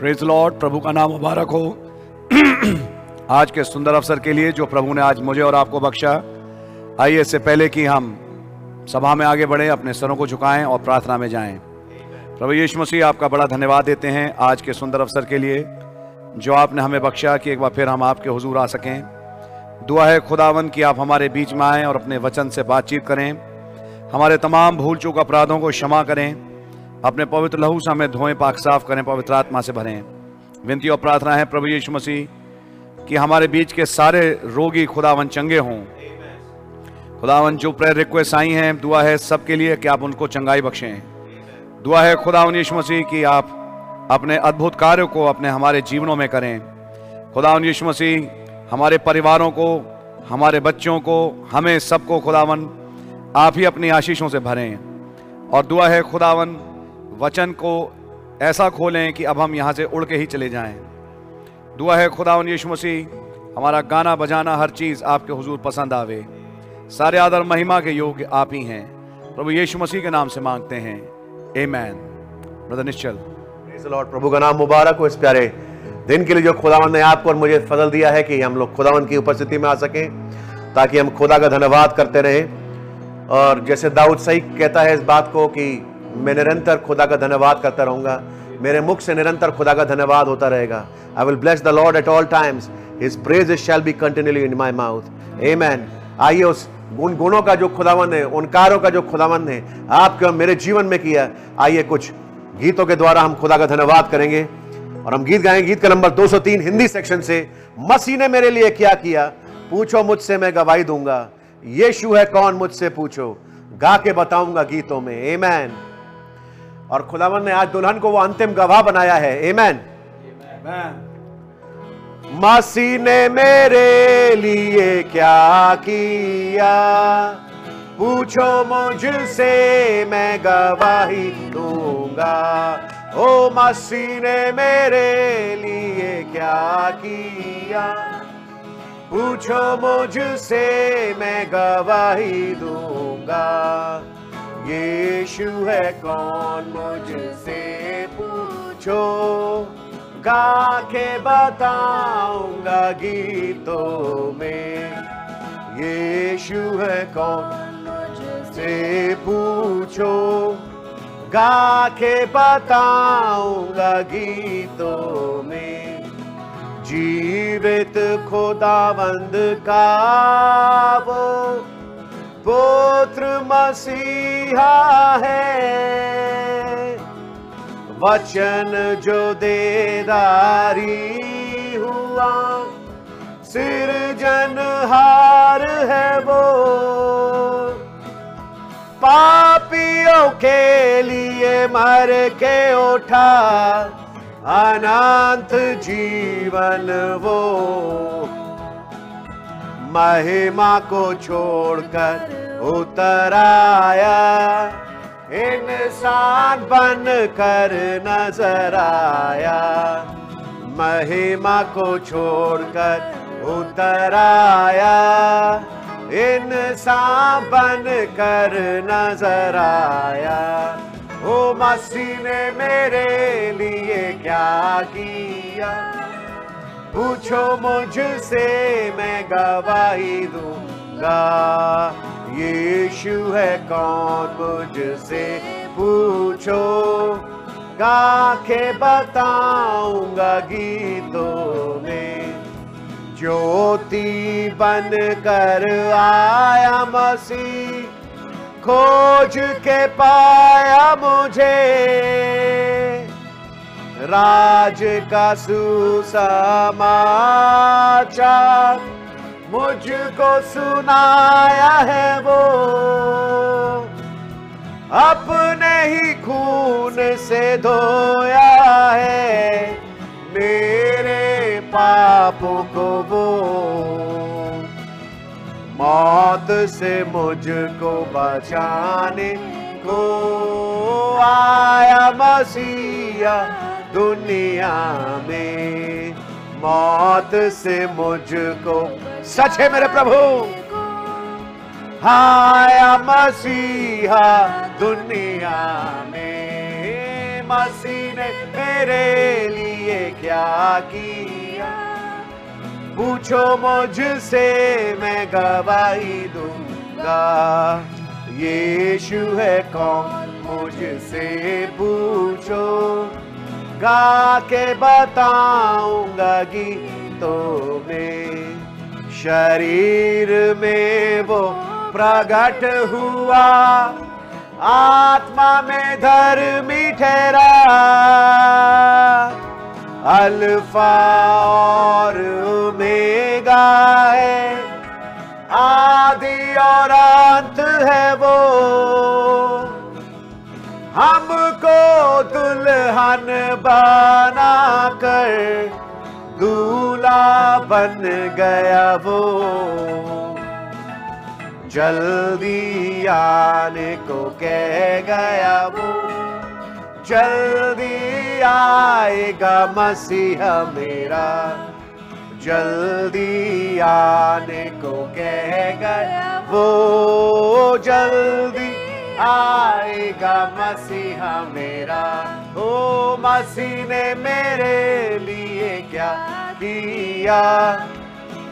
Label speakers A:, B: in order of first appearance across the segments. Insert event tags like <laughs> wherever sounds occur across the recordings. A: Praise Lord प्रभु का नाम मुबारक हो <clears throat> आज के सुंदर अवसर के लिए जो प्रभु ने आज मुझे और आपको बख्शा आइए इससे पहले कि हम सभा में आगे बढ़े अपने सरों को झुकाएं और प्रार्थना में जाएं प्रभु यीशु मसीह आपका बड़ा धन्यवाद देते हैं आज के सुंदर अवसर के लिए जो आपने हमें बख्शा कि एक बार फिर हम आपके हुजूर आ सकें दुआ है खुदावन कि आप हमारे बीच में आएं और अपने वचन से बातचीत करें हमारे तमाम भूल चूक अपराधों को क्षमा करें अपने पवित्र लहू से हमें धोएं पाक साफ करें पवित्र आत्मा से भरें विनती और प्रार्थना है प्रभु यीशु मसीह कि हमारे बीच के सारे रोगी खुदावन चंगे हों खुदावन जो प्रेयर रिक्वेस्ट आई हैं दुआ है सबके लिए कि आप उनको चंगाई बख्शें दुआ है खुदावन यीशु मसीह कि आप अपने अद्भुत कार्यों को अपने हमारे जीवनों में करें खुदावन यीशु मसीह हमारे परिवारों को हमारे बच्चों को हमें सबको खुदावन आप ही अपनी आशीषों से भरें और दुआ है खुदावन वचन को ऐसा खोलें कि अब हम यहाँ से उड़ के ही चले जाएं दुआ है खुदावन यीशु मसीह हमारा गाना बजाना हर चीज़ आपके हुजूर पसंद आवे सारे आदर महिमा के योग्य आप ही हैं प्रभु यीशु मसीह के नाम से मांगते हैं a man brother Nishchal
B: Praise the Lord, प्रभु का नाम मुबारक हो इस प्यारे दिन के लिए जो खुदावन ने आपको और मुझे फजल दिया है कि हम लोग खुदावन की उपस्थिति में आ सकें ताकि हम खुदा का धन्यवाद करते रहें और जैसे दाऊद सही कहता है इस बात को कि मैं निरंतर खुदा का धन्यवाद करता रहूंगा मेरे मुख से निरंतर खुदा का धन्यवाद होता रहेगा I will bless the Lord at all times his praise shall be continually in my mouth amen आइए उस उन गुणों का जो खुदावन है उन कार्यों का जो खुदावन ने आपके और मेरे जीवन में किया आइए कुछ गीतों के द्वारा हम खुदा का धन्यवाद करेंगे और हम गीत गाएंगे गीत का नंबर 203 हिंदी सेक्शन से मसीह ने मेरे लिए क्या किया पूछो मुझसे मैं गवाही दूंगा यीशु है कौन मुझसे पूछो गा के बताऊंगा गीतों में आमेन और खुदावन ने आज दुल्हन को वो अंतिम गवाह बनाया है आमेन मसीह ने मेरे लिए क्या किया पूछो मुझसे मैं गवाही दूंगा ओ मसीह ने मेरे लिए क्या किया पूछो मुझसे मैं गवाही दूंगा यीशु है कौन मुझसे पूछो गा के बताऊंगा गीतों में यीशु है कौन से पूछो गा के बताऊंगा गीतों में जीवित खुदावंद का वो पुत्र मसीहा है वचन जो देदारी हुआ सिरजनहार है वो पापियों के लिए मर के उठा अनंत जीवन वो महिमा को छोड़कर उतर आया इंसान बन कर नजर आया महिमा को छोड़कर उतर आया इंसान बन कर नजर आया ओ मसीह ने मेरे लिए क्या किया पूछो मुझसे मैं गवाही दूंगा यीशु है कौन मुझसे पूछो गा के बताऊंगा गीतों में ज्योति बन कर आया मसीह खोज के पाया मुझे राज का सुसमाचार मुझको सुनाया है वो अपने ही खून से धोया है मेरे पापों को वो मौत से मुझको बचाने को आया मसीहा दुनिया में मौत से मुझको सच है मेरे प्रभु आया मसीहा दुनिया में
C: मसीह ने मेरे लिए क्या किया पूछो मुझसे मैं गवाही दूंगा यीशु है कौन मुझसे पूछो गा के बताऊंगा गीतों में शरीर में वो प्रकट हुआ आत्मा में धर्मी ठहरा अल्फा और ओमेगा है आदि और अंत है वो हमको दुल्हन बना कर दूल्हा बन गया वो जल्दी आने को कह गया वो जल्दी आएगा मसीहा मेरा जल्दी आने को कह गया वो जल्दी आएगा मसीहा मेरा ओ मसीह ने मेरे लिए क्या किया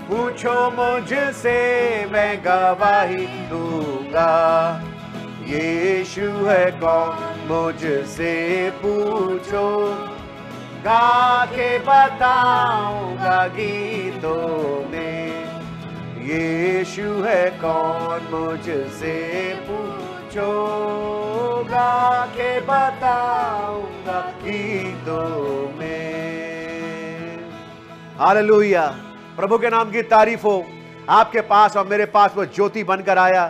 C: पूछो मुझसे मैं गवाही दूंगा यीशु है कौन मुझसे पूछो गा के बताऊंगा गीतों में यीशु है कौन मुझसे पूछो गा के बताऊंगा गीतों में
B: हालेलुया प्रभु के नाम की तारीफ हो आपके पास और मेरे पास वो ज्योति बनकर आया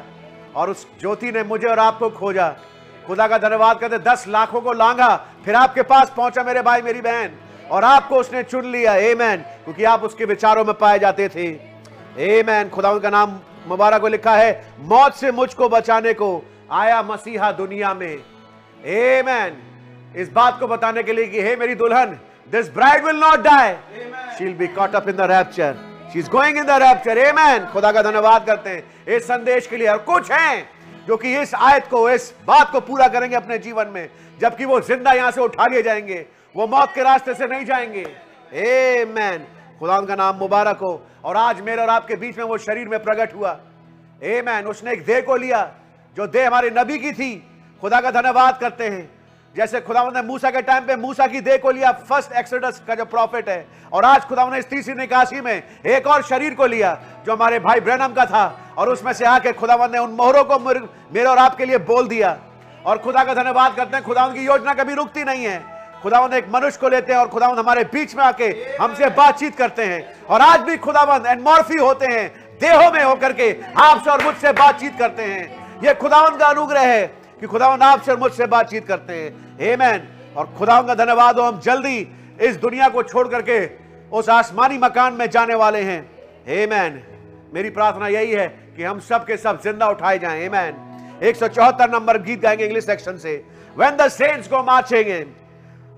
B: और उस ज्योति ने मुझे और आपको खोजा खुदा का धन्यवाद करते दस लाखों को लांगा फिर आपके पास पहुंचा मेरे भाई मेरी बहन और आपको उसने चुन लिया एमैन क्योंकि आप उसके विचारों में पाए जाते थे एमैन खुदा उनका नाम मुबारक को लिखा है मौत से मुझको बचाने को आया मसीहा दुनिया में एमैन इस बात को बताने के लिए कि हे मेरी दुल्हन this bride will not die she'll be caught up in the rapture she is going in the rapture amen खुदा का धन्यवाद करते हैं इस संदेश के लिए और कुछ हैं जो कि इस आयत को इस बात को पूरा करेंगे अपने जीवन में जबकि वो जिंदा यहां से उठा लिए जाएंगे वो मौत के रास्ते से नहीं जाएंगे एमैन खुदा उनका नाम मुबारक हो और आज मेरे और आपके बीच में वो शरीर में प्रकट हुआ एमैन उसने एक देह को लिया जो देह हमारे नबी की थी खुदा का धन्यवाद करते हैं जैसे खुदा ने मूसा के टाइम पे मूसा की देह को लिया फर्स्ट एक्सोडस का जो प्रॉफिट है और आज खुदा ने इस तीसरी निकासी में एक और शरीर को लिया जो हमारे भाई ब्रैनम का था और उसमें से आके खुदावन ने उन मोहरों को मेरे मेरे और आपके लिए बोल दिया और खुदा का धन्यवाद करते हैं खुदावन की योजना कभी रुकती नहीं है खुदावन एक मनुष्य को लेते हैं और खुदावन हमारे बीच में आके हमसे बातचीत करते हैं और आज भी खुदावन एनमोर्फी होते हैं देहों में होकर के आपसे और मुझसे बातचीत करते हैं ये खुदावन का अनुग्रह है कि खुदावन आपसे और मुझसे बातचीत करते हैं आमेन और खुदावन का धन्यवाद हो हम जल्दी इस दुनिया को छोड़ करके उस आसमानी मकान में जाने वाले हैं आमेन मेरी प्रार्थना यही है कि हम सब के सब जिंदा उठाए जाएं आमेन 174 नंबर गीत गाएंगे इंग्लिश सेक्शन से when the saints go marching in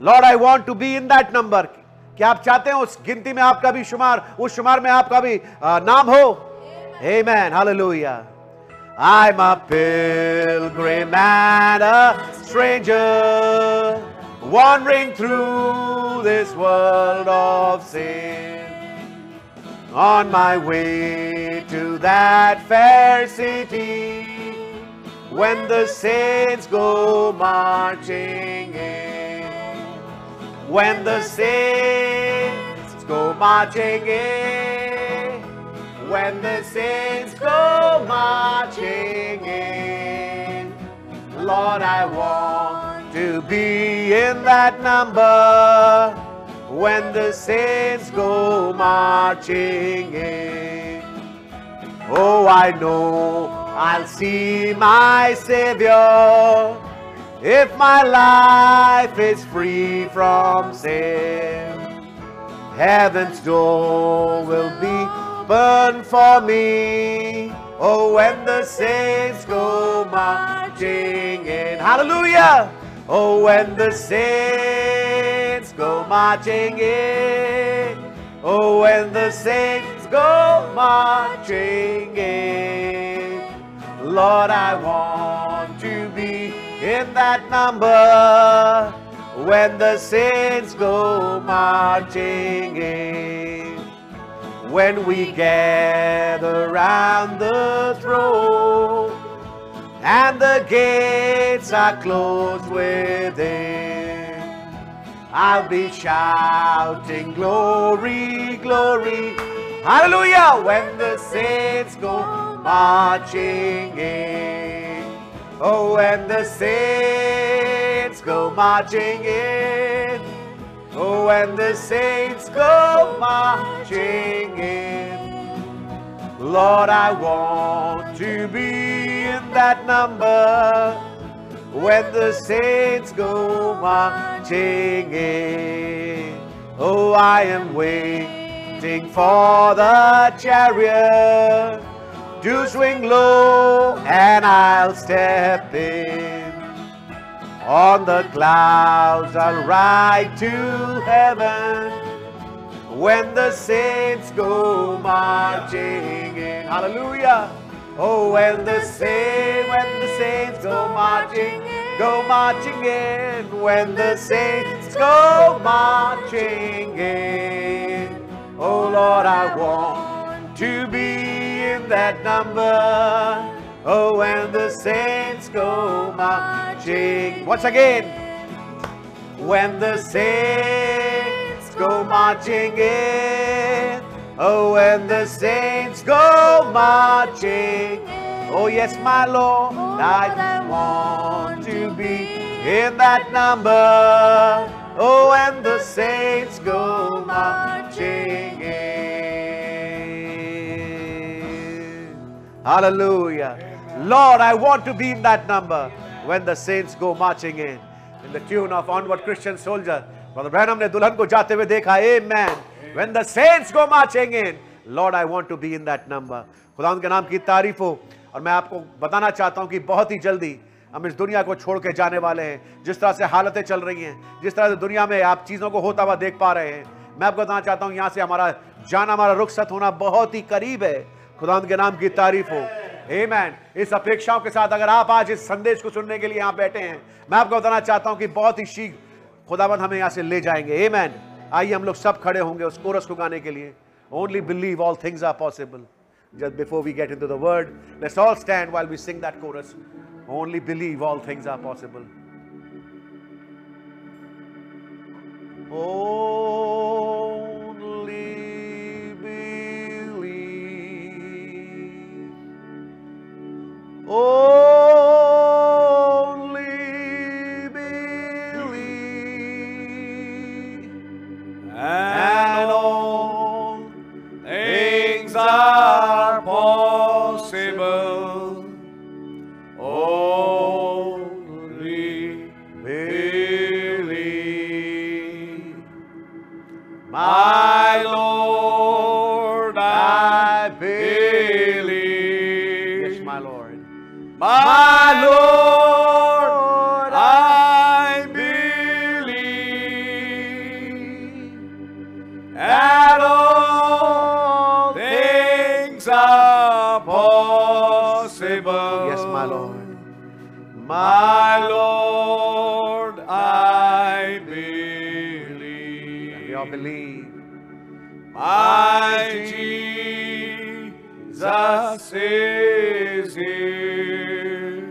B: Lord I want to be in that number क्या आप चाहते हैं उस गिनती में आपका भी शुमार उस शुमार में आपका भी आ, नाम हो amen hallelujah I'm a pilgrim and a stranger, wandering through this world of sin. On my way to that fair city, when the saints go marching in, when the saints go marching in, when the saints go marching in. Lord, I want to be in that number when the saints go marching in. Oh, I know I'll see my Savior if my life is free from sin. Heaven's door will be open for me. Oh, when the saints go marching in. Hallelujah! Oh, when the saints go marching in. Oh, when the saints go marching in. Lord, I want to be in that number when the saints go marching in, when we gather round the throne, and the gates are closed within, I'll be shouting glory, glory, hallelujah, when the saints go marching in. Oh, when the saints go marching in. Oh, when the saints go marching in. Lord, I want to be in that number when the saints go marching in. Oh, I am waiting for the chariot to swing low and I'll step in. On the clouds I'll ride to heaven when the saints go marching in. Hallelujah. Oh, when the saints, when the saints go marching, go marching in. When the saints go marching in. Oh Lord, I want to be in that number. Oh, when the saints go marching. Once again. When the saints go marching in, oh, when the saints go marching, oh, yes, my Lord, I want to be in that number. Oh, when the saints go marching in. Hallelujah. Lord, I want to be in that number when the saints go marching in. In the tune of Onward Christian Soldier, Brother Branham ने दुल्हन को जाते हुए देखा Amen. When the saints go marching in, Lord, I want to be in that number. खुदा के नाम की तारीफ हो और मैं आपको बताना चाहता हूँ कि बहुत ही जल्दी हम इस दुनिया को छोड़ के जाने वाले हैं जिस तरह से हालतें चल रही हैं जिस तरह से दुनिया में आप चीज़ों को होता हुआ देख पा रहे हैं मैं आपको बताना चाहता हूँ यहाँ से हमारा जाना हमारा रुखसत होना बहुत ही करीब है खुदा के नाम की तारीफ हो Amen. इस अपेक्षाओं के साथ अगर आप आज इस संदेश को सुनने के लिए यहाँ बैठे हैं मैं आपको बताना चाहता हूँ कि बहुत ही शीघ्र खुदाबंद हमें यहाँ से ले जाएंगे Amen. आइए हम लोग सब खड़े होंगे उस कोरस को गाने के लिए only believe all things are possible just before we get into the word let's all stand while we sing that chorus only believe all things are possible Oh, Only believe. Only believe, and all things are possible. Only believe, my Lord, I believe. Yes, my Lord. My Lord, I believe at all things are possible. Yes, my Lord. My Lord, I believe. we all believe. My Jesus is here.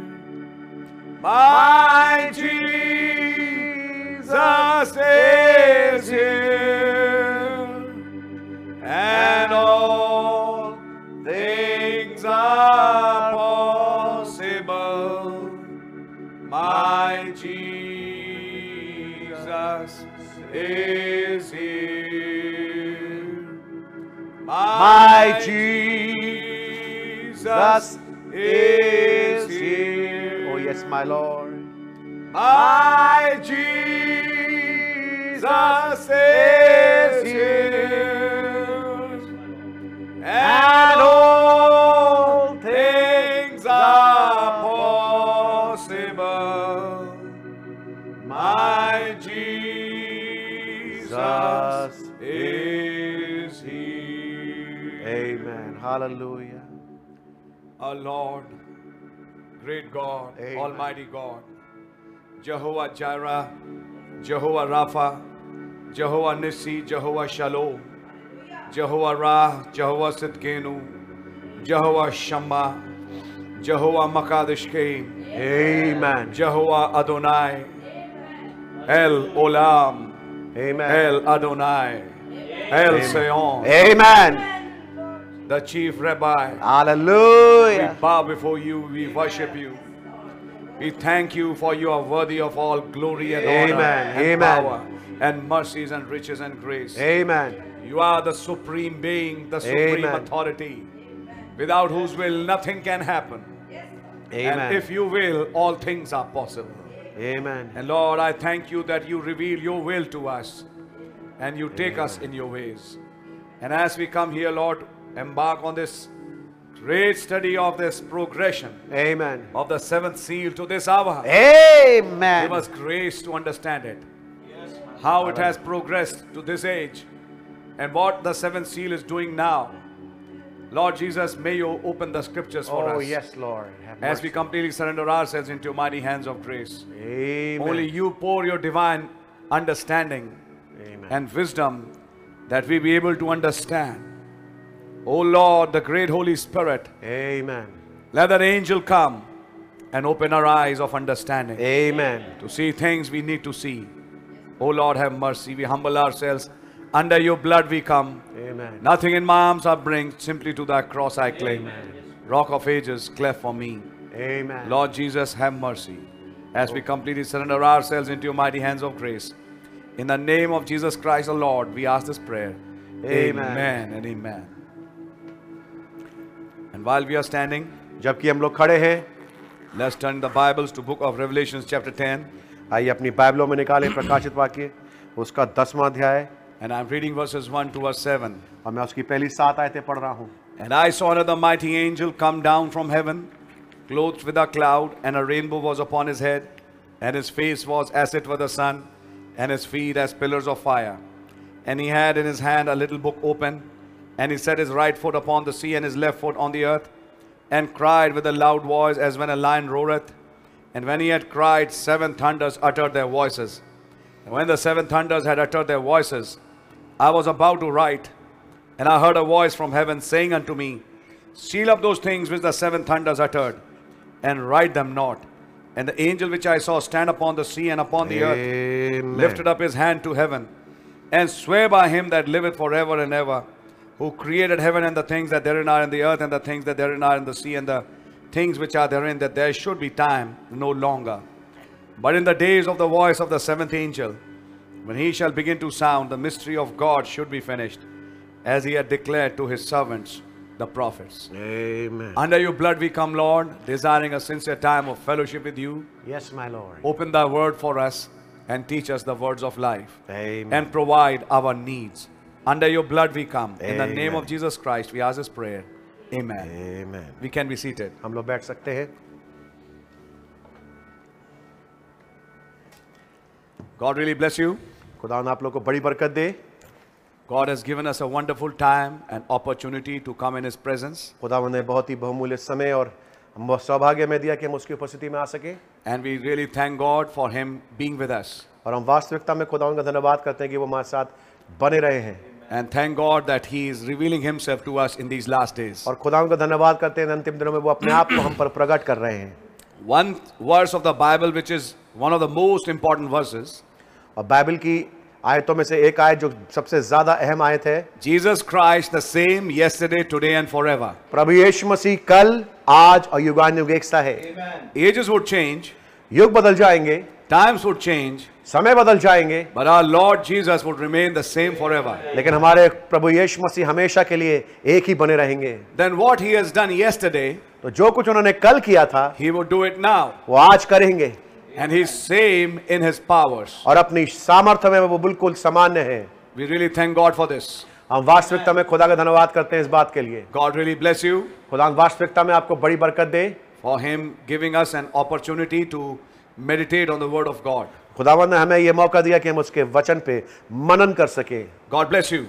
B: My Jesus is here.
A: É
B: And all things are possible. My Jesus is here. My Jesus is here. Oh, yes, my Lord. My Jesus is here. And all things are possible. My Jesus is here. Amen. Hallelujah.
A: Our Lord, great God,
B: Amen.
A: Almighty God, Jehovah Jireh, Jehovah Rapha, Jehovah Nissi, Jehovah Shalom, Jehovah Ra, Jehovah Sidkenu, Jehovah Shammah, Jehovah Makadishke,
B: Amen.
A: Jehovah Adonai, El Olam,
B: Amen.
A: El Adonai, El Seon,
B: Amen.
A: the chief rabbi. We
B: Hallelujah.
A: bow before you, we worship you. We thank you for you are worthy of all glory and honor
B: Amen.
A: and
B: Amen.
A: power and mercies and riches and grace.
B: Amen.
A: You are the supreme being, the supreme
B: Amen.
A: authority, without whose will nothing can happen. And
B: Amen.
A: if you will, all things are possible.
B: Amen.
A: And Lord, I thank you that you reveal your will to us and you take us in your ways. And as we come here, Lord, embark on this great study of this progression
B: Amen.
A: of the seventh seal to this hour. Give
B: Amen.
A: us grace to understand it. How it has progressed to this age and what the seventh seal is doing now. Lord Jesus, may you open the scriptures for
B: Oh,
A: us
B: yes, Lord. Have
A: as we
B: mercy.
A: completely surrender ourselves into your mighty hands of grace. Only
B: Amen.
A: you pour your divine understanding
B: Amen.
A: and wisdom that we be able to understand. O Lord, the great Holy Spirit,
B: Amen.
A: let that angel come and open our eyes of understanding.
B: Amen.
A: to see things we need to see. Oh Lord, have mercy. We humble ourselves. Under your blood we come.
B: Amen.
A: Nothing in my arms I bring, simply to thy cross I cling. Rock of ages, cleft for me.
B: Amen.
A: Lord Jesus, have mercy. As we completely surrender ourselves into your mighty hands of grace. In the name of Jesus Christ, the Lord, we ask this prayer.
B: Amen.
A: amen and amen. And while we are standing,
B: जबकि हम लोग खड़े हैं
A: let's turn the Bibles to book of Revelations chapter 10.
B: आइए अपनी बाइबलों में निकालें प्रकाशित वाक्य उसका दसवां अध्याय
A: And I'm reading verses 1 to verse 7.
B: और मैं उसकी पहली सात आयतें पढ़ रहा हूँ
A: And I saw another mighty angel come down from heaven, clothed with a cloud, and a rainbow was upon his head, and his face was as it were the sun, and his feet as pillars of fire. And he had in his hand a little book open, and he set his right foot upon the sea and his left foot on the earth, and cried with a loud voice as when a lion roareth. And when he had cried, seven thunders uttered their voices. And when the seven thunders had uttered their voices, I was about to write, and I heard a voice from heaven saying unto me, Seal up those things which the seven thunders uttered, and write them not. And the angel which I saw stand upon the sea and upon the earth
B: Amen.
A: lifted up his hand to heaven and swear by him that liveth forever and ever, who created heaven and the things that therein are in the earth and the things that therein are in the sea and the things which are therein, that there should be time no longer. But in the days of the voice of the seventh angel, when he shall begin to sound, the mystery of God should be finished, as he had declared to his servants, the prophets.
B: Amen.
A: Under your blood we come, Lord, desiring a sincere time of fellowship with you.
B: Yes, my Lord.
A: Open thy word for us and teach us the words of life
B: Amen.
A: and provide our needs. Under your blood we come. In the name
B: Amen.
A: of Jesus Christ, we ask this prayer. Amen.
B: Amen.
A: We can be seated.
B: हम लोग बैठ सकते हैं
A: God really bless you.
B: खुदा आप लोग को बड़ी बरकत दे
A: God has given us a wonderful time and opportunity to come in His presence.
B: खुदा ने बहुत ही बहुमूल्य समय और हम बहुत सौभाग्य में दिया कि हम उसकी उपस्थिति में आ सके
A: And we really thank God for Him being with us.
B: और हम वास्तविकता में खुदा का धन्यवाद करते हैं कि वो हमारे साथ बने रहे हैं
A: And thank God that He is revealing Himself to us in these last days.
B: और खुदा का धन्यवाद करते हैं इन अंतिम दिनों में वो अपने आप को हम पर प्रकट कर रहे हैं
A: One verse of the Bible, which is one of the most important verses
B: और बाइबल की आयतों में से एक आयत जो सबसे ज्यादा अहम आयत है
A: Jesus Christ, the same yesterday, today, and forever.
B: प्रभु यीशु मसीह कल आज और युगान युग एक सा है
A: Ages would change,
B: युग बदल जाएंगे
A: times would change,
B: समय बदल जाएंगे
A: But our Lord Jesus would remain the same forever.
B: लेकिन हमारे प्रभु यीशु मसीह हमेशा के लिए एक ही बने रहेंगे
A: Then what he has done yesterday,
B: तो जो कुछ उन्होंने कल किया था
A: he would do it now.
B: वो आज करेंगे
A: And he's same in his powers.
B: और अपनी सामर्थ्य में वो बिल्कुल सामान्य है
A: We really thank God for this.
B: हम वास्तविकता में खुदा का धन्यवाद करते हैं इस बात के लिए
A: God really bless you
B: खुदा वास्तविकता में आपको बड़ी बरकत दे
A: for him giving us an opportunity to meditate on the word of God.
B: खुदावन ने हमें ये मौका दिया कि हम उसके वचन पे मनन कर सके
A: God bless you.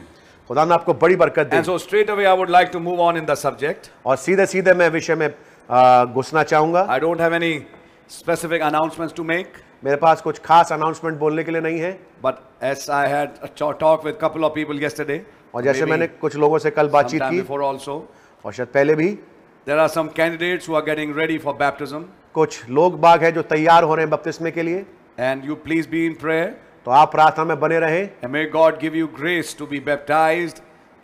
B: खुदा ने आपको बड़ी बरकत
A: And
B: the
A: so straight away I would like to move on in the subject.
B: और सीधे सीधे मैं विषय में आ, घुसना चाहूंगा
A: I don't have any specific announcements to make.
B: मेरे पास कुछ खास अनाउंसमेंट बोलने के लिए नहीं है
A: But as I had a ta- talk with couple of people yesterday,
B: और जैसे
A: maybe
B: मैंने कुछ लोगों से कल बातचीत
A: sometime
B: की
A: before also,
B: और शायद पहले भी
A: there are some candidates who are getting ready for baptism,
B: कुछ लोग बाग हैं जो तैयार हो रहे हैं बपतिस्मे के लिए
A: and you please be in prayer,
B: तो आप प्रार्थना में बने रहें
A: and may God give you grace to be baptized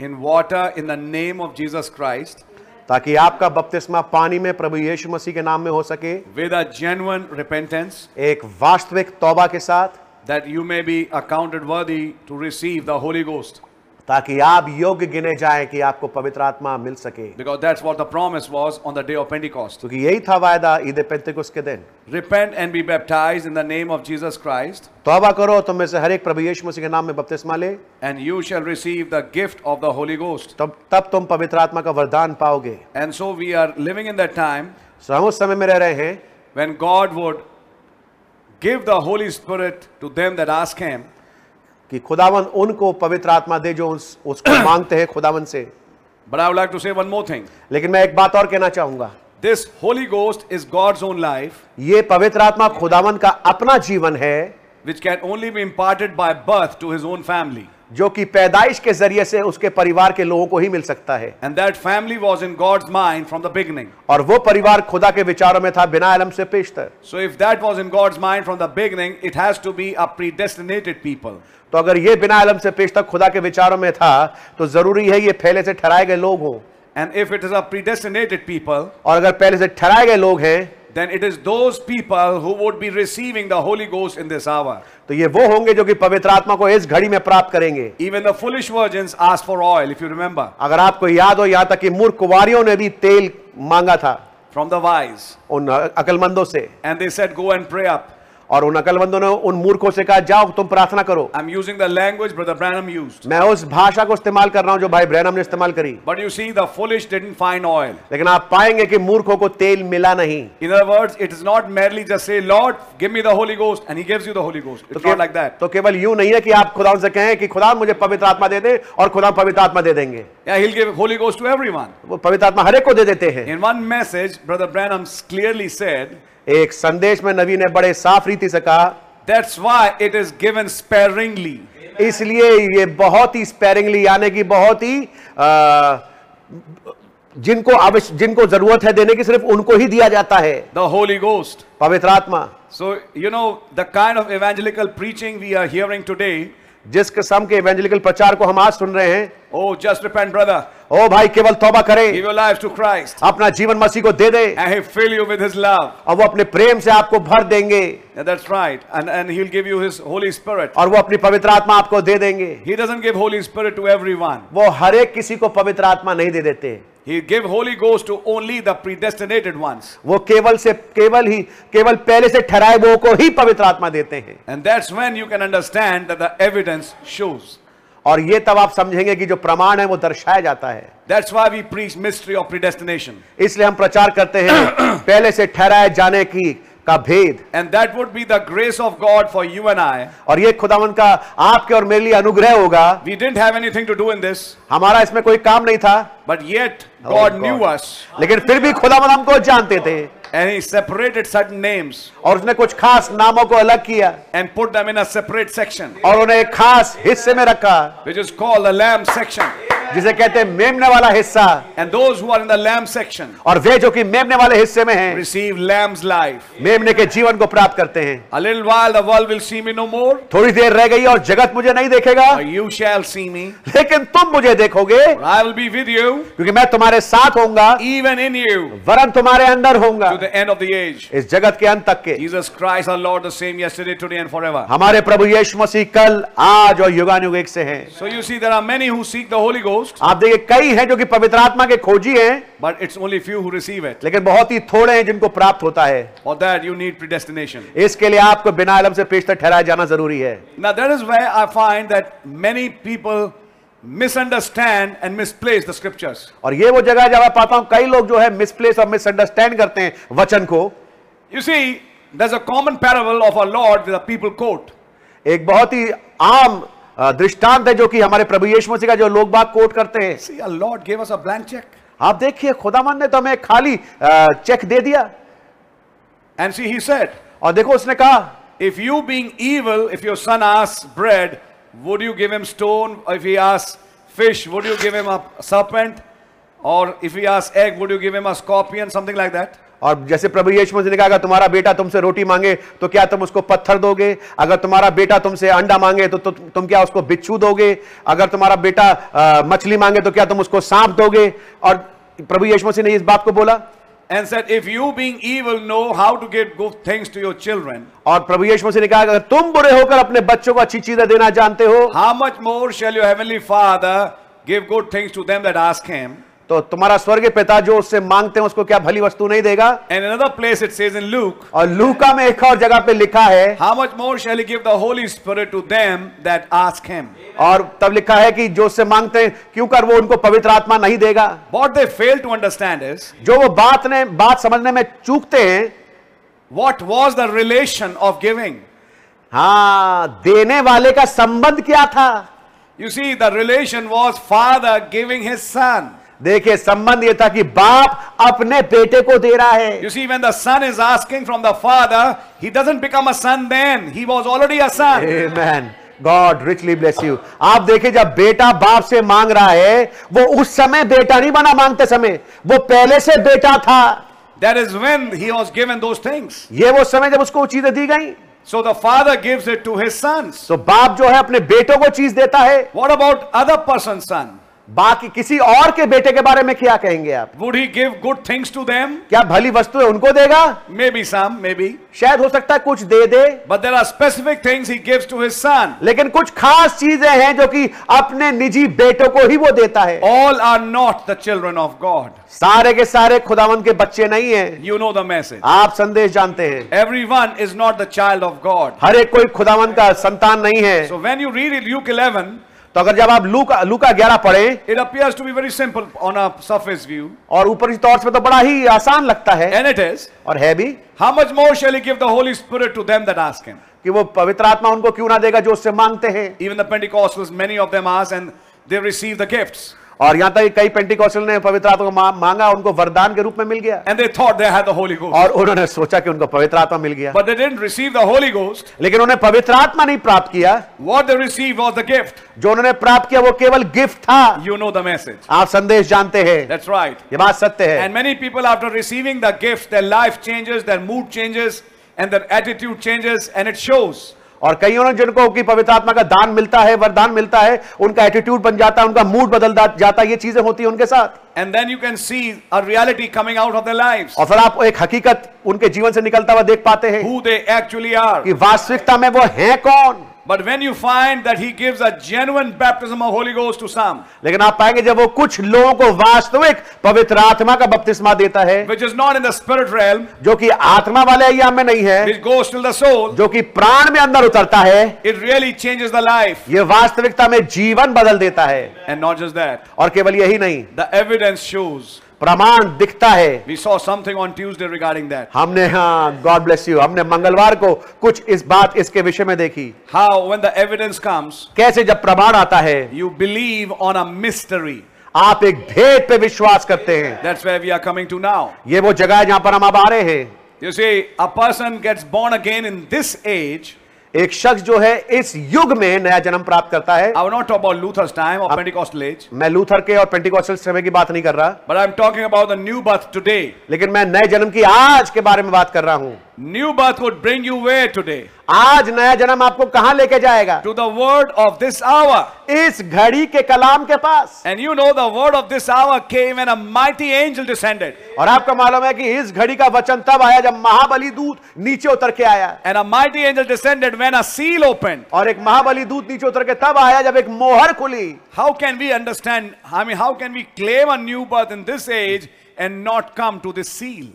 A: in water in the name of Jesus Christ
B: ताकि आपका बपतिस्मा पानी में प्रभु यीशु मसीह के नाम में हो सके
A: with a genuine repentance,
B: एक वास्तविक तौबा के साथ
A: that you may be accounted worthy to receive the Holy Ghost,
B: ताकि आप योग्य गिने जाएं कि आपको पवित्र आत्मा मिल सके
A: because that's what the promise was on the day of Pentecost.
B: क्योंकि यही था वायदा ईद पेंतिकुस के दिन
A: Repent and be baptized in the name of Jesus Christ,
B: तौबा करो तुम में से हर एक प्रभु यीशु मसीह के नाम में बपतिस्मा ले
A: and you shall receive the gift of the Holy Ghost.
B: तब तब तुम पवित्र आत्मा का वरदान पाओगे
A: And so we are living in that time
B: सो हम उस समय में रह रहे हैं
A: when God would give the Holy Spirit to them that ask Him,
B: कि खुदावन उनको पवित्र आत्मा दे जो उस, उसको मांगते हैं खुदावन से
A: but I would like to say one more thing.
B: लेकिन मैं एक बात और कहना चाहूंगा
A: This Holy Ghost is God's own life,
B: ये पवित्र आत्मा खुदावन का अपना जीवन है
A: which can only be imparted by birth to His own family.
B: जो कि पैदाइश के जरिए से उसके परिवार के लोगों को ही मिल सकता है
A: And that family was in God's mind from the beginning.
B: और वो परिवार खुदा के विचारों में था बिना अलम से पेशतर
A: So, if that was in God's mind from the beginning, it has to be a predestinated people.
B: तो अगर ये बिना अलम से पेशतर खुदा के विचारों में था तो जरूरी है ये पहले से ठहराए गए लोग हों
A: And if it is a predestinated people,
B: और अगर पहले से ठहराए गए लोग हैं
A: then it is those people who would be receiving the Holy Ghost in this hour.
B: तो ये वो होंगे जो कि पवित्र आत्मा को इस घड़ी में प्राप्त करेंगे
A: Even the foolish virgins asked for oil, if you remember,
B: अगर आपको याद हो यहां तक कि मूर्ख कुवारियों ने भी तेल मांगा था
A: from the wise.
B: उन अकलमंदों से
A: And they said, Go and pray up.
B: और उन अकलमंदों ने उन मूर्खों से कहा जाओ तुम प्रार्थना करो
A: I'm using the language Brother Branham used.
B: मैं उस भाषा को इस्तेमाल कर रहा हूं जो भाई ब्रैनम ने इस्तेमाल करी
A: But you see, the foolish didn't find oil.
B: लेकिन आप पाएंगे कि मूर्खों को तेल मिला नहीं तो
A: In other words, it is not merely just say, Lord, give me the Holy Ghost, and He gives you the Holy Ghost.
B: तो,
A: It's
B: के,
A: not like that.
B: तो केवल यूं नहीं है कि आप खुदा से कहें कि खुदा मुझे पवित्र आत्मा दे दे और खुदा पवित्र आत्मा दे देंगे
A: Yeah, He'll give Holy Ghost to everyone.
B: वो पवित्र आत्मा हर एक को दे देते हैं
A: In one message, Brother Branham clearly said,
B: एक संदेश में नबी ने बड़े साफ रीति से कहा
A: That's why it is given sparingly.
B: इसलिए ये बहुत ही स्पेरिंगली यानी कि बहुत ही आ, जिनको आवश्य जिनको जरूरत है देने की सिर्फ उनको ही दिया जाता है
A: The Holy Ghost.
B: पवित्र आत्मा
A: So, you know, the kind of evangelical preaching we are hearing today
B: जिस किस्म के इवेंजलिकल प्रचार को हम आज सुन रहे हैं
A: oh, just repent, brother.
B: ओ भाई केवल तौबा करे
A: Give your lives to Christ.
B: अपना जीवन मसीह को दे दे
A: And He'll fill you with His love.
B: और वो अपने प्रेम से आपको भर देंगे
A: Yeah, that's right. And, and He'll give you His Holy Spirit.
B: और वो अपनी पवित्र आत्मा आपको दे देंगे
A: He doesn't give Holy Spirit to everyone.
B: वो हर एक किसी को पवित्र आत्मा नहीं दे देते
A: He give Holy Ghost to only the predestinated ones.
B: वो केवल से केवल ही केवल पहले से ठहराए वो को ही पवित्र आत्मा देते हैं
A: And that's when you can understand that the evidence shows.
B: और ये तब आप समझेंगे कि जो प्रमाण है वो दर्शाया जाता है
A: That's why we preach mystery of predestination.
B: इसलिए हम प्रचार करते हैं पहले से ठहराए जाने की का भेद
A: And that would be the grace of God for you and I.
B: और ये खुदावन का आपके और मेरे लिए अनुग्रह होगा
A: We didn't have anything to do in this,
B: हमारा इसमें कोई काम नहीं था
A: but yet
B: Oh,
A: God,
B: God.
A: knew us
B: लेकिन फिर भी खुदावन हमको जानते थे
A: and He separated certain names
B: और उसने कुछ खास नामों को अलग किया
A: and put them in a separate section,
B: और उन्हें एक खास हिस्से में रखा
A: which is called the Lamb section.
B: जिसे कहते हैं मेमने वाला हिस्सा
A: And those who are in the Lamb section
B: और वे जो कि मेमने वाले हिस्से में हैं
A: receive Lamb's life.
B: मेमने के जीवन को प्राप्त करते हैं
A: A little while the world will see me no more,
B: थोड़ी देर रह गई और जगत मुझे नहीं देखेगा
A: but you shall see me.
B: लेकिन तुम मुझे देखोगे
A: For I will be with you,
B: क्योंकि मैं तुम्हारे साथ होऊंगा
A: even in you,
B: वरन तुम्हारे अंदर होऊंगा
A: to the end of the age.
B: इस जगत के अंत तक के
A: Jesus Christ, our Lord, the same yesterday, today, and forever.
B: हमारे प्रभु यीशु मसीह कल आज और युगानुयुग एक से हैं
A: So you see, there are many who seek the Holy Ghost,
B: आप देखिए कई हैं जो कि पवित्र आत्मा के खोजी हैं
A: but it's only few who receive it.
B: लेकिन बहुत ही थोड़े हैं जिनको प्राप्त होता है
A: For that, you need predestination.
B: इसके लिए आपको बिना अलम से पेशतर ठहराया जाना जरूरी है
A: Now, that is where I find that many people misunderstand and misplace the scriptures.
B: और ये वो जगह है जब मैं पाता हूं कई लोग जो है मिसप्लेस और मिसअंडरस्टैंड करते हैं वचन को
A: You see, there's a common parable of our Lord with a people quote.
B: एक बहुत ही आम अ, दृष्टांत है जो कि हमारे प्रभु यीशु मसीह का जो लोग बाग कोट करते हैं
A: See, our Lord gave us a blank check.
B: आप देखिए खुदावन ने तो हमें खाली अ, चेक दे दिया
A: And see, he said,
B: और देखो उसने कहा
A: If you being evil, if your son asks bread, would you give him stone? Or if he asks fish, would you give him a serpent? Or if he asks egg, would you give him a scorpion? Something like that.
B: और जैसे प्रभु यीशु मसीह ने कहा अगर तुम्हारा बेटा तुमसे रोटी मांगे तो क्या तुम उसको पत्थर दोगे अगर तुम्हारा बेटा तुमसे अंडा मांगे तो तु, तुम क्या उसको बिच्छू दोगे अगर तुम्हारा बेटा अ, मछली मांगे तो क्या तुम उसको सांप दोगे और प्रभु यीशु मसीह ने इस बात को बोला
A: And said, if you being evil know how to give good things to your children,
B: और प्रभु यीशु मसीह ने कहा अगर तुम बुरे होकर अपने बच्चों को अच्छी चीजें देना जानते हो
A: how much more shall your heavenly Father give good things to them that ask him?
B: तो तुम्हारा स्वर्गीय पिता जो उससे मांगते हैं उसको क्या भली वस्तु नहीं देगा
A: And another place it says in Luke,
B: और लूका में एक और जगह पे लिखा है
A: how much more shall he give the Holy Spirit to them that ask him?
B: और तब लिखा है कि जो उससे मांगते हैं क्यों कर वो उनको पवित्र आत्मा नहीं देगा
A: What they fail to understand is
B: जो वो बात ने बात समझने में चूकते हैं
A: what was the relation of giving?
B: हाँ देने वाले का संबंध क्या था
A: You see, the relation was father giving his son.
B: देखिए संबंध ये था कि बाप अपने बेटे को दे रहा है
A: You see, when the son is asking from the father, he doesn't become a son then. He was already a son.
B: Amen. God richly bless you आप देखिए जब बेटा बाप से मांग रहा है वो उस समय बेटा नहीं बना मांगते समय वो पहले से बेटा था
A: That is when he was given those things.
B: ये वो समय जब उसको वो चीजें दी गई
A: So the father gives it to his sons.
B: तो बाप जो है अपने बेटों को चीज देता है
A: What about other person's son?
B: बाकी किसी और के बेटे के बारे में क्या कहेंगे आप
A: Would he give good things to them?
B: क्या भली वस्तुएं उनको देगा
A: Maybe some, maybe.
B: शायद हो सकता है कुछ दे दे
A: But there are specific things he gives to his son.
B: लेकिन कुछ खास चीजें हैं जो कि अपने निजी बेटों को ही वो देता है
A: All are not the children of God.
B: सारे के सारे खुदावन के बच्चे नहीं हैं
A: You know the message.
B: आप संदेश जानते हैं
A: Everyone is not the child of God.
B: हर एक कोई खुदावन का संतान नहीं है
A: So when you read it, Luke 11,
B: तो अगर जब आप लूका लूका ग्यारह पढ़े
A: it appears to be very simple on a surface view.
B: और ऊपर की तौर से तो बड़ा ही आसान लगता है
A: And it is,
B: और है भी
A: how much more shall he give the Holy Spirit to them that ask him?
B: कि वो पवित्र आत्मा उनको क्यों ना देगा जो उससे मांगते हैं
A: Even the Pentecostals, many of them ask and they receive the gifts.
B: और यहाँ तक कि कई पेंटिकॉस्टल ने पवित्र आत्मा को मा- मांगा उनको वरदान के रूप में मिल गया
A: And they thought they had the Holy Ghost.
B: और उन्होंने सोचा कि उनको पवित्र आत्मा मिल गया
A: But they didn't receive the Holy Ghost.
B: लेकिन उन्हें पवित्र आत्मा नहीं प्राप्त किया
A: What they received was the gift.
B: जो उन्होंने प्राप्त किया वो केवल गिफ्ट था
A: You know the message.
B: आप संदेश जानते हैं
A: That's right.
B: ये बात सत्य है
A: And many people, after receiving the gift, their life changes, their mood changes, and their attitude changes, and it shows.
B: और कईयों ने जिनको की पवित्र आत्मा का दान मिलता है वरदान मिलता है उनका एटीट्यूड बन जाता है उनका मूड बदल दा- जाता है ये चीजें होती है उनके साथ
A: And then you can see a reality coming out of their lives,
B: और फिर आप एक हकीकत उनके जीवन से निकलता हुआ देख पाते हैं
A: who they actually are.
B: कि वास्तविकता में वो हैं कौन
A: But when you find that He gives a genuine baptism of Holy Ghost to some,
B: लेकिन आप पाएंगे जब वो कुछ लोगों को वास्तविक पवित्र आत्मा का बपतिस्मा देता है
A: which is not in the spirit realm,
B: जो कि आत्मा वाले एरिया में नहीं है
A: which goes till the soul,
B: जो कि प्राण में अंदर उतरता है
A: it really changes the life.
B: ये वास्तविकता में जीवन बदल देता है
A: And not just that,
B: और केवल यही नहीं
A: the evidence shows.
B: प्रमाण दिखता है
A: We saw something on Tuesday regarding that.
B: हमने हाँ गॉड ब्लेस यू हमने मंगलवार को कुछ इस बात इसके विषय में देखी
A: How, when the evidence comes,
B: कैसे जब प्रमाण आता है
A: you believe on a mystery.
B: आप एक भेद पे विश्वास करते हैं
A: That's where we are coming to now.
B: ये वो जगह है जहां पर हम अब आ रहे हैं
A: You see, a person gets born again in this age.
B: एक शख्स जो है इस युग में नया जन्म प्राप्त करता है
A: I will not talk about Luther's time or Pentecostal age,
B: मैं लूथर के और पेंटिकॉस्टल समय की बात नहीं कर रहा
A: but I'm talking about the new birth today.
B: लेकिन मैं नए जन्म की आज के बारे में बात कर रहा हूं
A: New birth would bring you where today?
B: आज नया जन्म आपको कहां लेके जाएगा
A: To the word of this hour.
B: इस घड़ी के कलाम के पास
A: And you know, the word of this hour came and a mighty angel descended.
B: और आपको मालूम है कि इस घड़ी का वचन तब आया जब महाबली दूत नीचे उतर के आया
A: And a mighty angel descended when a seal opened.
B: और एक महाबली दूत नीचे उतर के तब आया जब एक मोहर खुली
A: How can we understand? I mean, how can we claim a new birth in this age and not come to this seal?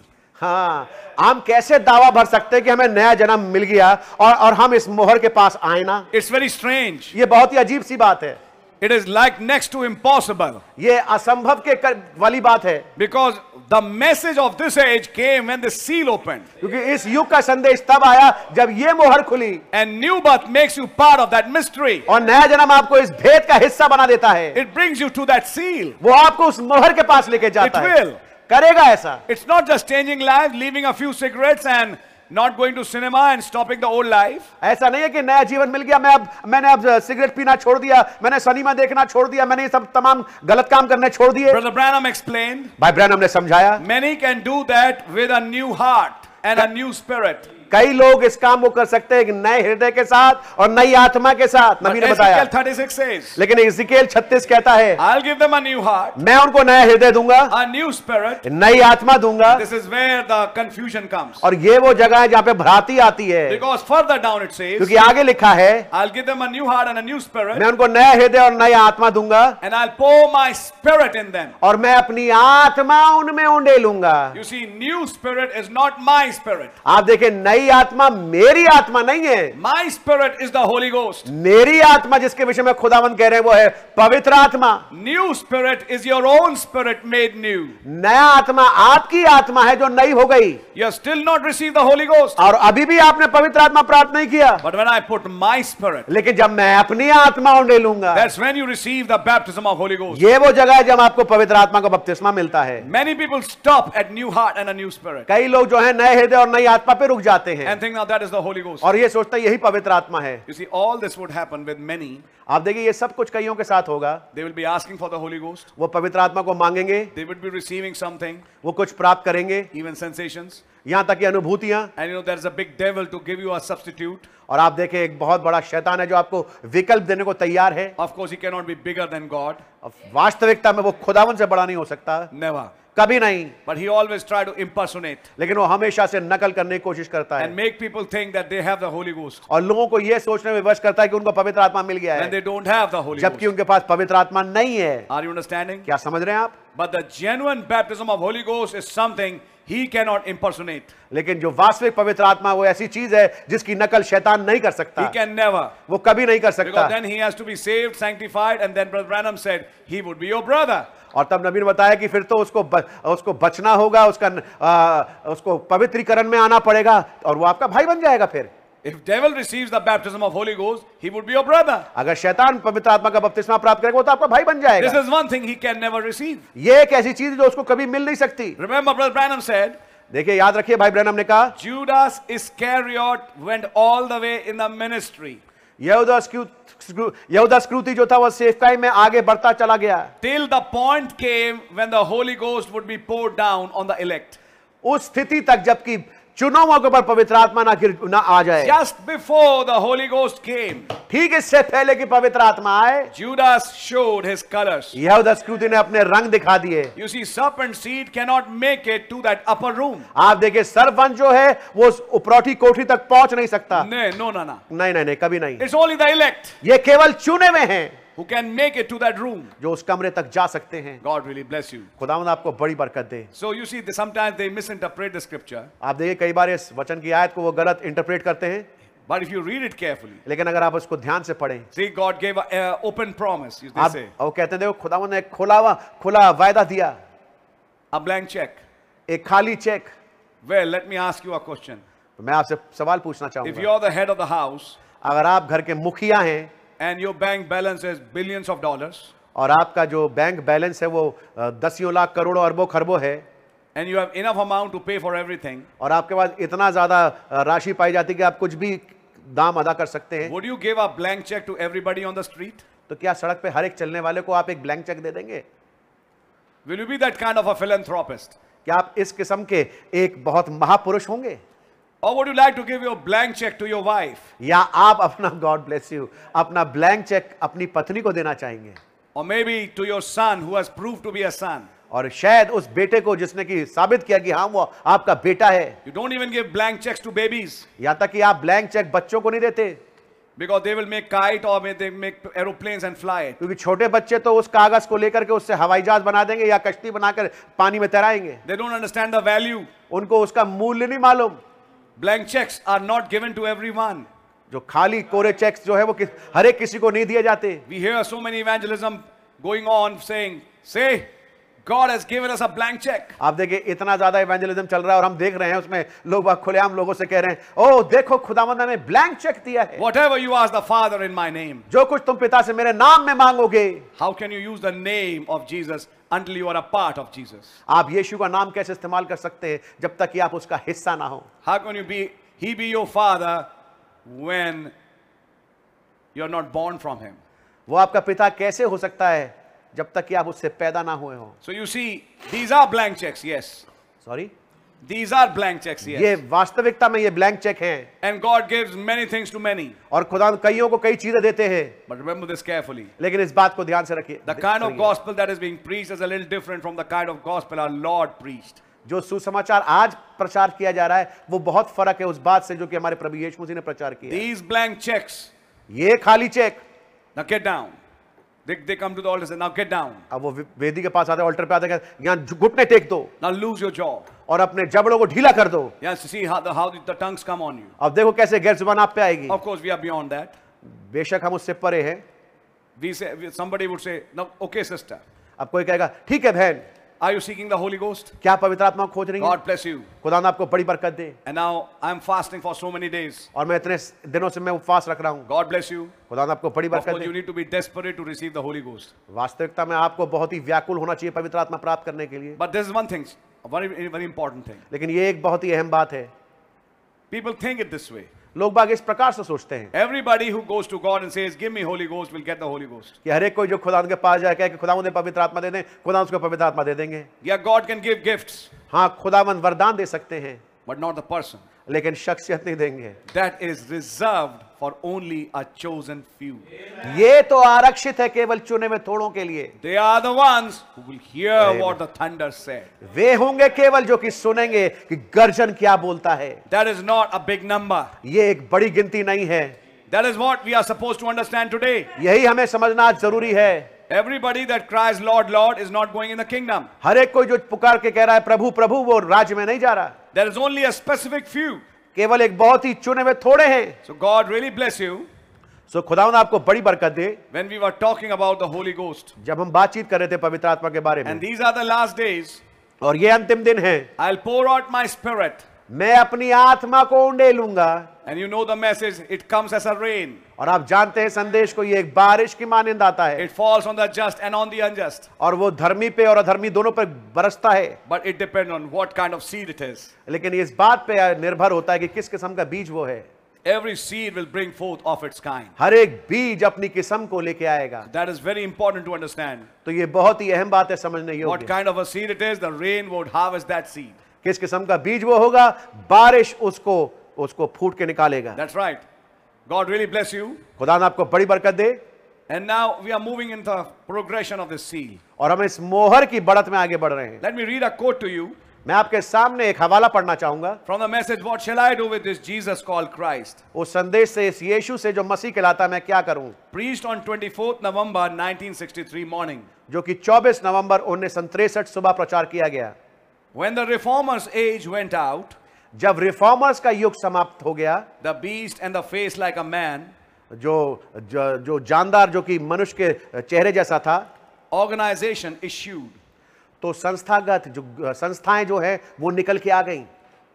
B: हाँ हम कैसे दावा भर सकते हैं कि हमें नया जन्म मिल गया और और हम इस मोहर के पास आए ना
A: It's very strange.
B: ये बहुत ही अजीब सी बात है
A: It is like next to impossible.
B: ये असंभव के कर, वाली बात है
A: Because the message of this age came when the seal opened.
B: क्योंकि इस युग का संदेश तब आया जब ये मोहर खुली
A: And new birth makes you part of that mystery.
B: और नया जन्म आपको इस भेद का हिस्सा बना देता है
A: It brings you to that seal.
B: वो आपको उस मोहर के पास लेके
A: It
B: जाता है
A: will.
B: करेगा ऐसा
A: It's not just changing lives, leaving a few cigarettes and not going to cinema and stopping the old life.
B: ऐसा नहीं है कि नया जीवन मिल गया मैं अब मैंने अब सिगरेट पीना छोड़ दिया मैंने सनीमा देखना छोड़ दिया मैंने ये सब तमाम गलत काम करने छोड़ दिए
A: Brother Branham explained
B: भाई ब्रैनम ने समझाया
A: many can do that with a new heart and a new spirit.
B: कई लोग इस काम को कर सकते हैं एक नए हृदय के साथ और नई आत्मा के साथ नबी ने बताया
A: Ezekiel 36 says,
B: लेकिन इज़िकेल 36 कहता है
A: I'll give them a new heart,
B: मैं उनको नया हृदय दूंगा
A: a new spirit.
B: नई आत्मा दूंगा
A: This is where the confusion comes.
B: और ये वो जगह है जहां पे भ्रांति आती है
A: Because further down it says,
B: क्योंकि आगे लिखा है
A: I'll give them a new heart and a new
B: मैं
A: spirit,
B: उनको नया हृदय और नई आत्मा दूंगा
A: and I'll pour my spirit in them.
B: और मैं अपनी आत्मा उनमें उंडे लूंगा
A: You see, new spirit is not my spirit.
B: आप देखें नई आत्मा मेरी आत्मा नहीं है
A: My spirit is the Holy Ghost.
B: मेरी आत्मा जिसके विषय में खुदावंत कह रहे हैं वो है पवित्र आत्मा
A: New spirit is your own spirit made new.
B: नया आत्मा आपकी आत्मा है जो नई हो गई
A: You have still not received the Holy Ghost.
B: और अभी भी आपने पवित्र आत्मा प्राप्त नहीं किया
A: But when I put my spirit,
B: लेकिन जब मैं अपनी आत्मा उंडे लूंगा
A: that's when you receive the baptism of Holy Ghost.
B: ये वो जगह है जब आपको पवित्र आत्मा का बपतिस्मा मिलता है
A: Many people stop at new heart and a new spirit
B: कई लोग जो है नए हृदय और नई आत्मा पे रुक जाते हैं
A: and think now that is the Holy Ghost.
B: और ये सोचता है यही पवित्र आत्मा है
A: You see, all this would happen with many.
B: आप देखिए ये सब कुछ कईयों के साथ होगा
A: They will be asking for the Holy Ghost.
B: वो पवित्र आत्मा को मांगेंगे
A: They would be receiving something,
B: वो कुछ प्राप्त करेंगे
A: even sensations.
B: यहाँ तक कि अनुभूतियां
A: And you know, there's a big devil to give you a substitute.
B: और आप देखें एक बहुत बड़ा शैतान है जो आपको विकल्प देने को तैयार है
A: Of course, he cannot be bigger than God.
B: अब वास्तविकता में वो खुदावन से बड़ा नहीं हो सकता
A: Never.
B: कभी नहीं
A: But he always try to impersonate
B: लेकिन वो हमेशा से नकल करने की कोशिश करता
A: and
B: है
A: make people think that they have the Holy Ghost
B: और लोगों को यह सोचने में वश करता है कि उनको पवित्र आत्मा मिल गया
A: and
B: है
A: they don't have the Holy
B: जबकि
A: Ghost.
B: उनके पास पवित्र आत्मा नहीं है
A: Are you understanding?
B: क्या समझ रहे हैं आप
A: But the genuine baptism of Holy Ghost is something he cannot impersonate.
B: लेकिन जो वास्तविक पवित्र आत्मा वो ऐसी चीज है जिसकी नकल शैतान नहीं कर
A: He
B: सकता
A: can never.
B: वो कभी नहीं कर सकता
A: Because then he has to be saved, sanctified, and then Brother Branham said, he would be your brother.
B: और तब नबी ने बताया कि फिर तो उसको ब, उसको बचना होगा उसका न- आ, उसको पवित्रीकरण में आना पड़ेगा और वो आपका भाई बन जाएगा फिर
A: If devil receives the baptism of Holy Ghost, he would be your brother.
B: अगर शैतान पवित्र आत्मा का बपतिस्मा प्राप्त करेगा वो तो आपका भाई बन
A: This
B: जाएगा
A: is one thing he can never receive.
B: ये एक ऐसी चीज है जो उसको कभी मिल नहीं सकती
A: Remember, Brother Branham said,
B: देखिए याद रखिए भाई ब्रैनम ने कहा
A: Judas Iscariot went all the way in the ministry
B: यहूदा स्क्रू- यहूदा स्क्रूति जो था वह सेवकाई में आगे बढ़ता चला गया
A: till the point came when the Holy Ghost would be poured down on the elect.
B: उस स्थिति तक जबकि चुनावों के ऊपर पवित्र आत्मा ना गिर ना आ जाए
A: Just before the Holy Ghost came,
B: ठीक इससे पहले कि पवित्र आत्मा आए
A: Judas showed his colors.
B: यहूदा स्क्रूति ने अपने रंग दिखा दिए
A: You see, serpent seed cannot make it to that upper room.
B: आप देखिए सरपंच जो है वो उस उपरौठी कोठी तक पहुंच नहीं सकता
A: No, no, no, no.
B: नहीं नहीं नहीं कभी नहीं
A: It's only the elect
B: ये केवल चुने हुए हैं
A: who can make it to that room.
B: जो उस कमरे तक जा सकते हैं
A: God really bless you.
B: खुदावंद आपको बड़ी बरकत दे
A: So you see, they- sometimes they misinterpret the scripture,
B: आप देखिए कई बार इस वचन की आयत को वो गलत इंटरप्रेट करते हैं
A: but if you read it carefully,
B: लेकिन अगर आप उसको ध्यान से पढ़ें
A: see, God gave an open promise. you- They
B: आप
A: say
B: वो कहते हैं देखो खुदावंद ने एक खुला हुआ- खुला वायदा दिया
A: a blank check.
B: एक खाली check
A: Well, let me ask you a question.
B: मैं आपसे सवाल पूछना
A: If
B: चाहूंगा
A: you're the head of the house
B: अगर आप घर के मुखिया हैं
A: and your bank balance is billions of dollars
B: और आपका जो बैंक बैलेंस है वो अ, दसियों लाख करोड़ों अरबों खरबों है
A: and you have enough amount to pay for everything,
B: और आपके पास इतना ज्यादा अ, राशि पाई जाती है कि आप कुछ भी दाम अदा कर सकते हैं
A: would you give a blank check to everybody on the street?
B: तो क्या सड़क पे हर एक चलने वाले को आप एक ब्लैंक चेक दे देंगे
A: Will you be that kind of a philanthropist?
B: क्या आप इस किस्म के एक बहुत महापुरुष होंगे
A: Or would you like to give your blank check to your wife?
B: या आप अपना गॉड ब्लेस यू अपना ब्लैंक चेक अपनी पत्नी को देना चाहेंगे
A: Or maybe to your son who has proved to be a son?
B: और शायद उस बेटे को जिसने कि साबित किया कि हाँ वो आपका बेटा है
A: You don't even give blank checks to babies
B: यहाँ तक कि आप ब्लैंक चेक बच्चों को नहीं देते
A: because they will make kite or may they make aeroplanes and fly it.
B: क्योंकि छोटे बच्चे तो उस कागज को लेकर के उससे हवाई जहाज बना देंगे या कश्ती बनाकर पानी में तैराएंगे
A: They don't understand the value.
B: उनको उसका मूल्य नहीं मालूम
A: Blank checks are not given to everyone.
B: जो खाली कोरे चेक्स जो है वो किस, हर एक किसी को नहीं दिए जाते
A: We hear so many evangelism going on saying, say, God has given us a blank check.
B: आप देखिए इतना ज्यादा इवेंजलिज्म चल रहा है और हम देख रहे हैं उसमें लोग बाग खुलेआम लोगों से कह रहे हैं ओ देखो खुदावंद ने हमें ब्लैंक चेक दिया है
A: Whatever you ask the Father in my name,
B: जो कुछ तुम पिता से मेरे नाम में मांगोगे
A: how can you use the name of Jesus until you are a part of Jesus.
B: आप यीशु का नाम कैसे इस्तेमाल कर सकते हैं जब तक कि आप उसका हिस्सा ना हो
A: How can you be he be your father when you are not born from him?
B: वो आपका पिता कैसे हो सकता है जब तक कि आप उससे पैदा ना हुए हो
A: So you see, these are blank checks, yes.
B: Sorry
A: These are blank checks, yes.
B: ये वास्तविकता में ये ब्लैंक चेक हैं
A: And God gives many things to many.
B: और खुदा कईयों को कई चीजें देते हैं
A: But remember this carefully.
B: लेकिन इस बात को ध्यान से रखिए
A: The kind of
B: रखिए।
A: gospel that is being preached is a little different from the kind of gospel our Lord preached.
B: जो सुसमाचार आज प्रचार किया जा रहा है वो बहुत फर्क है उस बात से जो कि हमारे प्रभु यीशु मसीह ने प्रचार किया है।
A: These blank checks,
B: ये खाली check
A: now get down. They, they come to the altar and say, now get down.
B: अब वो वे- वेदी के पास आते हैं ऑल्टर पे आते हैं कहते हैं, यहाँ झु- घुटने टेक दो
A: Now lose your jaw.
B: और अपने जबड़ों को ढीला कर दो
A: Yes, see how the, how the, the tongues come on you.
B: अब देखो कैसे गैर जुबान आप पे आएगी
A: Of course, we are beyond that.
B: बेशक हम उससे परे हैं
A: We say, we- somebody would say, no, okay, sister,
B: अब कोई कहेगा ठीक है बहन
A: are you seeking the Holy Ghost?
B: क्या आप पवित्र आत्मा को खोज रही हैं
A: God bless you.
B: खुदा ने आपको बड़ी बरकत दे
A: And now I'm fasting for so many days.
B: और मैं इतने स- दिनों से मैं उपवास रख रहा हूँ
A: God bless you.
B: खुदा ने आपको बड़ी
A: Of
B: बरकत
A: course, you
B: the
A: need to be desperate to receive the Holy Ghost.
B: वास्तविकता में आपको बहुत ही व्याकुल होना चाहिए पवित्र आत्मा प्राप्त करने के लिए
A: But this is one thing, one very, very important thing.
B: लेकिन ये एक बहुत ही अहम बात है
A: People think it this way.
B: लोग बाग इस प्रकार से सोचते हैं
A: Everybody who goes to God and says, Give me Holy Ghost, will get the Holy Ghost.
B: कि हर एक कोई जो खुदा के पास जाए कहे कि खुदा मुझे पवित्र आत्मा दे दें खुदा उसको पवित्र आत्मा दे देंगे
A: Yeah, God can give gifts,
B: हाँ खुदावन वरदान दे सकते हैं
A: but not the person.
B: लेकिन शख्सियत नहीं देंगे
A: That is reserved for only a chosen few.
B: ये तो आरक्षित है केवल चुने हुए थोड़ों के लिए
A: They are the ones who will hear
B: Amen.
A: what the thunder said.
B: वे होंगे केवल जो कि सुनेंगे कि गर्जन क्या बोलता है
A: That is not a big number.
B: ये एक बड़ी गिनती नहीं है
A: That is what we are supposed to understand today.
B: यही हमें समझना आज जरूरी है
A: Everybody that cries, Lord, Lord, is not going in the kingdom.
B: हर एक कोई जो पुकार के कह रहा है प्रभु प्रभु वो राज्य में नहीं जा रहा
A: There is only a specific few.
B: केवल एक बहुत ही चुने हुए थोड़े हैं
A: So, God really bless you.
B: सो खुदावन आपको बड़ी बरकत दे
A: When we were talking about the Holy Ghost,
B: जब हम बातचीत कर रहे थे पवित्र आत्मा के बारे
A: and
B: में
A: these are the last days,
B: और ये अंतिम दिन है
A: I'll pour out my spirit.
B: मैं अपनी आत्मा को उंडे लूंगा
A: And you know the message, it comes as a rain.
B: और आप जानते हैं संदेश को ये एक बारिश की मानिंद आता है
A: It falls on the just and on the unjust.
B: और वो धर्मी पे और अधर्मी दोनों पर बरसता है
A: But it depends on what kind of seed it is.
B: लेकिन इस बात पे निर्भर होता है कि किस किस्म का बीज वो है
A: Every seed will bring forth of its kind.
B: हर एक बीज अपनी किस्म को लेके आएगा
A: That is very important to understand.
B: तो ये बहुत ही अहम बात है समझने
A: What
B: योग्य
A: kind of a seed it is, the rain would harvest that seed.
B: किस किस्म का बीज वो होगा बारिश उसको उसको फूट के निकालेगा
A: That's right. God really bless you.
B: खुदा ने आपको बड़ी बरकत दे
A: And now we are moving into the progression of this seed.
B: और हम इस मोहर की बढ़त में आगे बढ़ रहे हैं
A: Let me read a quote to you
B: मैं आपके सामने एक हवाला पढ़ना चाहूंगा
A: from the message What Shall I Do with This Jesus Called Christ?
B: उस संदेश से इस यीशु से जो मसीह कहलाता है मैं क्या करूं
A: Preached on 24th November 1963 morning.
B: जो कि 24 नवंबर उन्नीस सुबह प्रचार किया गया
A: When the reformers' age went out,
B: जब रिफॉर्मर्स का युग समाप्त हो गया
A: the beast and the face like a man
B: जो जो, जो जानदार जो कि मनुष्य के चेहरे जैसा था
A: organization issued.
B: तो संस्थागत जो संस्थाएं जो है वो निकल के आ गई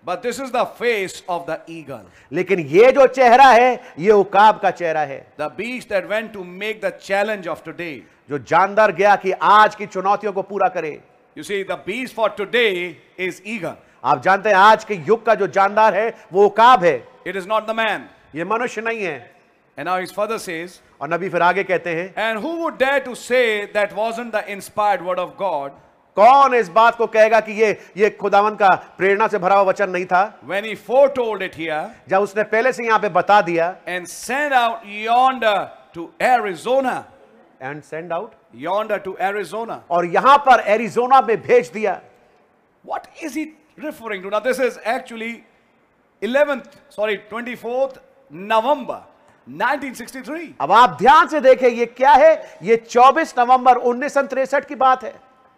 A: But this is the face of the eagle.
B: लेकिन ये जो चेहरा है ये उकाब का चेहरा है
A: The beast that went to make the challenge of today.
B: जो जानदार गया कि आज की चुनौतियों को पूरा करे
A: You see, the beast for today is eagle.
B: आप जानते हैं आज के युग का जो जानदार है वो उकाब है
A: It is not the man.
B: ये मनुष्य नहीं है
A: And now his father says,
B: और नबी फिर आगे कहते हैं
A: And who would dare to say that wasn't the inspired word of God
B: कौन इस बात को कहेगा कि ये ये खुदावन का प्रेरणा से भरा हुआ वचन नहीं था
A: when he foretold it here
B: जब उसने पहले से यहाँ पे बता दिया
A: and sent out yonder to Arizona?
B: And send out
A: Yonder to Arizona.
B: और यहाँ पर एरिजोना में भेज दिया
A: What is he referring to? Now, this is actually 11th, sorry, 24th November 1963.
B: अब आप ध्यान से देखें ये क्या है ये 24 नवंबर उन्नीस की बात है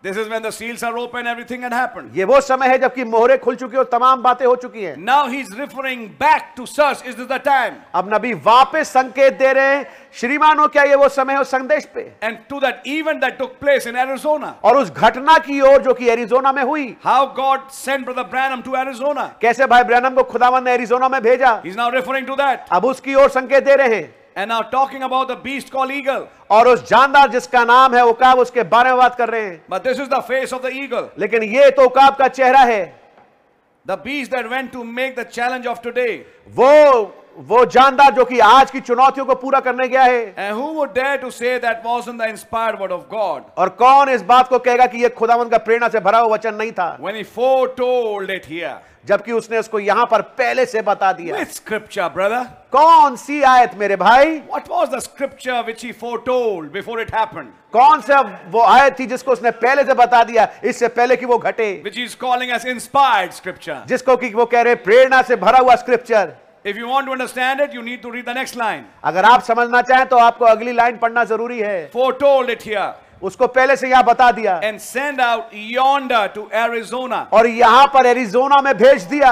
A: This is when the seals are open, everything had happened.
B: ये वो समय है जबकि मोहरे खुल चुकी हैं और तमाम बातें हो चुकी हैं
A: Now he's referring back to search. Is this the time?
B: अब नबी वापस संकेत दे रहे हैं श्रीमानो क्या ये वो समय है उस संदेश पे
A: And to that event that took place in Arizona.
B: और उस घटना की ओर जो कि एरिजोना में हुई
A: How God sent Brother Branham to Arizona.
B: कैसे भाई ब्रैनम को खुदावन ने एरिजोना में भेजा
A: He's now referring to that.
B: अब उसकी ओर संकेत दे रहे हैं
A: And now talking about the beast called eagle.
B: और उस जानदार जिसका नाम है उकाब उसके बारे में बात कर रहे हैं
A: But this is the face of the eagle.
B: लेकिन ये तो उकाब का चेहरा है
A: The beast that went to make the challenge of today.
B: वो वो जानदार जो कि आज की चुनौतियों को पूरा करने गया है
A: And who would dare to say that wasn't the inspired word of God?
B: और कौन इस बात को कहेगा कि यह खुदावंद का प्रेरणा से भरा हुआ वचन नहीं था
A: When he foretold it here.
B: जबकि उसने उसको यहां पर पहले से बता दिया
A: Which scripture, brother?
B: कौन सी आयत मेरे भाई
A: What was the scripture which he foretold before it happened?
B: कौन सा वो आयत थी जिसको उसने पहले से बता दिया इससे पहले कि वो घटे
A: Which he's calling as inspired scripture.
B: जिसको कि वो कह रहे हैं, प्रेरणा से भरा हुआ scripture
A: If you want to understand it, you need to read the next line.
B: अगर आप समझना चाहें तो आपको अगली लाइन पढ़ना जरूरी है
A: Foretold it here
B: उसको पहले से यहां बता दिया
A: and sent out yonder to Arizona.
B: और यहां पर एरिजोना में भेज दिया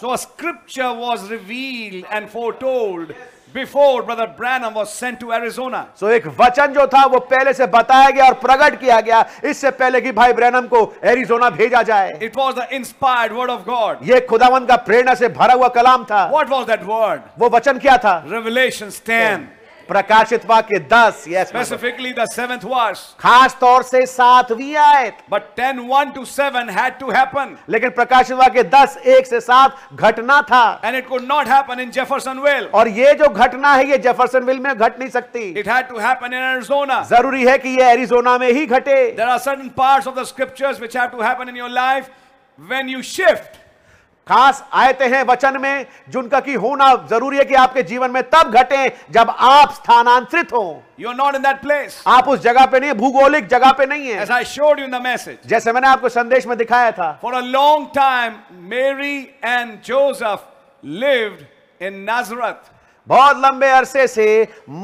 A: So a scripture was revealed and foretold before Brother Branham was sent to Arizona.
B: सो तो एक वचन जो था वो पहले से बताया गया और प्रकट किया गया इससे पहले कि भाई ब्रैनम को एरिजोना भेजा जाए
A: It was the inspired word of God.
B: ये खुदावन का प्रेरणा से भरा हुआ कलाम था
A: What was that word?
B: वो वचन क्या था
A: Revelation 10,
B: प्रकाशित वाक्य दस yes
A: specifically the seventh verse.
B: खास तौर से सातवीं आयत
A: But 10 1 to 7 had to happen,
B: लेकिन प्रकाशित वाक्य दस एक से सात घटना था
A: and it could not happen in Jeffersonville.
B: और ये जो घटना है ये जेफरसनविल में घट नहीं सकती
A: It had to happen in Arizona.
B: जरूरी है कि ये एरिजोना में ही घटे
A: There are certain parts of the scriptures which have to happen in your life when you shift.
B: खास आयते हैं वचन में जिनका की होना जरूरी है कि आपके जीवन में तब घटे जब आप स्थानांतरित हो
A: You're not in that place.
B: आप उस जगह पे नहीं हैं, भूगोलिक जगह पे नहीं है
A: As I showed you in the message.
B: जैसे मैंने आपको संदेश में दिखाया था
A: For a long time, Mary and Joseph lived in Nazareth.
B: बहुत लंबे अरसे से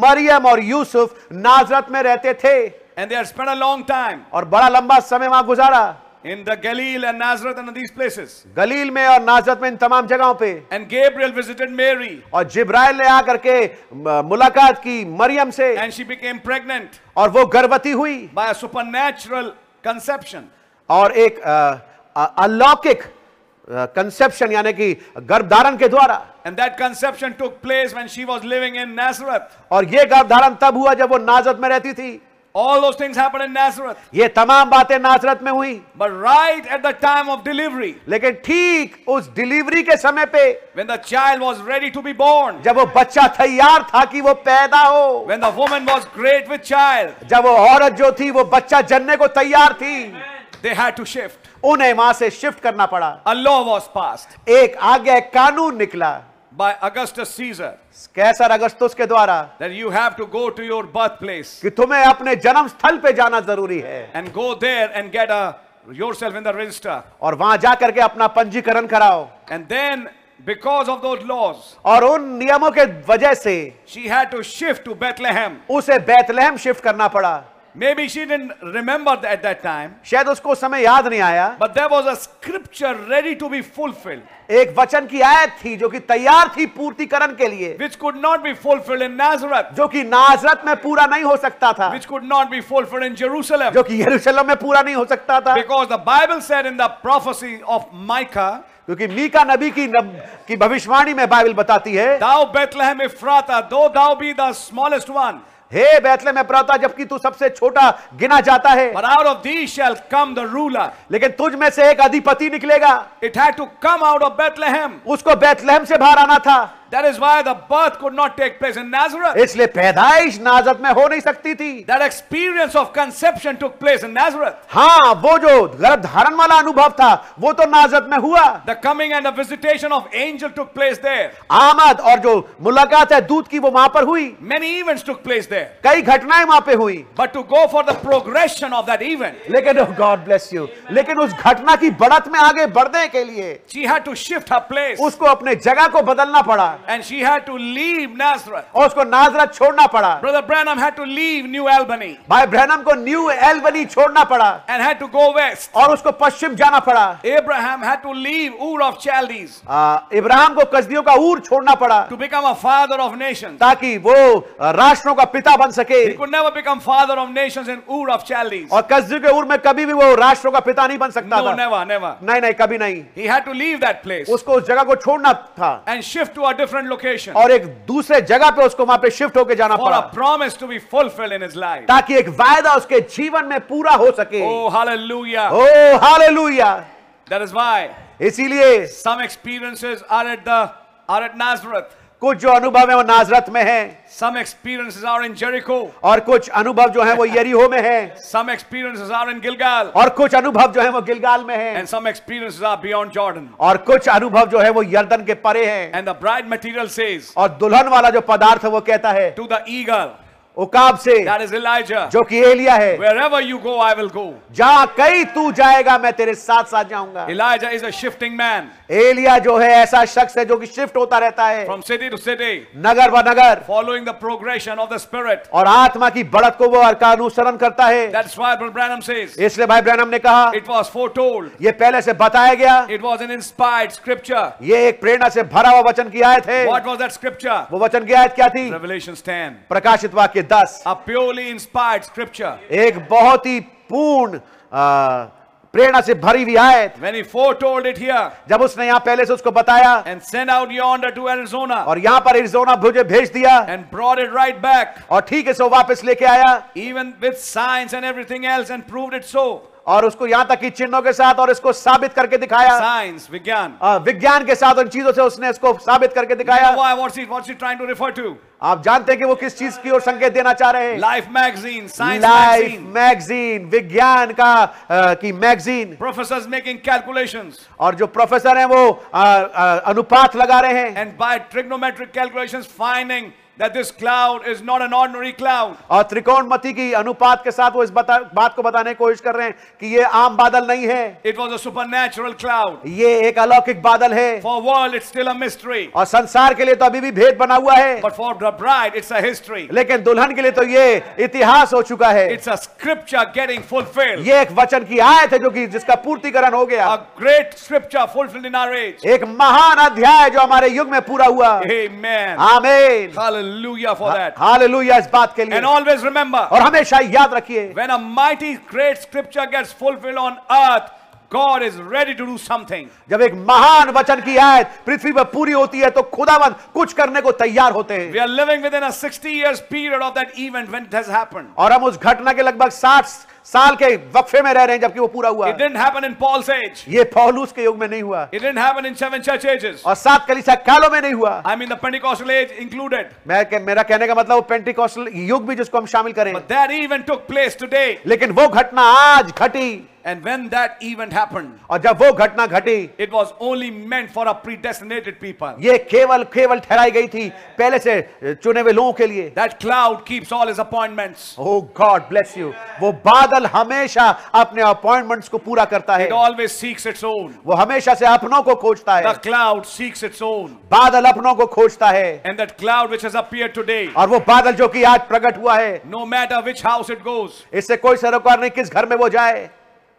B: मरियम और यूसुफ नाजरत में रहते थे
A: And they had spent a long time
B: और बड़ा लंबा समय वहां गुजारा
A: in the Galilee and Nazareth and these places.
B: गलील में और नाजरत में इन तमाम जगहों पे
A: And Gabriel visited Mary
B: और जिब्राइल ने आकर के म- मुलाकात की मरियम से
A: and she became pregnant
B: और वो गर्भवती हुई
A: by a supernatural conception.
B: और एक अ, अ- अलौकिक कंसेप्शन यानी कि गर्भधारण के द्वारा
A: And that conception took place when she was living in Nazareth.
B: और ये गर्भधारण तब हुआ जब वो नाजरत में रहती थी
A: All those things happened in Nazareth.
B: ये तमाम बातें नाजरत में हुई
A: But right at the time of delivery,
B: लेकिन ठीक उस डिलीवरी के समय पे
A: when the child was ready to be born,
B: जब वो बच्चा तैयार था कि वो पैदा हो
A: when the woman was great with child,
B: जब वो औरत जो थी वो बच्चा जनने को तैयार थी
A: they had to shift.
B: उन्हें वहां से शिफ्ट करना पड़ा
A: A law was passed.
B: एक आगे कानून निकला
A: by Augustus Caesar
B: कैसर अगस्तुस के द्वारा
A: that you have to go to your birthplace
B: कि तुम्हें अपने जन्म स्थल पे जाना जरूरी है
A: and go there and get a, yourself in the register.
B: और वहां जा करके अपना पंजीकरण कराओ
A: And then, because of those laws,
B: और उन नियमों के वजह से
A: she had to shift to Bethlehem.
B: उसे बैतलहम शिफ्ट करना पड़ा
A: Maybe she didn't remember that at that time,
B: शायद उसको उस समय याद नहीं आया
A: but there was a scripture ready to be fulfilled,
B: एक वचन की आयत थी जो कि तैयार थी पूर्तिकरण के लिए
A: which could not be fulfilled in Nazareth,
B: जो कि नाजरत में पूरा नहीं हो सकता था
A: which could not be fulfilled in Jerusalem.
B: जो कि यरूशलेम में पूरा नहीं हो सकता था
A: Because the Bible said in the prophecy of Micah,
B: क्योंकि मीका नबी की नब, की भविष्यवाणी में बाइबल बताती है
A: Thou Bethlehem Ephratah, though thou be the smallest one,
B: हे बैतले में प्राता जबकि तू सबसे छोटा गिना जाता है
A: But out of thee shall come the ruler.
B: लेकिन तुझ में से एक अधिपति निकलेगा
A: It had to come out of Bethlehem.
B: उसको बैतलहम से बाहर आना था
A: That is why the birth could not take place in Nazareth.
B: इसलिए पैदाइश नाजरत में हो नहीं सकती थी
A: That experience of conception took place in Nazareth.
B: हाँ वो जो गर्भधारण वाला अनुभव था वो तो नाजरत में हुआ
A: The coming and the visitation of angel took place there.
B: आमद और जो मुलाकात है दूध की वो वहां पर हुई
A: Many events took place there.
B: कई घटनाएं वहां पे हुई
A: But to go for the progression of that event,
B: लेकिन oh गॉड ब्लेस यू लेकिन उस घटना की बढ़त में आगे बढ़ने के लिए
A: she had to shift her place.
B: उसको अपने जगह को बदलना पड़ा
A: And she had to leave Nazareth.
B: और उसको नाजरत छोड़ना पड़ा
A: Brother Branham had to leave New Albany
B: भाई ब्रहनम को न्यू एल्बनी छोड़ना पड़ा
A: and had to go west.
B: और उसको पश्चिम जाना पड़ा
A: Abraham had to leave Ur of Chaldees
B: आ, इब्राहिम को कसदियों का ऊर छोड़ना पड़ा
A: to become a father of nations.
B: ताकि वो आ, राष्ट्रों का पिता बन सके
A: He could never become father of nations in Ur of Chaldees.
B: और कसदियों के ऊर में कभी भी वो राष्ट्रों का पिता नहीं बन सकता
A: No,
B: था
A: never, never.
B: नहीं नहीं कभी नहीं
A: He had to leave that place
B: उसको उस जगह को छोड़ना था
A: and shift to a different location
B: और एक दूसरे जगह पे उसको वहां पे शिफ्ट होके जाना
A: for
B: पड़ा
A: a promise to be fulfilled in his life.
B: ताकि एक वायदा उसके जीवन में पूरा हो सके
A: Oh, hallelujah.
B: Oh hallelujah
A: That is why
B: इसीलिए
A: some experiences are at the are at Nazareth.
B: कुछ जो अनुभव है वो नाजरत में है
A: Some experiences are in Jericho.
B: और कुछ अनुभव जो है वो यरीहो में है
A: Some experiences are in Gilgal.
B: और कुछ अनुभव जो है वो गिलगाल में है
A: And some experiences are beyond Jordan.
B: और कुछ अनुभव जो है वो यर्दन के परे है
A: And the bride material says
B: और दुल्हन वाला जो पदार्थ है वो कहता है
A: to the eagle,
B: उकाब से
A: that is Elijah,
B: जो कि एलिया है
A: wherever you go, I will go.
B: जहां कई तू जाएगा मैं तेरे साथ साथ जाऊंगा
A: Elijah is a shifting man
B: Elia जो है ऐसा शख्स है जो कि शिफ्ट होता रहता है
A: from city to city,
B: नगर व नगर
A: following the progression of the Spirit.
B: और आत्मा की बढ़त को वो का अनुसरण करता है
A: That's why Brother Branham says
B: इसलिए भाई ब्रैनम ने कहा
A: it was foretold,
B: ये पहले से बताया गया
A: it was an inspired scripture.
B: ये एक प्रेरणा से भरा हुआ वचन की आयत है
A: What was that scripture?
B: वो वचन की आयत क्या थी
A: Revelation 10.
B: प्रकाशित वाक्य दस
A: A purely inspired scripture.
B: एक बहुत ही पूर्ण आ, प्रेरणा से भरी हुई आयत
A: When he foretold it here
B: जब उसने यहाँ पहले से उसको बताया
A: and sent out yonder to Arizona
B: और यहाँ पर एरिजोना मुझे भेज दिया
A: and brought it right back,
B: और ठीक है सो वापस लेके आया
A: even with science and everything else, and proved it so.
B: और उसको यहाँ तक की चिन्हों के साथ और इसको साबित करके दिखाया
A: Science, Vigyan.
B: आ, विज्ञान के साथ उन चीजों से उसने इसको साबित करके
A: You know
B: दिखाया
A: why? What's he, what's he trying to refer to?
B: आप जानते हैं कि वो किस चीज की ओर संकेत देना चाह रहे हैं
A: Life magazine, science
B: life
A: magazine.
B: Magazine विज्ञान का आ, की मैगजीन
A: Professors making calculations
B: और जो प्रोफेसर हैं वो आ, आ, अनुपात लगा रहे हैं
A: and by trigonometric calculations finding that this cloud is not an ordinary cloud.
B: और त्रिकोणमति की अनुपात के साथ वो इस बता, बात को बताने की कोशिश कर रहे हैं कि ये आम बादल नहीं है
A: It was a supernatural cloud.
B: ये एक अलौकिक बादल है
A: For world, it's still a mystery.
B: और संसार के लिए तो अभी भी भेद बना हुआ है
A: But for the bride, it's a history.
B: लेकिन दुल्हन के लिए तो ये इतिहास हो चुका है
A: It's a scripture getting fulfilled.
B: ये एक वचन की आयत है जो कि जिसका पूर्तिकरण हो गया
A: A great scripture fulfilled in our age.
B: एक महान अध्याय जो हमारे युग में पूरा हुआ
A: Amen.
B: Ah. आमीन
A: Hallelujah for
B: Ah,
A: that.
B: Hallelujah इस बात के लिए
A: And always remember
B: और हमेशा याद रखिए
A: when a mighty great scripture gets fulfilled on earth, God is ready to do something.
B: जब एक महान वचन की आयत पृथ्वी पर पूरी होती है तो खुदावंद कुछ करने को तैयार होते हैं
A: We are living within a 60 years period of that event when it has happened.
B: और हम उस घटना के लगभग 60 साल के वक्फे में रह रहे हैं जबकि वो पूरा हुआ
A: It didn't happen in Paul's age.
B: ये पौलुस के युग में नहीं हुआ
A: It didn't happen in seven church ages.
B: और सात कलीसिया कालों में नहीं हुआ
A: I mean the Pentecostal age included.
B: मैं कह- मेरा कहने का मतलब वो पेंटिकॉस्टल युग भी जिसको हम शामिल करें
A: But that event took place today.
B: लेकिन वो घटना आज घटी
A: And when that event happened,
B: और जब वो घटना घटी
A: it was only meant for a predestinated people.
B: ये केवल केवल ठहराई गई थी पहले से चुने हुए लोगों के लिए Oh
A: That cloud keeps all his appointments.
B: Oh God bless you वो बादल हमेशा अपने अपॉइंटमेंट्स को पूरा करता है
A: It always seeks its own.
B: वो हमेशा से अपनों को खोजता
A: The
B: है
A: cloud seeks its own.
B: बादल अपनों को खोजता है
A: And that cloud which has appeared today,
B: और वो बादल जो कि आज प्रकट हुआ है
A: no matter which house it goes,
B: इससे कोई सरोकार नहीं किस घर में वो जाए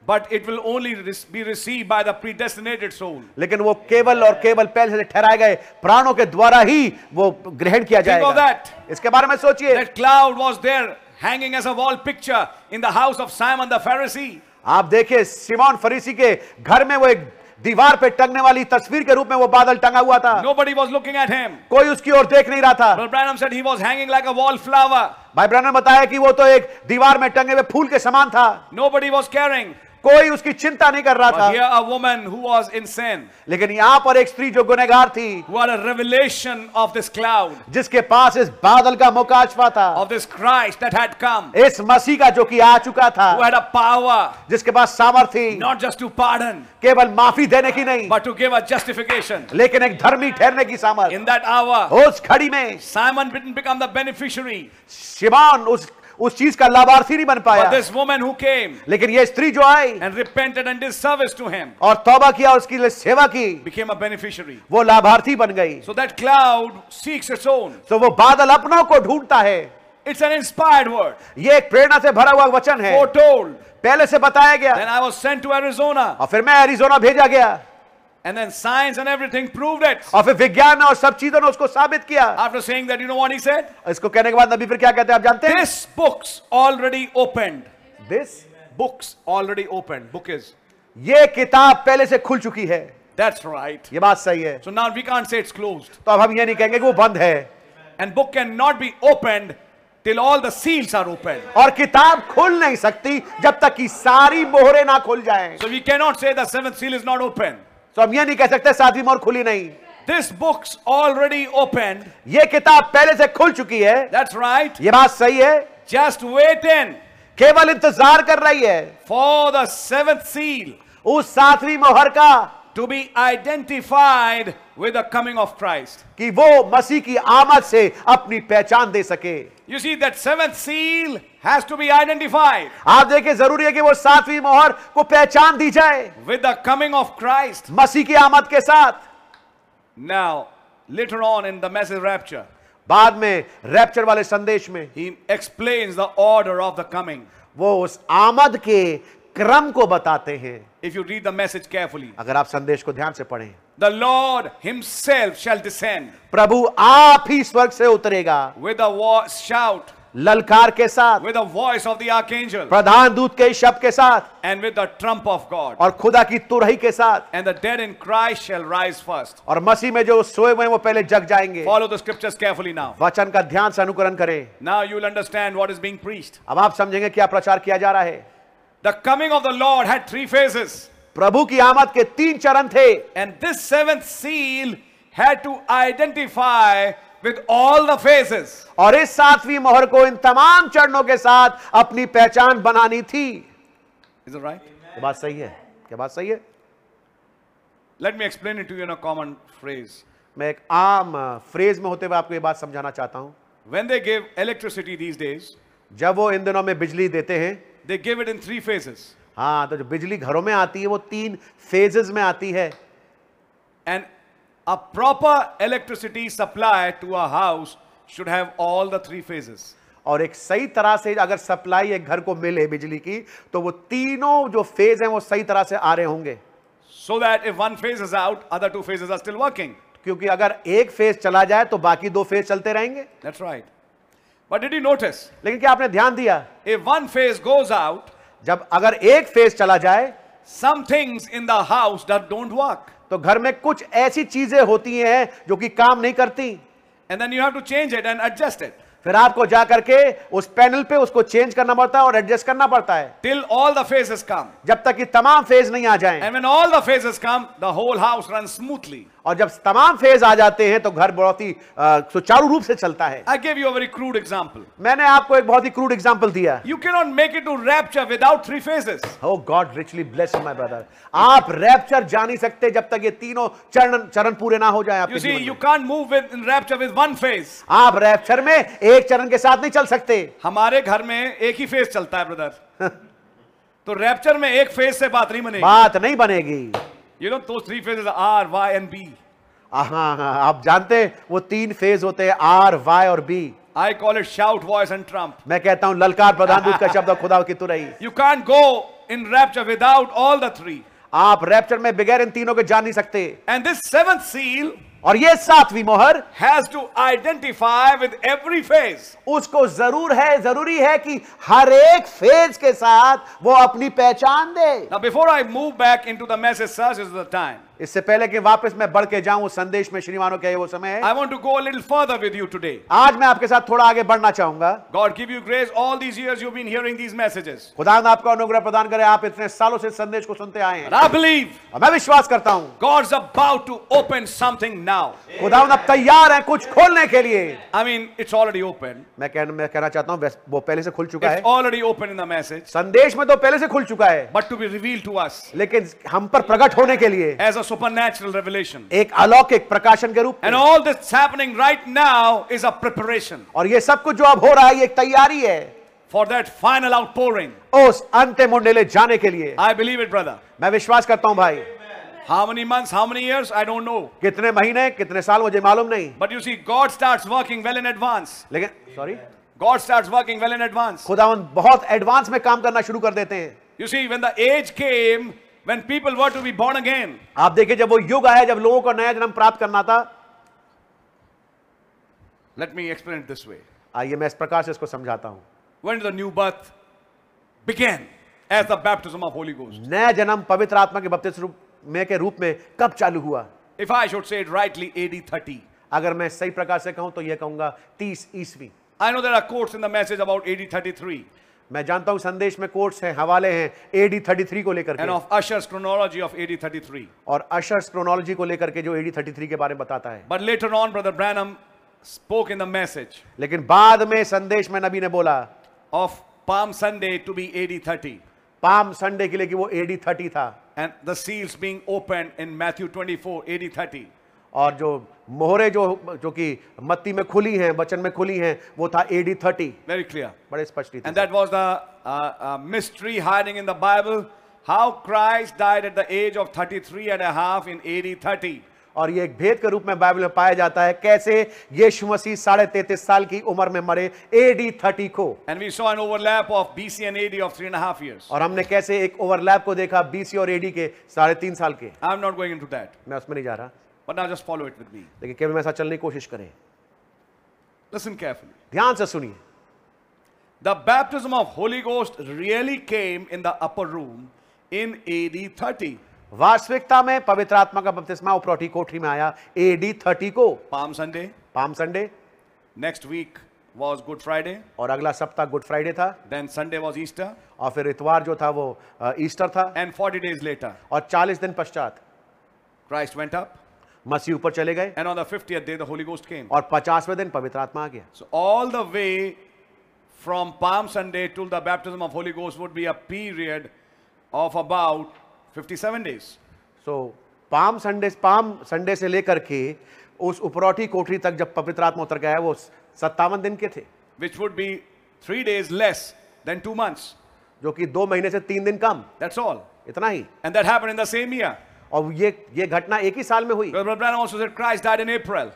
A: but it will only res- be received by the predestinated soul.
B: लेकिन वो केवल और केवल पहले से ठहराए गए प्राणों के द्वारा ही वो ग्रहण किया
A: Think of
B: जाएगा
A: that.
B: इसके बारे में सोचिए
A: That cloud was there hanging as a wall picture in the house of Simon the Pharisee.
B: आप देखिए सिमोन फरीसी के घर में वो एक दीवार पे टंगने वाली तस्वीर के रूप में वो बादल टंगा हुआ था
A: Nobody was looking at him.
B: कोई उसकी ओर देख नहीं रहा था
A: Brother Branham said he was hanging like a wallflower.
B: भाई ब्रनर बताया कि वो तो एक दीवार में टंगे हुए फूल के समान था
A: Nobody was caring.
B: कोई उसकी चिंता नहीं कर रहा
A: But
B: था
A: here a woman who was in sin,
B: लेकिन यहाँ पर एक स्त्री जो गुनेगार थी
A: who had a revelation of this cloud,
B: जिसके पास इस बादल का मुकाशवा था
A: of this Christ that had come,
B: इस मसीह का जो कि आ चुका था
A: who had a power
B: जिसके पास सामर्थ्य थी,
A: not just to pardon,
B: केवल माफी देने की नहीं
A: but to give a justification.
B: लेकिन एक धर्मी ठहरने की सामर्थ्य
A: In that hour,
B: उस खड़ी में
A: Simon didn't become the beneficiary,
B: शिमान उस उस चीज का लाभार्थी नहीं बन
A: but
B: पाया
A: this woman who came
B: लेकिन ये स्त्री जो आई
A: and repented and did service to him
B: और तौबा किया और उसके लिए सेवा की
A: became a beneficiary.
B: वो लाभार्थी बन गई
A: So that cloud seeks its own.
B: तो वो बादल अपनों को ढूंढता है
A: It's an inspired word,
B: ये एक प्रेरणा से भरा हुआ वचन है
A: foretold.
B: पहले से बताया गया
A: Then I was sent to Arizona,
B: और फिर मैं एरिजोना भेजा गया
A: and then science and everything proved it.
B: और फिर विज्ञान और सब चीजों ने उसको साबित किया
A: After saying that, you know what he said?
B: इसको कहने के बाद नबी फिर क्या कहते हैं आप जानते हैं
A: This book's already opened.
B: This
A: Books already opened. Book is.
B: ये किताब पहले से खुल चुकी है
A: That's right.
B: ये बात सही है
A: So now we can't say it's closed.
B: तो अब हम ये नहीं कहेंगे कि वो बंद है
A: And book cannot be opened till all the seals are opened.
B: और किताब खुल नहीं सकती जब तक कि सारी मोहरे ना खुल जाएं
A: So we cannot say the seventh seal is not open.
B: तो हम ये नहीं कह सकते सातवीं मोहर खुली नहीं
A: This book's already opened.
B: ये किताब पहले से खुल चुकी है
A: That's right.
B: ये बात सही है
A: Just waiting
B: केवल इंतजार कर रही है
A: for the seventh seal
B: उस सातवीं मोहर का
A: to be identified with the coming of Christ.
B: कि वो मसीह की आमद से अपनी पहचान दे सके
A: You see, that seventh seal has to be identified
B: आप देखिए जरूरी है कि वो सातवीं मोहर को पहचान दी जाए
A: with the coming of Christ.
B: मसीह की आमद के साथ
A: Now, later on in the message rapture,
B: बाद में रैप्चर वाले संदेश में
A: he explains the order of the coming.
B: वो उस आमद के क्रम को बताते हैं
A: If you read the message carefully,
B: अगर आप संदेश को ध्यान से पढ़ें
A: the Lord himself shall descend
B: प्रभु आप ही स्वर्ग से उतरेगा
A: with a wo- shout,
B: ललकार के साथ
A: with the voice of the archangel,
B: प्रधान दूत के शब्द के साथ
A: and with the trump of God.
B: और खुदा की तुरही के साथ
A: And the dead in Christ shall rise first.
B: और मसीह में जो सोए हुए हैं वो पहले जग जाएंगे
A: Follow the scriptures carefully now.
B: वचन का ध्यान से अनुकरण करें
A: Now you'll understand what is being preached.
B: अब आप समझेंगे क्या प्रचार किया जा रहा है
A: The coming of the Lord had three phases,
B: प्रभु की आमद के तीन चरण थे
A: and this seventh seal had to identify with all the phases.
B: और इस सातवीं मोहर को इन तमाम चरणों के साथ अपनी पहचान बनानी थी
A: Is it right?
B: क्या बात सही है क्या बात सही है
A: Let me explain it to you in a common phrase.
B: मैं एक आम फ्रेज में होते हुए आपको ये बात समझाना चाहता हूं
A: When they give electricity these days,
B: जब वो इन दिनों में बिजली देते हैं
A: they give it in three phases.
B: हाँ तो जो बिजली घरों में आती है वो तीन फेजेस में आती है
A: And a proper electricity supply to a house should have all the three phases.
B: और एक सही तरह से अगर सप्लाई एक घर को मिले बिजली की तो वो तीनों जो फेज हैं वो सही तरह से आ रहे होंगे
A: So that if one phase is out, other two phases are still working.
B: क्योंकि अगर एक फेज चला जाए तो बाकी दो फेज चलते रहेंगे
A: That's right. But did you notice?
B: लेकिन क्या आपने ध्यान दिया
A: If one phase goes out,
B: जब अगर एक फेज चला जाए
A: some things in the house that don't work.
B: तो घर में कुछ ऐसी चीजें होती हैं जो कि काम नहीं करती
A: And then you have to change it and adjust it
B: फिर आपको जा करके उस पैनल पे उसको चेंज करना पड़ता है और एडजस्ट करना पड़ता है
A: till all the phases come.
B: जब तक कि तमाम फेज नहीं आ जाए
A: And when all the phases come, the whole house runs smoothly.
B: और जब तमाम फेज आ जाते हैं तो घर बहुत ही अ, सुचारू रूप से चलता है
A: I gave you a very crude example.
B: मैंने आपको एक बहुत ही क्रूड एग्जांपल दिया
A: You cannot make it to rapture without three phases.
B: Oh God richly bless my brother आप रैप्चर जा नहीं सकते जब तक ये तीनों चरण चरण पूरे ना हो जाए आपके
A: You see,
B: जीवन
A: you
B: में।
A: can't move with, in rapture with one phase.
B: आप रैप्चर में एक चरण के साथ नहीं चल सकते
A: हमारे घर में एक ही फेज चलता है ब्रदर तो रैप्चर में एक फेज से बात नहीं बनेगी
B: बात नहीं बनेगी
A: यू नो दो three phases R Y and B
B: हाँ हाँ आप जानते हैं वो तीन फेज होते हैं आर वाई और B
A: I call it shout voice and trump
B: मैं कहता हूं ललकार प्रधान दूत का
A: <laughs>
B: शब्द और खुदा की तुरही
A: You can't go in rapture without all the three.
B: आप रैप्चर में बगैर इन तीनों के जा नहीं सकते
A: And this seventh seal
B: और ये सातवीं मोहर
A: has to identify with every phase.
B: उसको जरूर है जरूरी है कि हर एक फेज के साथ वो अपनी पहचान दे
A: Now, before I move back into the message, such is the time.
B: इससे पहले कि वापस मैं बढ़ के जाऊं उस संदेश में श्रीमानों के वो समय है
A: I want to go a little further with you today.
B: आज मैं आपके साथ थोड़ा आगे बढ़ना चाहूंगा
A: God give you grace. All these years you've been hearing these messages.
B: खुदा आपका अनुग्रह प्रदान करे आप इतने सालों से इस संदेश को सुनते आए
A: And
B: हैं
A: I बelieve
B: और मैं विश्वास करता हूं
A: God's about to open something now.
B: खुदा आप तैयार हैं कुछ खोलने के लिए
A: I mean, it's already open.
B: मैं कहना मैं कहना चाहता हूं वो पहले से खुल चुका
A: It's
B: है
A: already open in the message,
B: संदेश में तो पहले से खुल चुका है
A: but to be revealed to us
B: लेकिन हम पर प्रकट होने के लिए
A: as a supernatural revelation.
B: एक अलौकिक प्रकाशन के रूप
A: And
B: में
A: all that's happening right now is a preparation.
B: और ये सब कुछ जो अब हो रहा है ये एक तैयारी है
A: for that final outpouring.
B: उस अंतिम उंडेले जाने के लिए
A: I believe it, brother.
B: मैं विश्वास करता हूं भाई
A: How many months, how many years, I don't know.
B: कितने महीने कितने साल मुझे मालूम नहीं
A: But you see, God starts working well in advance.
B: लेकिन sorry
A: God starts working well in advance.
B: खुदावन बहुत एडवांस में काम करना शुरू कर देते हैं
A: You see, when the age came, when people were to be born again,
B: आप देखिए जब वो युग आया जब लोगों को नया जन्म प्राप्त करना था
A: let me explain it this way.
B: आइए मैं इस प्रकार से इसको समझाता हूं
A: When the new birth began as the baptism of Holy Ghost.
B: नया जन्म पवित्र आत्मा के बपतिस्म में के रूप में कब चालू हुआ
A: If I should say it rightly, AD 30.
B: अगर मैं सही प्रकार से कहूं तो यह कहूंगा तीस ईस्वी
A: I know there are quotes in the message about AD 33
B: मैं जानता हूं संदेश में कोर्ट्स हैं हवाले हैं एडी थर्टी थ्री को लेकर
A: and
B: के
A: of Usher's chronology of AD 33.
B: और अशर्स क्रोनोलॉजी को लेकर के जो एडी थर्टी थ्री के बारे में बताता है
A: But later on, Brother Branham spoke in the message
B: लेकिन बाद में संदेश में नबी ने बोला
A: of Palm Sunday to be AD 30
B: Palm Sunday के लिए कि वो एडी थर्टी था
A: and the seals being opened in Matthew 24, AD 30.
B: और जो मोहरे जो जो कि मत्ती में खुली हैं वचन में खुली हैं वो था एडी थर्टी
A: Very clear.
B: बड़े स्पष्ट
A: And
B: थे
A: that was the uh, uh, mystery hiding in the Bible how Christ died at the age of 33 and a half in AD 30.
B: और ये एक भेद के रूप में बाइबल में पाया जाता है कैसे यीशु मसीह साढ़े तैतीस साल की उम्र में मरे एडी थर्टी को
A: And we saw an overlap of BC and AD of three and a half years.
B: और हमने कैसे एक ओवरलैप को देखा बीसी और एडी के साढ़े तीन साल के
A: I'm not going into that,
B: मैं उसमें नहीं जा रहा
A: but now just follow it with me.
B: लेकिन केवल में ऐसा चलने की कोशिश करें
A: Listen carefully.
B: ध्यान से सुनिए
A: The baptism of Holy Ghost really came in the upper room in AD 30,
B: वास्तविकता में पवित्र आत्मा का बपतिस्मा उपरोटी कोठरी में आया एडी थर्टी को
A: Palm Sunday.
B: Palm Sunday
A: Next week was Good Friday.
B: और अगला सप्ताह गुड फ्राइडे था
A: Then Sunday was Easter.
B: और फिर इतवार जो था वो अ, ईस्टर था
A: And 40 days later,
B: और 40 दिन पश्चात
A: Christ went up.
B: मसीह ऊपर चले गए
A: And on the 50th day, the Holy Ghost came.
B: और 50वें दिन पवित्र आत्मा आ गया
A: So all the way from Palm Sunday till the baptism of Holy Ghost would be a period of about 57 days.
B: So Palm Sunday Palm Sunday से लेकर के उस उपरौठी कोठरी तक जब पवित्र आत्मा उतर गया वो सत्तावन दिन के थे
A: which would be three days less than two months.
B: जो कि दो महीने से तीन दिन कम
A: That's all.
B: इतना ही
A: And that happened in the same year.
B: और ये ये घटना एक ही साल में हुई
A: Brother Branham also said Christ died in April.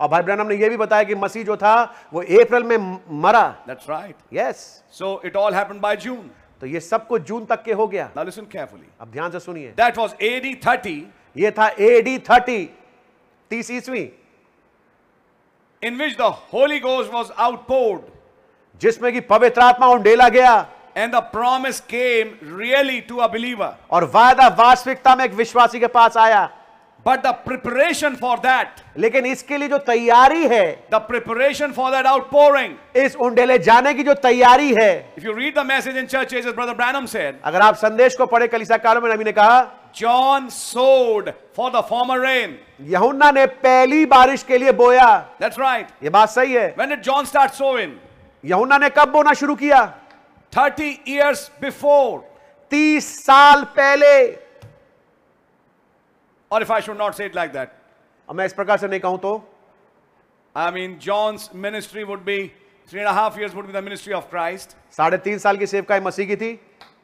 B: और भाई ब्रैनम ने यह भी बताया कि मसीह जो था वो अप्रैल में म- मरा
A: That's right.
B: Yes
A: So it all happened by June.
B: तो ये सब कुछ जून तक के हो गया
A: Now listen carefully.
B: अब ध्यान से सुनिए
A: That was AD 30,
B: ये था एडी थर्टी तीस ईस्वी
A: in which the Holy Ghost was outpoured
B: जिसमें कि पवित्र आत्मा उंडेला गया
A: and the promise came really to a believer.
B: और वायदा वास्तविकता में एक विश्वासी के पास आया
A: But the preparation for that,
B: लेकिन इसके लिए जो तैयारी है
A: the preparation for that outpouring,
B: इस उंडेले जाने की जो तैयारी है
A: if you read the message in church ages, Brother Branham said,
B: अगर आप संदेश को पढ़े कलिसाकारों में नबी ने कहा
A: John sowed for the former rain.
B: यहुन्ना ने पहली बारिश के लिए बोया
A: That's right.
B: ये बात सही है
A: When did John start sowing?
B: यहुन्ना ने कब बोना शुरू किया
A: 30 years before.
B: तीस साल पहले
A: Or if I should not say it like that,
B: अब मैं इस प्रकार से नहीं कहूं तो
A: I mean, John's ministry would be three and a half years would be the ministry of Christ.
B: साढ़े तीन साल की सेवकाई मसीह की थी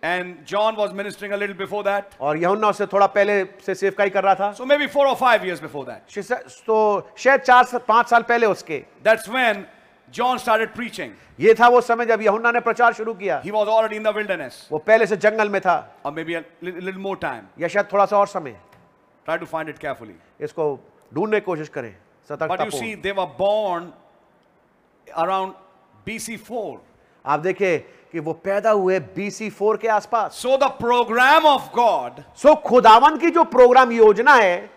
A: And John was ministering a little before that.
B: और यहुन्ना उससे थोड़ा पहले से सेवकाई कर रहा था
A: So maybe four or five years before that.
B: शिश- तो शायद चार से पांच साल पहले उसके
A: That's when John started preaching.
B: ये था वो समय जब यहुन्ना ने प्रचार शुरू किया
A: He was already in the wilderness,
B: वो पहले से जंगल में था
A: or maybe a li- little more time.
B: या शायद थोड़ा सा और समय
A: Try to find it carefully.
B: इसको ढूंढने की कोशिश करें
A: But you see,
B: सतर्कता
A: they were born around BC 4.
B: आप देखिए कि वो पैदा हुए बीसी फोर के आसपास
A: So the program of God
B: सो खुदावन की जो प्रोग्राम योजना है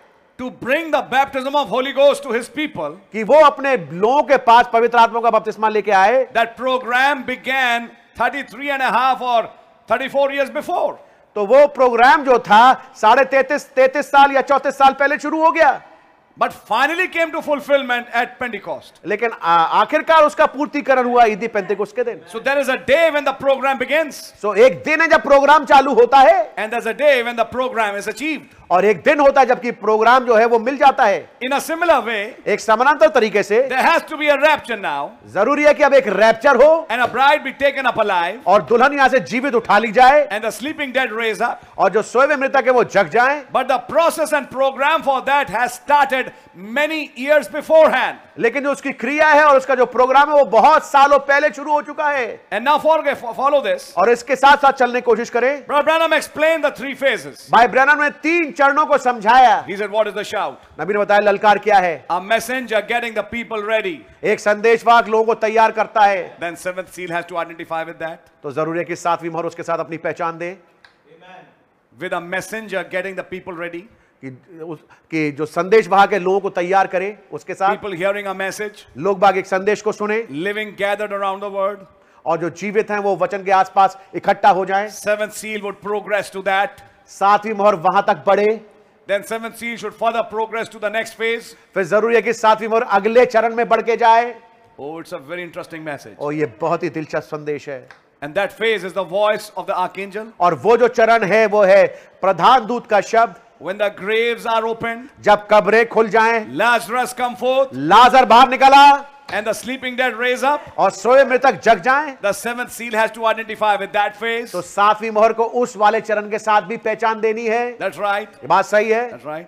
A: to bring the baptism of Holy Ghost to his people,
B: कि वो अपने लोगों के पास पवित्र आत्मा का बपतिस्मा लेके आए
A: that program began 33 and a half or 34 years before.
B: तो वो प्रोग्राम जो था साढ़े तैतीस तैतीस साल या चौतीस साल पहले शुरू हो गया
A: But finally came to fulfillment at Pentecost.
B: लेकिन आ- आखिरकार उसका पूर्तिकरण हुआ ईदी पेंतिकुस्त के दिन
A: So there is a day when the program begins,
B: so एक दिन है जब प्रोग्राम चालू होता है
A: and there's a day when the program is achieved.
B: और एक दिन होता है जबकि प्रोग्राम जो है वो मिल जाता है
A: In a similar way,
B: एक समानांतर तरीके से
A: there has to be a rapture now,
B: जरूरी है कि अब एक रैप्चर हो
A: and a bride be taken up alive,
B: और दुल्हन यहां से जीवित उठा ली जाए
A: and the sleeping dead raised up.
B: और जो सोए हुए मृतक है वो जग जाए
A: But the process and program for that has started many years beforehand.
B: लेकिन जो उसकी क्रिया है और उसका जो प्रोग्राम है वो बहुत सालों पहले शुरू हो चुका है
A: And now forget, follow this.
B: और इसके साथ साथ चलने की कोशिश करें
A: Brother Branham explained the three phases.
B: भाई ब्रैनम ने तीन चरणों को समझाया
A: He said, What is the shout?
B: नबी ने बताया ललकार क्या है
A: A messenger getting the people ready.
B: एक संदेशवाहक लोगों को तैयार करता है
A: Then seventh seal has to identify with that.
B: तो जरूरी है कि सातवीं मोहर उसके साथ अपनी पहचान दे
A: with a messenger getting the people ready,
B: कि उस कि जो संदेश वाहक है लोगों को तैयार करे उसके साथ
A: people hearing a message,
B: लोग बाग एक संदेश को सुने
A: living gathered around the word.
B: और जो जीवित हैं वो वचन के आसपास इकट्ठा हो जाएं
A: Seventh seal would progress to that.
B: सातवीं मोहर वहां तक बढ़े
A: Then seventh seal should further progress to the next phase.
B: फिर जरूरी है कि सातवीं मोहर अगले चरण में बढ़ के जाए
A: Oh, it's a very interesting message.
B: और ये बहुत ही दिलचस्प संदेश है
A: And that phase is the voice of the archangel.
B: और वो जो चरण है वो है प्रधान दूत का शब्द
A: When the graves are opened,
B: जब कब्रें खुल जाएं
A: Lazarus come forth,
B: लाजर बाहर निकला
A: and the sleeping dead raise up.
B: और सोए मृतक जग जाएं
A: The seventh seal has to identify with that phase.
B: तो सातवीं मोहर को उस वाले चरण के साथ भी पहचान देनी है ये
A: That's right.
B: बात सही है
A: That's right.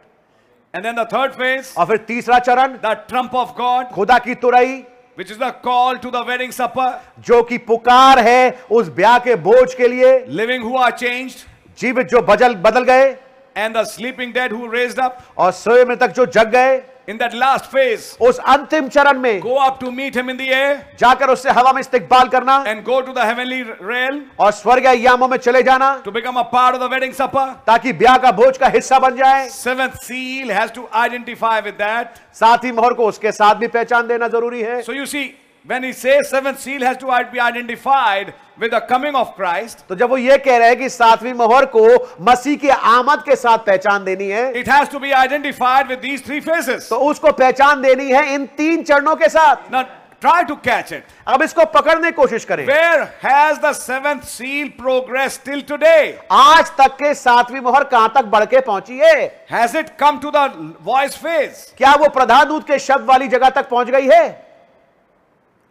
A: And then the third phase,
B: और फिर तीसरा चरण
A: the trump of God,
B: खुदा की तुरई
A: which is the call to the wedding supper.
B: जो कि पुकार है उस ब्याह के बोझ के लिए
A: Living who are changed,
B: जीवित जो बदल बदल गए
A: and the sleeping dead who raised up.
B: और सोए मृतक जो जग गए
A: In that last phase,
B: उस अंतिम चरण में
A: go up to meet him in the air
B: जाकर उससे हवा में इस्तेकबाल करना
A: and go to the heavenly realm
B: और स्वर्ग यामों में चले जाना
A: to become a part of the wedding supper.
B: ताकि ब्याह का बोझ का हिस्सा बन जाए
A: Seventh seal has to identify with that.
B: साथ ही मोहर को उसके साथ भी पहचान देना जरूरी है
A: So you see, when he says seventh seal has to be identified with the coming of Christ,
B: तो जब वो ये कह रहे हैं कि सातवीं मोहर को मसीह के आमद के साथ पहचान देनी है
A: it has to be identified with these three phases.
B: तो उसको पहचान देनी है इन तीन चरणों के साथ
A: Now try to catch it.
B: अब इसको पकड़ने की कोशिश करें
A: Where has the seventh seal progressed till today?
B: आज तक के सातवीं मोहर कहां तक बढ़ के पहुंची है
A: Has it come to the voice phase?
B: क्या वो प्रधान दूत के शब्द वाली जगह तक पहुंच गई है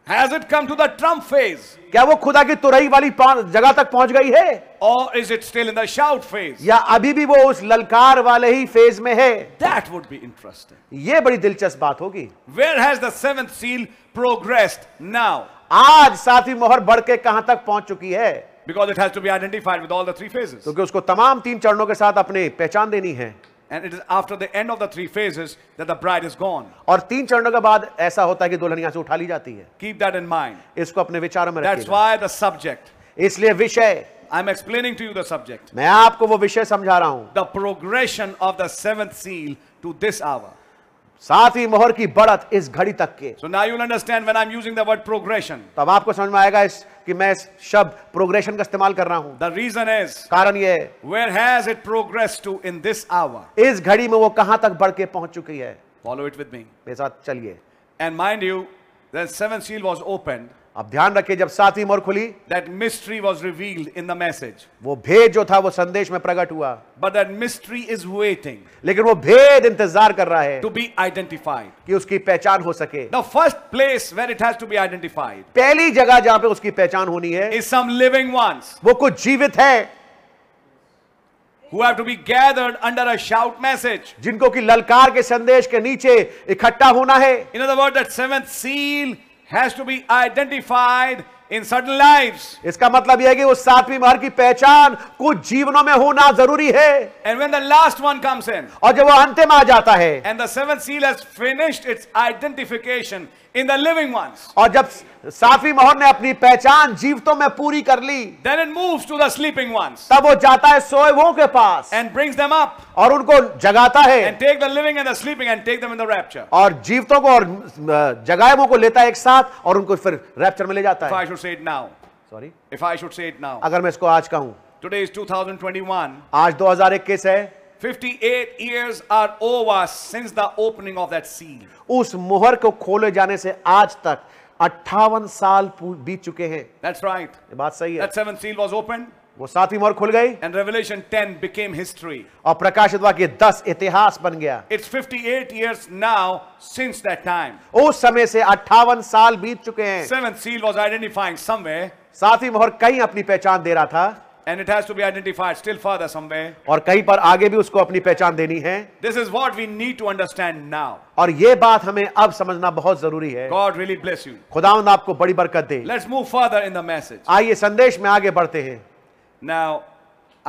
A: Has it come to the trump phase?
B: क्या वो खुदा की तुरही वाली पा- जगह तक पहुंच गई है
A: Or is it still in the shout phase?
B: या अभी भी वो उस ललकार वाले ही फेज में है
A: That would be interesting.
B: ये बड़ी दिलचस्प बात होगी
A: Where has the seventh seal progressed now?
B: आज सातवीं मोहर बढ़ के कहां तक पहुंच चुकी है
A: Because it has to be identified with all the three phases.
B: क्योंकि उसको तमाम तीन चरणों के साथ अपने पहचान देनी है
A: And it is after the end of the three phases that the bride is gone.
B: और तीन चरणों के बाद ऐसा होता है कि दुल्हन यहां से उठा ली जाती है
A: Keep that in mind.
B: इसको अपने विचारों में
A: That's
B: रखिएगा
A: why the subject.
B: इसलिए विषय
A: I'm explaining to you the subject.
B: मैं आपको वो विषय समझा रहा हूं
A: The progression of the seventh seal to this hour.
B: सातवीं मोहर की बढ़त इस घड़ी तक के
A: So now you'll understand when I'm using the word progression.
B: तब आपको समझ में आएगा इस कि मैं इस शब्द प्रोग्रेशन का इस्तेमाल कर रहा हूं
A: The reason is
B: कारण यह है
A: where has it progressed to in this hour?
B: इस घड़ी में वो कहां तक बढ़ के पहुंच चुकी है
A: Follow it with me.
B: मेरे साथ चलिए
A: And mind you, the seventh seal was opened.
B: अब ध्यान रखिए जब सातवीं मोहर खुली
A: That mystery was revealed in the message.
B: वो भेद जो था वो संदेश में प्रकट हुआ
A: But that mystery is waiting
B: लेकिन वो भेद इंतजार कर रहा है
A: to be identified.
B: कि उसकी पहचान हो सके
A: The first place where it has to be identified
B: पहली जगह जहां पे उसकी पहचान होनी है
A: is some living ones
B: वो कुछ जीवित है
A: who have to be gathered under a shout message.
B: जिनको कि ललकार के संदेश के नीचे इकट्ठा होना है
A: In other words, that seventh seal has to be identified in certain lives.
B: इसका मतलब यह है कि उस सातवीं महर की पहचान कुछ जीवनों में होना जरूरी है
A: And when the last one comes in,
B: और जब वो अंतिम आ जाता है
A: and the seventh seal has finished its identification in the living ones,
B: और जब सातवीं मोहर ने अपनी पहचान जीवतों में पूरी कर ली
A: then it moves to the sleeping ones
B: तब वो जाता है सोए हुओं के पास
A: and brings them up
B: और उनको जगाता है
A: and take the living and the sleeping and take them in the rapture.
B: और जीवतों को और अ, जगायबों को लेता है एक साथ और उनको फिर रैप्चर में ले जाता
A: If I
B: है
A: should say it now,
B: sorry
A: if I should say it now,
B: अगर मैं इसको आज कहूं
A: today is 2021.
B: आज 2021 है
A: 58 years are over since the opening of that seal.
B: उस मोहर को खोले जाने से आज तक अट्ठावन साल पू- बीत चुके हैं ये
A: That's right.
B: बात सही है
A: That seventh seal was opened
B: वो सातवीं मोहर खुल गई
A: and Revelation 10 became history.
B: और प्रकाशित वाक्य दस इतिहास बन गया
A: It's 58 years now since that time.
B: उस समय से अट्ठावन साल बीत चुके हैं
A: Seventh seal was identifying somewhere
B: सातवीं मोहर कहीं अपनी पहचान दे रहा था
A: and it has to be identified still further somewhere.
B: और कहीं पर आगे भी उसको अपनी पहचान देनी है
A: This is what we need to understand now.
B: और ये बात हमें अब समझना बहुत जरूरी है
A: God really bless you.
B: खुदावंद आपको बड़ी बरकत दे
A: Let's move further in the message.
B: आइए संदेश में आगे बढ़ते हैं
A: Now,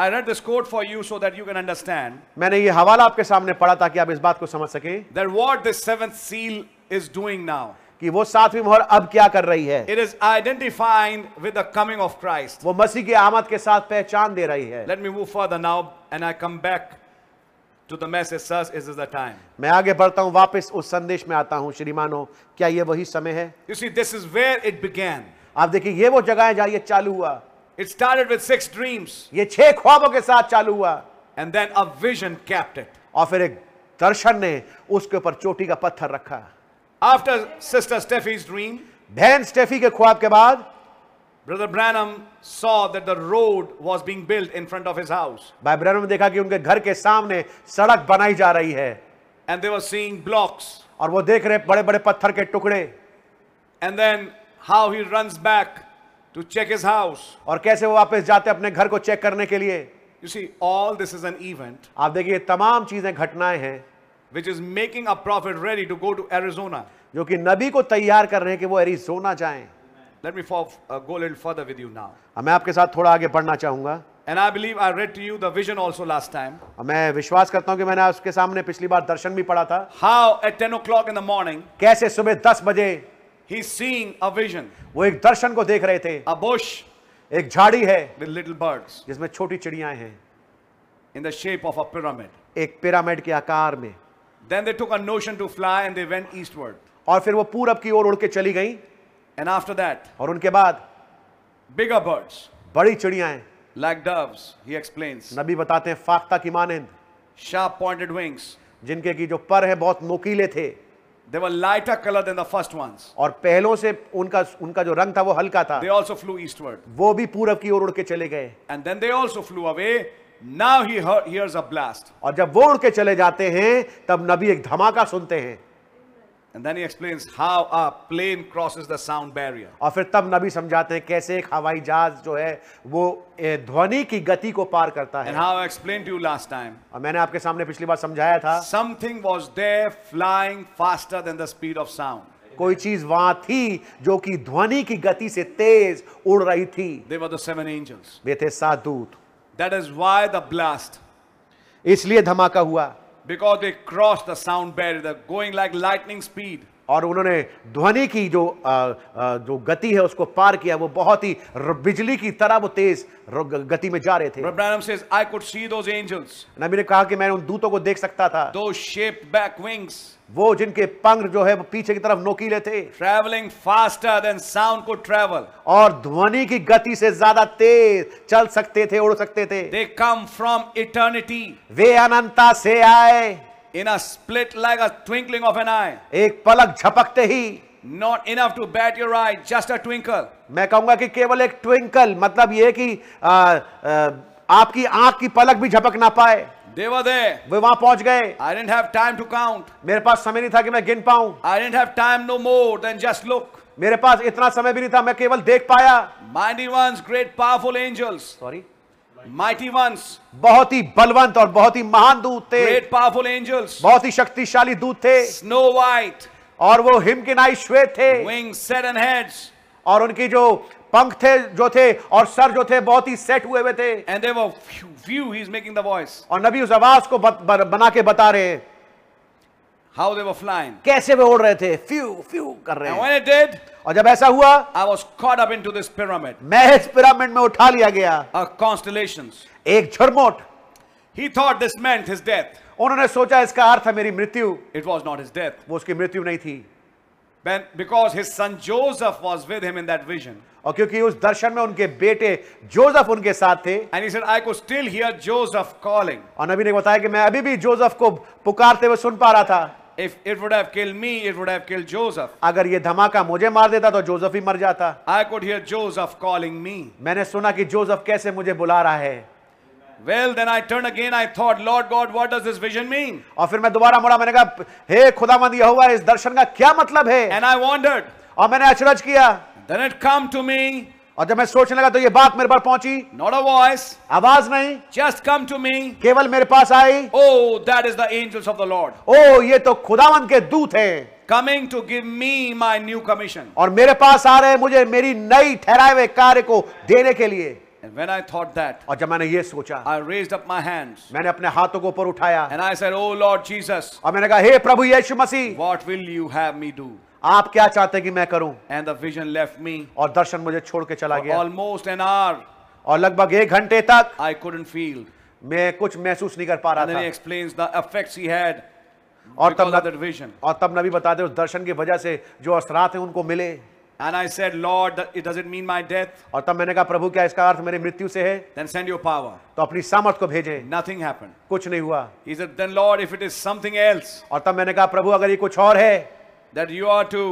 A: I read this quote for you so that you can understand
B: मैंने ये हवाला आपके सामने पढ़ा ताकि आप इस बात को समझ सकें
A: that what this seventh seal is doing now.
B: कि वो सातवीं मोहर अब क्या कर रही है
A: It is identifying with the coming of Christ.
B: वो मसीह की आमद के साथ पहचान दे रही है
A: Let me move further now and I come back to the message, sirs. This is the time.
B: मैं आगे बढ़ता हूँ वापस उस संदेश में आता हूँ श्रीमानो क्या ये वही समय है
A: You see, this is where it began.
B: आप देखिए ये वो जगह है जहाँ ये चालू हुआ
A: It started with six dreams
B: ये छह ख्वाबों के साथ चालू हुआ
A: and then a vision capped it.
B: और फिर एक दर्शन ने उसके ऊपर चोटी का पत्थर रखा
A: After Sister Steffi's dream,
B: बहन स्टेफी के ख्वाब के बाद
A: Brother Branham saw that the road was being built in front of his house
B: भाई ब्रैनम ने देखा कि उनके घर के सामने सड़क बनाई जा रही है
A: and they were seeing blocks
B: और वो देख रहे बड़े बड़े पत्थर के टुकड़े
A: and then how he runs back to check his house.
B: और कैसे वो वापस जाते अपने घर को चेक करने के लिए
A: You see, all this is an event
B: आप देखिए ये तमाम चीजें घटनाएं हैं
A: which is making a prophet ready to go to Arizona.
B: जो कि नबी को तैयार कर रहे हैं कि वो एरिजोना जाएं
A: Let me for, uh, go a little further with you now.
B: अब मैं आपके साथ थोड़ा आगे बढ़ना चाहूंगा
A: And I believe I read to you the vision also last time.
B: अब मैं विश्वास करता हूं कि मैंने उसके सामने पिछली बार दर्शन भी पढ़ा था
A: How at 10 o'clock in the morning,
B: कैसे सुबह दस बजे
A: he's seeing a vision
B: वो एक दर्शन को देख रहे थे
A: a bush
B: एक झाड़ी है
A: with little birds
B: जिसमें छोटी चिड़ियां हैं
A: in the shape of a pyramid.
B: एक पिरामिड के आकार में
A: Then they took a notion to fly and they went eastward.
B: और फिर वो पूरब की ओर उड़ के चली गई
A: And after that,
B: और उनके बाद
A: bigger birds
B: बड़ी चिड़ियां हैं
A: like doves, he explains,
B: नबी बताते हैं फाख्ता की मानंद
A: sharp pointed wings.
B: जिनके की जो पर है बहुत नोकीले थे
A: They were lighter color than the first ones.
B: और पहलों से उनका उनका जो रंग था वो हल्का था
A: They also flew eastward.
B: वो भी पूरब की ओर उड़ के चले गए
A: And then they also flew away. Now he heard, hears a blast.
B: और जब वो उड़ के चले जाते हैं तब नबी एक धमाका सुनते हैं
A: And then he explains how a plane crosses the sound barrier.
B: और फिर तब नबी समझाते हैं कैसे एक हवाई जहाज जो है वो ए, ध्वनि की गति को पार करता
A: And
B: है
A: how I explained to you last time,
B: और मैंने आपके सामने पिछली बार समझाया था
A: something was there flying faster than the speed of sound.
B: कोई चीज वहां थी जो कि ध्वनि की गति से तेज उड़ रही थी
A: They were the seven angels.
B: वे थे सात दूत
A: That is why the blast,
B: इसलिए धमाका हुआ
A: because they crossed the sound barrier, they're going like lightning speed.
B: और उन्होंने ध्वनि की जो अ, अ, जो गति है उसको पार किया वो बहुत ही र- बिजली की तरह वो तेज र- ग- गति में जा रहे थे
A: Brother Branham says, I could see those angels,
B: नबी ने कहा कि मैं उन दूतों को देख सकता था
A: those shaped back wings,
B: वो जिनके पंख जो है वो पीछे की तरफ नोकीले थे
A: traveling faster than sound could travel.
B: और ध्वनि की गति से ज्यादा तेज चल सकते थे उड़ सकते थे
A: They come from eternity
B: वे अनंता से आए
A: in a split like a twinkling of an eye.
B: एक पलक झपकते ही
A: Not enough to bat your eye, just a twinkle.
B: मैं कहूंगा कि केवल एक ट्विंकल मतलब ये कि अ, अ, आपकी आंख की पलक भी झपक ना पाए
A: They were there.
B: वे वहां पहुंच गए
A: I didn't have time to count.
B: मेरे पास समय नहीं था कि मैं गिन पाऊं
A: I didn't have time no more than just look.
B: मेरे पास इतना समय भी नहीं था मैं केवल देख पाया
A: Mighty ones, great powerful angels.
B: Sorry
A: Mighty ones,
B: बहुत ही बलवंत और बहुत ही महान दूत थे
A: great powerful angels.
B: बहुत ही शक्तिशाली दूत थे
A: Snow white,
B: और वो हिमकिनाई श्वेत थे
A: wings set on heads.
B: और उनकी जो पंख थे जो थे और सर जो थे बहुत ही सेट हुए हुए थे
A: And they were few, few he's making the voice.
B: और नबी उस आवाज को बत- बर- बना के बता रहे हैं
A: How they were flying.
B: कैसे वे उड़ रहे थे फ्यू फ्यू कर रहे
A: And
B: हैं
A: when it did,
B: और जब ऐसा हुआ
A: I was caught up into this pyramid,
B: मैं इस पिरामिड में उठा लिया गया
A: a constellations.
B: एक झुरमुट
A: He thought this meant his death.
B: उन्होंने सोचा इसका अर्थ है मेरी मृत्यु
A: It was not his death.
B: वो उसकी मृत्यु नहीं थी
A: When, because his son Joseph was with him in that vision.
B: और क्योंकि उस दर्शन में उनके बेटे जोसेफ उनके साथ थे
A: And he said, I could still hear Joseph calling.
B: और नबी ने बताया कि मैं अभी भी जोसेफ को पुकारते हुए सुन पा रहा था
A: If it would have killed me, it would have killed Joseph.
B: अगर ये धमाका मुझे मार देता तो जोसेफ ही मर जाता
A: I could hear Joseph calling me.
B: मैंने सुना कि जोसेफ कैसे मुझे बुला रहा है
A: Well, then I turned again. I thought, Lord God, what does this vision mean?
B: और फिर मैं दोबारा मुड़ा मैंने कहा हे खुदामंद यहोवा इस दर्शन का क्या मतलब है
A: And I wondered.
B: और मैंने अचरज किया
A: Then it come to me,
B: और जब मैं सोचने लगा तो ये बात मेरे पर पहुंची
A: not a voice,
B: आवाज नहीं
A: just come to me.
B: केवल मेरे पास आई
A: Oh, that is the angels of the Lord
B: oh ये तो खुदावंद के दूत हैं
A: coming to give me my new commission.
B: और मेरे पास आ रहे हैं मुझे मेरी नई ठहराए हुए कार्य को देने के लिए
A: And when I thought that,
B: और जब मैंने ये सोचा
A: I raised up my hands
B: मैंने अपने हाथों को ऊपर उठाया
A: and I said, Oh Lord Jesus,
B: और मैंने कहा हे प्रभु यीशु मसीह
A: what will you have me do?
B: आप क्या चाहते हैं कि मैं करूं
A: And the vision left me.
B: और दर्शन मुझे छोड़ के चला
A: For
B: गया
A: almost an hour,
B: और लगभग एक घंटे तक
A: I couldn't feel.
B: मैं कुछ महसूस नहीं कर पा
A: And then
B: रहा
A: he explains the effects he had
B: था और
A: because
B: तब
A: of that vision.
B: और तब नबी बताते हैं, उस दर्शन की वजह से जो असरात हैं उनको मिले
A: And I said, Lord, that- it doesn't mean my death.
B: और तब मैंने कहा प्रभु क्या इसका अर्थ मेरी मृत्यु से है
A: Then send your power.
B: तो अपनी सामर्थ को भेजे
A: Nothing happened.
B: कुछ नहीं हुआ
A: He said, Then, Lord, if it is something else
B: और तब मैंने कहा प्रभु अगर ये कुछ और है
A: that you are to,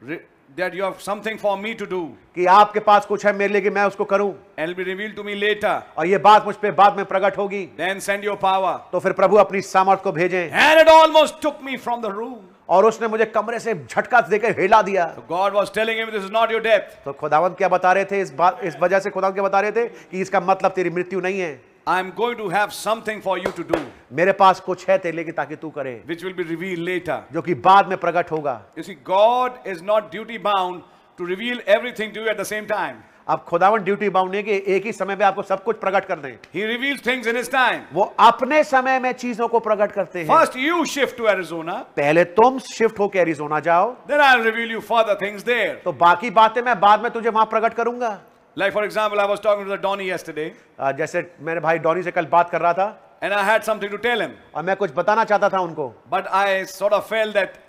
A: re- that you have something for me to do,
B: कि आपके पास कुछ है मेरे लिए कि मैं उसको करूं
A: and it'll be revealed to me later,
B: और ये बात मुझ पर बाद में प्रकट होगी
A: then send your power.
B: तो फिर प्रभु अपनी सामर्थ को भेजें
A: And it almost took me from the room.
B: और उसने मुझे कमरे से झटका देकर हिला दिया
A: So God was telling him, This is not your death.
B: तो खुदावंत क्या बता रहे थे इस बात इस वजह से खुदावंत क्या बता रहे थे कि इसका मतलब तेरी मृत्यु नहीं है
A: I'm going to have something for you to do,
B: मेरे पास कुछ है तेरे लिए कि ताकि तू करे
A: which will be revealed later.
B: जो कि बाद में प्रकट होगा
A: You see, God is not duty bound to reveal everything to you at the same time.
B: अब खुदावन ड्यूटी बाउंड है कि एक ही समय पे आपको सब कुछ प्रकट कर दें
A: He reveals things in His time.
B: वो अपने समय में चीजों को प्रकट करते हैं
A: First, you shift to Arizona,
B: पहले तुम शिफ्ट होकर एरिजोना जाओ
A: then I'll reveal you further things there.
B: तो बाकी बातें मैं बाद में तुझे वहां प्रकट करूंगा
A: Like, for example, I was talking to the Donnie yesterday,
B: अ, जैसे मेरे भाई डॉनी से कल बात कर रहा था
A: and I had something to tell him,
B: और मैं कुछ बताना चाहता था उनको
A: but I sort of felt that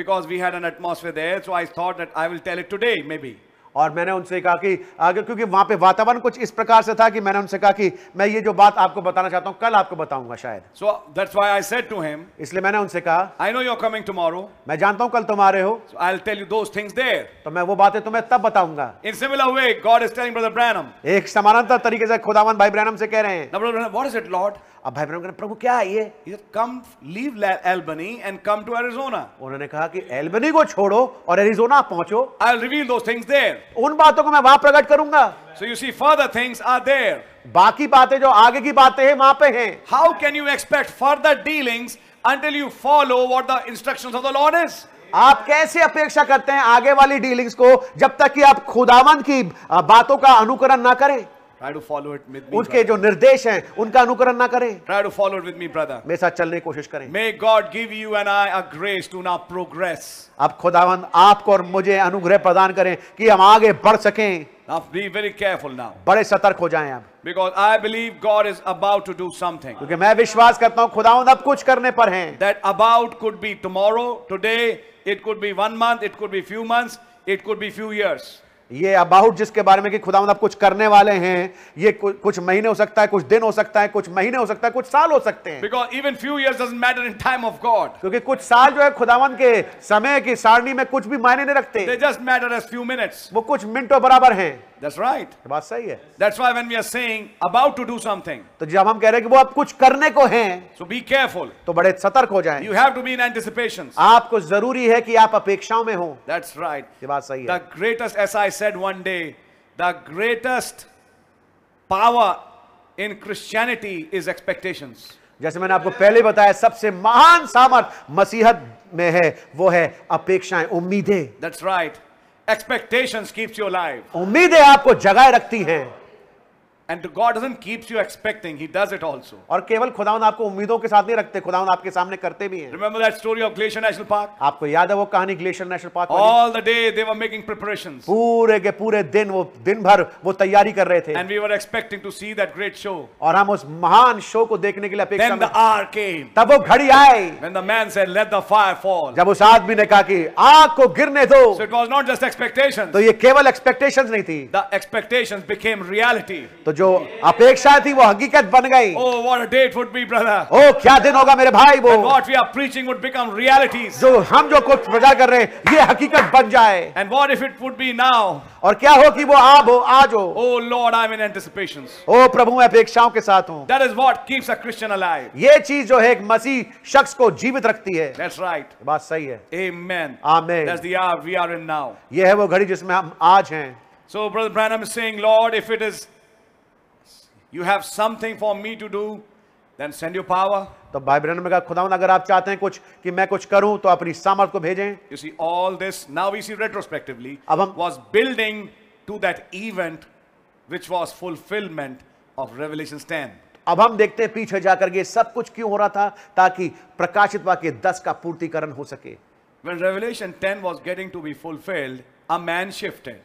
A: because we had an atmosphere there, so I thought that I will tell it today, maybe.
B: और मैंने उनसे कहा कि आगे क्योंकि वहां पे वातावरण कुछ इस प्रकार से था कि मैंने उनसे कहा कि मैं ये जो बात आपको बताना चाहता हूँ कल आपको बताऊंगा शायद
A: So that's why I said to him,
B: इसलिए मैंने उनसे कहा
A: I know you're coming tomorrow,
B: मैं जानता हूँ कल तुम आ रहे हो
A: so I'll tell you those things there.
B: तो मैं वो बातें तुम्हें तब बताऊंगा
A: In similar way, God is telling Brother Branham.
B: एक समानांतर तरीके से खुदावन भाई ब्रैनम से कह रहे हैं
A: Now, Brother Branham, what is it, Lord?
B: अब भाई ब्रैनम कह रहे हैं, प्रभु क्या है ये
A: He said, Come, leave La- Albany and come to Arizona.
B: उन्होंने कहा कि एल्बनी को छोड़ो और एरिजोना पहुंचो
A: I'll reveal those things there.
B: उन बातों को मैं वहां प्रकट करूंगा
A: So you see, further things are there.
B: बाकी बातें जो आगे की बातें हैं वहां पे हैं
A: How can you expect further dealings until you follow what the instructions of the Lord is?
B: आप कैसे अपेक्षा करते हैं आगे वाली डीलिंग्स को जब तक कि आप खुदावन की आ, बातों का अनुकरण ना करें
A: Try to follow it with me.
B: उनके
A: Brother.
B: जो निर्देश हैं उनका अनुकरण ना करें
A: Try to follow it with me, brother.
B: मेरे साथ चलने की कोशिश करें
A: May God give you and I a grace to now progress.
B: आप खुदावन आपको और मुझे अनुग्रह प्रदान करें कि हम आगे बढ़ सकें
A: Now be very careful now.
B: बड़े सतर्क हो जाएं आप
A: Because I believe God is about to do something.
B: क्योंकि मैं विश्वास करता हूं खुदावन अब कुछ करने पर हैं
A: That about could be tomorrow, today, it could be one month, it could be few months, it could be few years.
B: ये अबाउट जिसके बारे में कि खुदावन अब कुछ करने वाले हैं ये कु- कुछ महीने हो सकता है कुछ दिन हो सकता है कुछ महीने हो सकता है कुछ साल हो सकते हैं
A: Because even few years doesn't matter in time of God.
B: क्योंकि कुछ साल जो है खुदावन के समय की सारणी में कुछ भी मायने नहीं रखते
A: They just matter as few minutes.
B: वो कुछ मिनटों बराबर हैं ये
A: That's right.
B: बात सही है
A: That's why when we are saying about to do something,
B: तो जब हम कह रहे हैं कि वो अब कुछ करने को हैं
A: so be careful.
B: तो बड़े सतर्क हो जाएं
A: You have to be in anticipations.
B: आपको जरूरी है कि आप अपेक्षाओं में हो
A: That's right.
B: ये बात सही
A: The
B: है
A: greatest, as I said one day, the greatest power in Christianity is expectations.
B: जैसे मैंने आपको पहले बताया सबसे महान सामर्थ मसीहत में है वो है अपेक्षाएं उम्मीदें
A: That's right. Expectations keeps you alive.
B: उम्मीदें आपको जगाए रखती हैं
A: And God doesn't keep you expecting, He does it also.
B: और केवल खुदावन आपको उम्मीदों के साथ नहीं रखते खुदावन आपके सामने करते भी हैं
A: Remember that story of Glacier National Park?
B: आपको याद है वो कहानी ग्लेशियर नेशनल पार्क वाली?
A: All the day they were making preparations.
B: पूरे के पूरे दिन वो दिन भर वो तैयारी कर रहे थे
A: And we were expecting to see that great show.
B: और हम उस महान शो को देखने के लिए अपेक्षा
A: Then
B: में
A: the hour came.
B: तब वो घड़ी आई
A: When the man said, Let the fire fall.
B: जब उस आदमी ने कहा कि आग को गिरने दो
A: So it was not just expectations.
B: तो ये केवल एक्सपेक्टेशंस नहीं थी
A: The expectations became reality.
B: तो जो अपेक्षा थी वो हकीकत बन गई
A: Oh, what a day it would be, brother.
B: Oh क्या दिन होगा मेरे भाई वो
A: And what we are preaching would become realities.
B: जो हम जो कुछ प्रचार कर रहे हैं ये हकीकत बन जाए
A: And what if it would be now?
B: और क्या हो कि वो आप हो आज हो
A: Oh, Lord, I'm in anticipations.
B: Oh प्रभु मैं अपेक्षाओं के साथ हूँ
A: That is what keeps a Christian alive.
B: ये चीज जो है एक मसीह शख्स को जीवित रखती है
A: That's right.
B: बात सही है
A: Amen.
B: Amen.
A: That's the hour we are in now.
B: ये है वो घड़ी जिसमें हम आज हैं
A: So, Brother Branham is saying, Lord, if it is you have something for me to do, then send your power.
B: तो भाई ब्रहण में कहा खुदावन अगर आप चाहते हैं कुछ कि मैं कुछ करूं तो अपनी सामर्थ को भेजें
A: You see, all this now we see retrospectively
B: अब हम-
A: was building to that event which was fulfillment of Revelation 10.
B: अब हम देखते हैं पीछे जाकर ये सब कुछ क्यों हो रहा था ताकि प्रकाशित वाक्य दस का पूर्तिकरण हो सके
A: When Revelation 10 was getting to be fulfilled, a man shifted.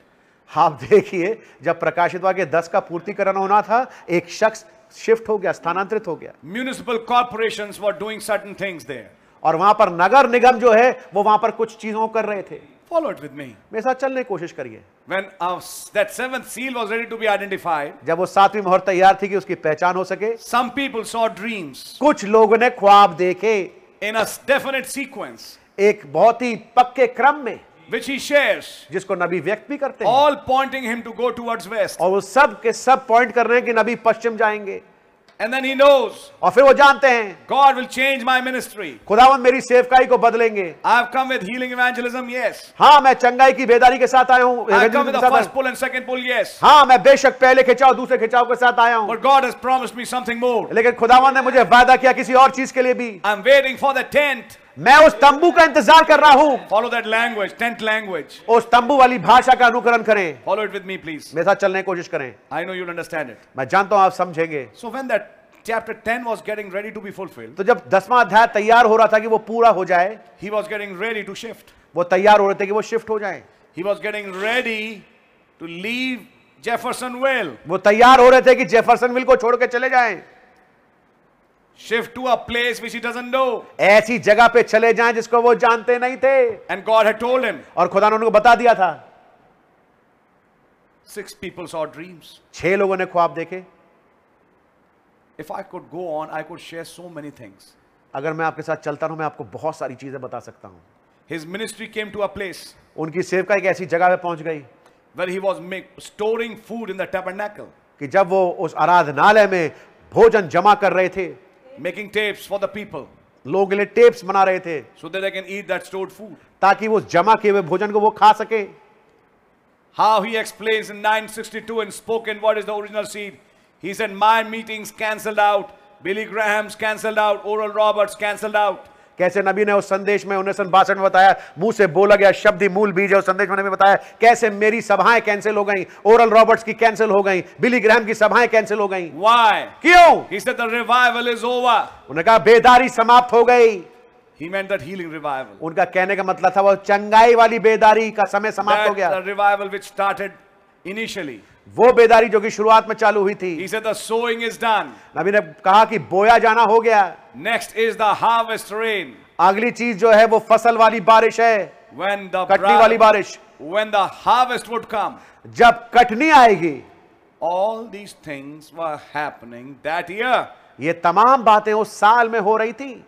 B: आप देखिए जब प्रकाशित वाक्य दस का पूर्तिकरण होना था एक शख्स शिफ्ट हो गया स्थानांतरित हो गया
A: Municipal corporations were doing certain things there.
B: और वहां पर नगर निगम जो है वो वहां पर कुछ चीजों कर रहे थे
A: Follow it with me.
B: मेरे साथ चलने की कोशिश करिए
A: When uh, s- that seventh seal was ready to be identified,
B: जब वो सातवीं मोहर तैयार थी कि उसकी पहचान हो सके
A: some people saw dreams
B: कुछ लोगों ने ख्वाब देखे
A: in a definite sequence,
B: एक बहुत ही पक्के क्रम में
A: which he shares,
B: जिसको नबी व्यक्त भी करते हैं
A: all pointing him to go towards west.
B: और वो सब के सब पॉइंट कर रहे हैं कि नबी पश्चिम जाएंगे
A: And then he knows
B: और फिर वो जानते हैं
A: God will change my ministry.
B: खुदावन मेरी सेवकाई को बदलेंगे
A: I've come with healing evangelism, yes.
B: हाँ मैं चंगाई की बेदारी के साथ आया हूँ
A: I've come with
B: evangelism
A: the
B: के साथ
A: first
B: आया हूँ।
A: pull and second pull, yes.
B: हाँ मैं बेशक पहले खिंचाव दूसरे खिंचाव के साथ आया हूँ
A: But God has promised me something more.
B: लेकिन खुदावन ने मुझे वादा किया किसी और चीज के लिए भी
A: I'm waiting for the tent.
B: मैं उस तंबू का इंतजार कर रहा हूँ
A: Follow that language, tent language.
B: उस तंबू वाली भाषा का अनुकरण करें
A: Follow it with me, please.
B: मेरे साथ चलने की कोशिश करें
A: I know you'll understand it.
B: मैं जानता हूँ आप समझेंगे
A: So when that chapter 10 was getting ready to be fulfilled,
B: तो जब दसवां अध्याय तैयार हो रहा था कि वो पूरा हो जाए
A: he was getting ready to shift.
B: वो तैयार हो रहे थे कि वो शिफ्ट हो जाए
A: He was getting ready to leave Jeffersonville,
B: वो तैयार हो रहे थे कि जेफरसनविल को छोड़ के चले जाएं
A: shift to a place which he doesn't know.
B: ऐसी जगह पे चले जाएं जिसको वो जानते नहीं थे
A: And God had told him,
B: और खुदा ने उनको बता दिया था
A: six people saw dreams.
B: छह लोगों ने ख्वाब देखे
A: If I could go on, I could share so many things.
B: अगर मैं आपके साथ चलता रहूं मैं आपको बहुत सारी चीजें बता सकता हूं
A: His ministry came to a place
B: उनकी सेवका एक ऐसी जगह पे पहुंच गई
A: where he was make, storing food in the tabernacle,
B: कि जब वो उस आराधनालय में भोजन जमा कर रहे थे
A: making tapes for the people
B: लोगों के लिए टेप्स बना रहे थे
A: so that they can eat that stored food.
B: ताकि वो उस जमा किए हुए भोजन को वो खा सके
A: How he explains in 962 in spoken what is the original seed. He said, My meetings cancelled out, Billy Graham's cancelled out, Oral Roberts cancelled out.
B: कैसे नबी ने उस संदेश में उन्नीस बासठ में बताया मुंह से बोला गया शब्द ही मूल बीज है उस संदेश में नबी ने बताया कैसे मेरी सभाएं कैंसिल हो गई ओरल रॉबर्ट्स की कैंसिल हो गई बिली ग्रैम की सभाएं कैंसिल हो गई
A: Why?
B: क्यों
A: He said, The revival is over.
B: उन्होंने कहा बेदारी समाप्त हो गई
A: He meant that healing revival.
B: उनका कहने का मतलब था वो चंगाई वाली बेदारी का समय समाप्त हो
A: That,
B: गया
A: the revival which started initially.
B: वो बेदारी जो कि शुरुआत में चालू हुई थी
A: He said, The sowing is done.
B: नबी ने कहा कि बोया जाना हो गया
A: Next is the harvest rain.
B: अगली चीज जो है वो फसल वाली बारिश है
A: When the
B: कटनी वाली
A: bra-
B: बारिश
A: when the harvest would come,
B: जब कटनी आएगी
A: all these things were happening that year.
B: ये तमाम बातें उस साल में हो रही थी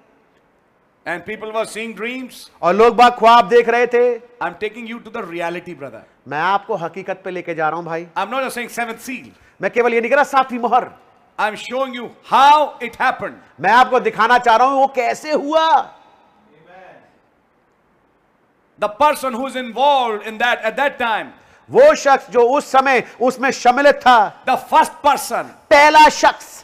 A: And people were seeing dreams.
B: और लोग बाग ख्वाब देख रहे थे
A: I'm taking you to the reality, brother.
B: मैं आपको हकीकत पे लेके जा रहा हूं भाई
A: I'm not just saying seventh seal.
B: मैं केवल ये नहीं कह रहा सातवीं मोहर
A: I'm showing you how it happened.
B: मैं आपको दिखाना चाह रहा हूं वो कैसे हुआ
A: The person who's involved in that at that time,
B: वो शख्स जो उस समय उसमें सम्मिलित था
A: the first person
B: पहला शख्स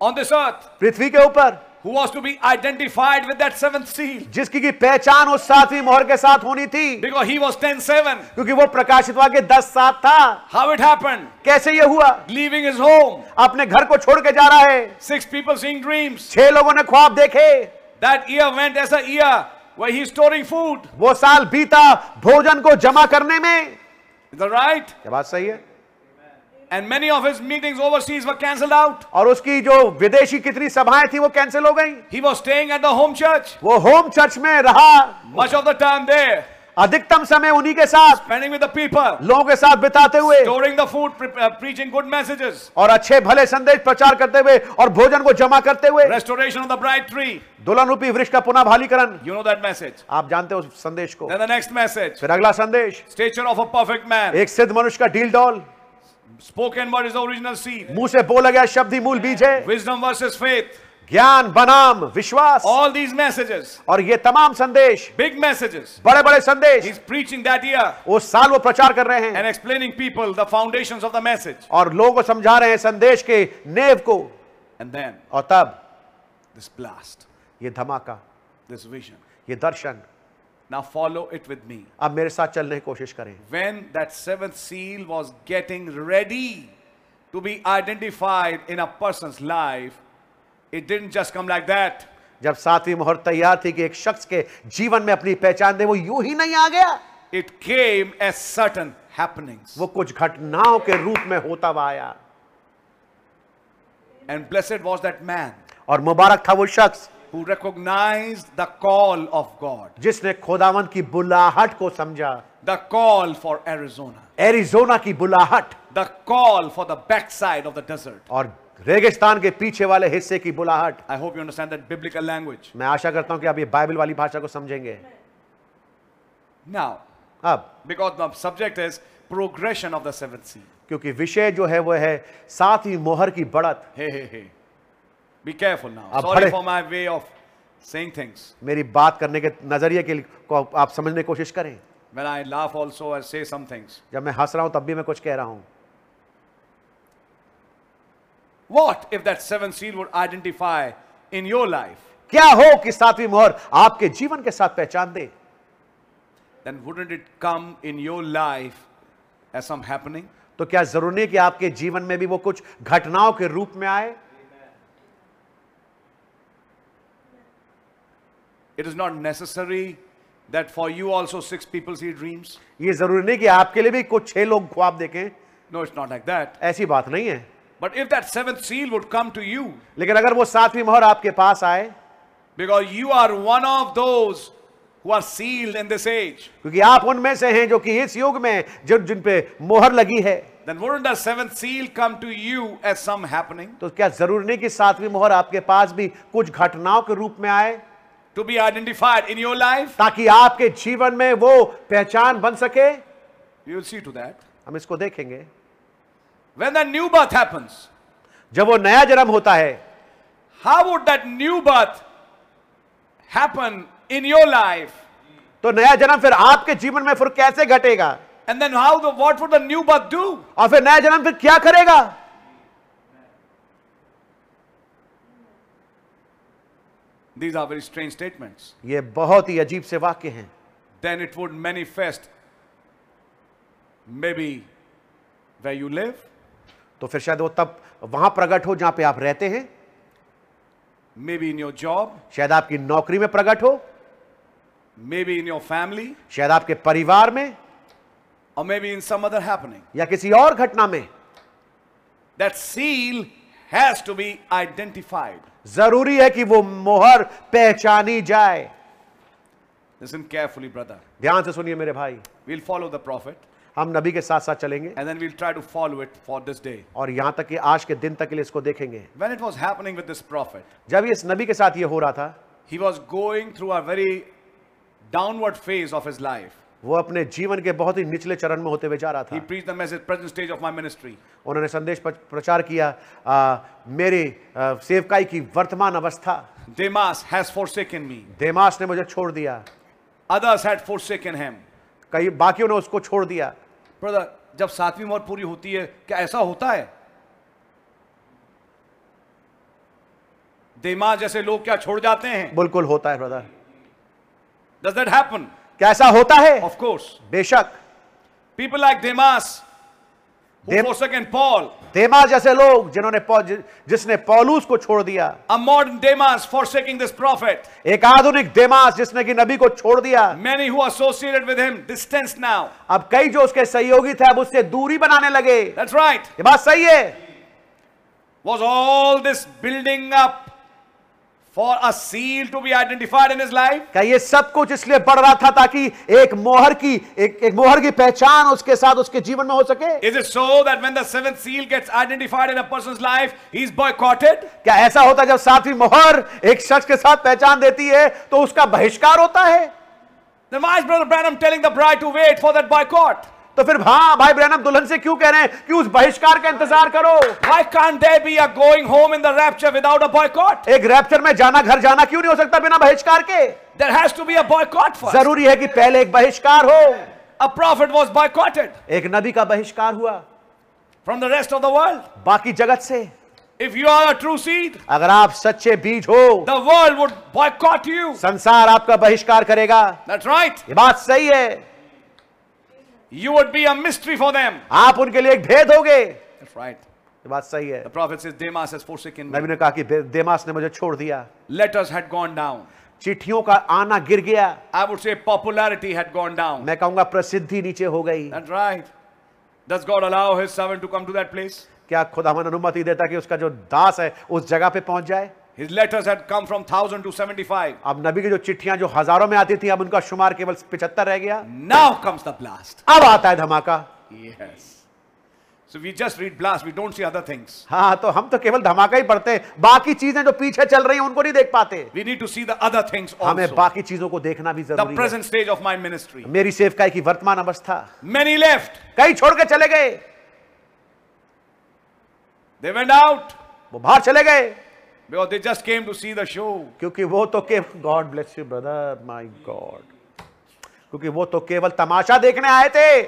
A: on this earth
B: पृथ्वी के ऊपर
A: who was to be identified with that seventh seal
B: जिसकी की पहचान उस सातवीं मोहर के साथ होनी थी
A: because he was 10 7.
B: क्योंकि वो प्रकाशित वाक्य दस सात था
A: How it happened?
B: कैसे ये हुआ
A: Leaving his home,
B: अपने घर को छोड़ के जा रहा है
A: six people seeing dreams.
B: छह लोगों ने ख्वाब देखे
A: That year went as a year where he's storing food.
B: वो साल बीता भोजन को जमा करने में
A: Is that right?
B: क्या बात सही है
A: And many of his meetings overseas were cancelled out.
B: और उसकी जो विदेशी कितनी सभाएं थी वो कैंसिल हो गई
A: He was staying at the home church
B: वो होम चर्च में रहा
A: much of the time there,
B: अधिकतम समय उन्हीं के साथ
A: spending with the people.
B: लोगों के साथ बिताते हुए
A: Storing the food, pre- uh, preaching good messages,
B: और अच्छे भले संदेश प्रचार करते हुए और भोजन को जमा करते हुए
A: restoration of the bride tree.
B: दुल्हन रूपी वृक्ष का पुनः भालीकरण
A: You know that message.
B: आप जानते हो उस संदेश को
A: Then the next message
B: फिर अगला संदेश
A: stature of a perfect man.
B: एक सिद्ध मनुष्य का डील डॉल
A: Spoken word is the original seed.
B: मुंह से बोला गया शब्द ही मूल बीज है
A: Wisdom versus faith.
B: ज्ञान बनाम विश्वास
A: All these messages,
B: और ये तमाम संदेश
A: big messages.
B: बड़े बड़े संदेश
A: He's preaching that year
B: उस साल वो प्रचार कर रहे हैं
A: and explaining people the foundations of the message.
B: और लोगों को समझा रहे हैं संदेश के नेव को
A: And then
B: और तब
A: this blast,
B: ये धमाका
A: this vision.
B: ये दर्शन
A: Now follow it with me.
B: अब मेरे साथ चलने की कोशिश करें
A: When that seventh seal was getting ready to be identified in a person's life, it didn't just come like that.
B: जब सातवीं मोहर तैयार थी कि एक शख्स के जीवन में अपनी पहचान दे वो यूं ही नहीं आ गया
A: It came as certain happenings.
B: वो कुछ घटनाओं के रूप में होता हुआ आया
A: And blessed was that man
B: और मुबारक था वो शख्स
A: who recognized the call of God,
B: जिसने खुदावन की बुलाहट को समझा
A: the call for Arizona,
B: Arizona की बुलाहट
A: the call for the backside of the desert.
B: और रेगिस्तान के पीछे वाले हिस्से की बुलाहट
A: I hope you understand that biblical language.
B: मैं आशा करता हूं कि आप ये बाइबल वाली भाषा को समझेंगे
A: Now,
B: अब
A: because the subject is progression of the seventh seal.
B: क्योंकि विषय जो है वह है साथ ही मोहर की बढ़त
A: Hey, hey, hey. Be careful now.
B: आप
A: Sorry
B: बड़े-
A: for my way of saying things.
B: मेरी बात करने के नजरिए के लिए- को आप समझने की कोशिश करें
A: When I laugh, also, I say some things.
B: जब मैं हंस रहा हूं तब भी मैं कुछ कह रहा हूं
A: What if that seventh seal would identify in your life?
B: क्या हो कि सातवीं मोहर आपके जीवन के साथ पहचान दे
A: Then wouldn't it come in your life as some happening?
B: तो क्या जरूरी है कि आपके जीवन में भी वो कुछ घटनाओं के रूप में आए
A: It is not necessary that for you also six people see dreams.
B: ये जरूरी नहीं कि आपके लिए भी कुछ छह लोग ख्वाब देखें
A: No, it's not like that.
B: ऐसी बात नहीं है
A: But if that seventh seal would come to you,
B: लेकिन अगर वो सातवीं मोहर आपके पास आए
A: because you are one of those who are sealed in this age,
B: क्योंकि आप उनमें से हैं जो कि इस युग में जिन जिन पे मोहर लगी है
A: then wouldn't the seventh seal come to you as some happening
B: तो क्या जरूरी नहीं कि सातवीं मोहर आपके पास भी कुछ घटनाओं के रूप में आए
A: to be identified in your life?
B: ताकि आपके जीवन में वो पहचान बन सके
A: You will see to that.
B: हम इसको देखेंगे
A: When the new birth happens,
B: जब वो नया जन्म होता है
A: How would that new birth happen in your life?
B: तो नया जन्म फिर आपके जीवन में फिर कैसे घटेगा
A: And then how the what would the new birth do?
B: और फिर नया जन्म फिर क्या करेगा
A: These are very strange statements.
B: ये बहुत ही अजीब से वाक्य हैं
A: Then it would manifest maybe where you live,
B: तो फिर शायद वो तब वहां प्रकट हो जहां पे आप रहते हैं
A: maybe in your job,
B: शायद आपकी नौकरी में प्रकट हो
A: maybe in your family,
B: शायद आपके परिवार में
A: or maybe in some other happening.
B: या किसी और घटना में
A: That seal has to be identified.
B: जरूरी है कि वो मोहर पहचानी जाए
A: Listen carefully, brother.
B: ध्यान से सुनिए मेरे भाई
A: We'll follow the prophet
B: हम नबी के साथ साथ चलेंगे
A: and then we'll try to follow it for this day.
B: और यहां तक कि आज के दिन तक के लिए इसको देखेंगे
A: When it was happening with this prophet,
B: जब इस नबी के साथ ये हो रहा था
A: He was going through a very downward phase of his life.
B: वो अपने जीवन के बहुत ही निचले चरण में होते हुए जा रहा
A: He
B: था
A: preached the message, present stage of my ministry.
B: उन्होंने संदेश प्र- प्रचार किया आ, मेरे आ, सेवकाई की वर्तमान अवस्था
A: Demas has forsaken me.
B: देमास ने मुझे छोड़ दिया
A: Others had forsaken him.
B: कई बाकियों ने उसको छोड़ दिया
A: Brother, जब सातवीं मौत पूरी होती है क्या ऐसा होता है देमा जैसे लोग क्या छोड़ जाते हैं
B: बिल्कुल होता है ब्रदर
A: Does that happen?
B: कैसा होता है
A: Of course.
B: बेशक
A: People like Demas, who
B: Dem-
A: forsaken Paul,
B: देमास जैसे लोग जिन्होंने पौ- जि- जिसने पौलूस को छोड़ दिया
A: a modern Demas forsaking this prophet.
B: एक आधुनिक देमास जिसने कि नबी को छोड़ दिया
A: Many who associated with him, distance now.
B: अब कई जो उसके सहयोगी थे अब उससे दूरी बनाने लगे ये
A: That's right.
B: बात सही है
A: was all this building up for a seal to be identified in his life?
B: क्या ये सब कुछ इसलिए बढ़ रहा था ताकि एक मोहर की एक, एक मोहर की पहचान उसके साथ उसके जीवन में हो सके
A: Is it so that when the seventh seal gets identified in a person's life, he's boycotted?
B: क्या ऐसा होता है जब सातवीं मोहर एक शख्स के साथ पहचान देती है तो उसका बहिष्कार होता है
A: Then why is Brother Branham telling the bride to wait for that boycott?
B: तो फिर हाँ भाई ब्रैनम दुल्हन से क्यों कह रहे हैं कि उस बहिष्कार का इंतजार करो
A: Why can't there be a going home in the rapture without a boycott?
B: एक रैप्चर में जाना घर जाना क्यों नहीं हो सकता बिना बहिष्कार के
A: There has to be a boycott first.
B: जरूरी है कि पहले एक बहिष्कार हो
A: A prophet was boycotted
B: एक नबी का बहिष्कार हुआ
A: from the rest of the world.
B: बाकी जगत से
A: If you are a true seed,
B: अगर आप सच्चे बीज हो
A: the world would boycott you.
B: संसार आपका बहिष्कार करेगा
A: That's right.
B: ये बात सही है
A: You would be a mystery for them.
B: आप उनके लिए एक भेद होगे
A: That's right.
B: ये बात सही है
A: The prophet says, Demas has forsaken me.
B: नबी ने कहा कि दे- देमास ने मुझे छोड़ दिया
A: Letters had gone down.
B: चिट्ठियों का आना गिर गया
A: I would say popularity had gone down.
B: मैं कहूंगा प्रसिद्धि नीचे हो गई
A: That's right. Does God allow his servant to come to that place?
B: क्या खुदावन अनुमति देता कि उसका जो दास है उस जगह पे पहुंच जाए
A: His letters had come from 1000 to 75.
B: अब नबी की जो चिट्ठियां जो हजारों में आती थी अब उनका शुमार केवल पिछहत्तर रह गया
A: Now comes the blast.
B: अब आता है धमाका
A: Yes. So we just read blast, we don't see other things.
B: हाँ तो हम तो केवल धमाका ही पढ़ते हैं बाकी चीजें जो पीछे चल रही हैं उनको नहीं देख पाते
A: We need to see the other things
B: हमें
A: also.
B: बाकी चीजों को देखना भी
A: The
B: जरूरी है
A: present stage of my ministry.
B: मेरी सेवकाई की वर्तमान अवस्था
A: Many left.
B: कई छोड़ के चले गए
A: They went out
B: वो बाहर चले गए
A: because they just came to see the show.
B: क्योंकि वो तो केवल God bless you brother my God क्योंकि वो तो केवल तमाशा देखने आए थे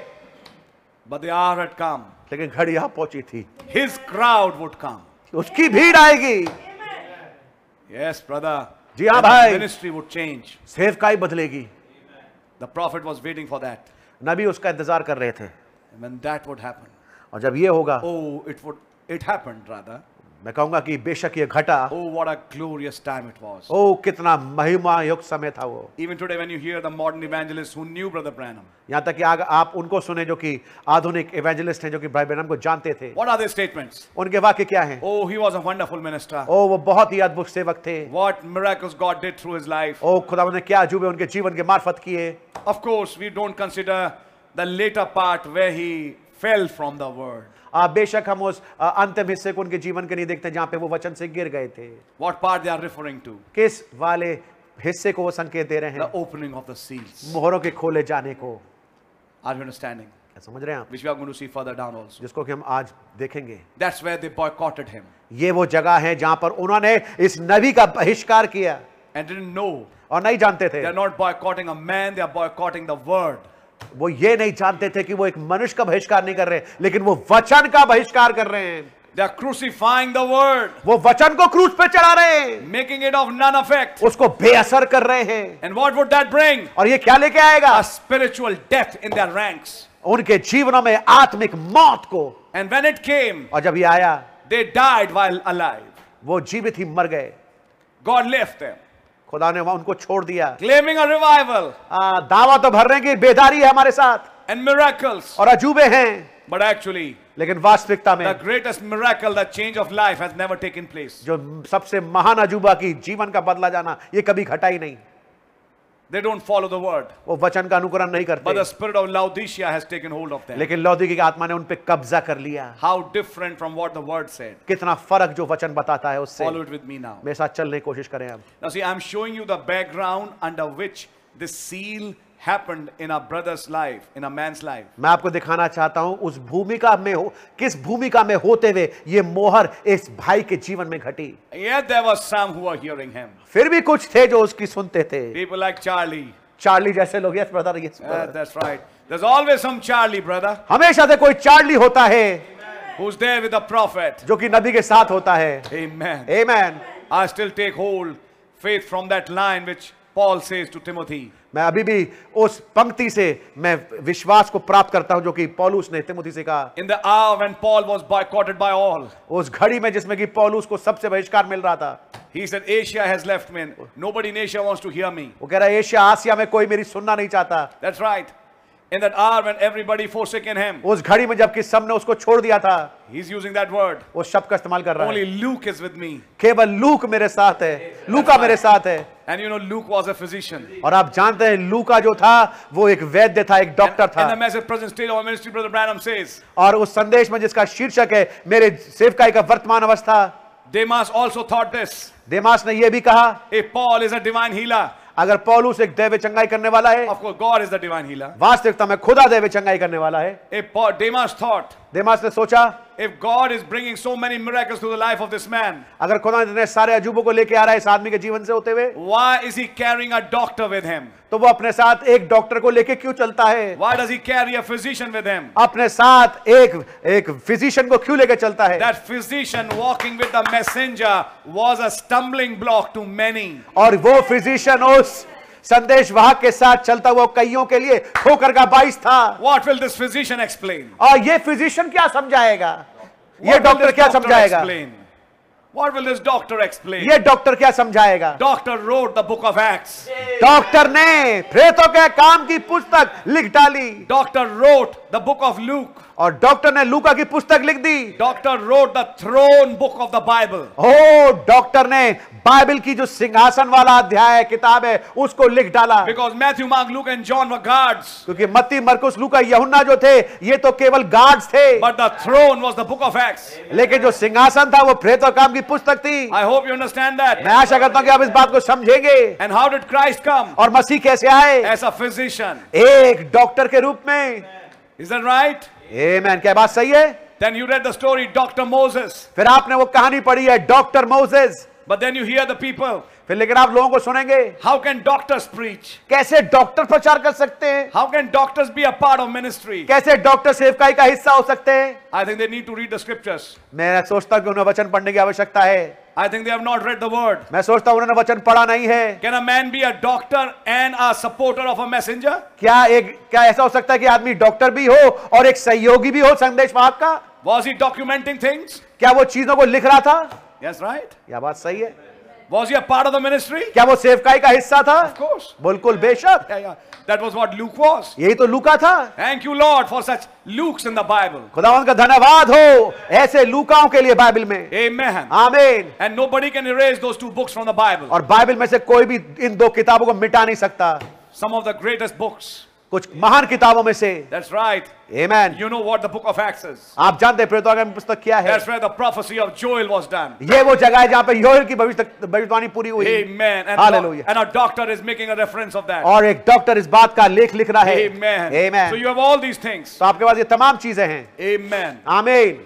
A: But the hour had come.
B: लेकिन घड़ी यहां पहुंची थी
A: His crowd would come.
B: उसकी भीड़ आएगी
A: Yes, brother.
B: जी हाँ,
A: Then the
B: भाई।
A: Ministry would change.
B: सेवकाई बदलेगी
A: The prophet was waiting for that.
B: नबी उसका इंतजार कर रहे थे
A: And when that would happen,
B: और जब ये होगा
A: oh, it would, it happened rather.
B: मैं कहूंगा कि बेशक ये घटा
A: Oh, what a glorious time it was.
B: ओ कितना महिमा युक्त समय था वो
A: Even today, when you hear the modern evangelists who knew Brother Branham,
B: यहाँ तक कि आग, आप उनको सुने जो कि आधुनिक इवेंजलिस्ट हैं जो कि भाई बहन को जानते थे
A: what are their statements?
B: उनके वाक्य क्या हैं
A: Oh, he was a wonderful minister.
B: ओ वो बहुत ही अद्भुत सेवक थे
A: What miracles God did through his life.
B: ओ खुदा ने क्या अजूबे उनके जीवन के मार्फत किए
A: Of course, we don't consider the later part where he fell from the word.
B: आ, बेशक हम उस आ, अंतिम हिस्से को उनके जीवन के नहीं देखते जहाँ पे वो वचन से गिर गए थे
A: What part they are referring to?
B: किस वाले हिस्से को वो संकेत दे रहे
A: The
B: हैं
A: opening of the seals.
B: मोहरों के खोले जाने को
A: Are you understanding?
B: क्या समझ रहे हैं आप
A: Which we are going to see further down also.
B: जिसको कि हम आज देखेंगे
A: That's where they boycotted him
B: ये वो जगह है जहां पर उन्होंने इस नबी का बहिष्कार किया
A: and didn't know.
B: और नहीं जानते थे
A: They are not boycotting a man, they are boycotting the word.
B: वो ये नहीं जानते थे कि वो एक मनुष्य का बहिष्कार नहीं कर रहे लेकिन वो वचन का बहिष्कार कर रहे हैं
A: They are crucifying the word,
B: वो वचन को क्रूज पे चढ़ा रहे हैं
A: making it of none effect.
B: उसको बेअसर कर रहे हैं
A: And what would that bring?
B: और ये क्या लेके आएगा
A: A spiritual death in their ranks.
B: उनके जीवनों में आत्मिक मौत को
A: And when it came,
B: और जब ये आया
A: they died while alive.
B: वो जीवित ही मर गए
A: God left them,
B: खुदा ने वहां उनको छोड़ दिया
A: claiming a revival
B: आ, दावा तो भर रहे हैं कि बेदारी है हमारे साथ
A: and miracles.
B: और अजूबे हैं
A: But actually,
B: लेकिन वास्तविकता में
A: the greatest miracle, the change of life, has never taken place.
B: जो सबसे महान अजूबा की जीवन का बदला जाना ये कभी घटा ही नहीं
A: They don't follow the word.
B: वो वचन का अनुकरण नहीं
A: But the
B: करते
A: spirit of Laodicea has taken hold of them.
B: लेकिन लौदी की आत्मा ने उन पे कब्जा कर लिया
A: How different from what the word said.
B: कितना फर्क जो वचन बताता है उससे
A: Follow it with me now.
B: मेरे साथ चलने की कोशिश करें आप
A: Now, see, I'm showing you the background under which this seal happened in a brother's life, in a man's life.
B: मैं आपको दिखाना चाहता हूं उस भूमिका में हो किस भूमिका में होते हुए ये मोहर इस भाई के जीवन में घटी
A: Yet there were some who were hearing him.
B: फिर भी कुछ थे जो उसकी सुनते थे
A: People like Charlie.
B: चार्ली जैसे लोग yes brother yes
A: Yeah, that's right. There's always some Charlie, brother,
B: हमेशा से कोई चार्ली होता है
A: who's there with the prophet.
B: जो कि नबी के साथ होता है
A: Amen.
B: Amen
A: I still take hold faith from that line which Paul says to Timothy.
B: मैं अभी भी उस पंक्ति से मैं विश्वास को प्राप्त करता हूं जो कि पौलुस ने तिमुथी से कहा
A: In the hour when Paul was boycotted by all,
B: उस घड़ी में जिसमें कि पौलुस को सबसे बहिष्कार मिल रहा था
A: he said, Asia has left me. Nobody in Asia wants to hear me.
B: वो कह रहा है एशिया आसिया में कोई मेरी सुनना नहीं चाहता
A: That's right. In that hour when everybody forsaken him,
B: उस घड़ी में जबकि सब ने उसको छोड़ दिया था
A: he's using that word.
B: वो शब्द का इस्तेमाल कर रहा है
A: Only Luke is with me.
B: केवल लूक मेरे साथ है लूका मेरे साथ है
A: And you know, Luke was a physician.
B: और आप जानते हैं लूका जो था वो एक वैद्य था एक डॉक्टर
A: In the
B: था
A: message present state of our ministry, Brother Branham says,
B: और उस संदेश में जिसका शीर्षक है मेरे सेवकाई का वर्तमान अवस्था
A: Demas also thought this.
B: देमास ने यह भी कहा
A: If Paul is a divine healer,
B: अगर पौलुस एक दैव चंगाई करने वाला है
A: of course, God is the divine healer.
B: वास्तविकता में खुदा दैव चंगाई करने वाला है
A: If Paul, Demas thought,
B: देमास ने सोचा
A: if God is bringing so many miracles to the life of this man,
B: अगर खुदा इतने सारे अजूबों को लेके आ रहा है इस आदमी के जीवन से होते हुए
A: why is he carrying a doctor with him?
B: तो वो अपने साथ एक डॉक्टर को लेके क्यों चलता है
A: Why does he carry a physician with him?
B: अपने साथ एक एक फिजिशियन को क्यों लेके चलता है
A: That physician walking with the messenger was a stumbling block to many.
B: और वो फिजिशियन उस संदेश वाहक के साथ चलता हुआ कईयों के लिए ठोकर का बाइस था
A: What will this physician explain?
B: और ये फिजिशियन क्या समझाएगा ये डॉक्टर क्या समझाएगा
A: explain? What will this doctor explain?
B: ये डॉक्टर क्या समझाएगा
A: Doctor wrote the book of Acts.
B: Doctor ने प्रेतों के काम की पुस्तक लिख डाली
A: Doctor wrote the book of Luke.
B: और डॉक्टर ने लूका की पुस्तक लिख दी
A: Doctor wrote the throne book of the Bible.
B: ओ डॉक्टर ने बाइबल की जो सिंहासन वाला अध्याय किताब है उसको लिख डाला
A: Because Matthew, Mark, Luke, and John were guards.
B: क्योंकि मत्ती मरकुस लूका यहुन्ना जो थे ये तो केवल गार्ड्स थे
A: But the throne was the book of Acts.
B: लेकिन जो सिंहासन था वो प्रेतों काम की पुस्तक थी
A: I hope you understand that.
B: मैं आशा करता हूं कि आप इस बात को समझेंगे
A: And how did Christ come?
B: और मसीह कैसे आए
A: As a physician.
B: एक डॉक्टर के रूप में
A: Is that right?
B: Amen. क्या बात सही है
A: Then you read the story, Dr. Moses.
B: फिर आपने वो कहानी पढ़ी है doctor Moses
A: But then you hear the people.
B: फिर लेकिन आप लोगों को सुनेंगे
A: How can doctors preach?
B: कैसे डॉक्टर प्रचार कर सकते हैं
A: How can doctors be a part of ministry?
B: कैसे डॉक्टर सेवकाई का हिस्सा हो सकते हैं
A: I think they need to read the scriptures.
B: मैं सोचता हूं कि उन्हें वचन पढ़ने की आवश्यकता है
A: I think they have not read the word.
B: मैं सोचता हूं उन्होंने वचन पढ़ा नहीं है
A: Can a man be a doctor and a supporter of a messenger?
B: क्या एक क्या ऐसा हो सकता है कि आदमी डॉक्टर भी हो और एक सहयोगी भी हो संदेश वाहक का
A: Was he documenting things?
B: क्या वो चीजों को लिख रहा था
A: Yes, right?
B: क्या बात सही है
A: Was he a part of the ministry?
B: क्या वो सेवकाई का हिस्सा था
A: Of course.
B: बिल्कुल बेशक
A: Yeah, yeah. That was what Luke was.
B: यही तो लूका था
A: Thank you, Lord, for such Lukes in the Bible.
B: खुदावन का धन्यवाद हो ऐसे लूकाओं के लिए बाइबल में
A: Amen.
B: आमीन
A: And nobody can erase those two books from the Bible.
B: और बाइबल में से कोई भी इन दो किताबों को मिटा नहीं सकता
A: Some of the greatest books.
B: कुछ महान किताबों में से
A: That's right.
B: आमीन
A: You know what the book of Acts is.
B: आप जानते हैं प्रेरितों की पुस्तक क्या है
A: That's where the prophecy of Joel was done.
B: ये वो जगह है जहां पे योएल की भविष्य- भविष्यवाणी पूरी हुई
A: Amen. And,
B: Hallelujah.
A: and a doctor is making a reference of that.
B: और एक डॉक्टर इस बात का लेख लिख रहा है
A: Amen.
B: Amen.
A: So you have all these things.
B: तो आपके पास ये तमाम चीजें हैं
A: Amen.
B: आमीन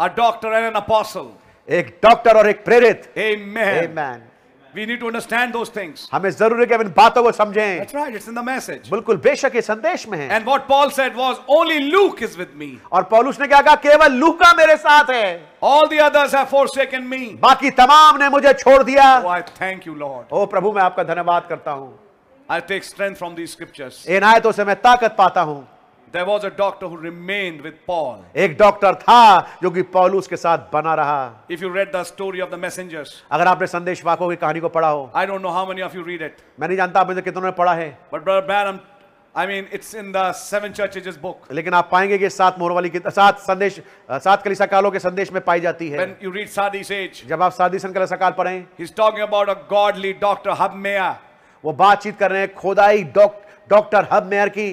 A: A doctor and an apostle.
B: एक डॉक्टर और एक प्रेरित
A: Amen.
B: आमीन
A: We need to understand those things.
B: हमें जरूर है कि हम इन बातों को समझें
A: That's right, it's in the message.
B: बिल्कुल बेशक ये संदेश में है
A: And what Paul said was, Only Luke is with me.
B: और पौलुस ने क्या कहा केवल लूका मेरे साथ है
A: All the others have forsaken me.
B: बाकी तमाम ने मुझे छोड़ दिया
A: Oh, I thank you, Lord.
B: ओ प्रभु मैं आपका धन्यवाद करता हूँ
A: I take strength from these scriptures.
B: इन आयतों से मैं ताकत पाता हूँ
A: There was a doctor who remained with Paul.
B: एक डॉक्टर था जो कि पौलुस के साथ बना रहा
A: If you read the story of the messengers,
B: अगर आपने संदेश वाकों की कहानी को पढ़ा हो
A: I don't know how many of you read it,
B: मैं नहीं जानता आप में से कितनों ने पढ़ा है
A: but Brother Branham, I mean, it's in the Seven Churches book.
B: लेकिन आप पाएंगे कि सात मोहर वाली कित- सात संदेश अ, सात कलिसा कालों के संदेश में पाई जाती है
A: When you read Sadi's age,
B: जब आप सादी सन कलिसा काल पढ़ें
A: he's talking about a godly doctor, Habmea.
B: वो बातचीत कर रहे हैं खोदाई डॉक- डॉक्टर हब मेयर की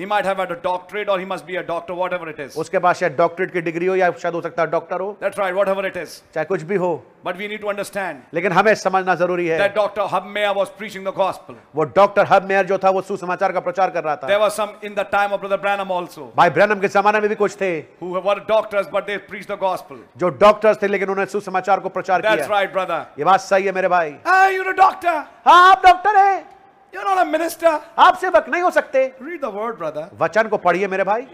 A: He might have had a doctorate or he must be a doctor, whatever it is.
B: उसके पास शायद डॉक्टरेट की डिग्री हो या शायद हो सकता है डॉक्टर हो
A: That's right, whatever it is.
B: चाहे कुछ भी हो
A: But we need to understand
B: लेकिन हमें समझना जरूरी है
A: that Dr. Habmea was preaching the gospel.
B: वो डॉक्टर हब मेयर जो था वो सुसमाचार का प्रचार कर रहा
A: There
B: था
A: were some in the time of Brother Branham also
B: भाई ब्रैनम के जमाने में भी कुछ थे
A: who were doctors but they preached the gospel.
B: जो डॉक्टर्स थे लेकिन उन्होंने सुसमाचार को प्रचार
A: That's
B: किया
A: right, brother.
B: ये बात सही है मेरे भाई
A: Ah, you're a doctor.
B: हाँ आप डॉक्टर हैं
A: You're not a minister.
B: आप सेवक नहीं हो सकते
A: Read the word, brother.
B: वचन को पढ़िए मेरे भाई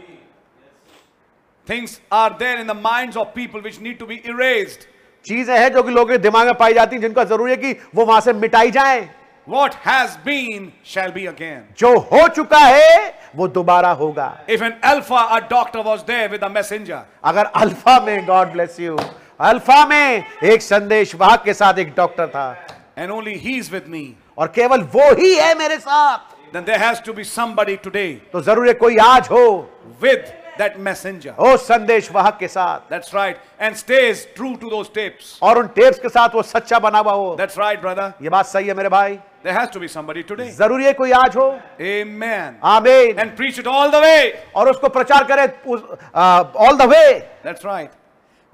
A: Things are there in the minds of people which need to be erased.
B: चीजें हैं जो कि लोगों के दिमाग में पाई जाती हैं जिनका जरूरी है कि वो वहां से मिटाई जाए
A: What has been shall be again.
B: जो हो चुका है वो दोबारा होगा
A: If an alpha, a doctor was there with a messenger.
B: अगर अल्फा में गॉड ब्लेस यू अल्फा में एक संदेश वाहक के साथ एक डॉक्टर था
A: and only he's with me,
B: और केवल वो ही है मेरे साथ
A: then there has to be somebody today
B: तो जरूर है कोई आज हो
A: with that messenger.
B: हो संदेश वाहक के साथ
A: That's right. And stays true to those tapes.
B: और उन टेप्स के साथ वो सच्चा बना हुआ हो
A: That's right, brother.
B: ये बात सही है मेरे भाई
A: There has to be somebody today.
B: जरूरी है कोई आज हो
A: Amen.
B: आमीन
A: And preach it all the way.
B: और उसको प्रचार करे all the way
A: That's right.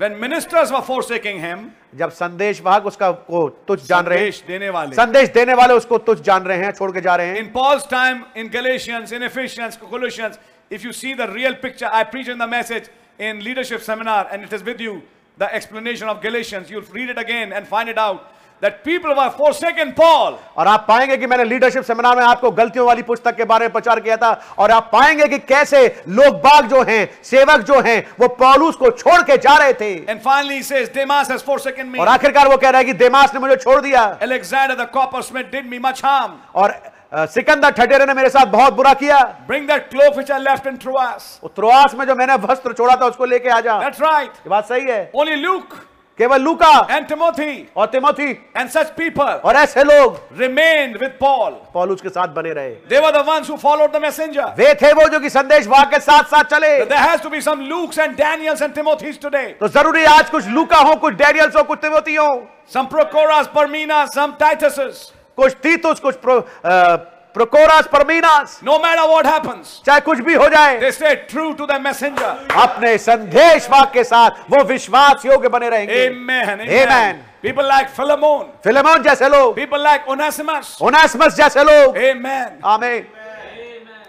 A: When ministers were forsaking him,
B: जब संदेश वाहक उसका को तुझ जान रहे हैं
A: संदेश देने वाले.
B: संदेश देने वाले उसको तुझ जान रहे हैं छोड़ के जा रहे हैं
A: in Paul's time, in Galatians, in Ephesians, Colossians, if you see the real picture, I preach in the message in leadership seminar, and it is with you the explanation of Galatians. You'll read it again and find it out that people were forsaken Paul.
B: और आप पाएंगे कि मैंने leadership seminar में आपको गलतियों वाली पुस्तक के बारे में प्रचार किया था और आप पाएंगे कि कैसे लोग बाग जो हैं सेवक जो हैं वो पौलुस को छोड़ के जा रहे थे
A: And finally, he says, Demas has forsaken me.
B: और आखिरकार वो कह रहा है कि देमास ने मुझे छोड़ दिया
A: Alexander the coppersmith did me much harm.
B: और अ, सिकंदर ठटेरे ने मेरे साथ बहुत बुरा किया
A: Bring that cloak which I left in Troas.
B: वो त्रोआस में जो मैंने वस्त्र छोड़ा था उसको लेके आ जा
A: That's right.
B: ये बात सही है
A: Only Luke
B: केवल लूका
A: and Timothy
B: और तिमोथी
A: and such people
B: और ऐसे लोग
A: remained with Paul.
B: पौलुस के साथ बने रहे
A: They were the ones who followed the messenger.
B: वे थे वो जो कि संदेश वाक के साथ साथ चले
A: There has to be some Lukes and Daniels and Timothys today.
B: तो जरूरी है आज कुछ लूका हो कुछ डेरियल्स हो कुछ तिमोथी हो
A: Some Prochoras, Parmenas, some Tituses.
B: कुछ तीतुस कुछ प्रो, अ, Prochorus Parmenas
A: No matter what happens,
B: चाहे कुछ भी हो जाए
A: they stay true to their messenger.
B: अपने संदेश वाक के साथ वो विश्वास योग्य बने रहेंगे
A: Amen.
B: Amen.
A: People like Philemon.
B: Philemon जैसे लोग
A: People like Onesimus.
B: ओनास्मस जैसे लोग
A: Amen.
B: आमीन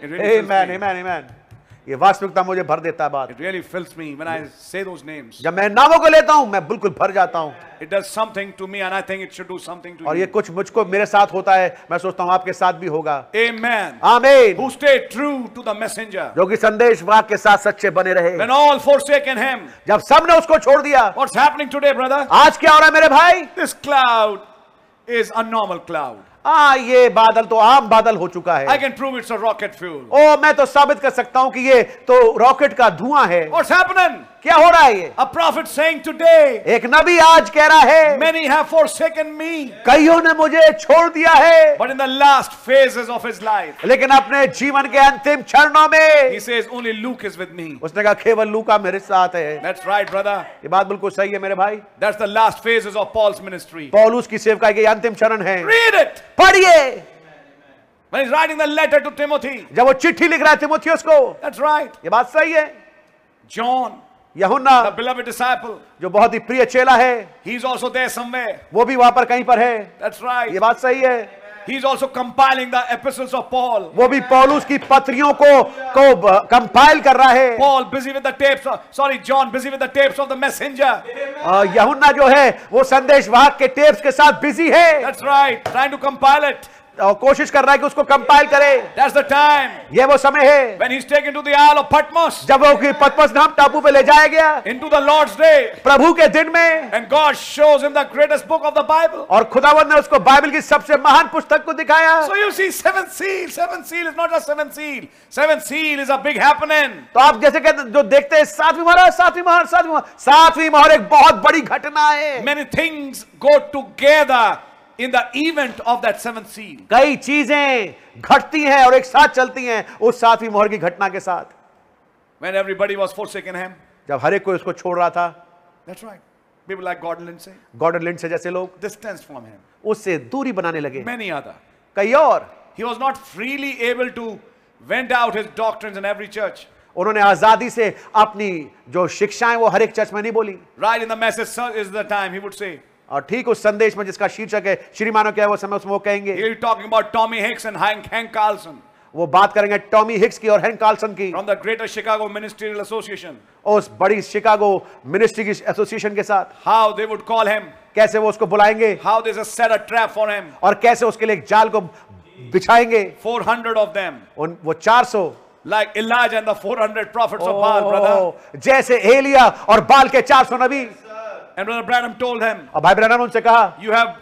A: It really fills
B: आमीन
A: me.
B: आमीन आमीन ये वास्तविकता मुझे भर देता है बात
A: It really fills me when I say those names.
B: जब मैं इन नामों को लेता हूं मैं बिल्कुल भर जाता हूं
A: It does something to me, and I think it should do something to
B: और ये
A: you.
B: कुछ मुझको मेरे साथ होता है मैं सोचता हूं आपके साथ भी होगा
A: Amen.
B: आमीन
A: Who stay true to the messenger.
B: जो कि संदेश वाक के साथ सच्चे बने रहे
A: When all forsaken him.
B: जब सबने उसको छोड़ दिया
A: What's happening today, brother?
B: आज क्या हो रहा है मेरे भाई
A: This cloud is a normal cloud.
B: हाँ ये बादल तो आम बादल हो चुका
A: I
B: है
A: can prove it's a rocket fuel.
B: ओ मैं तो साबित कर सकता हूं कि ये तो रॉकेट का धुआं है
A: What's happening?
B: क्या हो रहा है ये
A: A prophet saying today,
B: एक नबी आज कह रहा है
A: many have forsaken me.
B: कईयों ने मुझे छोड़ दिया है
A: But in the last phases of his life,
B: लेकिन अपने जीवन के अंतिम क्षणों में
A: he says, only Luke is with me.
B: उसने कहा केवल लूका मेरे साथ है
A: That's right, brother.
B: ये बात बिल्कुल सही है मेरे भाई
A: That's the last phases of Paul's ministry.
B: पौलुस की सेवकाई के ये अंतिम चरण है
A: Read it.
B: पढ़िए
A: When he's writing the letter to Timothy.
B: जब वो चिट्ठी लिख रहा है तिमोथियस को
A: That's right.
B: ये बात सही है
A: John,
B: यहुन्ना
A: the beloved disciple,
B: जो बहुत ही प्रिय चेला है
A: he's also there somewhere.
B: वो भी वहां पर कहीं पर है
A: That's
B: ये
A: right.
B: बात सही है
A: He's also compiling the epistles of Paul.
B: वो भी पौलुस की पत्रियों को को कंपाइल कर रहा है
A: Paul busy with the tapes. Of, sorry, John busy with the tapes of the messenger.
B: अ, यहुन्ना जो है वो संदेश वाहक के टेप्स के साथ बिजी है
A: That's right. Trying to compile it.
B: और कोशिश कर रहा है कि उसको कंपाइल करे
A: That's the time
B: ये वो समय है
A: when he's taken to the Isle of Patmos
B: जब वो कि पतपस धाम टापू पे ले जाया गया
A: into the Lord's day,
B: प्रभु के दिन में
A: and God shows him the greatest book of the Bible.
B: और खुदावन ने उसको बाइबल की सबसे महान पुस्तक को दिखाया
A: So you see, seventh seal, seventh seal is not just seventh seal. Seventh seal is a big happening.
B: तो आप जैसे कहते जो देखते हैं सातवीं महाराज सातवीं महाराज सातवीं महाराज सातवीं महाराज एक बहुत बड़ी घटना है
A: Many things go together in the event of that seventh seal.
B: कई चीजें घटती हैं और एक साथ चलती हैं उस सातवीं मोहर की घटना के साथ
A: When everybody was forsaken him.
B: जब हर एक कोई उसको छोड़ रहा था
A: That's right. People like Gordon Lindsay,
B: Gordon Lindsay जैसे लोग
A: distanced from him.
B: उससे दूरी बनाने लगे
A: Many other.
B: कई और
A: He was not freely able to vent out his doctrines in every church.
B: उन्होंने आजादी से अपनी जो शिक्षाएं वो हर एक चर्च में नहीं बोली
A: Right in the message sir, is the time, he would say.
B: और ठीक उस संदेश में जिसका शीर्षक है श्रीमानो क्या है वो समय उसमें वो कहेंगे
A: Here he's talking about Tommy Hicks and Hank, Hank Carlson
B: वो बात करेंगे टॉमी हिक्स की और हेन कार्लसन की
A: from the Greater Chicago Ministerial Association.
B: और उस बड़ी शिकागो मिनिस्ट्री की एसोसिएशन के साथ
A: How they would call him,
B: कैसे वो उसको बुलाएंगे
A: how they just set a trap for him.
B: और कैसे उसके लिए एक जाल को बिछाएंगे
A: 400 of them,
B: उन वो 400
A: like Elijah and the 400 prophets of Baal, brother.
B: ओह, जैसे एलिया और बाल के 400 नबी
A: And Brother Branham told him,
B: और भाई ब्रहण ने उनसे कहा
A: You have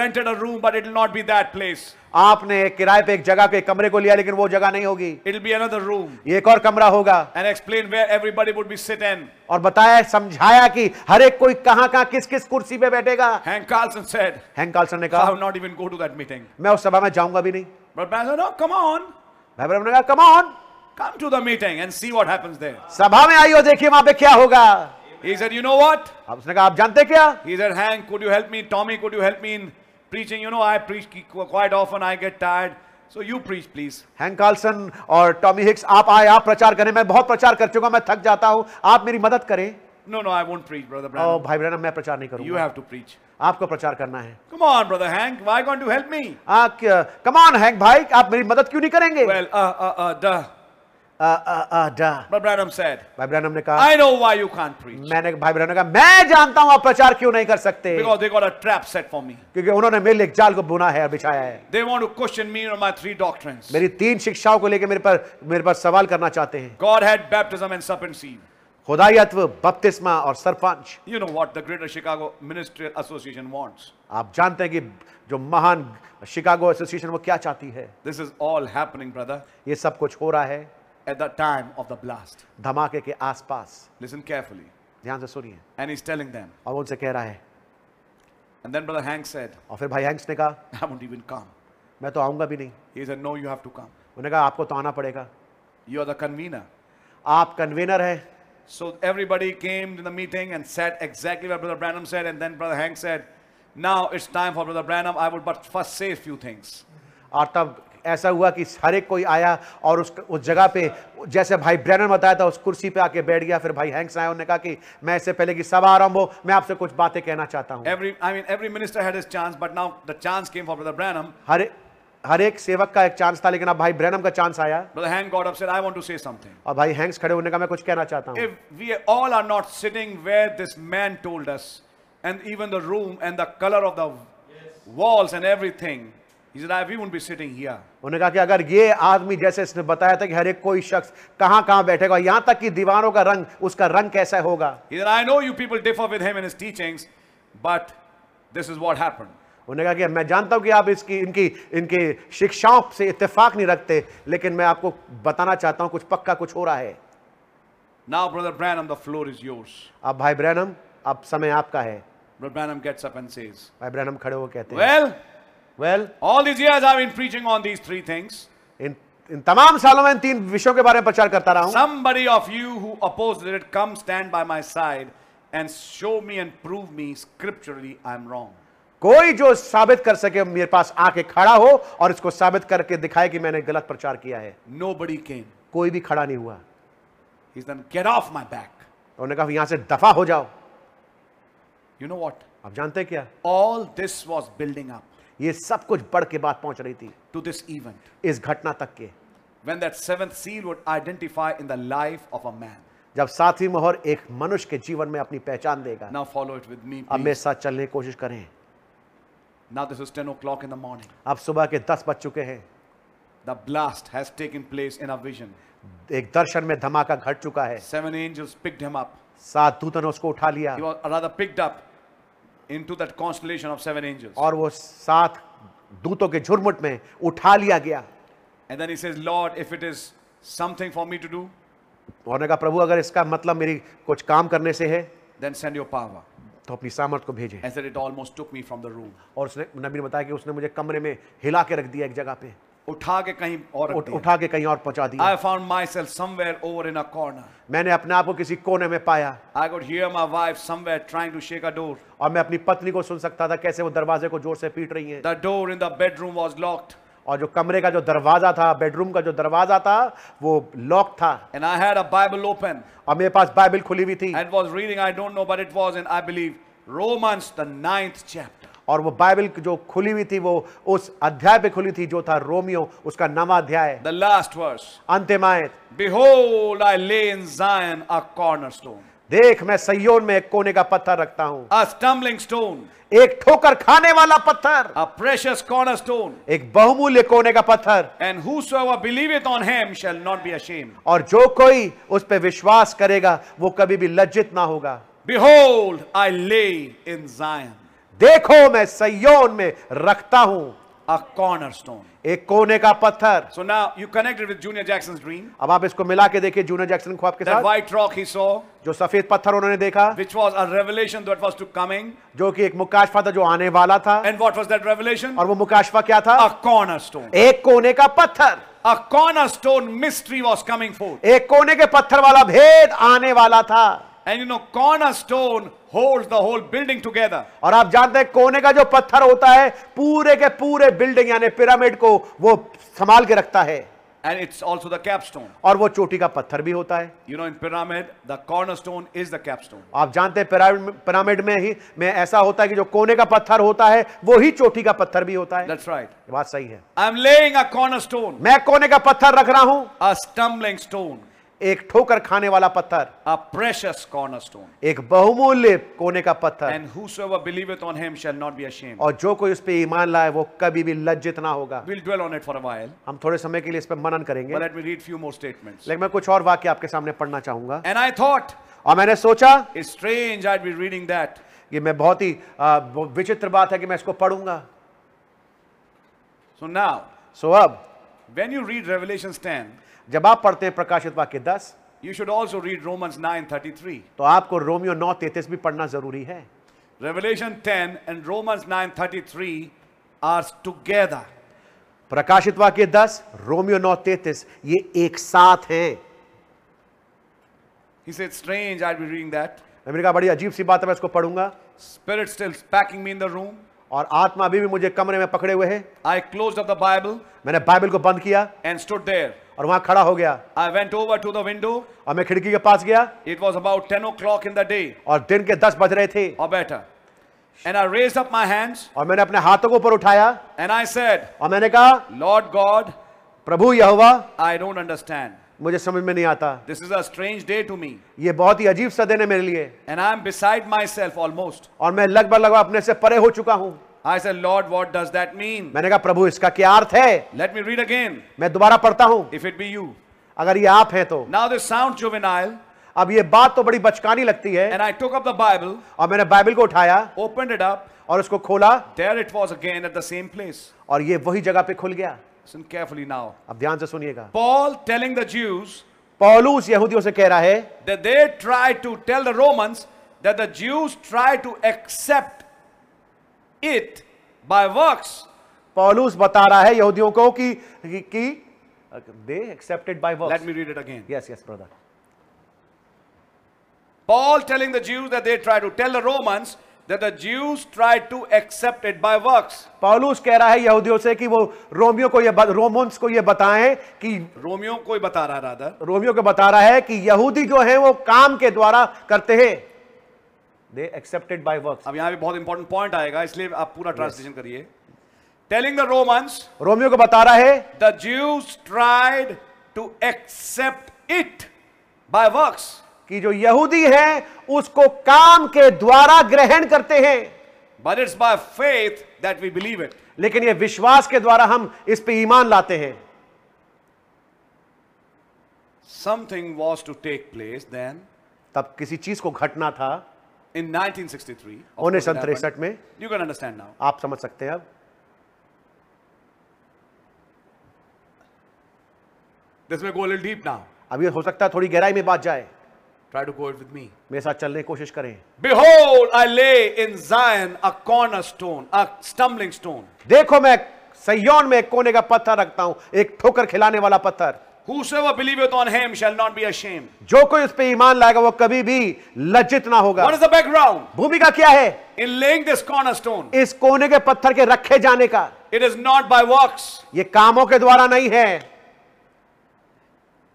A: rented a room, but it will not be that place.
B: आपने एक किराए पे एक जगह के कमरे को लिया लेकिन वो जगह नहीं होगी
A: It will be another room.
B: ये एक और कमरा होगा
A: And explain where everybody would be sitting.
B: और बताया समझाया कि हर एक कोई कहां कहां किस किस कुर्सी पे बैठेगा
A: Hank Carlson said,
B: Hank Carlson ने
A: I
B: कहा
A: will not even go to that meeting.
B: मैं उस सभा में जाऊंगा भी नहीं
A: But Branham said, No, come on.
B: भाई ब्रहण ने कहा come on
A: Come to the meeting and see what happens there.
B: सभा में आई हो देखिए वहां पे क्या होगा
A: He said, You know what?
B: अब उसने कहा आप जानते क्या
A: He said, Hank, could you help me? Tommy, could you help me in preaching? You know, I preach qu- quite often, I get tired. So you preach, please.
B: Hank Carlson और Tommy Hicks आप आए आप प्रचार करें मैं बहुत प्रचार कर चुका हूं, मैं थक जाता हूं आप मेरी मदद करें
A: No, no, I won't preach, Brother
B: और
A: Branham.
B: भाई ब्रहण मैं प्रचार नहीं
A: You
B: करूंगा
A: have to preach.
B: आपको प्रचार करना है
A: Come on, Brother Hank, why can't you help me?
B: Come on Hank भाई आप मेरी मदद क्यों नहीं करेंगे
A: Well, uh, uh, uh, duh.
B: आ, आ, आ, डा।
A: Brother Branham said,
B: भाई ब्रहण ने कहा
A: I know why you can't preach.
B: मैंने भाई ब्रहण ने कहा मैं जानता हूं आप प्रचार क्यों नहीं कर सकते
A: Because they got a trap set for me.
B: क्योंकि उन्होंने मेरे लिए एक जाल को बुना है और बिछाया है
A: They want to question me on my three doctrines
B: मेरी तीन शिक्षाओं को लेकर मेरे पर मेरे पर सवाल करना चाहते हैं
A: Godhead, baptism, and serpent seed.
B: खुदायत्व बपतिस्मा और सरपंच
A: You know what the Greater Chicago Ministerial Association wants.
B: आप जानते हैं कि जो महान शिकागो एसोसिएशन वो क्या चाहती है
A: This is all happening, brother,
B: ये सब कुछ हो रहा है
A: at the time of the blast.
B: धमाके के आसपास
A: Listen carefully.
B: ध्यान से सुनिए
A: And he's telling them.
B: और वो उनसे कह रहा है
A: And then Brother Hank said,
B: और फिर भाई हैंक्स ने कहा
A: I won't even come.
B: मैं तो आऊंगा भी नहीं
A: He said, No, you have to come.
B: उन्होंने कहा आपको तो आना पड़ेगा
A: You are the convener.
B: आप कन्वेनर हैं
A: So everybody came to the meeting and said exactly what Brother Branham said. And then Brother Hank said, Now it's time for Brother Branham. I would but first say a few things.
B: और तब ऐसा हुआ कि हर एक कोई आया और उस उस जगह पे जैसे भाई ब्रैनन बताया था उस कुर्सी पे आके बैठ गया फिर भाई हैंक्स आया उन्होंने कहा कि मैं इससे पहले कि सभा आरंभ हो मैं आपसे कुछ बातें कहना चाहता हूँ
A: Every, I mean, every minister had his chance, but now the chance came for Brother Branham.
B: हर ए- हर एक सेवक का एक चांस था लेकिन अब भाई ब्रैनम का चांस आया
A: Brother Hank got up said, I want to say something.
B: और भाई हैंक्स खड़े होने का मैं कुछ कहना चाहता हूँ
A: If we all are not sitting where this man told us, and even the room and the color of the walls and everything, he said, I, we wouldn't be sitting here.
B: उन्होंने कहा कि अगर ये आदमी जैसे इसने बताया था कि हर एक कोई शख्स कहाँ कहाँ बैठेगा यहाँ तक कि दीवारों का रंग उसका रंग कैसा होगा
A: He said, I know you people differ with him and his teachings, but this is what happened.
B: उन्होंने कहा कि मैं जानता हूँ कि आप इसकी इनकी इनकी शिक्षाओं से इत्तेफाक नहीं रखते लेकिन मैं आपको बताना चाहता हूँ कुछ पक्का कुछ हो रहा है
A: Now, Brother Branham, the floor is yours.
B: अब भाई ब्रैनम अब समय आपका है
A: Brother Branham gets up and says,
B: भाई ब्रैनम खड़े हो कहते हैं
A: Well,
B: well
A: all these years I've been preaching on these three things.
B: इन इन तमाम सालों में इन तीन विषयों के बारे में प्रचार करता रहा हूँ
A: Somebody of you who opposes it, come stand by my side and show me and prove me scripturally I'm wrong.
B: कोई जो साबित कर सके मेरे पास आके खड़ा हो और इसको साबित करके दिखाए कि मैंने गलत प्रचार किया है
A: Nobody came.
B: कोई भी खड़ा नहीं हुआ
A: He said, Get off my back.
B: उन्होंने कहा यहाँ से दफा हो जाओ
A: You know what?
B: आप जानते हैं क्या
A: All this was building up
B: ये सब कुछ बढ़ के बात पहुंच रही थी
A: to this event
B: इस घटना तक के
A: when that seventh seal would identify in the life of a man.
B: जब सातवीं मोहर एक मनुष्य के जीवन में अपनी पहचान देगा
A: Now follow it with me.
B: अब मेरे
A: Please.
B: साथ चलने की कोशिश करें
A: Now this is 10 o'clock in the morning.
B: अब सुबह के दस बज चुके हैं
A: The blast has taken place in a vision.
B: एक दर्शन में धमाका घट चुका है
A: Seven angels picked him up.
B: सात दूतों ने उसको उठा लिया
A: He was or rather picked up into that constellation of seven angels.
B: और वो सात दूतों के झुरमुट में उठा लिया गया
A: And then he says, Lord, if it is something for me to do,
B: उन्होंने कहा प्रभु अगर इसका मतलब मेरी कुछ काम करने से है
A: then send your power.
B: तो अपनी सामर्थ को भेजे
A: And said, It almost took me from the room.
B: और उसने नबी ने बताया कि उसने मुझे कमरे में हिला के रख दिया एक जगह पे
A: उठा के कहीं और रख
B: उठ-
A: दिया।
B: उठा के कहीं और पहुंचा दिया
A: I found myself somewhere over in a corner.
B: मैंने अपने आप को किसी कोने में पाया
A: I could hear my wife somewhere trying to shake a door.
B: और मैं अपनी पत्नी को सुन सकता था कैसे वो दरवाजे को जोर से पीट रही है
A: The door in the bedroom was locked,
B: और जो कमरे का जो दरवाजा था बेडरूम का जो दरवाजा था वो लॉक था
A: and I had a Bible open
B: और मेरे पास बाइबल खुली हुई थी
A: and was reading, I don't know, but it was in, I believe, Romans, the ninth chapter.
B: और वो बाइबल जो खुली हुई थी वो उस अध्याय पे खुली थी जो था रोमियो उसका नवा अध्याय
A: The last verse
B: अंतिम आयत
A: Behold, I lay in Zion a cornerstone,
B: देख मैं सयोन में एक कोने का पत्थर रखता हूँ
A: a stumbling stone,
B: एक ठोकर खाने वाला पत्थर
A: a precious cornerstone.
B: एक बहुमूल्य कोने का पत्थर
A: And whosoever believeth on him shall not be ashamed.
B: और जो कोई उस पर विश्वास करेगा वो कभी भी लज्जित ना होगा
A: Behold, I lay in Zion
B: देखो मैं सयोन में रखता हूं
A: a cornerstone.
B: एक कोने का पत्थर
A: So now you connected with Junior Jackson's dream.
B: अब आप इसको मिला के देखिए जूनियर जैक्सन ख्वाब के
A: That
B: साथ
A: white rock he saw,
B: जो सफेद पत्थर उन्होंने देखा
A: which was a revelation that was to coming.
B: जो कि एक मुकाशफा था जो आने वाला था
A: And what was that revelation?
B: और वो मुकाशफा क्या था
A: A cornerstone.
B: एक कोने का पत्थर
A: A cornerstone mystery was coming forth.
B: एक कोने के पत्थर वाला भेद आने वाला था
A: And you know, cornerstone holds the whole building together.
B: और आप जानते हैं कोने का जो पत्थर होता है पूरे के पूरे बिल्डिंग यानी पिरामिड को वो संभाल के रखता है
A: And it's also the capstone.
B: और वो चोटी का पत्थर भी होता है
A: You know, in pyramid, the cornerstone is the capstone.
B: आप जानते हैं पिरामिड पिरामिड में ही में ऐसा होता है कि जो कोने का पत्थर होता है वो ही चोटी का पत्थर भी होता है
A: That's right.
B: ये बात सही है
A: I'm laying a cornerstone,
B: मैं कोने का पत्थर रख रहा हूं
A: a stumbling stone,
B: एक ठोकर खाने वाला पत्थर
A: a precious cornerstone.
B: एक बहुमूल्य कोने का पत्थर
A: And whosoever believeth on him shall not be ashamed.
B: और जो कोई उस पर ईमान लाए वो कभी भी लज्जित ना होगा
A: We'll dwell on it for a while,
B: हम थोड़े समय के लिए इस पर मनन करेंगे
A: but let me read few more statements.
B: लेकिन मैं कुछ और वाक्य आपके सामने पढ़ना चाहूंगा
A: And I thought,
B: और मैंने सोचा
A: it's strange I'd be reading that.
B: कि मैं बहुत ही आ, वो विचित्र बात है कि मैं इसको पढ़ूंगा
A: So now,
B: सो अब
A: when you read Revelation 10,
B: जब आप पढ़ते हैं प्रकाशित वाक्य 10
A: you should also read Romans 9:33.
B: तो आपको रोमियो 9:33 भी पढ़ना जरूरी है
A: Revelation 10 and Romans 9:33 are together.
B: प्रकाशित वाक्य 10 रोमियो 9:33 ये एक साथ हैं
A: He said, strange I'd be reading that.
B: मैंने कहा बड़ी अजीब सी बात है मैं इसको पढ़ूंगा
A: Spirit still packing me in the room.
B: और आत्मा अभी भी मुझे कमरे में पकड़े हुए है
A: I closed up the Bible
B: मैंने बाइबल को बंद किया
A: and stood there.
B: और वहां खड़ा हो गया
A: I went over to the window.
B: और मैं खिड़की के पास गया
A: It was about 10 o'clock in the day
B: और दिन के 10 बज रहे थे
A: or better. And I raised up my hands
B: और मैंने अपने हाथों को ऊपर उठाया
A: and I said,
B: और मैंने कहा
A: Lord God,
B: Prabhu Jehovah
A: I don't understand.
B: मुझे समझ में नहीं आता
A: This is a strange day to me.
B: ये बहुत ही अजीब सा दिन है मेरे लिए
A: And I'm beside myself almost.
B: और मैं लगभग लगभग अपने से परे हो चुका हूं
A: I said, Lord, what does that mean?
B: मैंने कहा प्रभु इसका क्या अर्थ है
A: Let me read again,
B: मैं दोबारा पढ़ता हूं
A: if it be you.
B: अगर ये आप हैं तो
A: Now this sounds juvenile,
B: अब ये बात तो बड़ी बचकानी लगती है
A: and I took up the Bible,
B: और मैंने बाइबल को उठाया
A: opened it up.
B: और उसको खोला
A: There it was again at the same place.
B: और ये वही जगह पे खुल गया
A: Listen carefully now.
B: अब ध्यान से सुनिएगा
A: Paul telling the Jews
B: पौलुस यहूदियों से कह रहा है
A: that they tried to tell the Romans that the Jews tried to accept it by works.
B: पौलुस बता रहा है यहूदियों को कि कि- कि they accepted by
A: Let
B: works
A: me read it again.
B: Yes yes brother
A: Paul telling the Jews that they tried to tell the Romans that the Jews tried to accept it by works.
B: पौलुस कह रहा है यहूदियों से कि वो Romeo को ये ब- रोमन्स को ये बताएं कि
A: Romeo koi bata raha rather.
B: रोमियो को बता रहा है कि यहूदी जो है वो काम के द्वारा करते हैं दे एक्सेप्टेड बाय वर्क्स
A: अब यहाँ पे बहुत इंपॉर्टेंट पॉइंट आएगा इसलिए आप पूरा ट्रांसलेशन करिए टेलिंग द रोमन्स
B: रोमियो को बता रहा है
A: the Jews tried to accept it by works
B: कि जो यहूदी हैं उसको काम के द्वारा ग्रहण करते हैं
A: but it's by faith that we believe it
B: लेकिन ये विश्वास के द्वारा हम इस पे ईमान लाते हैं
A: something was to take place then
B: तब किसी चीज को घटना था
A: इन 1963
B: उन्नीस तिरसठ में
A: यू कैन अंडरस्टैंड नाउ
B: आप समझ सकते हैं अब
A: this may go little deep now
B: अब ये हो सकता है थोड़ी गहराई में बात जाए
A: try to go it with me
B: मेरे साथ चलने की कोशिश करें
A: Behold, I lay in Zion a cornerstone, a stumbling stone.
B: देखो मैं सयोन में एक कोने का पत्थर रखता हूं एक ठोकर खिलाने वाला पत्थर
A: Whosoever believeth on him shall not be ashamed.
B: जो कोई उस पर ईमान लाएगा वो कभी भी लज्जित ना होगा
A: What is the background?
B: भूमिका क्या है
A: In laying this cornerstone,
B: इस कोने के पत्थर के रखे जाने का
A: it is not by works,
B: ये कामों के द्वारा नहीं है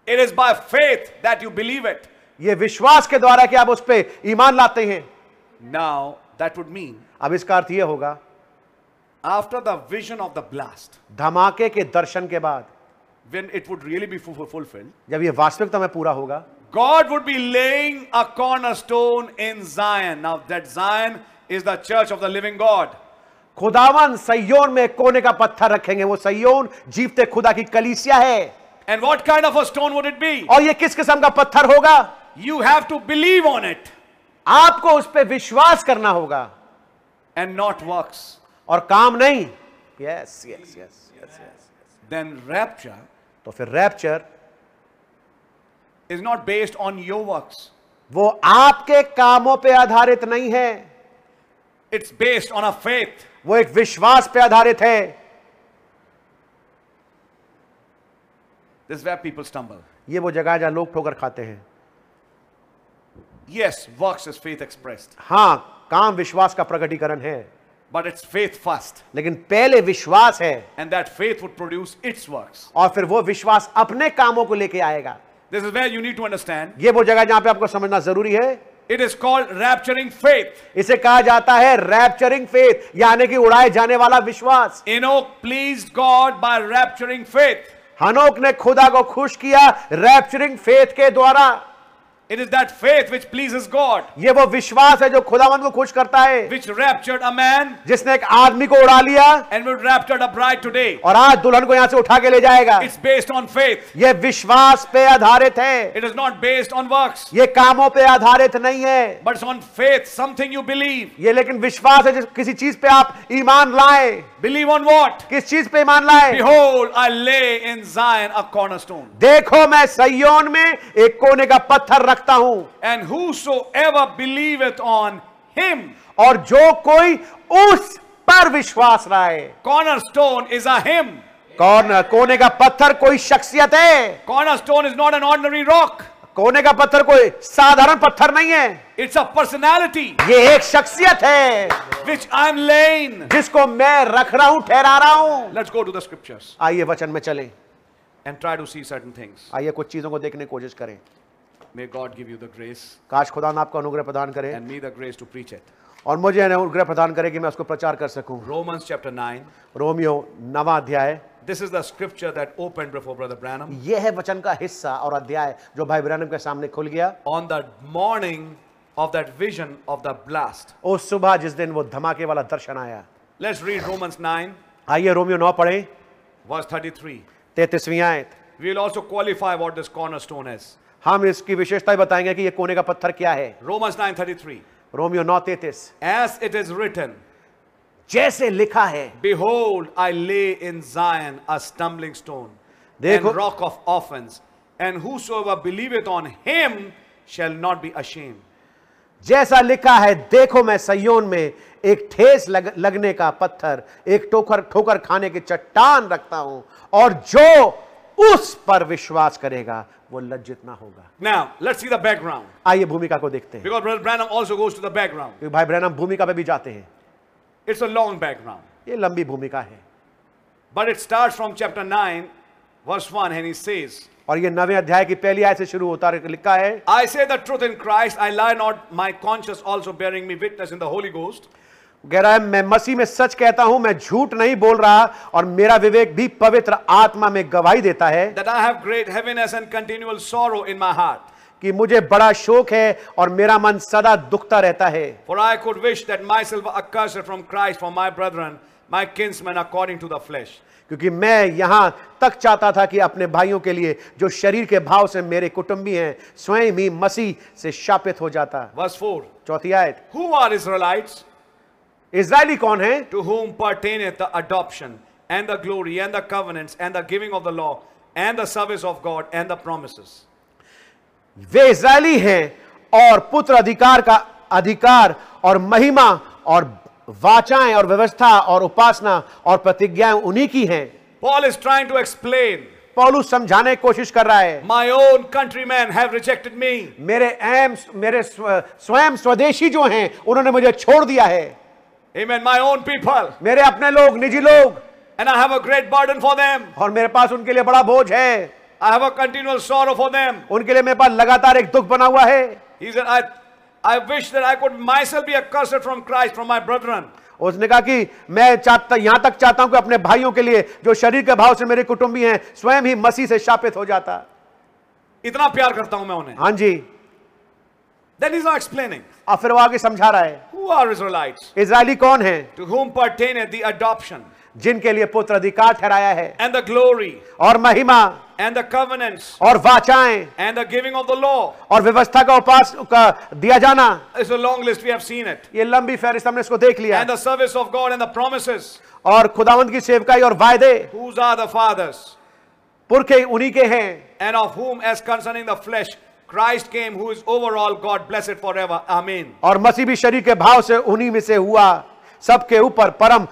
A: it is by faith that you believe it.
B: ये विश्वास के द्वारा कि आप उस पर ईमान लाते हैं
A: Now, that would mean
B: अब इसका अर्थ यह होगा
A: after the vision of the blast,
B: धमाके के दर्शन के बाद
A: when it would really be fu- fu- fulfilled,
B: जब ये वास्तविकता में पूरा होगा
A: God would be laying a cornerstone in Zion. Now, that Zion is the church of the living God.
B: खुदावन सयोन में एक कोने का पत्थर रखेंगे वो सयोन जीवते खुदा की कलीसिया है
A: And what kind of a stone would it be?
B: और ये किस किस्म का पत्थर होगा
A: You have to believe on it.
B: आपको उस पर विश्वास करना होगा
A: and not works,
B: और काम नहीं yes yes yes yes yes
A: then rapture
B: तो फिर rapture
A: is not based on your works.
B: वो आपके कामों पे आधारित नहीं है
A: It's based on a faith.
B: वो एक विश्वास पे आधारित है
A: This is where people stumble.
B: ये वो जगह है जहां लोग ठोकर खाते हैं
A: Yes, works is faith expressed,
B: हाँ काम विश्वास का प्रकटीकरण है
A: but it's faith first.
B: लेकिन पहले विश्वास है
A: And that faith would produce its works.
B: और फिर वो विश्वास अपने कामों को लेके आएगा
A: This is where you need to understand.
B: ये वो जगह जहां पे आपको समझना जरूरी है
A: It is called rapturing faith.
B: इसे कहा जाता है रैप्चरिंग फेथ यानी कि उड़ाए जाने वाला विश्वास
A: Enoch pleased God by rapturing faith.
B: हनोक ने खुदा को खुश किया रैप्चरिंग फेथ के द्वारा
A: It is that faith which pleases God,
B: ये वो विश्वास है जो खुदावन को खुश करता है
A: which raptured a man
B: जिसने एक आदमी को उड़ा लिया
A: and will rapture a bride today.
B: और आज दुल्हन को यहां से उठा के ले जाएगा
A: It's based on faith.
B: ये विश्वास पे आधारित है
A: It is not based on works,
B: ये कामों पे आधारित नहीं है
A: but it's on faith, something you believe.
B: ये लेकिन विश्वास है जिस किसी चीज पे आप ईमान लाए
A: Believe on what?
B: किस चीज पे ईमान लाए
A: Behold, I lay in Zion a cornerstone,
B: देखो मैं सयोन में एक कोने का पत्थर रखता हूं
A: and whosoever believeth on him.
B: और जो कोई उस पर विश्वास लाए
A: Cornerstone is a him.
B: कौन कोने का पत्थर कोई शख्सियत है
A: Cornerstone is not an ordinary rock,
B: कोने का पत्थर कोई साधारण पत्थर नहीं है
A: it's a personality
B: ये एक शख्सियत है
A: which I'm laying.
B: जिसको मैं रख रहा हूं ठहरा रहा हूं
A: Let's go to the scriptures
B: आइए वचन में चलें
A: and try to see certain things.
B: आइए कुछ चीजों को देखने की कोशिश करें
A: May God give you the grace
B: काश खुदा ना आपको अनुग्रह प्रदान करे
A: and me the grace to preach it.
B: और मुझे अनुग्रह प्रदान करे कि मैं उसको प्रचार कर सकूं
A: Romans chapter 9.
B: रोमियो नवा अध्याय
A: This is the scripture that opened before Brother Branham.
B: यह है वचन का हिस्सा और अध्याय जो भाई ब्रैनम के सामने खुल गया
A: On the morning of that vision of the blast.
B: उस सुबह जिस दिन वो धमाके वाला दर्शन आया
A: Let's read Romans 9,
B: आइए रोमियो नौ पढ़े
A: verse 33.
B: तैतीसवीं आयत
A: We will also qualify what this cornerstone is.
B: हम इसकी विशेषता बताएंगे कि ये कोने का पत्थर क्या है
A: Romans 9 33.
B: रोमियो नौ तैतीस
A: As it is written,
B: जैसे लिखा है
A: Behold, I lay in Zion a stumbling stone
B: देखो-
A: and rock of offense, and whosoever believeth on him shall not be ashamed.
B: जैसा लिखा है देखो मैं सयोन में एक ठेस लग, लगने का पत्थर एक ठोकर ठोकर खाने की चट्टान रखता हूं और जो उस पर विश्वास करेगा वो लज्जित ना होगा
A: Now, let's see the background.
B: आइए भूमिका को देखते हैं
A: Because Brother Branham also goes to the background.
B: क्योंकि भाई ब्रैनम भूमिका पे भी जाते हैं
A: It's a long background.
B: ये लंबी भूमिका है
A: But it starts from chapter 9, verse 1, and he says,
B: और ये नवे अध्याय की पहली आयत से शुरू होता है लिखा है
A: I say the truth in Christ, I lie not, my conscience also bearing me witness in the Holy Ghost,
B: कह रहा है मैं मसीह में सच कहता हूं मैं झूठ नहीं बोल रहा और मेरा विवेक भी पवित्र आत्मा में गवाही देता है
A: that I have great heaviness and continual sorrow in my heart.
B: कि मुझे बड़ा शोक है और मेरा मन सदा दुखता रहता है
A: For I could wish that myself were accursed from Christ for my brethren, my kinsmen according to the flesh,
B: क्योंकि मैं यहां तक चाहता था कि अपने भाइयों के लिए जो शरीर के भाव से मेरे कुटुंबी हैं स्वयं ही मसीह से शापित हो जाता
A: Verse 4
B: चौथी आयत
A: Who are Israelites,
B: इसराइली कौन है
A: to whom pertaineth the adoption, and the glory, and the covenants, and the giving of the law, and the service of God, and the promises?
B: वे इसराइली हैं और पुत्र अधिकार का अधिकार और महिमा और वाचाएं और व्यवस्था और उपासना और प्रतिज्ञाएं उन्हीं की हैं
A: Paul is trying to explain
B: पौलुस समझाने की कोशिश कर रहा है
A: My own countrymen have rejected me.
B: मेरे एम मेरे स्व- स्वयं स्वदेशी जो हैं उन्होंने मुझे छोड़ दिया है
A: Amen. My own people.
B: मेरे अपने लोग निजी लोग
A: And I have a great burden for them.
B: और मेरे पास उनके लिए बड़ा बोझ है
A: I have a continual sorrow for them.
B: उनके लिए मेरे पास लगातार एक दुख बना हुआ है
A: He said, I, I wish that I could myself be accursed from Christ, from my brethren.
B: उसने कहा कि मैं चाहता यहां तक चाहता हूं कि अपने भाइयों के लिए जो शरीर के भाव से मेरे कुटुंबी हैं स्वयं ही मसीह से शापित हो जाता
A: इतना प्यार करता हूं मैं उन्हें
B: हाँ जी
A: then he's not explaining
B: और फिर वो आगे समझा रहा है
A: who are israelites
B: इसराइली कौन है
A: to whom pertaineth the adoption
B: जिनके लिए पुत्र अधिकार ठहराया है
A: and the glory
B: और महिमा
A: and the covenants
B: और वाचाएं
A: and the giving of the law
B: और व्यवस्था का उपास का दिया जाना
A: it's a long list we have seen it
B: ये लंबी फहरिस्त हमने इसको देख लिया
A: and the service of god and the promises
B: और खुदावंत की सेवकाई और वायदे
A: whose are the fathers
B: पुरखे उन्हीं के हैं
A: and of whom as concerning the flesh christ came who is over all god blessed forever amen
B: और मसीह भी शरीर के भाव से उन्हीं में से हुआ सबके ऊपर परम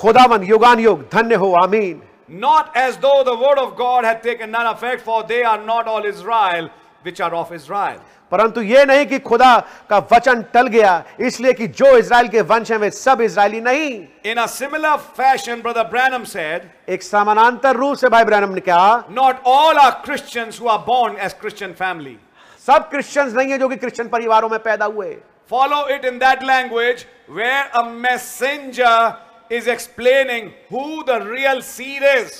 B: खुदावन युगान युग धन्य हो आमीन
A: not as though the word of god had taken none effect for they are not all israel which are of israel
B: परंतु ये नहीं कि खुदा का वचन टल गया इसलिए कि जो इज़राइल के वंश हैं वे सब इज़राइली नहीं
A: in a similar fashion brother branham said
B: एक समानांतर रूप से भाई ब्रैनम ने कहा
A: Not all are Christians who are born as Christian family.
B: सब क्रिश्चियंस नहीं है जो कि क्रिश्चियन परिवारों में पैदा हुए
A: Follow it in that language where a messenger is explaining who the real seed is.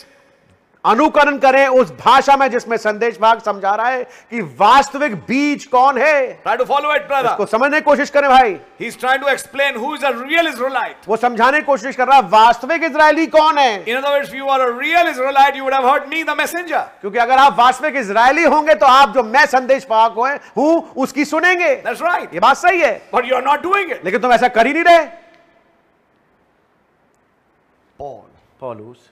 B: अनुकरण करें उस भाषा में जिसमें संदेश भाग समझा रहा है कि वास्तविक बीज कौन है
A: Try to follow it,
B: को
A: brother.
B: समझने की कोशिश करें भाई
A: He's trying to explain who is a real Israelite.
B: वो समझाने की कोशिश कर रहा है वास्तविक इसराइली कौन है
A: In other words, if you are a real Israelite, you would have heard me, the messenger.
B: क्योंकि अगर आप वास्तविक इसराइली होंगे तो आप जो मैं संदेश वाहक हुए- हूं उसकी सुनेंगे
A: That's right.
B: ये बात सही है
A: But you are not doing it.
B: लेकिन तुम ऐसा कर ही नहीं रहे
A: Paul
B: पॉलूस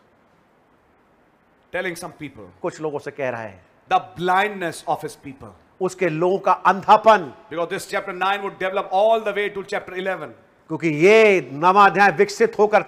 A: telling some people
B: कुछ लोगों से कह रहा है
A: the blindness of his people.
B: उसके लोगों का अंधापन
A: Because this chapter 9 would develop all the way to chapter 11,
B: क्योंकि ये नवा अध्याय विकसित होकर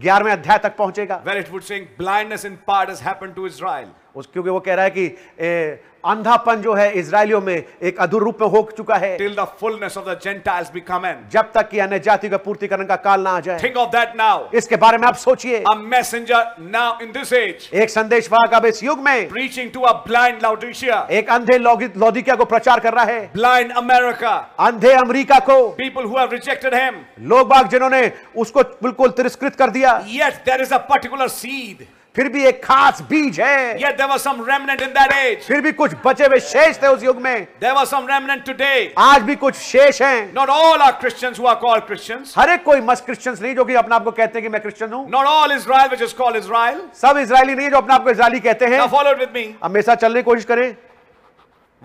B: ग्यारहवें अध्याय तक पहुंचेगा
A: where it would saying blindness in part has happened to Israel.
B: उस क्योंकि वो कह रहा है कि ए, अंधापन जो है इसराइलियों में एक अधूर रूप में हो चुका है
A: till the fullness of the Gentiles become in.
B: जब तक कि अन्य जाति का पूर्तिकरण का काल ना आ जाए
A: Think of that now.
B: इसके बारे में आप सोचिए
A: A messenger now in this age
B: एक संदेशवाहक अब इस युग में
A: preaching to a blind Laodicea,
B: एक अंधे लौगी- लौदीकिया को प्रचार कर रहा है
A: blind America,
B: अंधे अमेरिका को
A: people who have rejected him.
B: लोग बाग जिन्होंने उसको बिल्कुल तिरस्कृत कर दिया
A: Yet there is a particular seed.
B: फिर भी एक खास बीज है
A: Yet there was some remnant in that age.
B: फिर भी कुछ बचे हुए शेष थे उस युग में
A: There was some remnant today.
B: आज भी कुछ शेष हैं
A: Not all are Christians who are called Christians.
B: हर एक कोई मस्त क्रिश्चियंस नहीं जो कि अपने आप को कहते हैं कि मैं क्रिश्चियन हूं
A: Not all Israel, which is called Israel.
B: सब इसराइली नहीं है जो अपने आप को इसराइली कहते हैं
A: Now follow it with me.
B: हमेशा चलने की कोशिश करें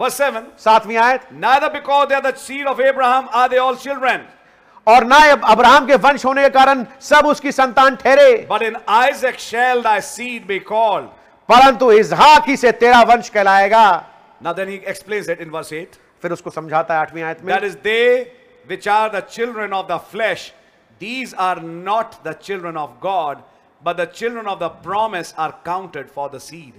A: Verse 7.
B: सातवीं आयत
A: Neither because they are the seed of Abraham are they all children.
B: और ना अब अब्राहम के वंश होने के कारण सब उसकी संतान ठहरे
A: But in Isaac shall thy seed be called.
B: परंतु इसहाक ही से तेरा वंश कहलाएगा
A: Now then he explains it in verse 8.
B: फिर उसको समझाता है आठवीं आयत में
A: That is, they which are the children of the flesh, these are not the children of God, but the children of the promise are counted for the seed.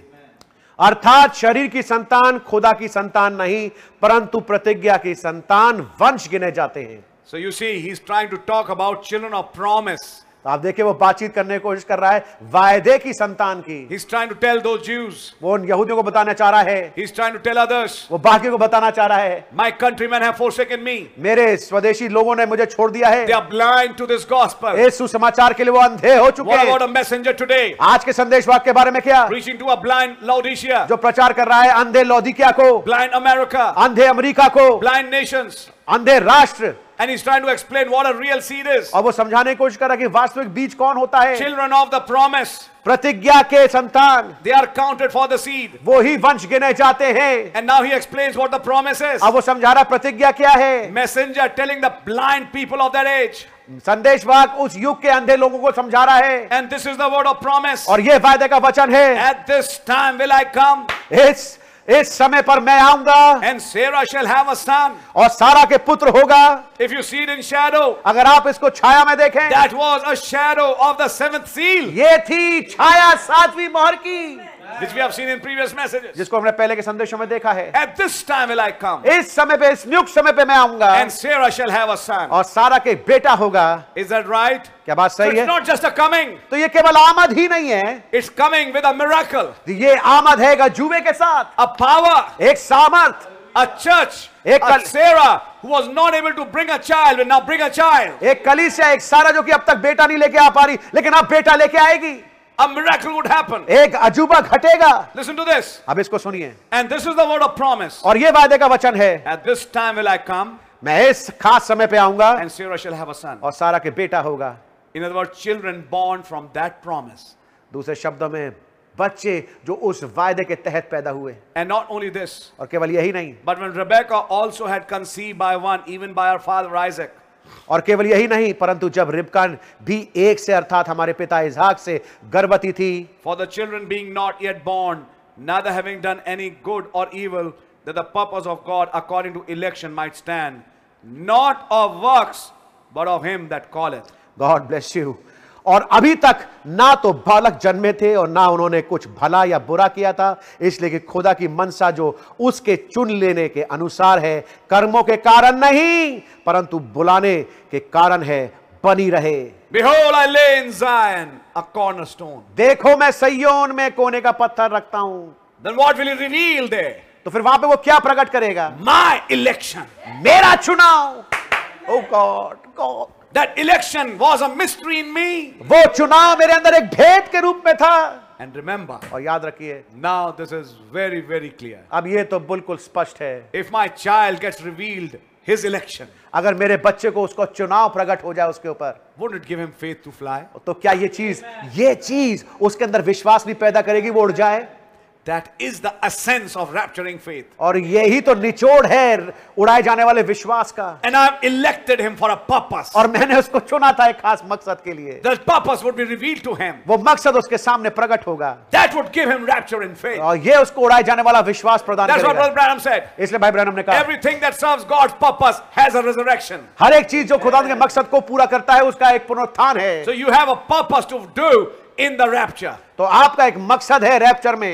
B: अर्थात शरीर की संतान खुदा की संतान नहीं परंतु प्रतिज्ञा की संतान वंश गिने जाते हैं तो
A: So you see, he's trying to talk about children of promise.
B: तो आप देखिए वो बातचीत करने की कोशिश कर रहा है वायदे की संतान की
A: He's trying to tell those Jews,
B: वो उन यहूदियों को बताना चाह रहा है
A: he's trying to tell others,
B: वो बाकी को बताना चाह रहा है
A: my countrymen have forsaken me.
B: मेरे स्वदेशी लोगों ने मुझे छोड़ दिया
A: They
B: है
A: are blind to this gospel.
B: इस सुसमाचार के लिए वो अंधे हो चुके
A: What about
B: हैं
A: a messenger today
B: आज के संदेश वाक्य के बारे में क्या
A: preaching to a blind Laodicea,
B: जो प्रचार कर रहा है अंधे लौदिकिया को
A: blind America,
B: अंधे अमेरिका को
A: blind nations?
B: अंधे राष्ट्र
A: And he's trying to explain what a real seed is.
B: और वो समझाने की कोशिश कर रहा है कि वास्तविक बीज कौन होता है
A: <laughs> Children of the promise,
B: प्रतिज्ञा के संतान
A: they are counted for the seed.
B: वो ही वंश गिने जाते हैं
A: And now he explains what the promise is.
B: अब वो समझा रहा है प्रतिज्ञा क्या है
A: Messenger telling the blind people of that age.
B: संदेश उस युग के अंधे लोगों को समझा रहा है
A: And this is the word of promise.
B: और ये वायदे का वचन है
A: At this time will I come,
B: इस इस समय पर मैं आऊंगा
A: and Sarah shall have a son.
B: और सारा के पुत्र होगा
A: If you see it in shadow,
B: अगर आप इसको छाया में देखें
A: that was a shadow of the seventh seal,
B: ये थी छाया सातवीं मोहर की
A: which we have seen in previous messages.
B: जिसको हमने पहले के संदेशों में देखा है
A: At this time will I come,
B: इस समय पे इस नियुक्त समय पे मैं आऊंगा
A: and Sarah shall have a son.
B: और सारा के बेटा होगा
A: Is that right?
B: क्या बात
A: So
B: सही
A: it's
B: है
A: not just a coming,
B: तो ये केवल आमद ही नहीं है
A: it's coming with a miracle,
B: ये आमद है जुबे के साथ
A: a power,
B: एक सामर्थ
A: a church,
B: एक
A: a
B: कल-
A: Sarah who was not able to bring a child will now bring a child.
B: एक कलीसिया एक सारा जो कि अब तक बेटा नहीं लेके आ पा रही लेकिन अब बेटा लेके आएगी
A: A miracle would happen.
B: एक अजूबा घटेगा
A: Listen to this.
B: अब इसको सुनिए
A: And this is the word of promise.
B: और ये वायदे का वचन है
A: At this time will I come,
B: मैं इस खास समय पे आऊंगा
A: and Sarah shall have a son.
B: और सारा के बेटा होगा
A: In other words, children born from that promise.
B: दूसरे शब्दों में बच्चे जो उस वायदे के तहत पैदा हुए
A: And not only this,
B: और केवल यही नहीं
A: but when Rebekah also had conceived by one, even by her father Isaac,
B: और केवल यही नहीं परंतु जब रिबका भी एक से अर्थात हमारे पिता इजहाक से गर्भवती थी
A: for the children being not yet born, neither having done any good or evil, that the purpose of God according to election might stand, not of works, but of him that calleth.
B: God bless you और अभी तक ना तो बालक जन्मे थे और ना उन्होंने कुछ भला या बुरा किया था इसलिए कि खुदा की मनसा जो उसके चुन लेने के अनुसार है कर्मों के कारण नहीं परंतु बुलाने के कारण है बनी रहे
A: Behold, I lay in Zion a cornerstone.
B: देखो मैं सयोन में कोने का पत्थर रखता हूं
A: Then what will he reveal there?
B: तो फिर वहां पे वो क्या प्रकट करेगा
A: My election.
B: मेरा चुनाव oh God God
A: That election was a mystery in me.
B: वो चुनाव मेरे अंदर एक भेद के रूप में था
A: And remember,
B: और याद रखिए
A: now this is very, very clear.
B: अब ये तो बिल्कुल स्पष्ट है
A: If my child gets revealed his election,
B: अगर मेरे बच्चे को उसका चुनाव प्रकट हो जाए उसके ऊपर
A: wouldn't it give him faith to fly?
B: तो क्या ये चीज ये चीज उसके अंदर विश्वास भी पैदा करेगी वो उड़ जाए
A: That is the essence of rapturing faith.
B: और यही तो निचोड़ है उड़ाए जाने वाले विश्वास का
A: And I've elected him for a purpose.
B: और मैंने उसको चुना था एक खास मकसद के लिए
A: That purpose would be revealed to him.
B: वो मकसद उसके सामने प्रकट होगा
A: That would give him rapture in faith.
B: और ये उसको उड़ाए जाने वाला विश्वास प्रदान
A: That's what
B: करेगा
A: Brother Branham said.
B: इसलिए भाई ब्रैनम ने कहा
A: Everything that serves God's purpose has a resurrection.
B: हर एक चीज जो खुदा के मकसद को पूरा करता है उसका एक पुनरुत्थान है
A: So you have a purpose to do in the rapture.
B: तो आपका एक मकसद है रैप्चर में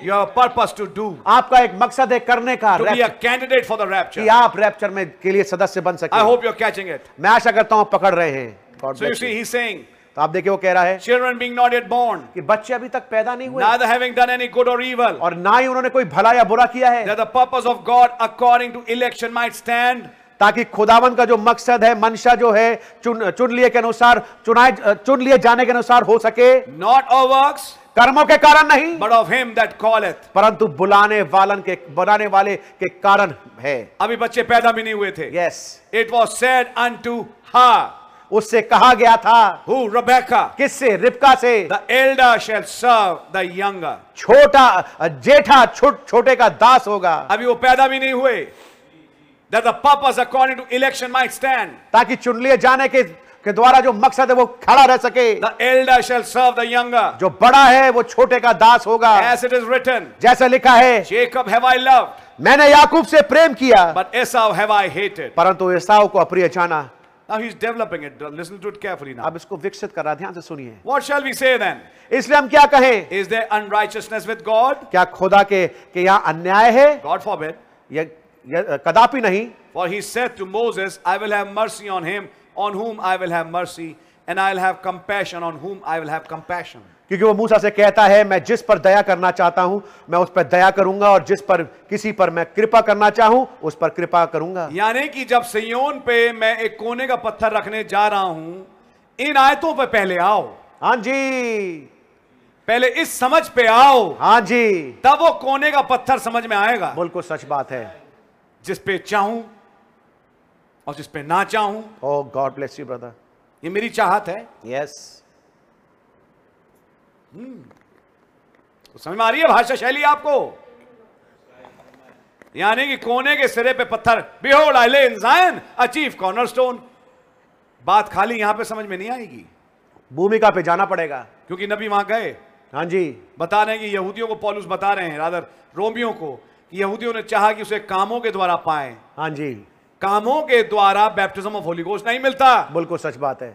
A: You have a purpose to do,
B: आपका एक मकसद है करने का
A: to be
B: rapture,
A: a candidate for the
B: कि
A: rapture.
B: आप रैप्चर में के लिए सदस्य बन
A: I
B: सके
A: hope you're catching it.
B: मैं आशा करता हूं आप पकड़ रहे हैं God
A: So you
B: bless you.
A: see, he's saying,
B: तो आप देखिए वो कह रहा है
A: children being not yet born,
B: कि बच्चे अभी तक पैदा नहीं हुए
A: neither having done any good or evil,
B: और ना ही उन्होंने कोई भला या बुरा किया है
A: that the purpose of God according to election might stand,
B: ताकि खुदावन का जो मकसद है मंशा जो है चुन चुन लिए के अनुसार चुनाए चुन लिए जाने के अनुसार हो सके
A: not of works,
B: कर्मों के कारण नहीं
A: but of him that calleth.
B: परंतु बुलाने वालन के बुलाने वाले के कारण है
A: अभी बच्चे पैदा भी नहीं हुए थे.
B: Yes
A: It was said unto her,
B: उससे कहा गया था
A: who Rebecca,
B: किससे रिबका से
A: the elder shall serve the younger.
B: छोटा जेठा छोट छोटे का दास होगा
A: अभी वो पैदा भी नहीं हुए. That the purpose according to election might stand,
B: ताकि चुन लिए जाने के के द्वारा जो मकसद है वो खड़ा रह सके
A: the elder shall serve the younger.
B: जो बड़ा है वो छोटे का दास होगा
A: As it is written,
B: जैसा लिखा है
A: Jacob have I loved,
B: मैंने याकूब से प्रेम किया
A: but Esau have I hated.
B: परंतु एसाव को अप्रिय जाना
A: Now he's developing it. Listen to it carefully now.
B: अब इसको विकसित कर रहा ध्यान से सुनिए
A: What shall we say then?
B: इसलिए हम क्या कहें
A: Is there unrighteousness with God?
B: क्या खुदा के के यहाँ अन्याय है
A: God forbid.
B: या, या कदापि नहीं
A: For he said to Moses, I will have mercy on him on whom I will have mercy, and I'll have compassion on whom I will have compassion.
B: क्योंकि वो मूसा से कहता है मैं जिस पर दया करना चाहता हूं मैं उस पर दया करूंगा और जिस पर किसी पर मैं कृपा करना चाहूं उस पर कृपा करूंगा
A: यानी कि जब सियोन पे मैं एक कोने का पत्थर रखने जा रहा हूं इन आयतों पे पहले आओ
B: हाँ जी
A: पहले इस समझ पे आओ
B: हाँ जी
A: तब वो कोने का पत्थर समझ में आएगा
B: बिल्कुल सच बात है
A: जिस पे चाहूं और जिस पे ना चाहूं
B: oh God bless you brother
A: ये मेरी चाहत है
B: यस
A: तो समझ में आ रही है भाषा शैली आपको यानी कि कोने के सिरे पे पत्थर बिहोल्ड आई लेन जायन अचीव कॉर्नरस्टोन बात खाली यहां पे समझ में नहीं आएगी
B: भूमिका पे जाना पड़ेगा
A: क्योंकि नबी वहां गए
B: हाँ जी
A: बता रहे हैं कि यहूदियों को पौलुस बता रहे हैं रादर रोमियों को कि यहूदियों ने चाहा कि उसे कामों के द्वारा पाए
B: हाँ जी
A: कामों के द्वारा बैप्टिज्म ऑफ होली गोस्ट नहीं मिलता
B: बिल्कुल सच बात है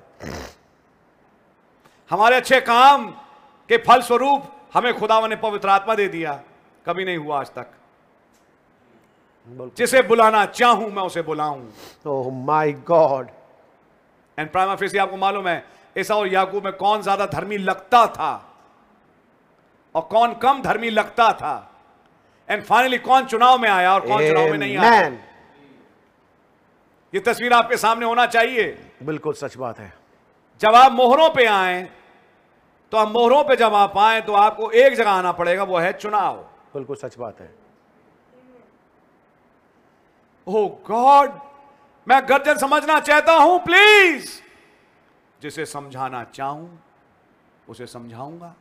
A: हमारे अच्छे काम के फल स्वरूप हमें खुदावन ने पवित्र आत्मा दे दिया कभी नहीं हुआ आज तक
B: बिल्कुल
A: जिसे बुलाना चाहूं मैं उसे बुलाऊं
B: oh my God
A: and prima facie आपको मालूम है ऐसा और याकूब में कौन ज्यादा धर्मी लगता था और कौन कम धर्मी लगता था एंड फाइनली कौन चुनाव में आया और कौन चुनाव में नहीं आया
B: Amen.
A: ये तस्वीर आपके सामने होना चाहिए
B: बिल्कुल सच बात है
A: जब आप मोहरों पे आए तो आप मोहरों पे जब आप आए तो आपको एक जगह आना पड़ेगा वो है चुनाव
B: बिल्कुल सच बात है
A: ओ गॉड Oh मैं गर्जन समझना चाहता हूं प्लीज जिसे समझाना चाहूं उसे समझाऊंगा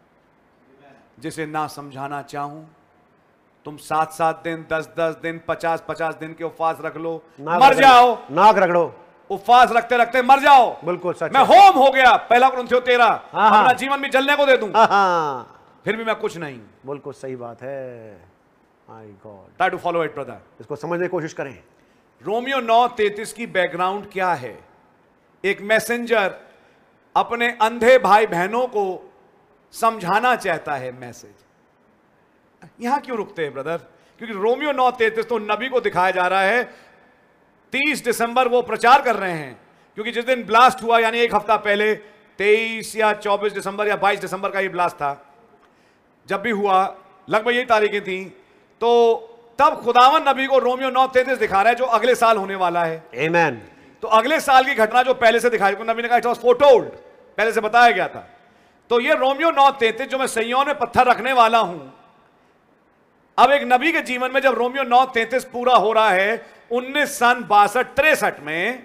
A: जिसे ना समझाना चाहूं तुम सात सात दिन दस दस दिन पचास पचास दिन के उपवास रख लो
B: नाक
A: मर
B: रगड़ो,
A: जाओ
B: नाक रगड़ो
A: उपवास रखते रखते मर जाओ
B: बिल्कुल सच
A: मैं
B: है।
A: होम हो गया पहला कुरिन्थियों तेरा
B: हाँ, हाँ।
A: अपना जीवन भी जलने को दे दूं
B: हाँ, हाँ
A: फिर भी मैं कुछ नहीं
B: बिल्कुल सही बात है my God
A: try to follow it brother
B: इसको समझने की कोशिश करें
A: रोमियो नौ तैतीस की बैकग्राउंड क्या है एक मैसेंजर अपने अंधे भाई बहनों को समझाना चाहता है मैसेज यहां क्यों रुकते हैं ब्रदर क्योंकि रोमियो नौ तैतीस तो नबी को दिखाया जा रहा है तीस दिसंबर वो प्रचार कर रहे हैं क्योंकि जिस दिन ब्लास्ट हुआ यानी एक हफ्ता पहले तेईस या चौबीस दिसंबर या बाईस दिसंबर का ये ब्लास्ट था जब भी हुआ लगभग यही तारीखें थी तो तब खुदावन नबी को रोमियो नौ तैतीस दिखा रहा है जो अगले साल होने वाला है
B: आमेन
A: तो अगले साल की घटना जो पहले से दिखाई गई, नबी ने कहा इट वॉज फोटोल्ड पहले से बताया गया था तो ये रोमियो नौ तैतीस जो मैं सैयों में पत्थर रखने वाला हूं अब एक नबी के जीवन में जब रोमियो नौ तैतीस पूरा हो रहा है उन्नीस सन बासठ तिरसठ में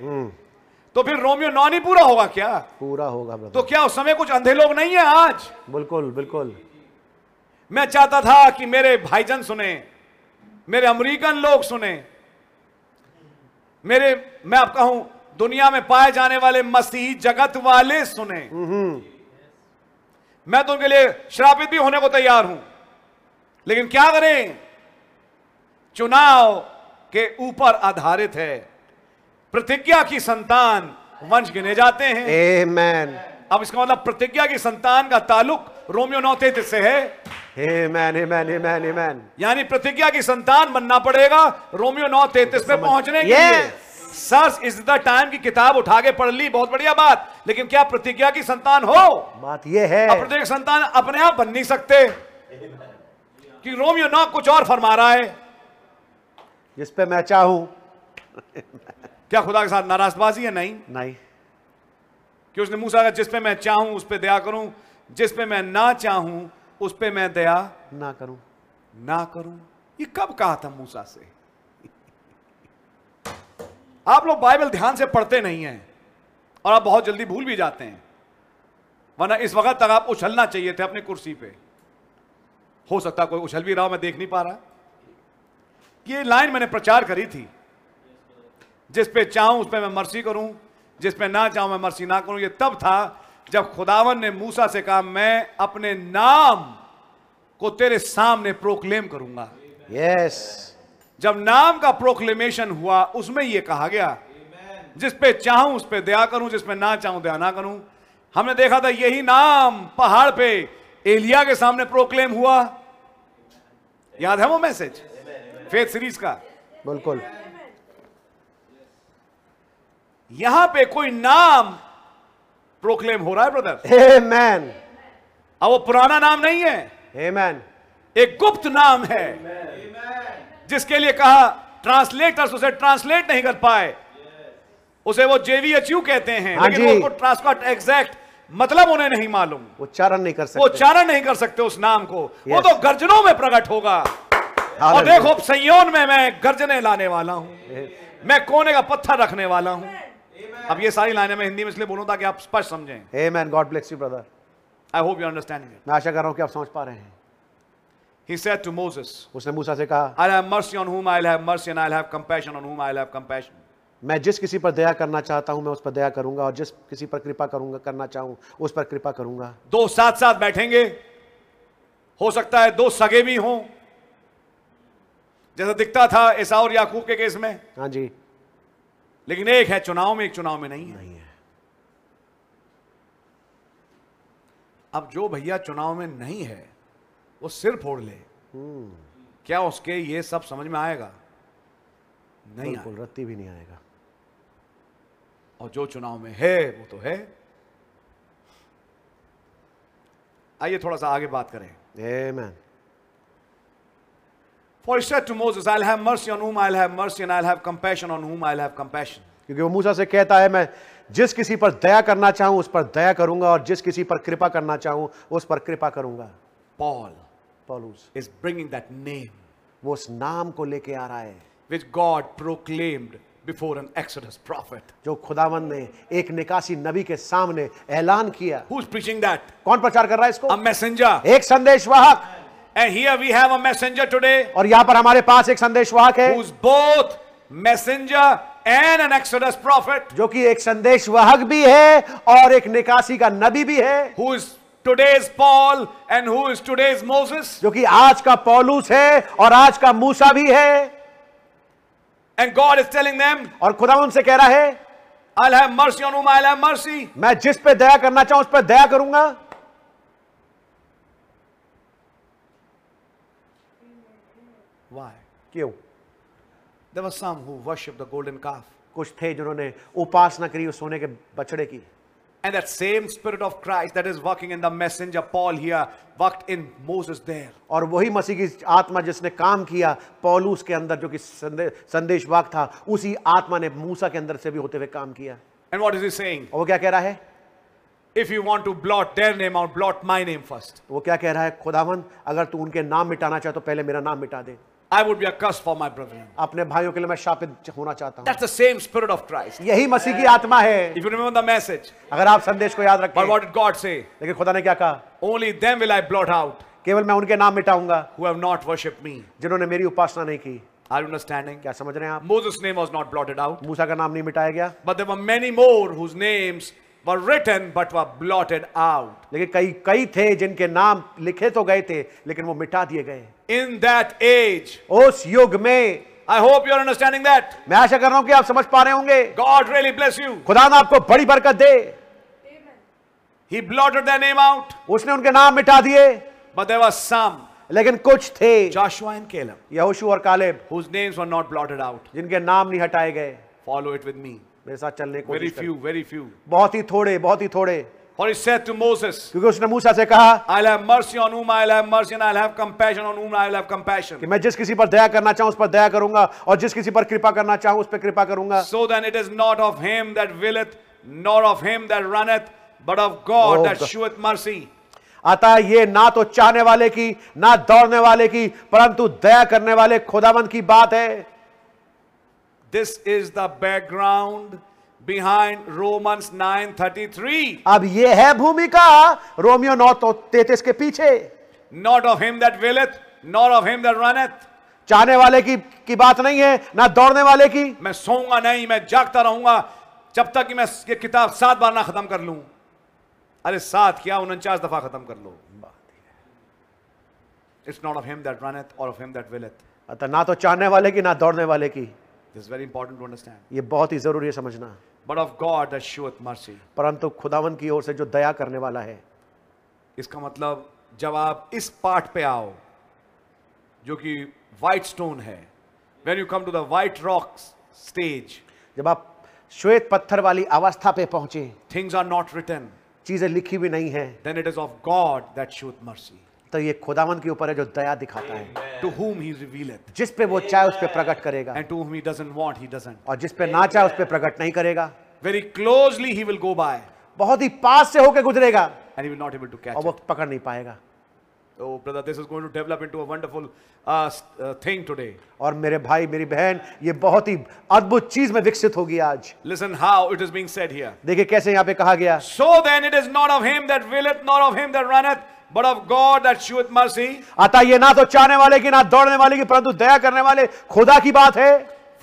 A: तो फिर रोमियो नौ नहीं पूरा होगा क्या
B: पूरा होगा
A: तो
B: ब्रदर
A: क्या उस समय कुछ अंधे लोग नहीं है आज
B: बिल्कुल बिल्कुल
A: मैं चाहता था कि मेरे भाईजन सुने मेरे अमेरिकन लोग सुने मेरे मैं आप कहूं दुनिया में पाए जाने वाले मसीह जगत वाले सुने मैं तो उनके लिए श्रापित भी होने को तैयार हूं लेकिन क्या करें चुनाव के ऊपर आधारित है प्रतिज्ञा की संतान वंश गिने जाते हैं
B: आमेन
A: अब इसका मतलब प्रतिज्ञा की संतान का ताल्लुक रोमियो नौ तैतीस से है
B: आमेन आमेन आमेन आमेन
A: यानी प्रतिज्ञा की संतान बनना पड़ेगा रोमियो नौ तैतीस में पहुंचने के लिए
B: Yes.
A: Sirs is the time की किताब उठा के पढ़ ली बहुत बढ़िया बात लेकिन क्या प्रतिज्ञा की संतान हो अब
B: बात यह है
A: प्रतिज्ञा की संतान अपने आप बन नहीं सकते कि रोमियो नौ कुछ और फरमा रहा है
B: जिस पे मैं चाहूं
A: क्या खुदा के साथ नाराजबाजी है नहीं
B: नहीं
A: कि उसने मूसा का जिस पे मैं चाहूं उस पे दया करूं जिस पे मैं ना चाहूं उस पे मैं दया
B: ना करूं
A: ना करूं ये कब कहा था मूसा से <laughs> आप लोग बाइबल ध्यान से पढ़ते नहीं हैं और आप बहुत जल्दी भूल भी जाते हैं वरना इस वक्त तक आप उछलना चाहिए थे अपनी कुर्सी पे हो सकता कोई उछल भी रहा हो मैं देख नहीं पा रहा ये लाइन मैंने प्रचार करी थी जिस पे चाहूं उस पे मैं मर्सी करूं जिस पे ना चाहूं मैं मर्सी ना करूं ये तब था जब खुदावन ने मूसा से कहा मैं अपने नाम को तेरे सामने प्रोक्लेम करूंगा
B: यस
A: जब नाम का प्रोक्लेमेशन हुआ उसमें यह कहा गया जिस पे चाहूं उस पे दया करूं जिस पे ना चाहूं दया ना करूं हमने देखा था यही नाम पहाड़ पे एलिया के सामने प्रोक्लेम हुआ याद है वो मैसेज फेथ सीरीज का
B: बिल्कुल
A: यहां पे कोई नाम प्रोक्लेम हो रहा है ब्रदर
B: आमेन
A: अब वो पुराना नाम नहीं है
B: आमेन
A: एक गुप्त नाम है जिसके लिए कहा ट्रांसलेटर्स उसे ट्रांसलेट नहीं कर पाए उसे वो जेवीएचयू कहते हैं
B: हाँ
A: लेकिन
B: जी।
A: उनको ट्रांसकॉट एग्जैक्ट मतलब उन्हें नहीं मालूम
B: उच्चारण नहीं कर
A: वो
B: सकते
A: उच्चारण नहीं कर सकते उस नाम को वो
B: Yes.
A: तो गर्जनों में प्रकट होगा और
B: Hallelujah.
A: देखो संयोन में मैं गर्जने लाने वाला हूं मैं कोने का पत्थर रखने वाला हूं अब ये सारी लाइनें मैं हिंदी में इसलिए बोलूं ताकि आप स्पष्ट समझें
B: amen God bless you brother
A: I hope you understanding
B: मैं आशा कर रहा हूं कि आप समझ पा रहे हैं
A: ही सेड टू मोसेस
B: उसने मूसा से कहा
A: I'll have mercy on whom I'll have mercy, and I'll have compassion on whom I'll have compassion.
B: मैं जिस किसी पर दया करना चाहता हूं मैं उस पर दया करूंगा और जिस किसी पर कृपा करूंगा करना चाहूं उस पर कृपा करूंगा
A: दो साथ साथ बैठेंगे हो सकता है दो सगे भी हों जैसा दिखता था ईसा और याकूब के केस में
B: हाँ जी
A: लेकिन एक है चुनाव में एक चुनाव में नहीं है
B: नहीं है
A: अब जो भैया चुनाव में नहीं है वो सिर फोड़ ले क्या उसके ये सब समझ में आएगा नहीं
B: बिल्कुल रत्ती भी नहीं आएगा
A: और जो चुनाव में है वो तो है आइए थोड़ा सा आगे बात करें
B: Amen.
A: For he said to Moses, I'll have mercy on whom I'll have mercy, and I'll have compassion on whom I'll have compassion.
B: क्योंकि वो मूसा से कहता है मैं जिस किसी पर दया करना चाहूं उस पर दया करूंगा और जिस किसी पर कृपा करना चाहूं उस पर कृपा करूंगा
A: Paul
B: पौलुस
A: is bringing that name
B: वो उस नाम को लेके आ रहा है
A: which God proclaimed before an Exodus prophet.
B: जो खुदावंद ने एक निकासी नबी के सामने ऐलान किया
A: Who's preaching that?
B: कौन प्रचार कर रहा है
A: A
B: इसको
A: messenger.
B: एक संदेशवाहक
A: And here we have a messenger today
B: और यहाँ पर हमारे पास एक संदेशवाहक है
A: who's both messenger and an Exodus prophet
B: जो कि एक संदेशवाहक भी है और एक निकासी का नबी भी है
A: who is today's Paul and who is today's Moses.
B: जो कि आज का पौलुस है और आज का मूसा भी है
A: And God is telling them,
B: और खुदा उनसे कह रहा है
A: I'll have mercy on whom I'll have mercy.
B: मैं जिस पे दया करना चाहूं उस पर दया करूंगा
A: Why?
B: क्यों
A: There were some who worshipped the golden calf.
B: कुछ थे जिन्होंने उपासना करी उस सोने के बछड़े की
A: And that same Spirit of Christ that is working in the messenger Paul here worked in Moses there.
B: और वही मसीह की आत्मा जिसने काम किया पौलुस के अंदर जो कि संदे, संदेशवाहक था उसी आत्मा ने मूसा के अंदर से भी होते हुए काम किया
A: And what is he saying?
B: और वो क्या कह रहा है
A: If you want to blot their name out, blot my name first.
B: वो क्या कह रहा है खुदावन अगर तू उनके नाम मिटाना चाहे तो पहले मेरा नाम मिटा दे
A: I would be a curse for my brethren.
B: अपने भाइयों के लिए मैं शापित होना चाहता हूँ
A: That's the same spirit of Christ.
B: यही मसीह की आत्मा है
A: If you remember the message,
B: अगर आप संदेश को याद रखें
A: but what did God say?
B: लेकिन खुदा ने क्या कहा
A: Only them will I blot out
B: केवल मैं उनके नाम मिटाऊंगा
A: who have not worshipped me.
B: जिन्होंने मेरी उपासना नहीं की
A: Are you understanding?
B: क्या समझ रहे हैं आप
A: Moses' name was not blotted out,
B: मूसा का नाम नहीं मिटाया गया
A: but there were many more whose names were written but were blotted out.
B: लेकिन कई कई थे जिनके नाम लिखे तो गए थे लेकिन वो मिटा दिए गए
A: In that age,
B: उस युग में
A: I hope you're understanding that.
B: मैं आशा कर रहा हूं कि आप समझ पा रहे होंगे
A: God really bless you.
B: खुदा ने आपको बड़ी बरकत दे
A: He blotted their name out,
B: उसने उनके नाम मिटा दिए
A: but there were some,
B: लेकिन कुछ थे
A: Joshua and Caleb,
B: यहोशू और Caleb
A: whose names were not blotted out.
B: जिनके नाम नहीं हटाए गए
A: Follow it with me.
B: मेरे साथ चलने को
A: Very few, very few.
B: बहुत ही थोड़े बहुत ही थोड़े
A: For he said to Moses,
B: क्योंकि उसने मूसा से कहा
A: I'll have mercy on whom I'll have mercy, and I'll have compassion on whom I'll have compassion.
B: कि मैं जिस किसी पर दया करना चाहूं उस पर दया करूंगा और जिस किसी पर कृपा करना चाहूं उस पर कृपा करूंगा
A: So then it is not of him that willeth, nor of him that runneth, but of God
B: Oh,
A: that
B: God.
A: sheweth mercy.
B: आता ये ना तो चाहने वाले की ना दौड़ने वाले की परंतु दया करने वाले खुदाबंद की बात है
A: This is the background behind Romans 9:33.
B: अब ये है भूमिका रोमियो नौ तो तैतीस के पीछे
A: Not of him that willeth, nor of him that runneth.
B: चाहने वाले की की बात नहीं है ना दौड़ने वाले की
A: मैं सोऊंगा नहीं मैं जागता रहूंगा जब तक कि मैं ये किताब सात बार ना खत्म कर लूं अरे सात क्या उनचास दफा खत्म कर लो it's not of him that runneth और ऑफ हिम दैट willeth
B: अतः ना तो चाहने वाले की ना दौड़ने वाले की
A: this very important to understand
B: ये बहुत ही जरूरी है समझना
A: but of God that showeth mercy
B: परंतु खुदावन की ओर से जो दया करने वाला है
A: इसका मतलब जब आप इस पार्ट पे आओ जो कि वाइट स्टोन है when you come to the white rock stage
B: जब आप श्वेत पत्थर वाली अवस्था पे पहुंचे
A: थिंग्स आर नॉट रिटर्न
B: चीजें लिखी हुई नहीं है
A: then it is of God that showeth mercy
B: तो ये खुदावन के ऊपर है जो दया दिखाता है
A: to whom he revealeth
B: जिस पे वो चाहे उस पे प्रकट करेगा
A: and to whom he doesn't want, he doesn't.
B: और जिस पे ना चाहे उस पे प्रकट नहीं करेगा
A: Very closely he will go by
B: बहुत ही पास से होके गुजरेगा
A: and he will not able to catch
B: और वो
A: it.
B: पकड़ नहीं पाएगा
A: Oh, brother, this is going to develop into a wonderful uh, s- uh, thing today.
B: और मेरे भाई मेरी बहन ये बहुत ही अद्भुत चीज में विकसित होगी आज
A: Listen how it is being said here.
B: देखिए कैसे यहाँ पे कहा गया
A: So then it is not of him that willeth, nor of him that runneth, but of God that sheweth mercy.
B: आता ये ना तो चाहने वाले की ना दौड़ने वाले की परंतु दया करने वाले खुदा की बात है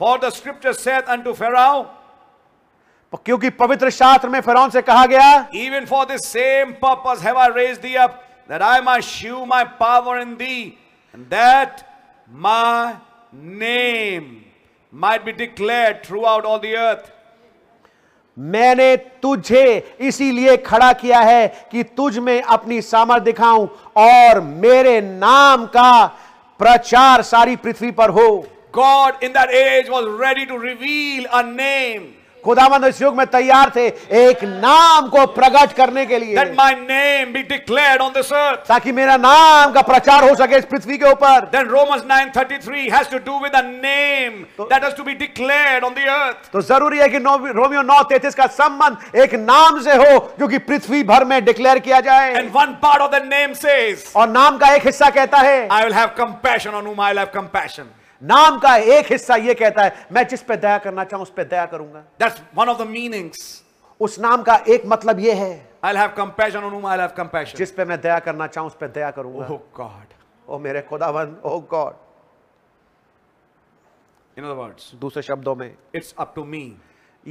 A: For the scripture saith unto Pharaoh,
B: प- क्योंकि पवित्र शास्त्र में फिरौन से कहा गया
A: Even for this same purpose have I raised thee up, that I might shew my power in thee, and that my name might be declared throughout all the earth.
B: मैंने तुझे इसीलिए खड़ा किया है कि तुझ में अपनी सामर्थ दिखाऊं और मेरे नाम का प्रचार सारी पृथ्वी पर हो
A: God in that age was ready to reveal a name
B: खुदामंद इस युग में तैयार थे एक नाम को प्रकट करने के लिए
A: that my name be declared on this earth.
B: ताकि मेरा नाम का प्रचार हो सके इस पृथ्वी के ऊपर
A: Then Romans 9:33 has to do with a name that has to be declared on the earth.
B: तो जरूरी है कि नौ, रोमियो नौ तैतीस का संबंध एक नाम से हो जो कि पृथ्वी भर में डिक्लेयर किया जाए
A: And one part of the name says,
B: और नाम का एक हिस्सा कहता है
A: I will have compassion on whom I will have compassion.
B: नाम का एक हिस्सा यह कहता है मैं जिस पे दया करना चाहूं उस पे दया करूंगा
A: That's one of the meanings.
B: उस नाम का एक मतलब यह है
A: I'll have compassion on whom I'll have compassion.
B: जिस पे मैं दया करना चाहूं उस पे दया करूंगा
A: oh God.
B: ओ मेरे खुदावन ओ गॉड
A: In other words,
B: दूसरे शब्दों में
A: it's up to me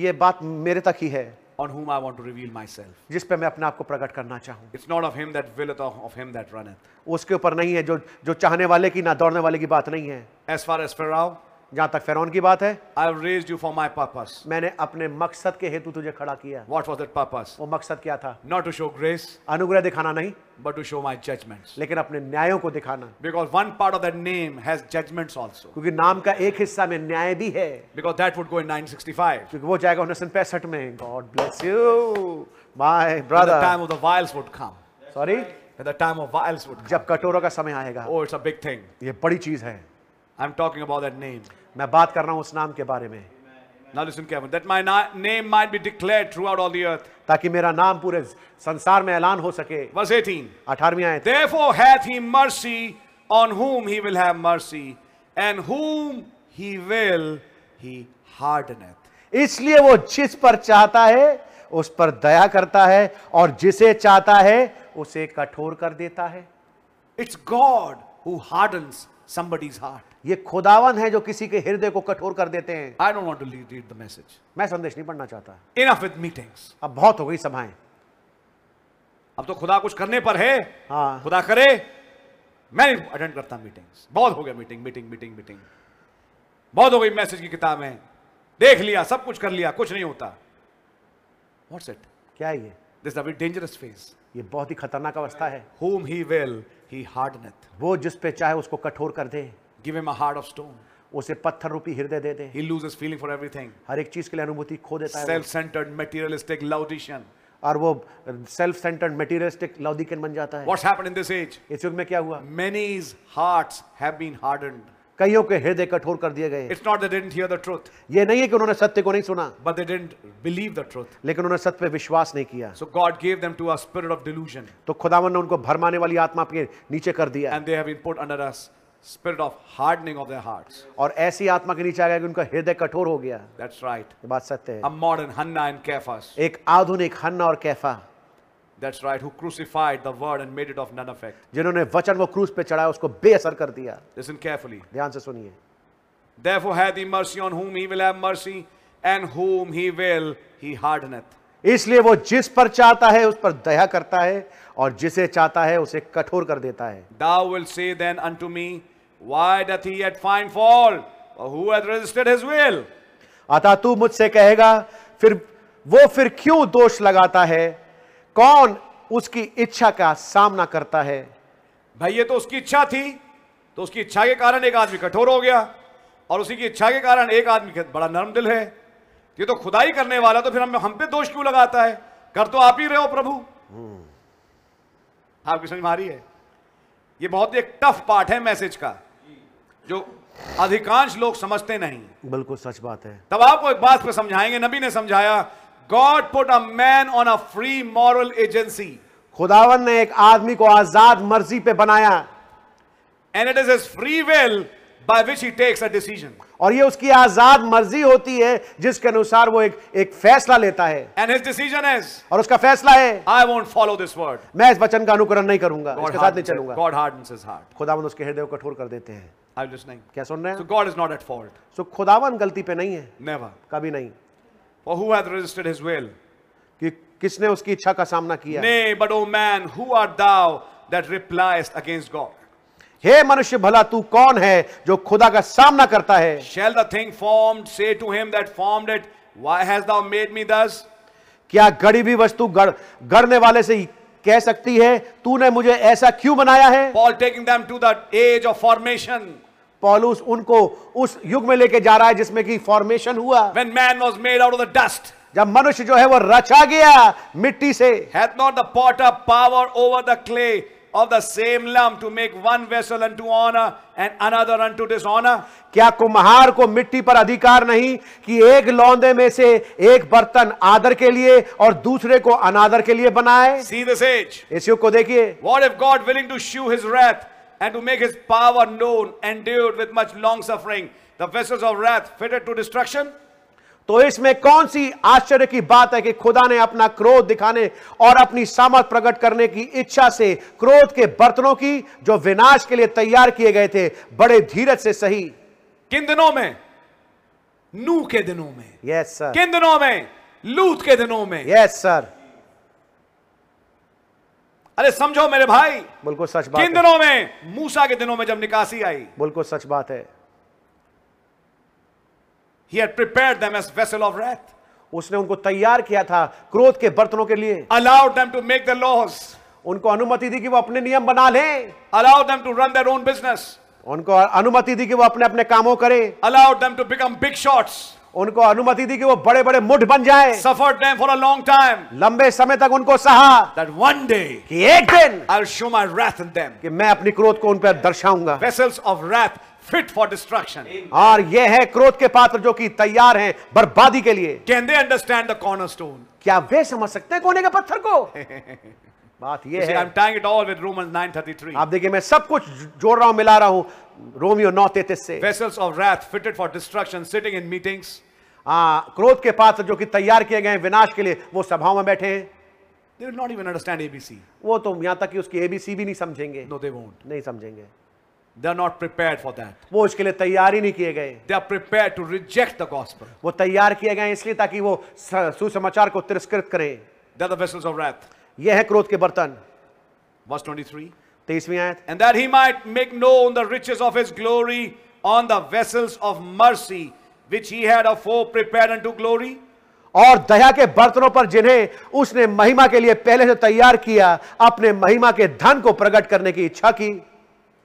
B: ये बात मेरे तक ही है
A: on whom I want to reveal myself.
B: जिस पे मैं अपने आप को प्रकट करना चाहूं
A: It's not of him that willeth or of him that runneth.
B: उसके ऊपर नहीं है जो जो चाहने वाले की ना दौड़ने वाले की बात नहीं है
A: As far as Pharaoh,
B: जहां तक फेरौन की बात है
A: I've raised you for my purpose.
B: मैंने अपने मकसद के हेतु तुझे खड़ा किया
A: What was that purpose?
B: वो मकसद क्या था
A: Not to show grace,
B: अनुग्रह दिखाना नहीं
A: but to show my judgments.
B: लेकिन अपने न्यायों को दिखाना
A: Because one part of that name has judgments also.
B: क्योंकि नाम का एक हिस्सा में न्याय भी है
A: Because that would go in 965.
B: क्योंकि वो जाएगा उन्नीस पैंसठ में God bless you my
A: When the time
B: brother
A: of the vials would come.
B: Sorry
A: When the time of vials would come.
B: जब कटोरों का समय आएगा
A: Oh, it's a big thing.
B: ये बड़ी चीज है
A: I'm talking about that name.
B: मैं बात कर रहा हूं उस नाम के बारे में
A: Now listen carefully. That my na- name might be declared throughout all the earth.
B: ताकि मेरा नाम पूरे संसार में ऐलान हो सके
A: Verse 18.
B: 18वीं आयत
A: Therefore hath he mercy on whom he will have mercy, and whom he will he hardeneth.
B: इसलिए वो जिस पर चाहता है उस पर दया करता है और जिसे चाहता है उसे कठोर कर देता है
A: It's God who hardens somebody's heart.
B: ये खुदावन है जो किसी के हृदय को कठोर कर देते हैं
A: I don't want to lead- read the message.
B: मैं संदेश नहीं पढ़ना चाहता
A: Enough with meetings.
B: अब बहुत हो गई सभाएं
A: अब तो खुदा कुछ करने पर है
B: हाँ।
A: खुदा करे मैं अटेंड करता मीटिंग्स बहुत हो गया मीटिंग मीटिंग मीटिंग मीटिंग बहुत हो गई मैसेज की किताबें देख लिया सब कुछ कर लिया कुछ नहीं होता व्हाट्स इट
B: क्या है ये
A: दिस वेरी डेंजरस फेज
B: ये बहुत ही खतरनाक अवस्था है
A: whom he will, he hardeneth.
B: वो जिस पे चाहे उसको कठोर कर दे
A: Give him a heart of stone.
B: उसे पत्थर रूपी हृदय दे दे
A: He loses feeling for everything.
B: हर एक चीज के लिए अनुभूति खो देता है वो।
A: Self-centered, materialistic, laudician.
B: और वो सेल्फ सेंटर्ड मटेरियलिस्टिक लौदिकन बन जाता है
A: What's happened in this age?
B: इस युग में क्या हुआ
A: Many's hearts have been hardened.
B: कईयों के हृदय कठोर कर दिए गए
A: It's not they didn't hear the truth,
B: ये नहीं है कि उन्होंने सत्य को नहीं सुना
A: but they didn't believe the truth.
B: लेकिन उन्होंने सत्य पे विश्वास नहीं किया
A: So God gave them to a spirit of delusion,
B: तो खुदावन ने उनको भरमाने वाली आत्मा के नीचे कर दिया
A: and they have been put under a s- spirit of hardening of their hearts.
B: और ऐसी आत्मा के नीचे आ गया कि उनका हृदय कठोर हो गया ये
A: That's right.
B: बात सत्य
A: A
B: है
A: modern Hannah and Cephas.
B: एक आधुनिक हन्ना और कैफा
A: That's right. Who crucified the word and made it of none effect.
B: जिन्होंने वचन को क्रूस पे चढ़ाया उसको बेअसर कर दिया
A: Listen carefully.
B: ध्यान से सुनिए
A: Therefore hath he mercy on whom he will have mercy, and whom he will he hardeneth.
B: इसलिए वो जिस पर चाहता है उस पर दया करता है और जिसे चाहता है उसे कठोर कर देता है
A: Thou wilt say then unto me, Why doth he yet find fault? Or who hath resisted his will?
B: अतः तू मुझसे कहेगा फिर वो फिर क्यों दोष लगाता है कौन उसकी इच्छा का सामना करता है
A: भाई ये तो उसकी इच्छा थी तो उसकी इच्छा के कारण एक आदमी कठोर हो गया और उसी की इच्छा के कारण एक आदमी के- बड़ा नरम दिल है ये तो खुदा ही करने वाला है, तो फिर हम हम पे दोष क्यों लगाता है कर तो आप ही रहे हो प्रभु हाँ, आपकी समझ में आ रही है ये बहुत ही एक टफ पार्ट है मैसेज का जो अधिकांश लोग समझते नहीं
B: बिल्कुल सच बात है
A: तब आपको एक बात पे समझाएंगे नबी ने समझाया God put a man on a free moral agency
B: खुदावन ने एक आदमी को आजाद मर्जी पे बनाया
A: and it is his free will by which he takes a decision
B: और ये उसकी आजाद मर्जी होती है जिसके अनुसार वो एक एक फैसला लेता है
A: एंड हिज डिसीजन इज
B: और उसका फैसला है
A: I won't follow this word
B: मैं इस वचन का अनुकरण नहीं करूंगा इसके साथ नहीं चलूंगा
A: गॉड हार्डन्स हिज हार्ट
B: खुदावन उसके हृदय को कठोर कर देते हैं
A: आई एम लिसनिंग
B: क्या सुन रहे
A: सो
B: हैं
A: God is not at fault
B: so खुदावन गलती पे नहीं है
A: नेवर
B: कभी नहीं
A: for who hath resisted his will
B: कि किसने उसकी इच्छा का सामना किया
A: Nay, but O man, who art thou that repliest against God?
B: हे मनुष्य भला तू कौन है जो खुदा का सामना करता है
A: Shall the thing formed say to him that formed it, Why hast thou made me thus?
B: क्या गड़ी भी वस्तु गड़ गड़ने वाले से कह सकती है तूने मुझे ऐसा क्यों बनाया है
A: Paul taking them to the age of formation,
B: पौलुस उनको उस युग में लेके जा रहा है जिसमें कि फॉर्मेशन हुआ
A: when man was made out of the dust.
B: जब मनुष्य जो है वो रचा गया मिट्टी से
A: Hath not the potter power over the clay of the same lump to make one vessel unto honor and another unto dishonor?
B: क्या कुम्हार को मिट्टी पर अधिकार नहीं कि एक लौंदे में से एक बर्तन आदर के लिए और दूसरे को अनादर के लिए बनाए
A: See this age.
B: इस युग को देखिए
A: What if God, willing to shew his wrath and to make his power known, endured with much long suffering the vessels of wrath fitted to destruction?
B: तो इसमें कौन सी आश्चर्य की बात है कि खुदा ने अपना क्रोध दिखाने और अपनी सामर्थ प्रकट करने की इच्छा से क्रोध के बर्तनों की जो विनाश के लिए तैयार किए गए थे बड़े धीरज से सही
A: किन दिनों में नू के दिनों में
B: यस सर
A: किन दिनों में लूत के दिनों में
B: यस सर
A: अरे समझो मेरे भाई
B: बिल्कुल सच
A: किन
B: बात है
A: दिनों में मूसा के दिनों में जब निकासी आई
B: बिल्कुल सच बात है
A: He had prepared them as vessel of wrath,
B: उसने उनको तैयार किया था क्रोध के बर्तनों के लिए
A: allowed them to make their laws,
B: उनको अनुमति दी कि वो अपने नियम बना लें
A: allowed them to run their own business,
B: उनको अनुमति दी कि वो अपने अपने कामों करें
A: allowed them to become big shots,
B: उनको अनुमति दी कि वो बड़े बड़े मुठ बन जाए
A: suffered them for a long time.
B: लंबे समय तक उनको सहा
A: That one day
B: कि एक दिन
A: I'll show my wrath in them.
B: कि मैं अपनी क्रोध को उन पर दर्शाऊंगा
A: Vessels of wrath fit for destruction.
B: और ये है क्रोध के पात्र जो कि तैयार हैं बर्बादी के लिए
A: Can they understand the cornerstone?
B: क्या वे समझ सकते हैं कोने के पत्थर को बात
A: You
B: यह
A: see, I'm
B: है
A: tying it all with Romans 9:33.
B: आप देखिए मैं सब कुछ जोड़ रहा हूं मिला रहा हूं रोमियो नौ तैतीस से
A: Vessels of wrath fitted for destruction, sitting in meetings.
B: आ, क्रोध के पात्र जो कि तैयार किए गए हैं विनाश के लिए वो सभाओं में बैठे हैं
A: They will not even understand ABC.
B: वो तो यहां तक कि उसकी एबीसी भी नहीं समझेंगे
A: No, they won't.
B: नहीं समझेंगे
A: They're not prepared for that.
B: वो इसके लिए तैयार ही नहीं किए गए
A: They are prepared to reject the gospel.
B: वो तैयार किए गए हैं इसलिए ताकि वो स- सुसमाचार को तिरस्कृत करें
A: They're the vessels of wrath.
B: यह है क्रोध के बर्तन
A: Verse 23.
B: तेईसवीं आयत
A: And that he might make known the riches of his glory on the vessels of mercy, which he had afore prepared unto glory.
B: और दया के बर्तनों पर जिन्हें उसने महिमा के लिए पहले से तैयार किया अपने महिमा के धन को प्रकट करने की इच्छा की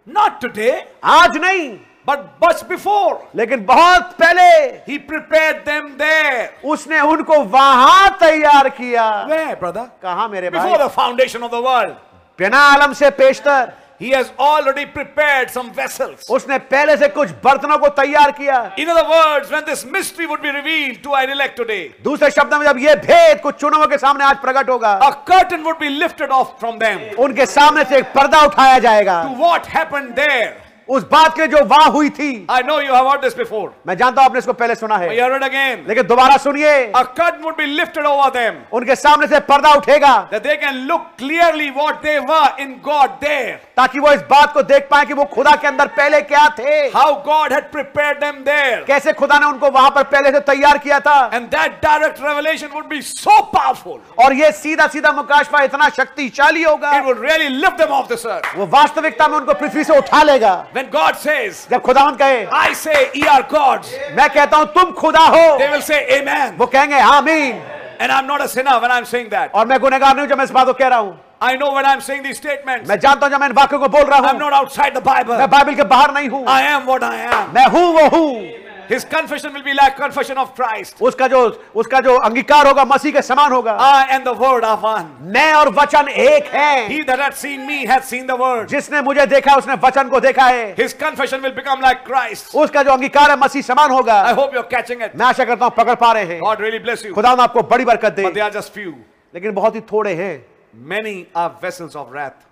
A: Not today,
B: आज नहीं
A: but much before.
B: लेकिन बहुत पहले
A: He prepared them there.
B: उसने उनको वहां तैयार किया
A: Where, brother?
B: कहा मेरे
A: Before
B: भाई
A: the foundation of the world.
B: बिना आलम से पेशतर
A: He has already prepared some vessels.
B: उसने पहले से कुछ बर्तनों को तैयार किया
A: In other words, when this mystery would be revealed to an elect today,
B: दूसरे शब्द में जब यह भेद कुछ चुनावों के सामने आज प्रकट होगा
A: a curtain would be lifted off from them
B: उनके सामने से एक पर्दा उठाया जाएगा
A: to what happened there.
B: उस बात के लिए जो वाह हुई थी
A: I know you have heard this before.
B: मैं जानता हूं आपने इसको पहले सुना
A: But you
B: है
A: heard it again.
B: लेकिन दोबारा सुनिए
A: A curtain would be lifted over them
B: उनके सामने से पर्दा उठेगा
A: that they can look clearly what they were in God there,
B: ताकि वो इस बात को देख पाए कि वो खुदा के अंदर पहले क्या थे
A: how God had prepared them there.
B: कैसे खुदा ने उनको वहां पर पहले से तैयार किया था
A: And that direct revelation would be so powerful,
B: और ये सीधा सीधा मुकाशवा इतना शक्तिशाली होगा
A: it would really lift them off this earth.
B: वो वास्तविकता में उनको पृथ्वी से उठा लेगा
A: When God says,
B: जब खुदावंत कहे
A: I say, ye are gods,
B: मैं कहता हूं तुम खुदा हो
A: they will say, Amen.
B: वो कहेंगे आमीन
A: And I'm not a sinner when I'm saying that.
B: और मैं गुनहगार नहीं हूं जब मैं इस बात को कह रहा हूं
A: I know when I'm saying these statements,
B: मैं जानता हूं जब मैं इन वाक्यों को बोल रहा
A: I'm
B: हूं
A: not outside the
B: मैं
A: Bible.
B: बाइबल के बाहर नहीं हूं
A: I am what I am.
B: मैं हूं वो हूं
A: His confession will be like confession of Christ.
B: उसका जो उसका जो अंगीकार होगा मसीह के समान होगा
A: I and the word are one.
B: मैं और वचन एक है
A: He that hath seen me hath seen the word.
B: जिसने मुझे देखा उसने वचन को देखा है
A: His confession will become like Christ.
B: उसका जो अंगीकार है मसीह समान होगा
A: I hope you're catching it.
B: मैं आशा करता हूं पकड़ पा रहे हैं
A: God really bless you.
B: खुदा ने आपको बड़ी बरकत
A: But they
B: they
A: are just few.
B: लेकिन बहुत ही थोड़े हैं
A: Many are vessels of wrath.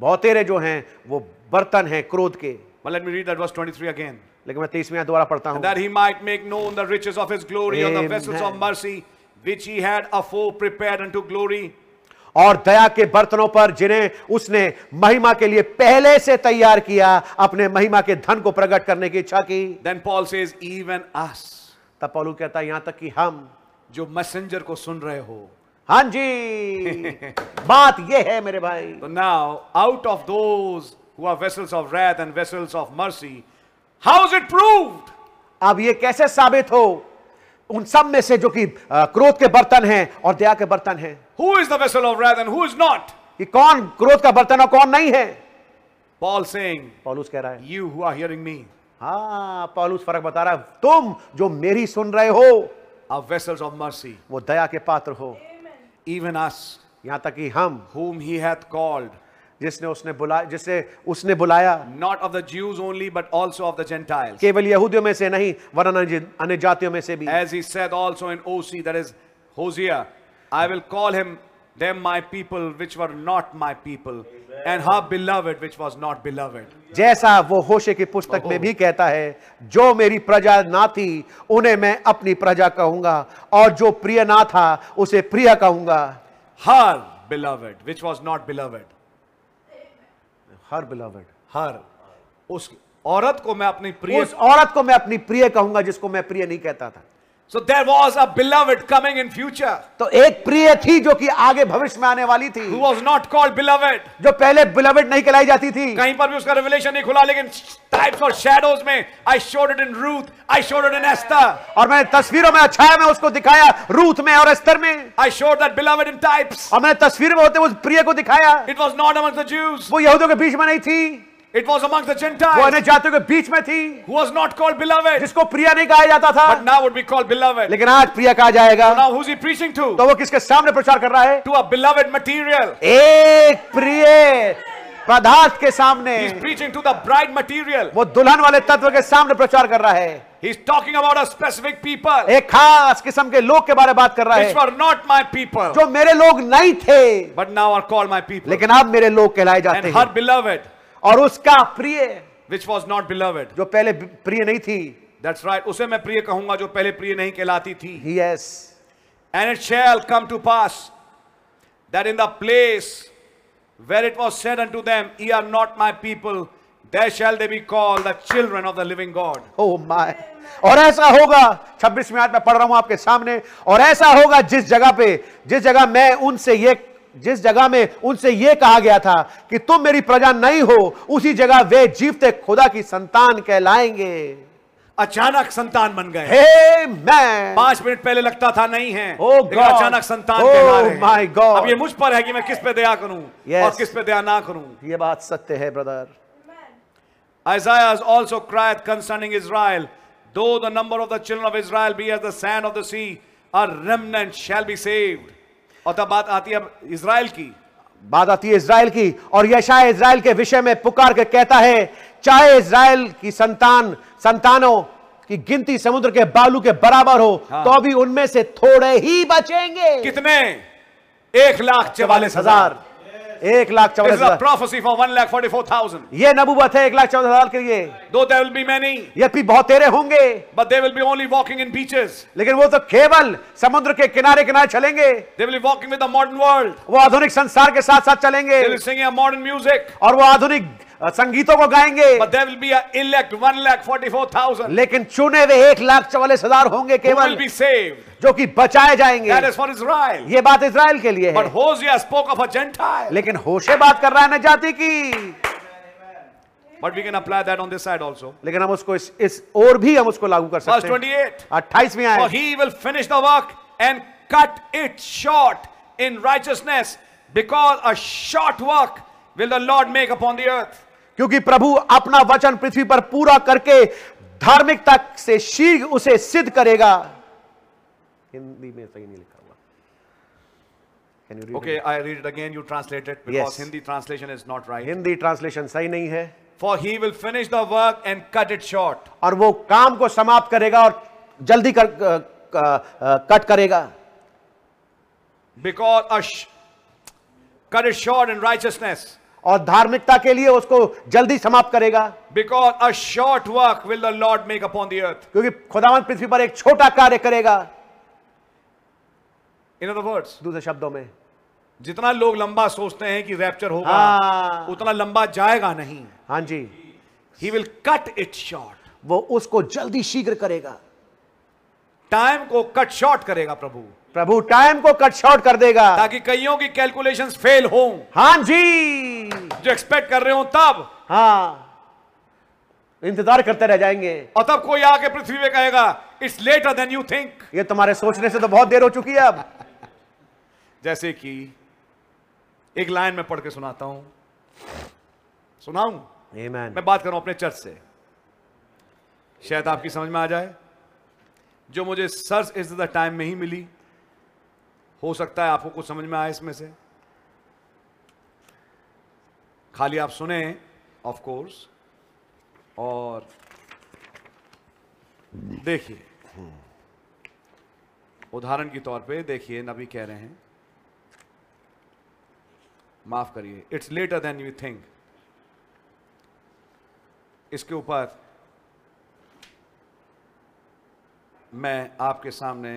B: बहुत तेरे जो हैं वो बर्तन हैं क्रोध के
A: But let me read that verse 23 again.
B: लेकिन मैं तेईसवीं आयत दोबारा पढ़ता
A: That
B: हूं
A: he might make known the riches of his glory on the vessels of
B: Amen.
A: mercy, which he had afore prepared unto glory.
B: और दया के बर्तनों पर जिन्हें उसने महिमा के लिए पहले से तैयार किया अपने महिमा के धन को प्रकट करने की इच्छा की
A: Then Paul says, even us.
B: तब पौलू कहता है यहां तक कि हम
A: जो मैसेंजर को सुन रहे हो
B: हाँ जी बात यह है मेरे भाई
A: तो now out of those who are vessels of wrath and vessels of mercy how is it proved
B: अब ये कैसे साबित हो उन सब में से जो कि अ, क्रोध के बर्तन हैं और दया के बर्तन हैं
A: who is the vessel of wrath and who is not
B: कि कौन क्रोध का बर्तन और कौन नहीं है
A: पॉल सेइंग
B: पौलुस कह रहा है
A: you who are hearing me
B: हाँ पौलुस फर्क बता रहा है तुम जो मेरी सुन रहे हो
A: आर वेसल्स ऑफ mercy
B: वो दया के पात्र हो
A: even us
B: यहाँ तक कि हम
A: whom he hath called
B: जिसने उसने बुलाया जिसे उसने बुलाया
A: not of the jews only but also of the gentiles
B: केवल यहूदियों में से नहीं वरन अन्य- अन्य जातियों में से भी
A: as he said also in oc that is hosea i will call him them my people which were not my people and her beloved which was not beloved
B: जैसा वो होशे की पुस्तक में भी कहता है जो मेरी प्रजा ना थी उन्हें मैं अपनी प्रजा कहूंगा और जो प्रिय ना था उसे प्रिय कहूंगा
A: her beloved which was not beloved
B: her beloved
A: her उस औरत को मैं अपनी प्रिय
B: उस औरत को मैं अपनी प्रिय कहूंगा जिसको मैं प्रिय नहीं कहता था
A: so there was a beloved coming in future
B: तो एक प्रिय थी जो कि आगे भविष्य में आने वाली थी
A: who was not called beloved
B: जो पहले बिलवड नहीं कहलाई जाती थी
A: कहीं पर भी उसका revelation नहीं खुला लेकिन types और shadows में I showed it in Ruth I showed it in Esther
B: और मैंने तस्वीरों में अच्छा में उसको दिखाया रूथ में और स्तर में
A: I showed that beloved in types
B: और मैंने तस्वीर में होते हुए उस प्रिय को दिखाया
A: it was not amongst the Jews
B: वो यहूदियों के बीच में नहीं थी
A: it was amongst the
B: वो
A: Gentiles
B: अन्य जातियों के बीच में थी
A: who was not called beloved
B: जिसको प्रिय नहीं कहा जाता था
A: but now would be called beloved
B: लेकिन आज प्रिय कहा जाएगा
A: now who's he preaching to
B: तो वो किसके सामने प्रचार कर रहा है
A: to a beloved material
B: एक प्रिय पदार्थ के सामने
A: He's preaching to the bride material.
B: वो दुल्हन वाले तत्व के सामने प्रचार कर रहा है
A: He's talking about a specific people
B: एक खास किस्म के लोग के बारे में बात कर रहा
A: which
B: है
A: were not my people,
B: जो मेरे लोग नहीं थे
A: but now are called my people.
B: लेकिन अब मेरे लोग कहलाए
A: And
B: जाते
A: her
B: हैं
A: beloved,
B: और उसका प्रिय
A: which was not beloved.
B: जो पहले प्रिय नहीं थी
A: That's right. उसे मैं प्रिय कहूंगा जो पहले प्रिय नहीं कहलाती थी.
B: Yes
A: And it shall come to pass that in the place where it was said unto them, Ye are not my people, there shall they be called the children of the living God.
B: Oh my Oh और ऐसा होगा 26 minute में पढ़ रहा हूं आपके सामने और ऐसा होगा जिस जगह पे जिस जगह मैं उनसे ये जिस जगह में उनसे ये कहा गया था कि तुम मेरी प्रजा नहीं हो उसी जगह वे जीवते खुदा की संतान कहलाएंगे
A: अचानक संतान बन गए
B: हे मैं
A: पांच मिनट पहले लगता था नहीं है
B: Oh
A: लेकिन
B: God.
A: अचानक संतान
B: Oh
A: कहला रहे हैं।
B: my God.
A: अब ये मुझ पर है कि मैं किस पे दया करूं
B: Yes.
A: और किस पे दया ना करूं
B: ये बात सत्य है brother
A: Isaiah also cried concerning Israel, though the number of the children of Israel be as the sand of the sea, a remnant shall be saved. और तब बात आती है अब इसराइल की
B: बात आती है इसराइल की और यशा इसराइल के विषय में पुकार के कहता है चाहे इसराइल की संतान संतानों की गिनती समुद्र के बालू के बराबर हो
A: हाँ।
B: तो भी उनमें से थोड़े ही बचेंगे
A: कितने एक लाख चवालीस हजार
B: हजार एक लाख चौवालीस हजार
A: prophecy for one lakh forty four thousand
B: ये नबूवत है एक लाख चौदह हजार के लिए
A: though there will be many
B: यद्यपि बहुत तेरे होंगे
A: but they will be only walking in beaches
B: लेकिन वो तो केवल समुद्र के किनारे किनारे चलेंगे
A: they will be walking with the modern world
B: वो आधुनिक संसार के साथ साथ चलेंगे
A: they will singing modern music
B: और वो आधुनिक अ, संगीतों को गाएंगे
A: but they will be elect one lakh forty four thousand
B: लेकिन चुने हुए एक लाख चौवालीस हजार होंगे
A: विल
B: केवल
A: बी सेव्ड
B: जो कि बचाए जाएंगे
A: दैट इज फॉर इजराइल
B: ये बात इसराइल के लिए
A: बट
B: है
A: Hosea spoke of a gentile
B: लेकिन होशे बात कर रहा है न जाति की
A: But we can apply that on this side also.
B: लेकिन हम उसको इस, इस और भी हम उसको लागू कर
A: Verse
B: सकते हैं
A: 28.
B: 28 में
A: For
B: आए
A: he will finish the work and cut it short in righteousness, because a short work will the Lord make upon the earth.
B: क्योंकि प्रभु अपना वचन पृथ्वी पर पूरा करके धार्मिकता से शीघ्र उसे सिद्ध करेगा हिंदी में सही नहीं लिखा हुआ Can you read
A: Okay, I read it again. You translate it
B: Yes.
A: because Hindi translation is not
B: it?
A: right.
B: Hindi translation सही नहीं है
A: For he will finish the work and cut it short.
B: और वो काम को समाप्त करेगा और जल्दी कर, अ, अ, अ, कट करेगा
A: Because a sh- cut it short in righteousness.
B: और धार्मिकता के लिए उसको जल्दी समाप्त करेगा
A: Because a short work will the Lord make upon the earth.
B: क्योंकि खुदावन पृथ्वी पर एक छोटा कार्य करेगा
A: In other words,
B: दूसरे शब्दों में
A: जितना लोग लंबा सोचते हैं कि रैप्चर होगा
B: हाँ।
A: उतना लंबा जाएगा नहीं
B: हाँ जी
A: He will cut it short.
B: वो उसको जल्दी शीघ्र करेगा
A: टाइम को कट शॉर्ट करेगा प्रभु
B: प्रभु टाइम को कट शॉर्ट कर देगा
A: ताकि कईयों की कैलकुलेशन फेल हो
B: हाँ जी
A: जो एक्सपेक्ट कर रहे हो तब
B: हाँ इंतजार करते रह जाएंगे
A: और तब कोई आके पृथ्वी पे कहेगा it's later than you think
B: ये तुम्हारे सोचने से तो बहुत देर हो चुकी है अब
A: जैसे कि एक लाइन में पढ़ के सुनाता हूं सुनाऊं
B: Amen.
A: मैं बात कर रहा हूं अपने चर्च से शायद आपकी समझ में आ जाए जो मुझे सर्च इज द टाइम में ही मिली हो सकता है आपको कुछ समझ में आए इसमें से खाली आप सुने ऑफ कोर्स और देखिए उदाहरण के तौर पे देखिए नबी कह रहे हैं माफ करिए it's later than you think इसके ऊपर मैं आपके सामने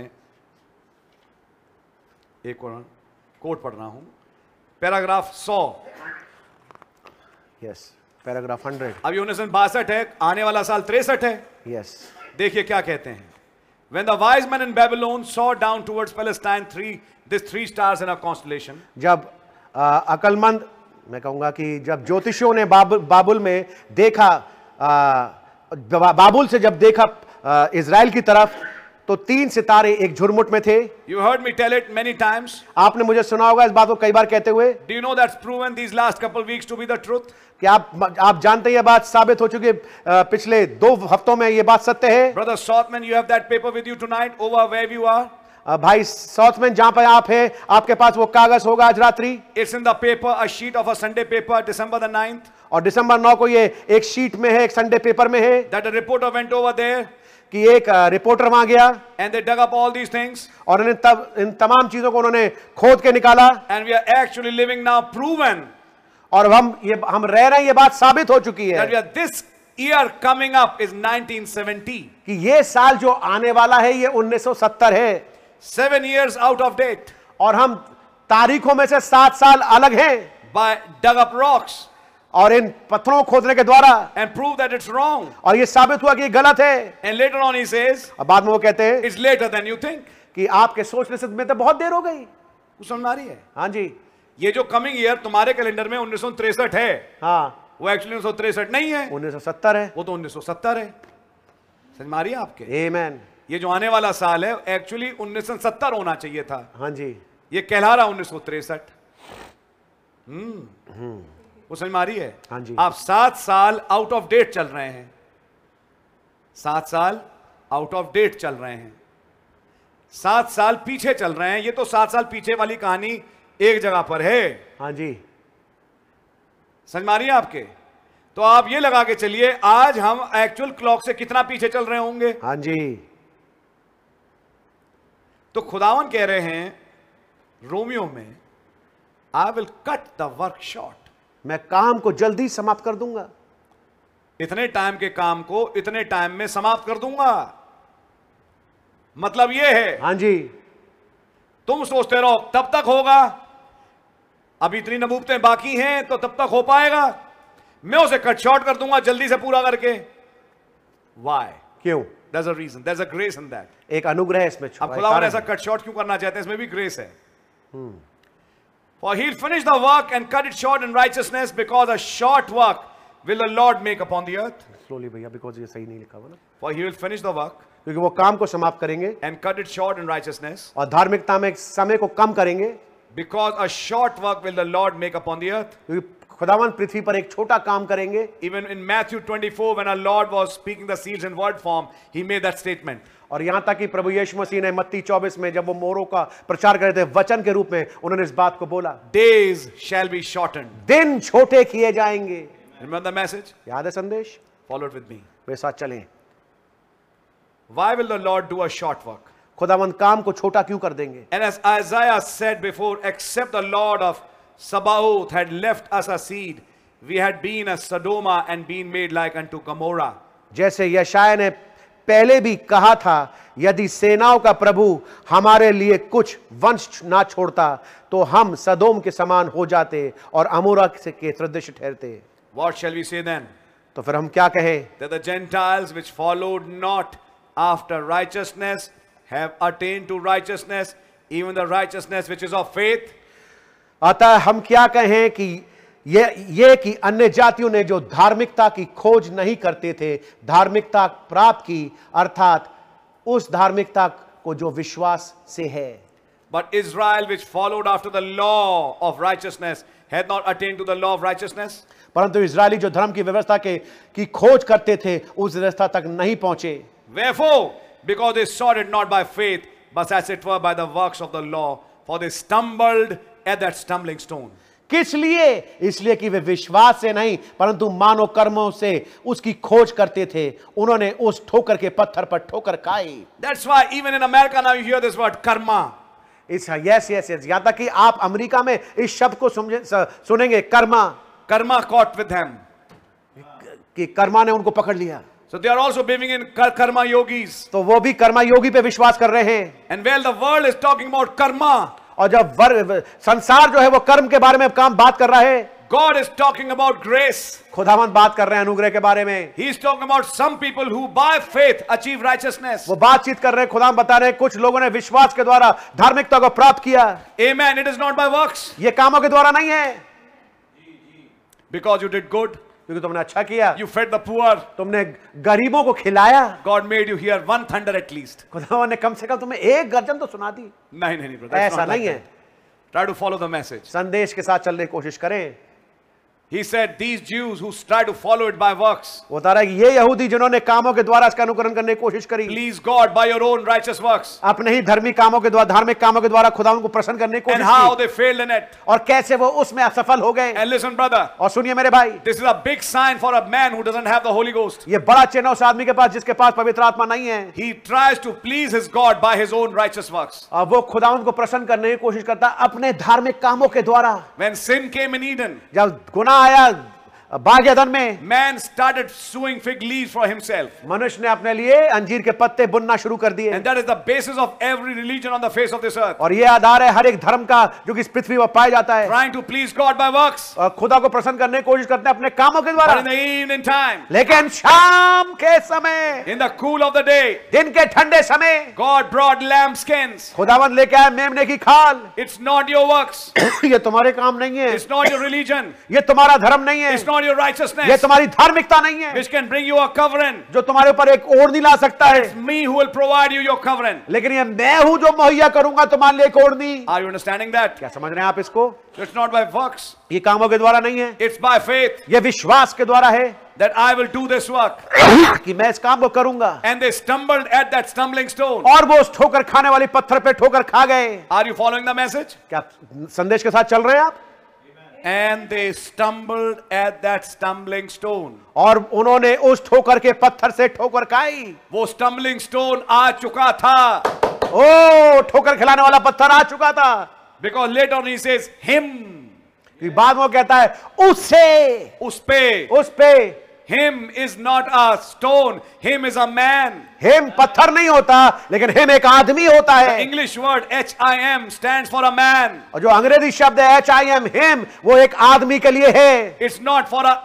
A: एक और कोट पढ़ रहा हूं पैराग्राफ 100
B: यस पैराग्राफ हंड्रेड
A: अभी उन्नीस बासठ है आने वाला साल तिरसठ है
B: यस
A: देखिए क्या कहते हैं When the wise men in Babylon saw down towards Palestine three, these three stars in a constellation,
B: जब आ, अकलमंद मैं कहूंगा कि जब ज्योतिषियों ने बाबुल बाबुल में देखा आ, बा- बाबुल से जब देखा आ, इसराइल की तरफ तो तीन सितारे एक झुरमुट में थे
A: you heard me tell it many times.
B: आपने मुझे सुना होगा इस बात को कई बार कहते हुए
A: Do you know that's proven these last couple weeks to be the truth?
B: कि आप आप जानते हैं ये बात साबित हो चुकी है अ, पिछले दो हफ्तों में ये बात सत्य है
A: Brother Sotman, you have that paper with you tonight over where you are.
B: अ, भाई साउथ में जहां पर आप हैं आपके पास वो कागज होगा आज रात्रि
A: It's in the paper, a sheet of a Sunday paper, December the 9th,
B: और दिसंबर 9 को ये एक शीट में है एक संडे पेपर में है
A: that a reporter went over there
B: कि एक अ, रिपोर्टर वहां गया
A: and they dug up all these things.
B: और इन तब इन तमाम चीजों को उन्होंने खोद के निकाला
A: And we are actually living now proven
B: और अब हम ये हम रह रहे हैं ये बात साबित हो चुकी है
A: that we are this year coming up is 1970.
B: कि ये साल जो आने वाला है ये 1970 है
A: Seven years out of date
B: और हम तारीखों में से सात साल अलग हैं
A: by dug up rocks
B: और इन पत्थरों को खोदने के द्वारा
A: and prove that it's wrong.
B: और ये साबित हुआ कि ये गलत है
A: And later on he says,
B: और बाद में वो कहते हैं
A: it's later than you think.
B: कि आपके सोचने से में तो बहुत देर हो गई
A: कुछ समझ में आ रही है
B: हाँ जी
A: ये जो कमिंग ईयर तुम्हारे कैलेंडर में उन्नीस है
B: हाँ
A: वो एक्चुअली उन्नीस नहीं है
B: 1970 है
A: वो तो 1970 है समझ में आ रही है आपके
B: Amen.
A: ये जो आने वाला साल है एक्चुअली 1970 होना चाहिए था
B: हाँ जी
A: ये कहला रहा उन्नीस सौ तिरसठ हम्म। वो समझ में आ रही है
B: हाँ जी।
A: आप सात साल आउट ऑफ डेट चल रहे हैं सात साल आउट ऑफ डेट चल रहे हैं सात साल पीछे चल रहे हैं ये तो सात साल पीछे वाली कहानी एक जगह पर है
B: हाँ जी
A: समझ में आ रही है आपके तो आप ये लगा के चलिए आज हम एक्चुअल क्लॉक से कितना पीछे चल रहे होंगे
B: हाँ जी
A: तो खुदावन कह रहे हैं रोमियो में I will cut the work short
B: मैं काम को जल्दी समाप्त कर दूंगा
A: इतने टाइम के काम को इतने टाइम में समाप्त कर दूंगा मतलब यह है
B: हाँ जी
A: तुम सोचते रहो तब तक होगा अभी इतनी नबूबतें बाकी हैं तो तब तक हो पाएगा मैं उसे कट शॉर्ट कर दूंगा जल्दी से पूरा करके वाई
B: क्यों
A: there's a reason there's a grace in that
B: एक अनुग्रह है इसमें छुपा
A: अब
B: है,
A: खुदा
B: कारण
A: ऐसा
B: है। हम्म,
A: कट शॉर्ट क्यों करना चाहते हैं इसमें भी ग्रेस है For he'll finish the work and cut it short in righteousness because a short work will the Lord make upon the earth.
B: Slowly भैया बिकॉज ये सही नहीं लिखा हुआ ना
A: For he will finish the work
B: क्योंकि वो काम को समाप्त करेंगे
A: and cut it short in righteousness
B: और धार्मिकता में समय को कम करेंगे
A: because a short work will the Lord make upon the earth.
B: क्योंकि खुदावन पृथ्वी पर एक छोटा काम करेंगे
A: Even in Matthew 24, when our Lord was speaking the seals in word form, he made that statement.
B: और यहाँ तक कि प्रभु यीशु मसीह ने मत्ती 24 में जब वो मोरों का प्रचार कर रहे थे वचन के रूप में उन्होंने इस बात को बोला
A: Days shall be shortened.
B: दिन छोटे किए जाएंगे
A: Remember the message?
B: याद है संदेश
A: Follow it with me.
B: मेरे साथ चलें
A: Why will the Lord do a short work?
B: खुदावंद काम को छोटा क्यों कर देंगे
A: And as Isaiah said before, except the Lord of Sabaoth had left us a seed, we had been as Sodoma and been made like unto Gomorrah.
B: जैसे यशाय ने पहले भी कहा था यदि सेनाओं का प्रभु हमारे लिए कुछ वंश ना छोड़ता तो हम सदोम के समान हो जाते और अमोरा से के सदृश ठहरते
A: What shall we say then?
B: तो फिर हम क्या कहें
A: That the Gentiles which followed not after righteousness have attained to righteousness, even the righteousness which is of faith.
B: अतः हम क्या कहें कि ये ये कि अन्य जातियों ने जो धार्मिकता की खोज नहीं करते थे धार्मिकता प्राप्त की अर्थात उस धार्मिकता को जो विश्वास से है
A: But Israel which followed after the law of righteousness had not attained to the law of righteousness.
B: परंतु इजरायली जो धर्म की व्यवस्था के की खोज करते थे उस व्यवस्था तक नहीं पहुंचे
A: Wherefore, because they sought it not by faith, but as it were by the works of the law, for they stumbled at that stumbling stone.
B: किस लिए इसलिए कि वे विश्वास से नहीं परंतु मानव कर्मों से उसकी खोज करते थे उन्होंने उस ठोकर के पत्थर पर ठोकर खाई
A: That's why even in America now you hear this word karma.
B: इस यस यस यस यहाँ तक कि आप अमेरिका में इस शब्द को समझे स- सुनेंगे Karma
A: Karma caught with them.
B: कि कर्मा ने उनको पकड़ लिया
A: So they are also believing in kar- karma yogis.
B: तो वो भी कर्मा योगी पे विश्वास कर रहे हैं
A: And while the world is talking about karma,
B: और जब वर, व- संसार जो है वो कर्म के बारे में काम बात कर रहा है
A: God is talking about grace.
B: खुदावन बात कर रहे हैं अनुग्रह के बारे में
A: He is talking about some people who by faith achieve righteousness.
B: वो बातचीत कर रहे हैं खुदाम बता रहे हैं कुछ लोगों ने विश्वास के द्वारा धार्मिकता को प्राप्त किया
A: Amen. It is not by works
B: ये कामों के द्वारा नहीं है
A: because you did good,
B: क्योंकि तुमने अच्छा किया
A: you fed the poor,
B: तुमने गरीबों को खिलाया
A: God made you hear one thunder at least.
B: खुदावन ने कम से कम तुम्हें एक गर्जन तो सुना दी
A: नहीं नहीं नहीं brother, it's
B: ऐसा
A: not like
B: नहीं है
A: that. Try to follow the message.
B: संदेश के साथ चलने की कोशिश करें
A: He said, These Jews who try to follow it by works,
B: वो बता रहा है कि ये यहूदी जिन्होंने कामों के द्वारा इसका अनुकरण करने की कोशिश करी
A: please God by your own righteous works.
B: अपने ही धर्मी कामों के द्वारा धार्मिक कामों के द्वारा खुदा उनको प्रसन्न करने की
A: And
B: कोशिश
A: how
B: की
A: they failed in it.
B: और कैसे वो उसमें असफल हो गए
A: And listen, brother,
B: और सुनिए मेरे भाई
A: this is a big sign for a man who doesn't have the Holy Ghost.
B: ये बड़ा चिन्ह उस आदमी के पास जिसके पास पवित्र आत्मा नहीं है
A: He tries to please his God by his own righteous works.
B: और वो खुदा उनको प्रसन्न करने की कोशिश करता अपने धार्मिक कामों के द्वारा
A: When sin came in Eden,
B: जब गुना आया बाग्यधन में
A: man started sewing fig leaves for himself.
B: मनुष्य ने अपने लिए अंजीर के पत्ते बुनना शुरू कर दिए
A: And that is the basis of every religion on the face of this earth.
B: और ये आधार है हर एक धर्म का जो कि इस पृथ्वी पर पाया जाता है
A: Trying to please God by works.
B: और खुदा को प्रसन्न करने की कोशिश करते हैं अपने कामों के
A: But
B: द्वारा
A: in the evening time,
B: लेकिन शाम के समय
A: in the cool of the day,
B: दिन के ठंडे समय
A: God brought lambskins.
B: खुदावन लेके आए मेमने की खाल <coughs>
A: It's not your works.
B: ये तुम्हारे काम नहीं है
A: It's not your religion.
B: ये तुम्हारा धर्म नहीं है
A: It's not your
B: ये
A: righteousness
B: तुम्हारी धार्मिकता नहीं है
A: which can bring you a covering.
B: जो तुम्हारे ऊपर एक ओढ़नी ला सकता है
A: It's me who will provide you your covering.
B: लेकिन ये मैं हूं जो मुहैया करूंगा तुम्हारे लिए एक ओढ़नी
A: Are you understanding that?
B: क्या समझ रहे हैं आप इसको
A: It's not by works.
B: ये कामों के द्वारा नहीं है
A: It's by faith
B: ये विश्वास के द्वारा है
A: that I will do this work.
B: कि मैं इस काम को करूंगा
A: And they stumbled at that stumbling stone.
B: और वो उस ठोकर खाने वाले पत्थर पे ठोकर खा गए
A: Are you following the message?
B: क्या आप संदेश के साथ चल रहे हैं आप
A: And they stumbled at that stumbling stone.
B: और उन्होंने उस ठोकर के पत्थर से ठोकर खाई
A: वो stumbling stone आ चुका था.
B: ओ ठोकर खिलाने वाला पत्थर आ चुका था
A: Because later on he says, him,
B: कि बाद में वो कहता है उससे
A: उस पे.
B: उस पे
A: Him is not a stone. Him is a man.
B: Him पत्थर नहीं होता लेकिन हिम एक आदमी होता
A: The
B: है
A: English word H-I-M stands for a man.
B: और जो अंग्रेजी शब्द है एच आई एम हिम वो एक आदमी के लिए है
A: It's not for a,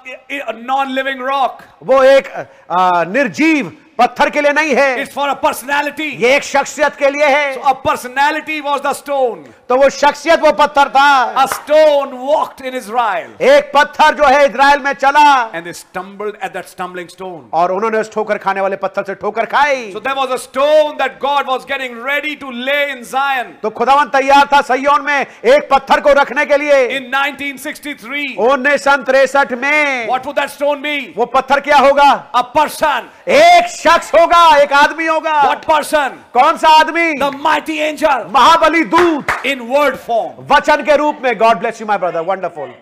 A: a non-living rock.
B: वो एक आ, निर्जीव पत्थर के लिए नहीं है
A: It's for a personality.
B: ये एक शख्सियत के लिए है
A: A personality was the stone.
B: तो वो शख्सियत वो पत्थर था
A: A stone walked in Israel.
B: एक पत्थर जो है इजराइल में चला
A: And they stumbled at that stumbling stone.
B: और उन्होंने उस ठोकर खाने वाले पत्थर से ठोकर खाई
A: So there was a stone that God was getting ready to lay in Zion.
B: तो खुदावन तैयार था सयोन में एक पत्थर को रखने के लिए
A: In 1963,
B: उन्नीस सन तिरसठ में
A: what would that stone be?
B: वो पत्थर क्या होगा
A: A person.
B: एक शख्स होगा एक आदमी होगा
A: What person?
B: कौन सा आदमी
A: The mighty angel
B: महाबली दूत
A: in word form.
B: वचन के रूप में God bless you my brother wonderful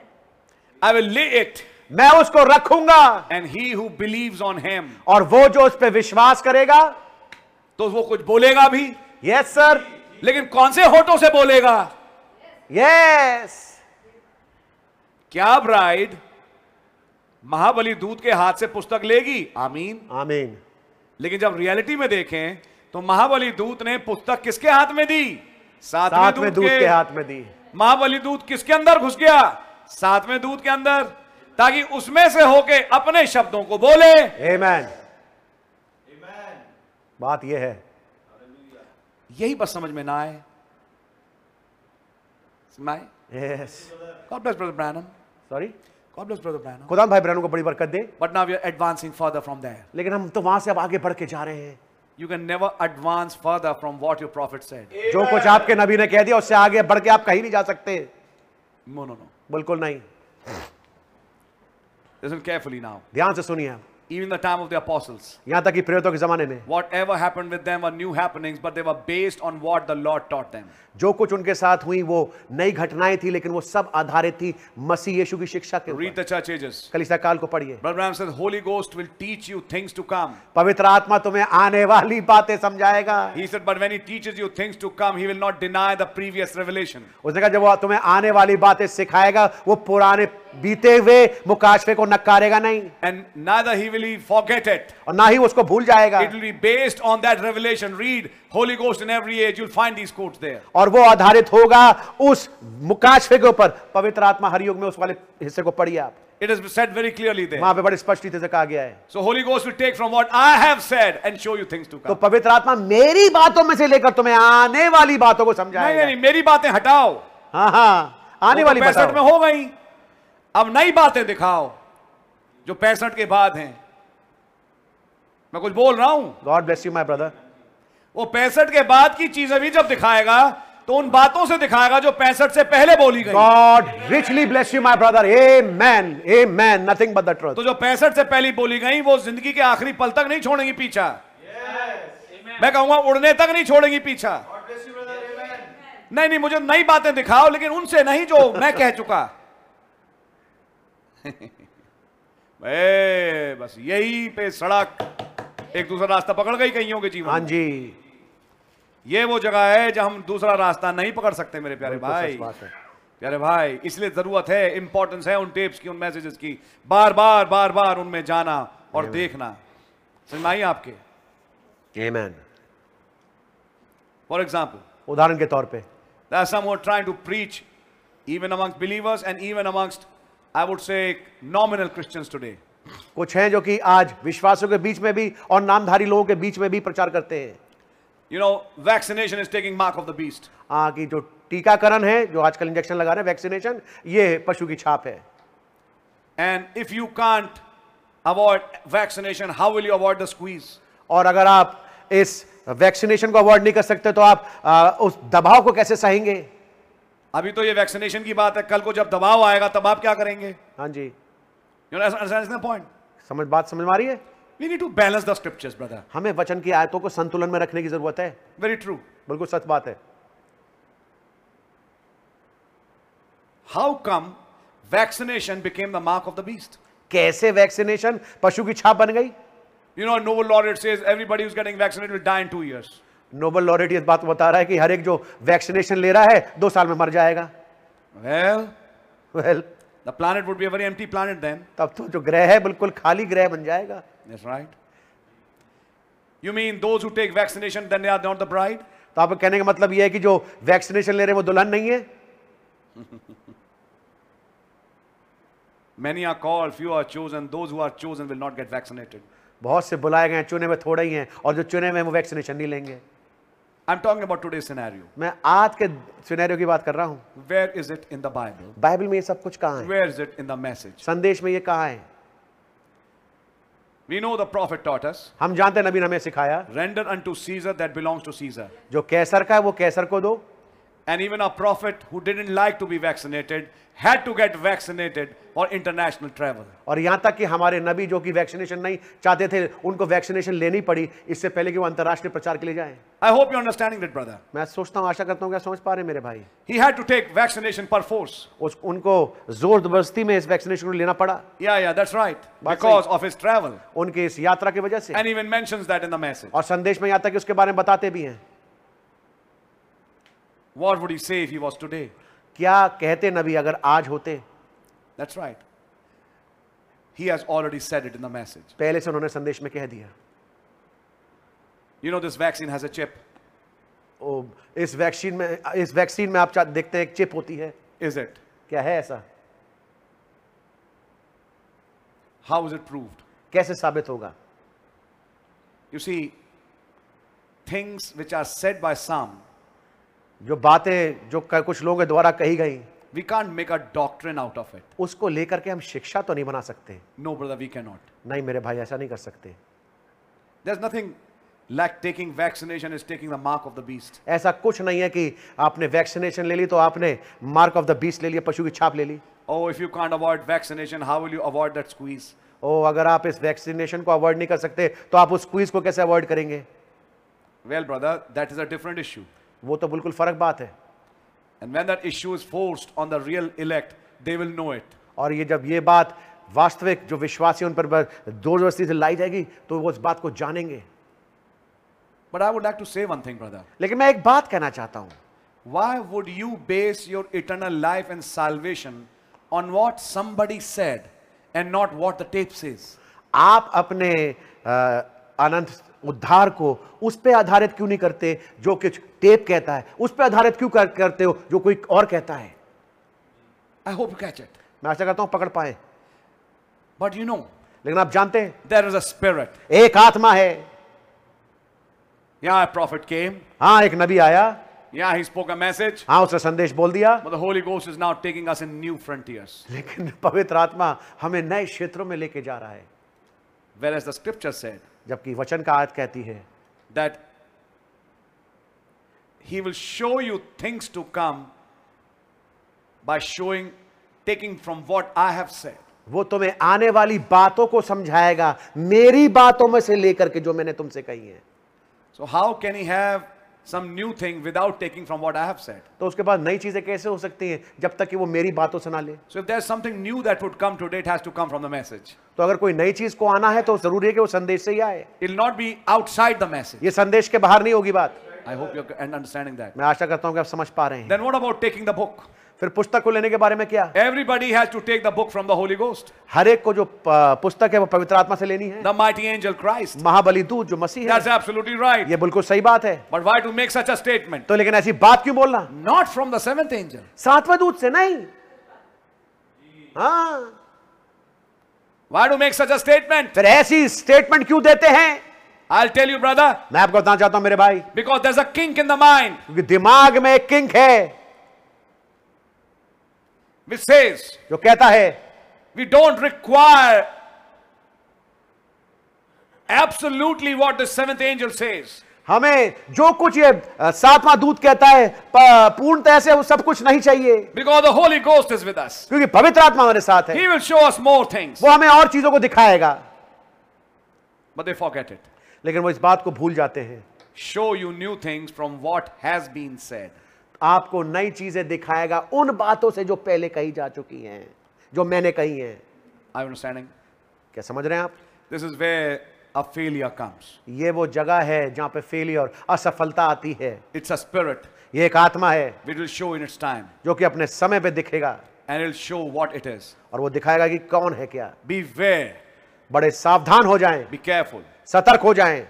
A: I will lay it.
B: मैं उसको रखूंगा
A: And he who believes on him.
B: और वो जो उस पर विश्वास करेगा
A: तो वो कुछ बोलेगा भी
B: यस सर
A: लेकिन कौन से होठों से बोलेगा
B: यस
A: क्या ब्राइड महाबली दूत के हाथ से पुस्तक लेगी आमीन
B: आमीन
A: लेकिन जब रियलिटी में देखें तो महाबली दूत ने पुस्तक किसके हाथ में दी
B: साथ में दूत के हाथ में दी
A: महाबली दूत किसके अंदर घुस गया सातवें दूत के अंदर ताकि उसमें से होके अपने शब्दों को बोले
B: Amen. बात यह है
A: यही बस समझ में ना आए सुनाए
B: yes
A: God bless brother Branham
B: sorry
A: God bless brother Branham
B: खुदा भाई बहनों को बड़ी बरकत दे
A: but now we are advancing further from there
B: लेकिन हम तो वहां से अब आगे बढ़ के जा रहे हैं
A: You can never advance further from what your prophet said.
B: जो कुछ आपके नबी ने कह दिया उससे आगे बढ़ के आप कहीं नहीं जा सकते
A: No, no, no.
B: बिल्कुल नहीं
A: Listen carefully now.
B: ध्यान से सुनिए आप
A: Even the time of the apostles,
B: यहाँ तक कि प्रेरितों के जमाने में
A: whatever happened with them were new happenings, but they were based on what the Lord taught them.
B: जो कुछ उनके साथ हुई वो नई घटनाएं थी लेकिन वो सब आधारित थी मसीह यीशु की शिक्षा के
A: Read
B: ऊपर
A: the church ages.
B: कलिसिया काल को पढ़िए
A: Brother Bram says, Holy Ghost will teach you things to come.
B: पवित्र आत्मा तुम्हें आने वाली बातें समझाएगा
A: He said, but when he teaches you things to come, he will not deny the previous revelation.
B: उसने कहा जब वो तुम्हें आने वाली बातें सिखाएगा वो पुराने बीते हुए मुकाशफे को नकारेगा नहीं
A: And neither he will he forget it.
B: और ना ही उसको भूल जाएगा
A: It will be based on that revelation. Read Holy Ghost in every age. You'll find these quotes there.
B: और वो आधारित होगा उस मुकाशफे के ऊपर पवित्र आत्मा हरियोग में उस वाले हिस्से को पढ़िए आप
A: It is said very clearly there.
B: वहां पे बड़े स्पष्ट रीति से कहा गया है
A: So Holy Ghost will take from what I have said and show you things to
B: तो
A: come.
B: पवित्र आत्मा मेरी बातों में से लेकर तुम्हें आने वाली बातों को
A: नहीं नहीं नहीं,
B: समझाएगा
A: मेरी बातें हटाओ तो
B: हाँ हाँ आने वाली
A: पैंसठ में
B: बातों
A: हो गई अब नई बातें दिखाओ जो पैंसठ के बाद हैं मैं कुछ बोल रहा हूं
B: God bless you my brother
A: वो पैंसठ के बाद की चीजें भी जब दिखाएगा तो उन बातों से दिखाएगा जो पैंसठ से पहले बोली गई
B: God richly bless you, my brother. Amen. Amen. Nothing but the truth.
A: तो जो पैंसठ से पहले बोली गई वो जिंदगी के आखिरी पल तक नहीं छोड़ेंगी पीछा मैं कहूंगा उड़ने तक नहीं छोड़ेंगी पीछा नहीं नहीं मुझे नई बातें दिखाओ लेकिन उनसे नहीं जो मैं कह चुका <laughs> ए, बस यही पे सड़क एक दूसरा रास्ता पकड़ गई कईयों के
B: हाँ
A: जीवन में।
B: Anji.
A: ये वो जगह है जहां हम दूसरा रास्ता नहीं पकड़ सकते मेरे प्यारे भाई
B: Amen.
A: प्यारे भाई इसलिए जरूरत है इंपॉर्टेंस है उन टेप्स की उन मैसेजेस की बार बार बार बार उनमें जाना और देखना समझ में आई आपके फॉर एग्जाम्पल
B: उदाहरण के तौर पे
A: There are some who are trying to preach even amongst believers and even amongst, I would say, nominal Christians today.
B: कुछ हैं जो कि आज विश्वासों के बीच में भी और नामधारी लोगों के बीच में भी प्रचार करते हैं
A: You know, vaccination is taking mark of the beast.
B: हाँ कि जो टीकाकरण है जो आजकल इंजेक्शन लगा रहे हैं वैक्सीनेशन ये पशु की छाप है
A: And if you can't avoid vaccination, how will you avoid the squeeze?
B: और अगर आप इस वैक्सीनेशन को अवॉइड नहीं कर सकते तो आप आ, उस दबाव को कैसे सहेंगे
A: अभी तो ये वैक्सीनेशन की बात है कल को जब दबाव आएगा तब आप क्या करेंगे
B: हाँ जी
A: You know, understand the point?
B: समझ बात समझ में आ रही है
A: We need to balance the scriptures, brother.
B: हमें वचन की आयतों को संतुलन में रखने की जरूरत है
A: Very true.
B: बिल्कुल सच बात है
A: How come vaccination became the mark of the beast?
B: कैसे वैक्सीनेशन पशु की छाप बन गई
A: You know, Nobel laureate says everybody who's getting vaccinated will die in two years.
B: Nobel laureate इस बात को बता रहा है कि हर एक जो वैक्सीनेशन ले रहा है दो साल में मर जाएगा
A: Well,
B: well
A: The planet would be a very empty planet then.
B: तब तो जो ग्रह है बिल्कुल खाली ग्रह बन जाएगा
A: That's right. You mean those who take vaccination, then they are not the bride?
B: तो आपके कहने का मतलब यह है कि जो वैक्सीनेशन ले रहे हैं वो दुल्हन नहीं है
A: Many are called, few are chosen. Those who are chosen will not get vaccinated.
B: बहुत से बुलाए गए हैं चुने में थोड़े ही हैं और जो चुने हुए हैं वो वैक्सीनेशन नहीं लेंगे
A: I'm talking about today's scenario.
B: मैं आज के सिनेरियो की बात कर रहा हूँ
A: Where is it in the Bible?
B: Bible में ये सब कुछ कहाँ है
A: Where is it in the message?
B: संदेश में ये कहाँ है
A: We know the prophet taught us
B: हम जानते हैं नबी ने हमें सिखाया
A: render unto Caesar that belongs to Caesar.
B: जो कैसर का है वो कैसर को दो
A: And even a prophet who didn't like to be vaccinated had to get vaccinated for international travel.
B: और यहाँ तक कि हमारे नबी जो कि वैक्सीनेशन नहीं चाहते थे उनको वैक्सीनेशन लेनी पड़ी इससे पहले कि वो अंतर्राष्ट्रीय प्रचार के लिए जाएं
A: I hope you're understanding that, brother.
B: मैं सोचता हूँ आशा करता हूँ क्या समझ पा रहे हैं मेरे भाई
A: He had to take vaccination per force.
B: उस उनको जोर जबरदस्ती में इस वैक्सीनेशन को लेना पड़ा
A: Yeah, yeah, that's right.
B: But
A: Because
B: see-
A: of his travel.
B: उनके इस यात्रा की वजह से
A: And even mentions that in the message.
B: और संदेश में यहाँ तक कि उसके बारे में बताते भी हैं
A: What would he say if he was today?
B: क्या कहते नबी अगर आज होते
A: That's right. He has already said it in the message.
B: पहले से उन्होंने संदेश में कह दिया
A: You know, this vaccine has a chip,
B: ओ, इस वैक्सीन में इस वैक्सीन में आप चा- देखते हैं एक चिप होती है
A: is it?
B: क्या है ऐसा
A: How is it proved?
B: कैसे साबित होगा
A: You see, things which are said by some,
B: जो बातें जो क- कुछ लोगों के द्वारा कही गई
A: we can't make a doctrine out of it.
B: उसको लेकर के हम शिक्षा तो नहीं बना सकते
A: No, brother, we cannot.
B: नहीं मेरे भाई ऐसा नहीं कर सकते
A: There's nothing like taking vaccination is taking the mark of the beast.
B: ऐसा कुछ नहीं है कि आपने वैक्सीनेशन ले ली तो आपने मार्क ऑफ द बीस ले लिया पशु की छाप ले ली
A: Oh, if you can't avoid vaccination, how will you avoid that squeeze?
B: ओ अगर आप इस वैक्सीनेशन को अवॉइड नहीं कर सकते तो आप उस क्वीज को कैसे अवॉइड करेंगे
A: Well, brother, that is a different issue.
B: वो तो बिल्कुल फर्क बात है
A: And when that issue is forced on the real elect, they will know it.
B: और ये जब ये बात वास्तविक जो विश्वासी हैं, उन पर जोरदस्ती से लाई जाएगी तो वो इस बात को जानेंगे
A: But I would like to say one thing, brother.
B: लेकिन मैं एक बात कहना चाहता हूँ
A: Why would you base your eternal life and salvation on what somebody said and not what the tape says?
B: आप अपने अ, अनंत उद्धार को उस पर आधारित क्यों नहीं करते जो कुछ टेप कहता है उस पर आधारित क्यों कर, करते हो जो कोई और कहता है
A: I hope you catch it.
B: मैं आशा करता हूँ पकड़ पाए
A: But you know,
B: लेकिन आप जानते हैं
A: there is a spirit.
B: एक आत्मा है
A: Yeah, a prophet came.
B: हाँ एक नबी आया
A: Yeah, he spoke a message.
B: हाँ उसने संदेश बोल दिया
A: But the Holy Ghost is now taking us in new frontiers.
B: लेकिन <laughs> पवित्र आत्मा हमें नए क्षेत्रों में लेके जा रहा है
A: Whereas the scripture said
B: जबकि वचन का आयत कहती है
A: that He will show you things to come by showing, taking from what I have said.
B: वो तुम्हें आने वाली बातों को समझाएगा मेरी बातों में से लेकर के जो मैंने तुमसे कही है
A: So, how can he have some new thing without taking from what I have said?
B: तो उसके पास नई चीजें कैसे हो सकती हैं जब तक कि वो मेरी बातों से ना ले
A: So, if there's something new that would come today, it has to come from the message.
B: तो अगर कोई नई चीज को आना है तो जरूरी है कि वो संदेश से ही आए
A: It'll not be outside the message.
B: ये संदेश के बाहर नहीं होगी बात
A: I hope you're and understanding that.
B: मैं आशा करता हूं कि आप समझ पा रहे हैं
A: Then, what about taking the book?
B: फिर पुस्तक को लेने के बारे में क्या
A: Everybody has to take the book from the Holy Ghost,
B: हर एक को जो प- पुस्तक है वो पवित्र आत्मा से लेनी है
A: the mighty angel Christ.
B: महाबली दूत जो मसीह
A: That's
B: है
A: absolutely right.
B: ये बिल्कुल सही बात है
A: But why to make such a statement?
B: तो लेकिन ऐसी बात क्यों बोलना
A: Not from the seventh angel.
B: सातवें दूत से नहीं हाँ
A: Why to make such a statement?
B: फिर ऐसी स्टेटमेंट क्यों देते हैं
A: I'll tell you, brother,
B: मैं आपको बताना चाहता हूं मेरे भाई
A: because there's a kink in the mind
B: क्योंकि दिमाग में एक किंक है
A: which says
B: जो कहता है
A: we don't require absolutely what the seventh angel says.
B: हमें जो कुछ ये अ, सातवां दूत कहता है प- पूर्णतः से वो सब कुछ नहीं चाहिए
A: Because the Holy Ghost is with us.
B: क्योंकि पवित्र आत्मा हमारे साथ है
A: He will show us more things.
B: वो हमें और चीजों को दिखाएगा
A: But they forget it.
B: लेकिन वो इस बात को भूल जाते हैं
A: Show you new things from what has been said.
B: आपको नई चीजें दिखाएगा उन बातों से जो पहले कही जा चुकी हैं जो मैंने कही हैं
A: Are you understanding?
B: क्या समझ रहे हैं आप
A: This is where a failure comes.
B: ये वो जगह है जहां पे फेलियर असफलता आती है
A: It's a spirit
B: ये एक आत्मा है
A: which will show in its time
B: जो कि अपने समय पे दिखेगा
A: and it'll show what it is.
B: और वो दिखाएगा कि कौन है क्या
A: Beware,
B: बड़े सावधान हो जाएं
A: be careful.
B: सतर्क हो जाएं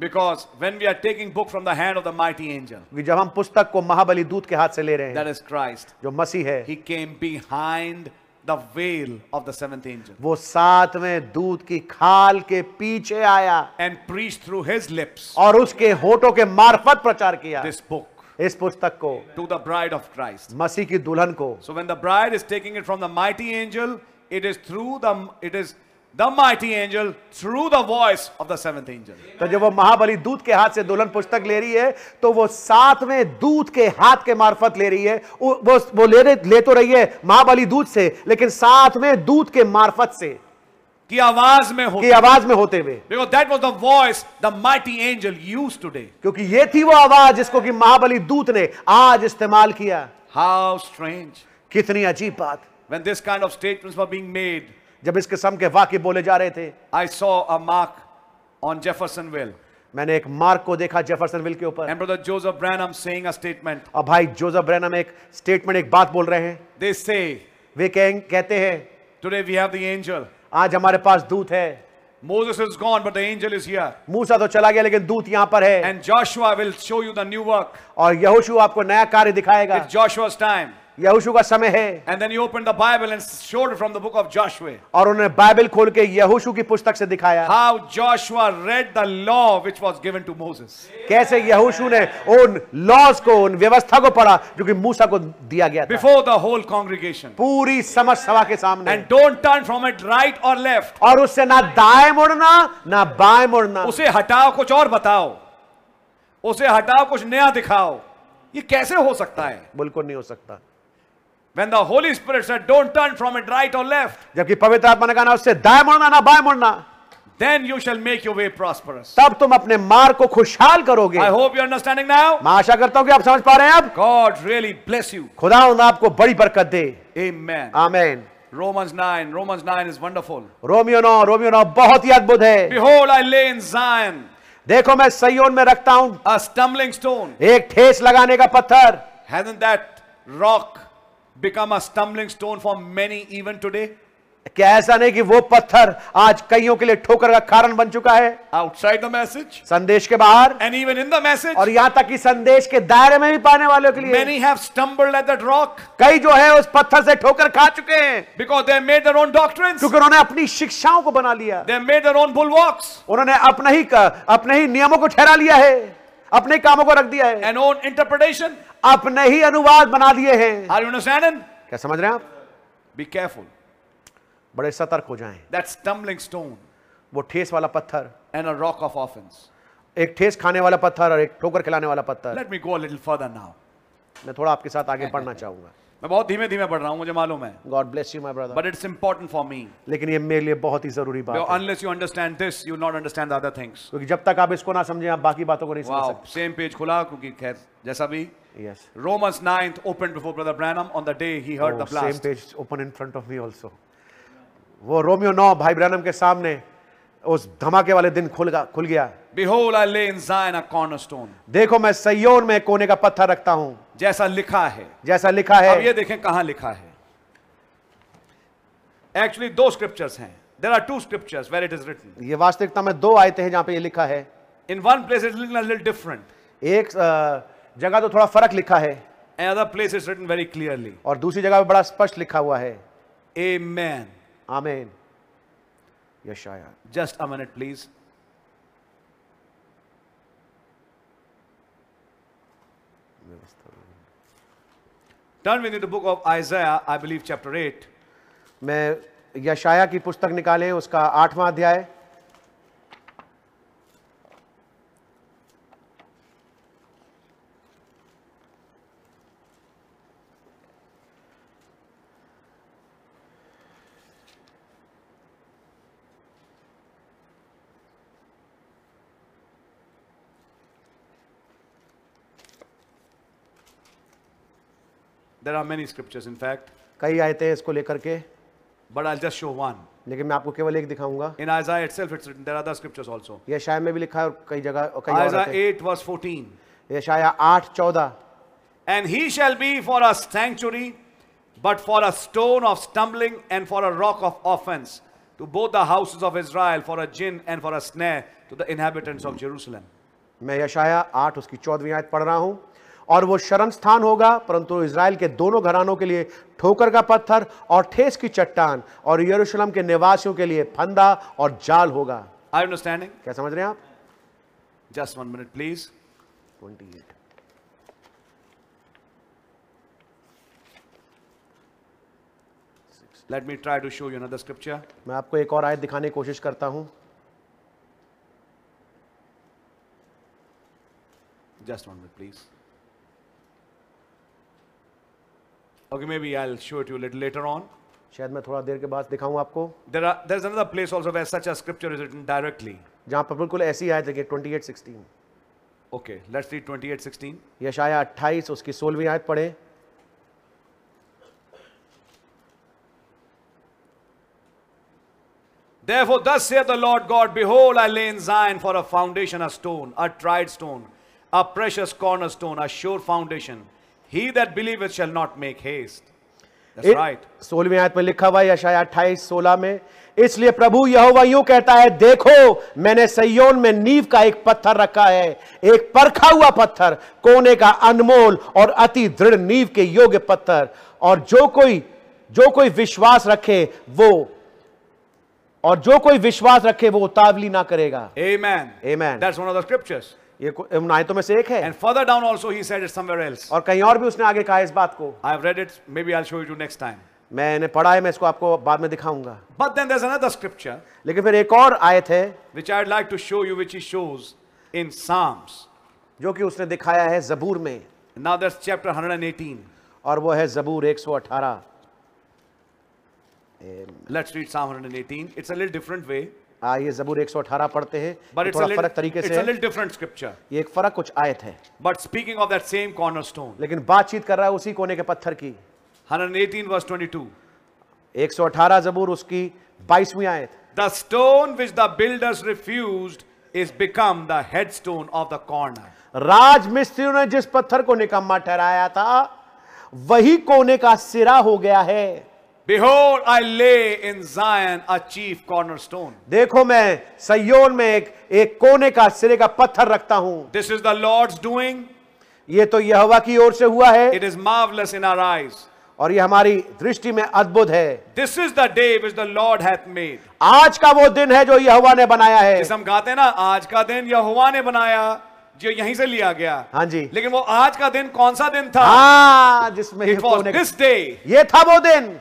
A: Because when we are taking book from the hand of the mighty angel,
B: कि जब हम पुस्तक को महाबली दूत के हाथ से ले रहे
A: that
B: हैं
A: is Christ,
B: जो मसीह है
A: he came behind the veil of the seventh angel
B: वो सातवें दूत की खाल के पीछे आया
A: and preached through his lips
B: और उसके होठों के मार्फत प्रचार किया
A: this book
B: इस पुस्तक को
A: to the bride of Christ.
B: मसीह की दुल्हन को
A: So when the bride is taking it from the mighty angel, it is through the it is the mighty angel through the voice of the seventh angel.
B: तो जब वो महाबली दूत के हाथ से दुल्हन पुस्तक ले रही है तो वो सातवें दूत के हाथ के मार्फत ले रही है वो वो वो ले रहे- ले तो रही है महाबली दूत से लेकिन सातवें दूत के मार्फत से
A: की आवाज में हो
B: की आवाज में होते हुए
A: because that was the voice the mighty angel used today.
B: क्योंकि ये थी वो आवाज जिसको कि महाबली दूत ने आज इस्तेमाल किया
A: How strange.
B: कितनी अजीब बात
A: When this kind of statements were being made,
B: जब इस किस्म के वाक्य बोले जा रहे थे
A: I saw a mark on Jeffersonville
B: मैंने एक मार्क को देखा जेफरसनविल के ऊपर
A: and Brother Joseph Branham saying a statement.
B: और भाई जोसेफ ब्रैनम एक स्टेटमेंट एक बात बोल रहे हैं
A: They say,
B: वे कहें कहते हैं
A: Today we have the angel.
B: आज हमारे पास दूत है
A: Moses is gone, but the angel is here.
B: मूसा तो चला गया लेकिन दूत यहाँ पर है
A: And Joshua will show you the new work.
B: और यहोशू आपको नया कार्य दिखाएगा
A: It's Joshua's time.
B: यहोशू का समय है
A: And then he opened the Bible and showed it from the book of Joshua.
B: और उन्होंने बाइबल खोल के यहोशू की पुस्तक से दिखाया
A: How Joshua read the law which was given to Moses.
B: कैसे यहोशू ने उन लॉज को उन व्यवस्था को पढ़ा जो कि मूसा को दिया गया था
A: Before the whole congregation.
B: पूरी समझ सभा के सामने
A: And don't turn from it right or left.
B: और उससे ना दाएं मुड़ना ना बाएं मुड़ना
A: उसे हटाओ कुछ और बताओ उसे हटाओ कुछ नया दिखाओ ये कैसे हो सकता है
B: बिल्कुल नहीं हो सकता
A: When the Holy Spirit said, Don't turn from it right or left,
B: जबकि पवित्र आत्मा ने कहा ना उससे दाएं मुड़ना ना बाएं मुड़ना
A: then you shall make your way prosperous.
B: तब तुम अपने मार्ग को खुशहाल करोगे
A: I hope you're understanding now.
B: मैं आशा करता हूं कि आप समझ पा रहे हैं अब
A: God really bless you.
B: खुदा आपको बड़ी बरकत दे
A: Amen.
B: Amen
A: Romans 9. Romans 9 is wonderful.
B: रोमियो नौ रोमियो नौ बहुत ही अद्भुत है
A: Behold, I lay in Zion
B: देखो मैं सयोन में रखता हूं
A: a stumbling stone.
B: एक ठेस लगाने का पत्थर
A: Hasn't that rock become a stumbling stone for many even today?
B: क्या ऐसा नहीं कि वो पत्थर आज कईयों के लिए ठोकर का कारण बन चुका है
A: Outside the message
B: संदेश के बाहर
A: and even in the message,
B: और यहां तक कि संदेश के दायरे में भी पाने वालों के लिए
A: many have stumbled at that rock
B: कई जो है उस पत्थर से ठोकर खा चुके हैं
A: because they made their own doctrines,
B: क्योंकि उन्होंने अपनी शिक्षाओं को बना लिया
A: they made their own bulwarks
B: उन्होंने अपने ही अपने ही नियमों को ठहरा लिया है अपने कामों को रख दिया है
A: and own interpretation.
B: अपने ही अनुवाद बना दिए हैं
A: Are you understanding?
B: क्या समझ रहे हैं आप
A: Be careful.
B: बड़े सतर्क हो जाएं
A: That stumbling stone
B: वो ठेस वाला पत्थर
A: and a rock of offense.
B: एक ठेस खाने वाला पत्थर और एक ठोकर खिलाने वाला पत्थर
A: Let me go a little further now.
B: मैं थोड़ा आपके साथ आगे पढ़ना चाहूंगा
A: मैं बहुत धीमे धीमे बढ़ रहा हूँ मुझे मालूम है
B: God bless you my brother
A: But it's important for me.
B: लेकिन ये मेरे लिए बहुत ही जरूरी बात है
A: Unless you understand this, you will not understand the other things.
B: क्योंकि जब तक आप इसको ना समझें आप बाकी बातों को नहीं समझ
A: Wow. Same page खुला क्योंकि खैर जैसा भी
B: सकते yes
A: Romans 9th opened before Brother Branham on the day he heard the
B: same
A: blast.
B: Page open in front of me also वो रोमियो नौ भाई ब्रैनम के सामने उस धमाके वाले दिन खुल गया खुल गया
A: Behold, I lay in Zion a cornerstone.
B: देखो मैं सयोन में कोने का पत्थर रखता हूं
A: जैसा लिखा है
B: जैसा लिखा
A: अब ये
B: है
A: देखें कहां लिखा है एक्चुअली दो स्क्रिप्चर्स हैं there are two scriptures where it is written
B: ये वास्तविकता में दो आयते हैं जहां पे ये लिखा है
A: in one place is written little different
B: एक अ, जगह तो थोड़ा फर्क लिखा है
A: and other place is written very clearly
B: और दूसरी जगह पे बड़ा स्पष्ट लिखा हुआ है
A: Amen.
B: आमेन यशाया
A: Just a minute, please. Turn with me to the book of Isaiah, I believe, chapter 8.
B: मैं यशाया की पुस्तक निकालें उसका आठवां अध्याय
A: There are many scriptures, in fact,
B: कई आयतें हैं इसको लेकर के
A: but I'll just show one.
B: लेकिन मैं आपको केवल एक दिखाऊंगा
A: In Isaiah itself, it's written, there are other scriptures also.
B: यशाया में भी लिखा है और कई जगह और कई और
A: Isaiah
B: आयतें।
A: 8, verse 14.
B: यशाया आठ चौदह
A: And he shall be for a sanctuary, but for a stone of stumbling and for a rock of offense to both the houses of Israel, for a gin and for a snare to the inhabitants of Jerusalem.
B: मैं यशाया आठ उसकी चौदहवीं आयत पढ़ रहा हूँ और वो शरण स्थान होगा परंतु इसराइल के दोनों घरानों के लिए ठोकर का पत्थर और ठेस की चट्टान और यरूशलेम के निवासियों के लिए फंदा और जाल होगा
A: Are you understanding?
B: क्या समझ रहे हैं आप
A: Just one minute, please.
B: 28
A: Let me try to show you another scripture.
B: मैं आपको एक और आयत दिखाने की कोशिश करता हूँ
A: Just one minute, please. Okay, maybe I'll show it to you a little later on.
B: शायद मैं थोड़ा देर के बाद दिखाऊं आपको
A: There are there's another place also where such a scripture is written directly.
B: जहाँ पर बिल्कुल ऐसी आयत देखिए twenty eight sixteen
A: Okay, let's read 28:16.
B: यशाया अट्ठाईस उसकी सोलहवीं आयत पढ़े
A: Therefore, thus saith the Lord God, Behold, I lay in Zion for a foundation a stone, a tried stone, a precious cornerstone, a sure foundation. He that believeth shall not make haste. That's right.
B: सोलहवीं आयत में लिखा हुआ है, यशाया अट्ठाईस सोलह में इसलिए प्रभु यहोवा यूं कहता है देखो मैंने सयोन में नींव का एक पत्थर रखा है एक परखा हुआ पत्थर कोने का अनमोल और अति दृढ़ नींव के योग्य पत्थर और जो कोई जो कोई विश्वास रखे वो और जो कोई विश्वास रखे वो उतावली ना करेगा
A: Amen.
B: Amen.
A: That's one of the scriptures.
B: ये को- उन आयतों में से एक है
A: And further down also, he said it somewhere else.
B: और कहीं और भी उसने आगे कहा है इस बात को
A: I've read it. Maybe I'll show it to you next time.
B: मैंने पढ़ा है मैं इसको आपको बाद में दिखाऊंगा
A: But then there's another scripture
B: लेकिन फिर एक और आयत है
A: which I'd like to show you, which he shows in Psalms.
B: जो कि उसने दिखाया है जबूर में
A: Now that's chapter 118.
B: और वो है जबूर 118
A: Let's read Psalm 118. It's a little different way,
B: आइए हाँ, जबूर 118 पढ़ते हैं
A: but
B: ये
A: it's a
B: थोड़ा
A: little,
B: फर्क तरीके
A: it's
B: से
A: a
B: है।
A: little different scripture.
B: ये एक फर्क कुछ आयत है
A: But speaking of that same cornerstone,
B: लेकिन बातचीत कर रहा है उसी कोने के पत्थर की
A: 118 verse 22.
B: 118 जबूर उसकी 22वीं आयत
A: The stone which the builders refused is become the headstone of the corner.
B: राजमिस्त्रियों ने जिस पत्थर को निकम्मा ठहराया था वही कोने का सिरा हो गया है
A: Behold, I lay in Zion a chief cornerstone.
B: देखो मैं सयोन में एक, एक कोने का सिरे का पत्थर रखता हूं
A: This is the Lord's doing.
B: ये तो यहोवा की ओर से हुआ है
A: It is marvelous in our eyes.
B: और ये हमारी दृष्टि में अद्भुत है
A: This is the day which the Lord hath made.
B: आज का वो दिन है जो यहोवा ने बनाया है
A: जैसे हम गाते हैं ना आज का दिन यहोवा ने बनाया जो यहीं से लिया गया
B: हाँ जी।
A: लेकिन वो आज का दिन कौन सा दिन था
B: हाँ जिसमें ये
A: It was
B: कोने-
A: this day
B: ये था वो दिन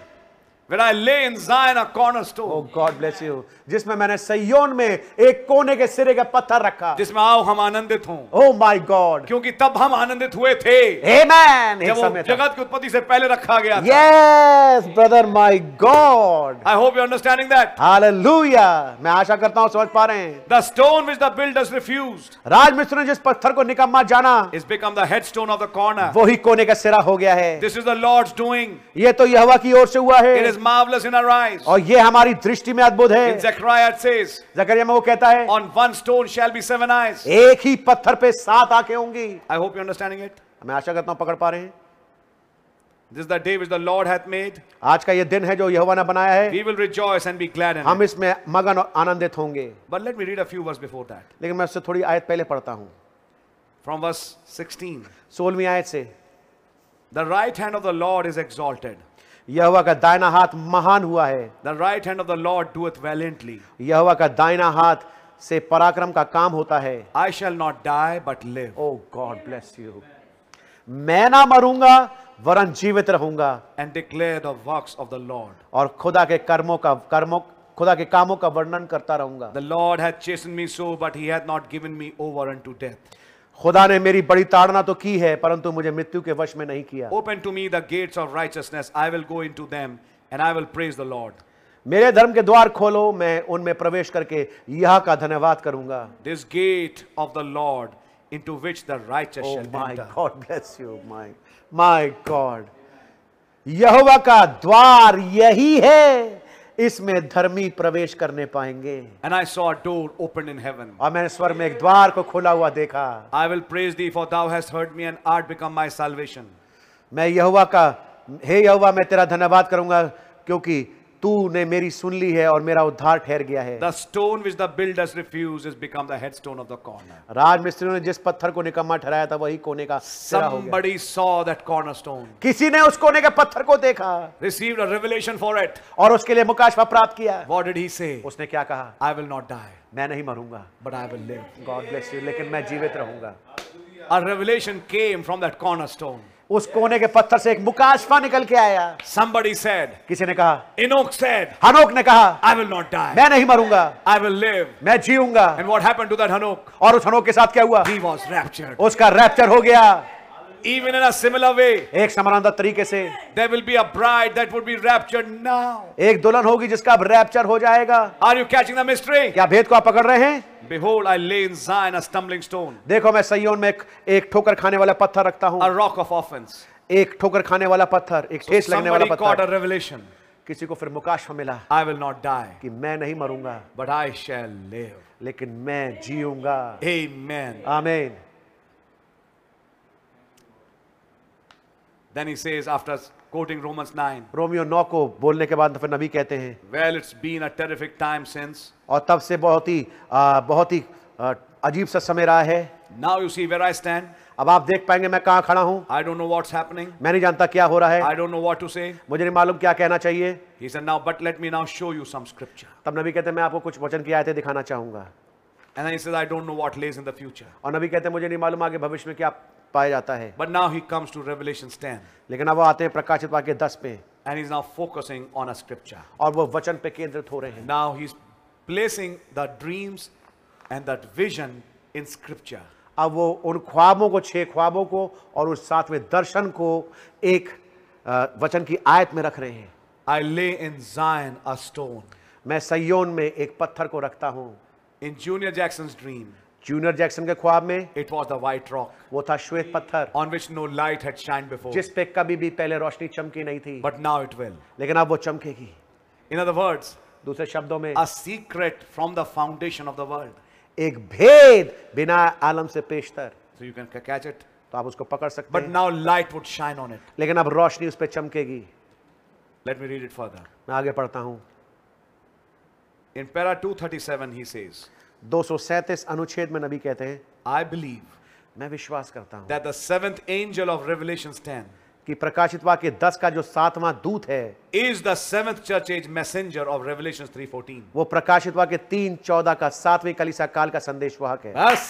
B: Oh,
A: When I lay in Zion a
B: ओ
A: cornerstone.
B: गॉड ब्लेस यू जिसमें मैंने सयोन में एक कोने के सिरे का पत्थर रखा Oh
A: जिसमें आओ हम आनंदित हों
B: ओ माय गॉड
A: क्योंकि तब हम आनंदित हुए थे
B: आमेन
A: जब वो जगत की उत्पत्ति से पहले रखा गया था
B: yes brother my God
A: I hope you understanding that
B: hallelujah मैं आशा करता हूं समझ पा रहे हैं
A: the stone which the builders refused
B: राजमिस्र ने जिस पत्थर को निकम्मा जाना
A: is become the headstone of the corner
B: वही कोने का सिरा हो गया है
A: this is the Lord's doing
B: ये तो यहोवा की ओर से हुआ
A: इट
B: है
A: is marvellous in our eyes
B: और ये हमारी दृष्टि में अद्भुत है
A: In Zechariah it says,
B: जकरिया में वो कहता है
A: on one stone shall be seven eyes.
B: एक ही पत्थर पे सात आंखें होंगी
A: I hope you're understanding it.
B: मैं आशा करता हूं पकड़ पा रहे हैं
A: This is the day which the Lord hath made.
B: आज का ये दिन है जो यहोवा ने बनाया है
A: We will rejoice and be glad in it.
B: हम इसमें मगन और आनंदित होंगे
A: But let me read a few verses before that.
B: लेकिन मैं उससे थोड़ी आयत पहले पढ़ता हूं
A: From verse 16.
B: सोलहवीं आयत से
A: The right hand of the Lord is exalted.
B: यहोवा का दाहिना हाथ महान हुआ है
A: The right hand of the Lord doeth valiantly.
B: यहोवा का दाहिना हाथ से पराक्रम का काम होता है Oh,
A: I shall not die but live
B: oh God bless you मैं ना मरूंगा वरन जीवित रहूंगा
A: and declare the works of the Lord.
B: और खुदा के कर्मों का कर्मों खुदा के कामों का वर्णन करता रहूंगा
A: The Lord hath chastened me so, but he hath not given me over unto death.
B: खुदा ने मेरी बड़ी ताड़ना तो की है परंतु मुझे मृत्यु के वश में नहीं किया
A: Open to me the gates of righteousness. I will go into them and I will praise the Lord.
B: मेरे धर्म के द्वार खोलो मैं उनमें प्रवेश करके यह का धन्यवाद करूंगा
A: this gate of the Lord into which the righteous
B: oh
A: shall
B: my
A: enter.
B: God bless you my my God यहोवा का द्वार यही है इसमें धर्मी प्रवेश करने पाएंगे
A: And I saw a door opened in heaven.
B: और मैंने स्वर में एक द्वार को खोला हुआ देखा
A: I will praise thee, for thou hast heard me and art become my salvation.
B: मैं यहोवा का हे यहोवा मैं तेरा धन्यवाद करूंगा क्योंकि तू ने मेरी सुन ली है और मेरा उद्धार ठहर गया है
A: The stone which the builders refuse is become the headstone of the corner.
B: राज मिस्त्री ने जिस पत्थर को निकम्मा ठहराया था वही कोने का सिरा हो गया
A: Somebody saw that cornerstone,
B: किसी ने उस कोने के पत्थर को देखा
A: received a revelation for it.
B: और उसके लिए मुकाशवा प्राप्त किया
A: What did he say?
B: उसने क्या कहा
A: I will not die,
B: मैं नहीं मरूंगा
A: but I will live.
B: God bless you लेकिन मैं जीवित रहूंगा
A: A revelation came from that cornerstone.
B: उस कोने के पत्थर से एक मुकाशफा निकल के आया
A: Somebody said,
B: किसी ने कहा
A: Enoch said,
B: हनोक ने कहा
A: I will not die,
B: मैं नहीं मरूंगा
A: I will live.
B: मैं जीऊंगा
A: And what happened to that Hanok?
B: और उस हनोक के साथ क्या हुआ
A: He was raptured.
B: उसका रैप्चर हो गया
A: Even in a similar way,
B: एक समानांतर तरीके से
A: there will be a bride that would be raptured now.
B: एक दुल्हन होगी जिसका अब रैप्चर हो जाएगा
A: Are you catching the mystery?
B: क्या भेद को आप पकड़ रहे हैं
A: Behold, I lay in Zion a stumbling stone,
B: देखो मैं सयोन में एक, एक ठोकर खाने वाला पत्थर रखता हूँ
A: a rock of offense.
B: एक ठोकर खाने वाला पत्थर एक ठेस लगने वाला
A: Somebody caught
B: पत्थर
A: a revelation.
B: किसी को फिर मुकाशवा मिला
A: I will not die,
B: कि मैं नहीं मरूंगा
A: but I shall live.
B: लेकिन मैं जीऊंगा
A: Amen.
B: आमीन
A: Then he says, after quoting Romans 9,
B: रोमियो नौ को बोलने के बाद तो फिर नबी कहते हैं
A: Well, it's been a terrific time since.
B: और तब से बहुत ही आ, बहुत ही आ, अजीब सा समय रहा है
A: Now you see where I stand.
B: अब आप देख पाएंगे मैं कहाँ खड़ा हूँ
A: I don't know what's happening.
B: मैं नहीं जानता क्या हो रहा है
A: I don't know what to say.
B: मुझे नहीं मालूम क्या कहना चाहिए
A: He said, Now, but let me now show you some scripture.
B: तब नबी कहते हैं मैं आपको कुछ वचन की आयतें दिखाना चाहूंगा
A: And then he says, I don't know what lays in the future.
B: और नबी कहते हैं मुझे नहीं मालूम आगे भविष्य में क्या पाया जाता है
A: But now he comes to Revelation 10
B: लेकिन अब वो आते हैं प्रकाशित वाक्य दस पे
A: and he's now focusing on a scripture.
B: और वो वचन पे केंद्रित हो रहे हैं
A: Now he's placing the dreams and that vision in scripture.
B: अब वो उन ख्वाबों को छह ख्वाबों को और उस सातवें दर्शन को एक आ, वचन की आयत में रख रहे हैं
A: I lay in Zion a stone.
B: मैं सयोन में एक पत्थर को रखता हूँ
A: In Junior Jackson's dream,
B: junior Jackson के ख्वाब में
A: it was the white rock
B: वो था श्वेत पत्थर
A: on which no light had shined before,
B: जिस पे कभी भी पहले रोशनी चमकी नहीं थी
A: but now it will.
B: लेकिन अब वो चमकेगी
A: In other words,
B: दूसरे शब्दों में
A: a secret from the foundation of the world.
B: एक भेद बिना आलम से पेशतर
A: So you can c- catch it.
B: तो आप उसको पकड़ सकते
A: But
B: हैं
A: now light would shine on it.
B: लेकिन अब रोशनी उस पर चमकेगी
A: Let me read it further.
B: मैं आगे पढ़ता हूँ
A: In para 237, he says,
B: दो अनुच्छेद में नबी कहते हैं
A: I believe
B: मैं विश्वास करता हूँ
A: that the seventh angel of Revelation 10
B: कि प्रकाशित वाक्य दस का जो सातवां दूत है
A: is the seventh church age messenger of Revelation 3:14.
B: वो प्रकाशित वाक्य तीन चौदह का सातवें कलिसा काल का संदेश वाहक है
A: बस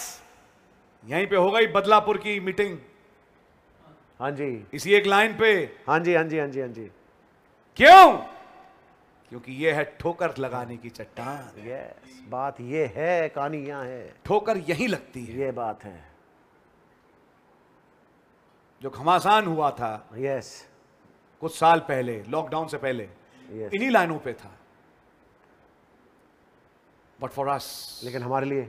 A: यहीं पे हो गई बदलापुर की मीटिंग
B: हाँ जी
A: इसी एक लाइन पे
B: हाँ जी हाँ जी हाँ जी हाँ जी
A: क्यों क्योंकि ये है ठोकर लगाने की चट्टान
B: यस बात ये है कहानी यहाँ है
A: ठोकर यहीं लगती है
B: ये बात है
A: जो घमासान हुआ था
B: यस
A: कुछ साल पहले लॉकडाउन से पहले
B: Yes.
A: इन्हीं लाइनों पे था बट फॉर अस
B: लेकिन हमारे लिए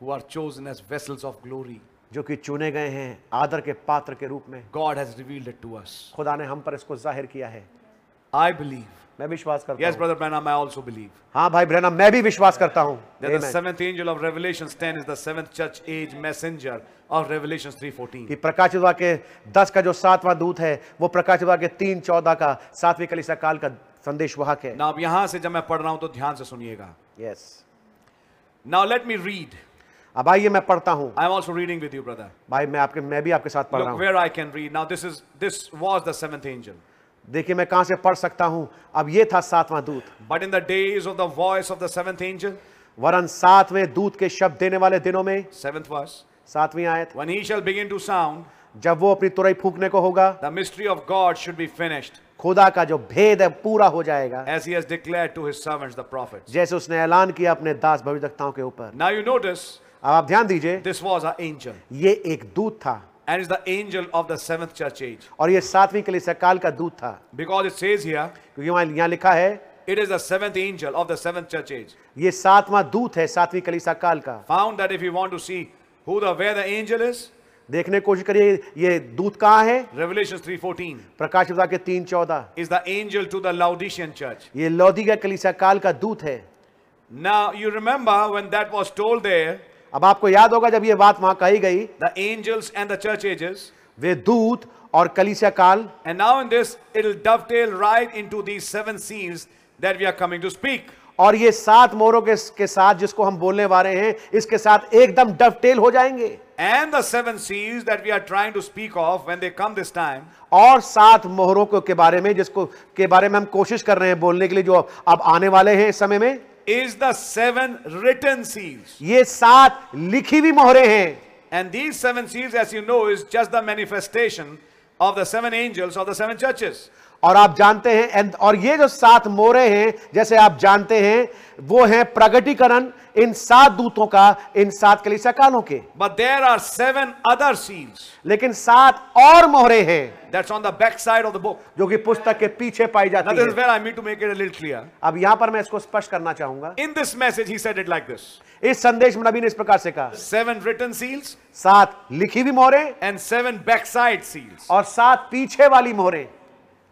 A: who are chosen as vessels of glory
B: जो कि चुने गए हैं आदर के पात्र के रूप में
A: God has revealed it to us
B: खुदा ने हम पर इसको जाहिर किया है
A: आई बिलीव
B: मैं विश्वास करता
A: यस
B: हूँ
A: brother Branham I also believe
B: हाँ भाई ब्रहणम मैं भी विश्वास करता हूँ
A: That the
B: Amen.
A: seventh angel of Revelation 10 is the seventh church age messenger of Revelation
B: कि
A: 3:14.
B: प्रकाशित वाक्य के दस का जो सातवां दूत है वो प्रकाशित वाक्य के तीन चौदह का सातवीं कलिसा काल का संदेश वाहक है
A: Now, अब यहां से जब मैं पढ़ रहा हूं तो ध्यान से सुनिएगा.
B: Yes
A: Now let me read.
B: अब आइए मैं पढ़ता हूँ
A: I'm also reading with you, brother.
B: भाई मैं आपके मैं भी आपके साथ पढ़ रहा
A: Look
B: हूँ
A: where I can read. Now this is this was the seventh angel.
B: देखिए मैं कहाँ से पढ़ सकता हूँ अब ये था सातवां दूत
A: But in the days of the voice of the seventh angel,
B: वरन सातवें दूत के शब्द देने वाले दिनों में
A: seventh verse,
B: सातवीं आयत
A: when he shall begin to sound,
B: जब वो अपनी तुरई फूकने को होगा
A: the mystery of God should be finished,
B: खुदा का जो भेद है पूरा हो जाएगा
A: as he has declared to his servants the prophets.
B: जैसे उसने ऐलान किया अपने दास भविष्यवक्ताओं के ऊपर
A: Now you notice
B: अब आप ध्यान दीजिए
A: this was an angel,
B: ये एक दूत था
A: and is the angel of the seventh church age,
B: और ये सातवीं कलीसिया काल का दूत था
A: because it says here.
B: क्योंकि वहां यहाँ लिखा है
A: It is the seventh angel of the seventh church age.
B: ये सातवां दूत है सातवीं कलीसिया काल का
A: Found that if you want to see who the where the angel is,
B: देखने की कोशिश करिए ये दूत कहाँ है
A: Revelation 3:14
B: प्रकाश विभाग के तीन चौदह
A: is the angel to the Laodicean church.
B: ये लौदी का कलीसिया काल का दूत है
A: Now you remember when that was told there,
B: अब आपको याद होगा जब ये बात वहां कही गई
A: the angels and the church ages,
B: वे दूत और कलीसिया काल
A: and now in this it'll dovetail right into these seven seals that we are coming to speak.
B: और ये सात मोहरों के, के साथ जिसको हम बोलने वाले हैं इसके साथ एकदम डबटेल हो जाएंगे
A: And the seven seals that we are trying to speak of when they come this time
B: और सात मोहरों को के बारे में जिसको के बारे में हम कोशिश कर रहे हैं बोलने के लिए जो अब आने वाले हैं इस समय में
A: is the seven written seals.
B: ये सात लिखी हुई मोहरे हैं
A: And these seven seals, as you know, is just the manifestation of the seven angels of the seven churches.
B: और आप जानते हैं and- और ये जो सात मोहरे हैं जैसे आप जानते हैं वो हैं प्रगटीकरण इन सात दूतों का इन सात कलिसिया कालों के
A: But there are seven other seals
B: लेकिन सात और मोहरे हैं
A: that's on the back side of the book.
B: जो कि पुस्तक के पीछे पाई
A: Now,
B: जाती
A: this is
B: है
A: where I mean to make it a little clear.
B: अब यहां पर मैं इसको स्पष्ट करना चाहूंगा
A: In this message, he said it like this
B: इस संदेश में नबी ने इस प्रकार से कहा
A: seven written seals
B: सात लिखी हुई मोहरे
A: and seven backside seals.
B: और सात पीछे वाली मोहरे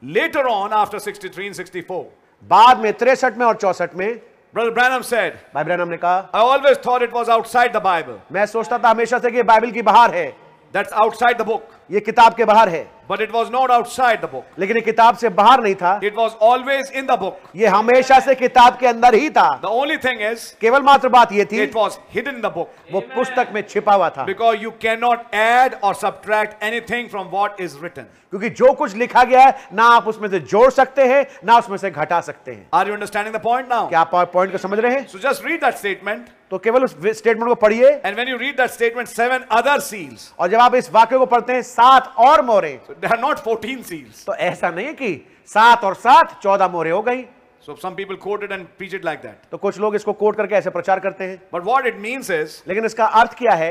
A: Later on, after 63 and 64,
B: बाद में तिरसठ में और चौसठ में
A: Brother Branham said,
B: भाई ब्रैनम ने कहा
A: I always thought it was outside the Bible,
B: मैं सोचता था हमेशा से कि ये बाइबल की बाहर है
A: that's outside the book.
B: ये किताब के बाहर है
A: But it was not outside the book,
B: लेकिन ये किताब से बाहर नहीं था
A: it was always in the book.
B: ये हमेशा से किताब के अंदर ही था
A: The only thing is,
B: केवल मात्र बात ये थी
A: it was hidden in the book.
B: वो पुस्तक में छिपा हुआ था
A: Because you cannot add or subtract anything from what is written.
B: क्योंकि जो कुछ लिखा गया है ना आप उसमें से जोड़ सकते हैं ना उसमें से घटा सकते हैं
A: Are you understanding the point now?
B: क्या आप पॉइंट को समझ रहे हैं
A: So just read that statement.
B: तो केवल उस स्टेटमेंट को पढ़िए
A: And when you read that statement, seven other seals.
B: और जब आप इस वाक्य को पढ़ते हैं सात और मोहरे
A: There are not 14 seals.
B: तो ऐसा नहीं है कि सात और सात चौदह मोहरे हो गई
A: So some people quote it and preach it like that.
B: तो कुछ लोग इसको कोट करके ऐसे प्रचार करते हैं
A: But what it means is,
B: लेकिन इसका अर्थ क्या है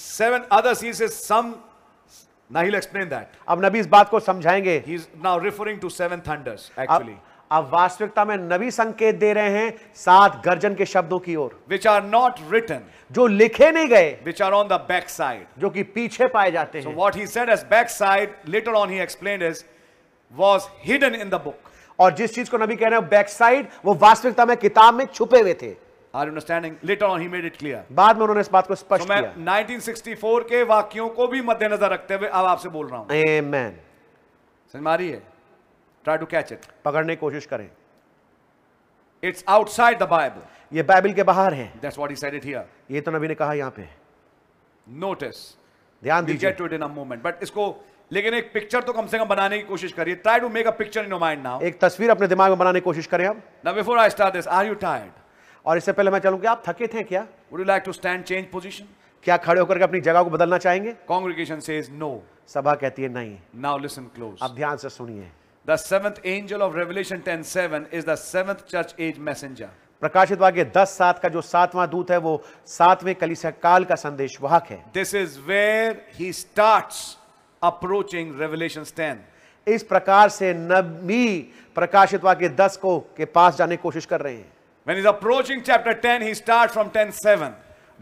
A: seven other seals is some. Now he'll explain that.
B: अब नबी इस बात को समझाएंगे
A: He's now referring to seven thunders, actually,
B: अब, अब वास्तविकता में नबी संकेत दे रहे हैं सात गर्जन के शब्दों की ओर
A: which are not written,
B: जो लिखे नहीं गए
A: which are on the backside.
B: जो कि पीछे पाए जाते
A: So
B: हैं
A: what he said as backside, later on he explained is, was hidden in the book.
B: और जिस चीज को नबी कह रहे हैं बैक साइड वो वास्तविकता में किताब में छुपे हुए थे
A: Are you understanding? Later on he made it clear.
B: बाद में उन्होंने इस बात को
A: तो
B: स्पष्ट
A: मैं
B: किया
A: 1964 के वाक्यों को भी मद्देनजर रखते हुए अब आपसे बोल रहा हूं
B: Amen.
A: समझ में आ रही है ट्राई टू कैच इट
B: पकड़ने की कोशिश करें
A: इट्स आउटसाइड द बाइबल
B: ये बाइबल के बाहर है
A: that's what he said it here
B: ये तो नबी ने कहा यहाँ पे
A: नोटिस
B: ध्यान
A: वी
B: दीजिए
A: get to it in a moment but इसको लेकिन एक पिक्चर तो कम से कम बनाने की कोशिश करिए try to make a picture in your mind now
B: एक तस्वीर अपने दिमाग में बनाने की कोशिश करें अब
A: now before I start this are you tired
B: और इससे पहले मैं चलूँ कि आप थके थे क्या
A: would you like to stand change position
B: क्या खड़े होकर के अपनी जगह को बदलना चाहेंगे
A: कांग्रीगेशन सेज नो
B: सभा कहती है नहीं
A: नाउ लिसन क्लोज
B: आप ध्यान से सुनिए
A: The seventh angel of Revelation 10:7 is the seventh church age messenger.
B: प्रकाशित वाक्य दस सात का जो सातवां दूत है वो सातवें कलिसिया काल का संदेश वाहक है
A: This is where he starts approaching Revelation 10.
B: इस प्रकार से नबी प्रकाशित वाक्य दस को के पास जाने की कोशिश कर रहे हैं
A: When he's approaching chapter 10, he starts from 10:7.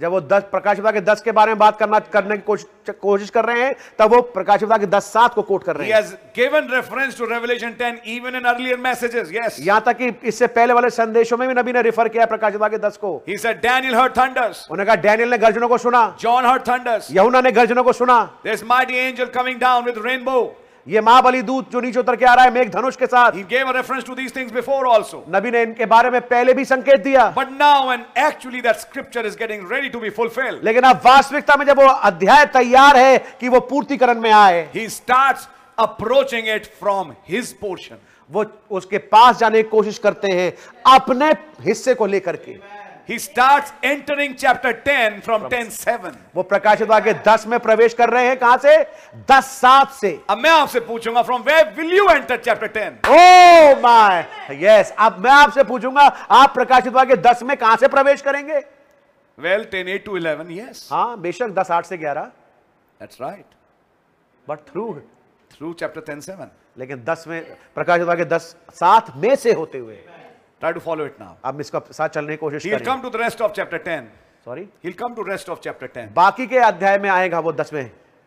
B: जब वो दस प्रकाशित वाक्य दस के बारे में बात करना करने की कोशिश कोशिश कर रहे हैं तब वो प्रकाशित वाक्य दस सात को कोट कर
A: He
B: रहे हैं
A: has given reference to Revelation 10 even in earlier messages. Yes.
B: यहां तक कि इससे पहले वाले संदेशों में भी नबी ने रेफर किया है प्रकाशित वाक्य दस को
A: He said Daniel heard thunders.
B: उन्होंने कहा डैनियल ने गर्जनों को सुना
A: John heard thunders.
B: यहुना ने गर्जनों को सुना
A: There's mighty angel coming down with rainbow.
B: ये महाबली दूत जो नीचे उतर के आ रहा है मेघ धनुष के साथ
A: He gave a reference to these things before also.
B: नबी ने इनके बारे में पहले भी संकेत दिया
A: But now and actually that scripture is getting ready to be fulfilled.
B: लेकिन अब वास्तविकता में जब वो अध्याय तैयार है कि वो पूर्तिकरण में आए
A: He starts approaching it from his portion.
B: वो उसके पास जाने की कोशिश करते हैं अपने हिस्से को लेकर के
A: He starts entering chapter 10 from 10:7.
B: वो प्रकाशित वाक्य दस में प्रवेश कर रहे हैं कहां से दस सात से
A: अब मैं आपसे पूछूंगा from where will you enter chapter 10?
B: Oh my yes Oh अब मैं आपसे पूछूंगा आप प्रकाशित वाक्य दस में कहां से प्रवेश करेंगे
A: Well, 10 8 to 11, yes.
B: हाँ बेशक दस आठ से ग्यारह
A: That's right.
B: But through
A: Through chapter 10 7.
B: लेकिन दस में प्रकाशित वाक्य दस सात में से होते हुए
A: Try to follow it now.
B: अब इसका साथ चलने की कोशिश
A: He'll
B: करें
A: come to the rest of chapter 10.
B: Sorry
A: He'll come to rest of chapter 10.
B: बाकी के अध्याय में आएगा वो दस में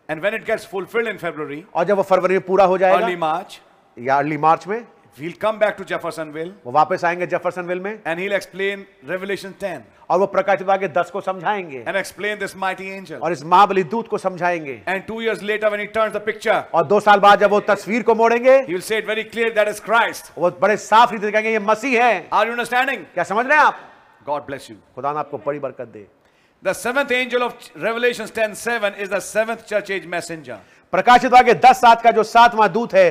A: And when it gets fulfilled in February,
B: और जब वो फरवरी में पूरा हो
A: early
B: जाएगा
A: March,
B: या अर्ली मार्च में
A: he'll come back to Jeffersonville
B: वो वापस आएंगे जेफरसनविल में
A: and he'll explain Revelation 10
B: और वो प्रकाशित वाक्य दस को समझाएंगे
A: and explain this mighty angel.
B: और इस महाबली दूत को समझाएंगे
A: And two years later, when he turns the picture,
B: और दो साल बाद जब वो तस्वीर को मोड़ेंगे
A: he will say it very clear that is Christ.
B: वो बड़े साफ रीति से कहेंगे ये मसीह है
A: Are you understanding?
B: क्या समझ रहे हैं आप
A: God bless you.
B: खुदा ने आपको बड़ी बरकत दे
A: The seventh angel of Revelations 10 7 is the seventh church age messenger.
B: प्रकाशित वाक्य दस सात का जो सातवां दूत है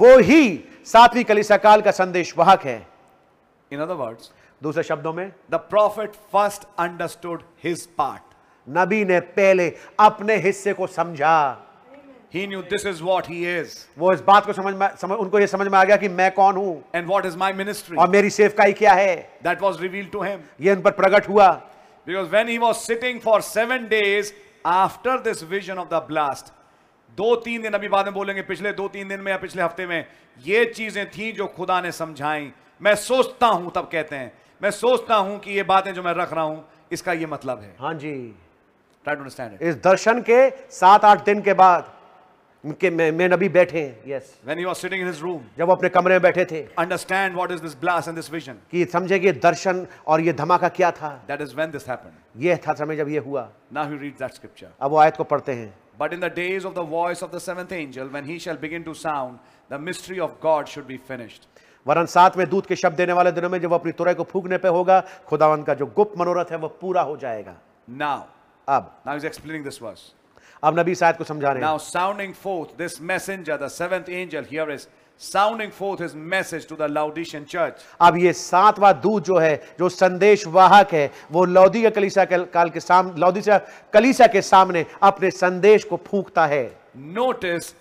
B: वो ही सातवीं कलिसा काल का संदेश वाहक है
A: In other words,
B: दूसरे शब्दों में
A: the prophet first understood his part.
B: नबी ने पहले अपने हिस्से को समझा
A: He knew this is what he is
B: वो इस बात को समझ में समझ उनको ये समझ में आ गया कि मैं कौन हूं
A: and what is my ministry.
B: और मेरी सेवकाई क्या है
A: That was revealed to him.
B: ये उन पर प्रकट हुआ
A: Because when he was sitting for seven days after this vision of the blast, दो तीन दिन अभी बाद में बोलेंगे पिछले दो तीन दिन में या पिछले हफ्ते में ये चीजें थी जो खुदा ने समझाई मैं सोचता हूं तब कहते हैं मैं सोचता हूं कि ये बातें जो मैं रख रहा हूं इसका ये मतलब है
B: हाँ जी
A: ट्राई टू अंडरस्टैंड
B: इस दर्शन के सात आठ दिन के बाद उनके में, में नबी बैठे yes
A: it when he was sitting in his room
B: जब वो अपने कमरे में बैठे थे
A: understand what is this blast and this vision
B: कि समझे कि ये दर्शन और ये धमाका क्या था
A: that is when this happened
B: ये था समय जब ये हुआ
A: now he reads that scripture
B: अब वो आयत को पढ़ते हैं
A: But in the days of the voice of the seventh angel, when he shall begin to sound, the mystery of God should be finished.
B: वरन साथ में दूध के शब्द देने वाले दिनों में जब वो अपनी तुरई को फूकने पे होगा खुदावन का जो गुप्त मनोरथ है वो पूरा हो जाएगा
A: Now,
B: अब
A: now he's explaining this verse.
B: अब नबी शायद को समझा रहे
A: Now,
B: हैं
A: sounding forth this messenger, the seventh angel here is sounding forth his message to the Laodicean church.
B: अब ये सातवां दूध जो है जो संदेश वाहक है वो लौदी का कलीसिया के काल के सामने लौदी कलीसिया के सामने अपने संदेश को फूकता है
A: Notice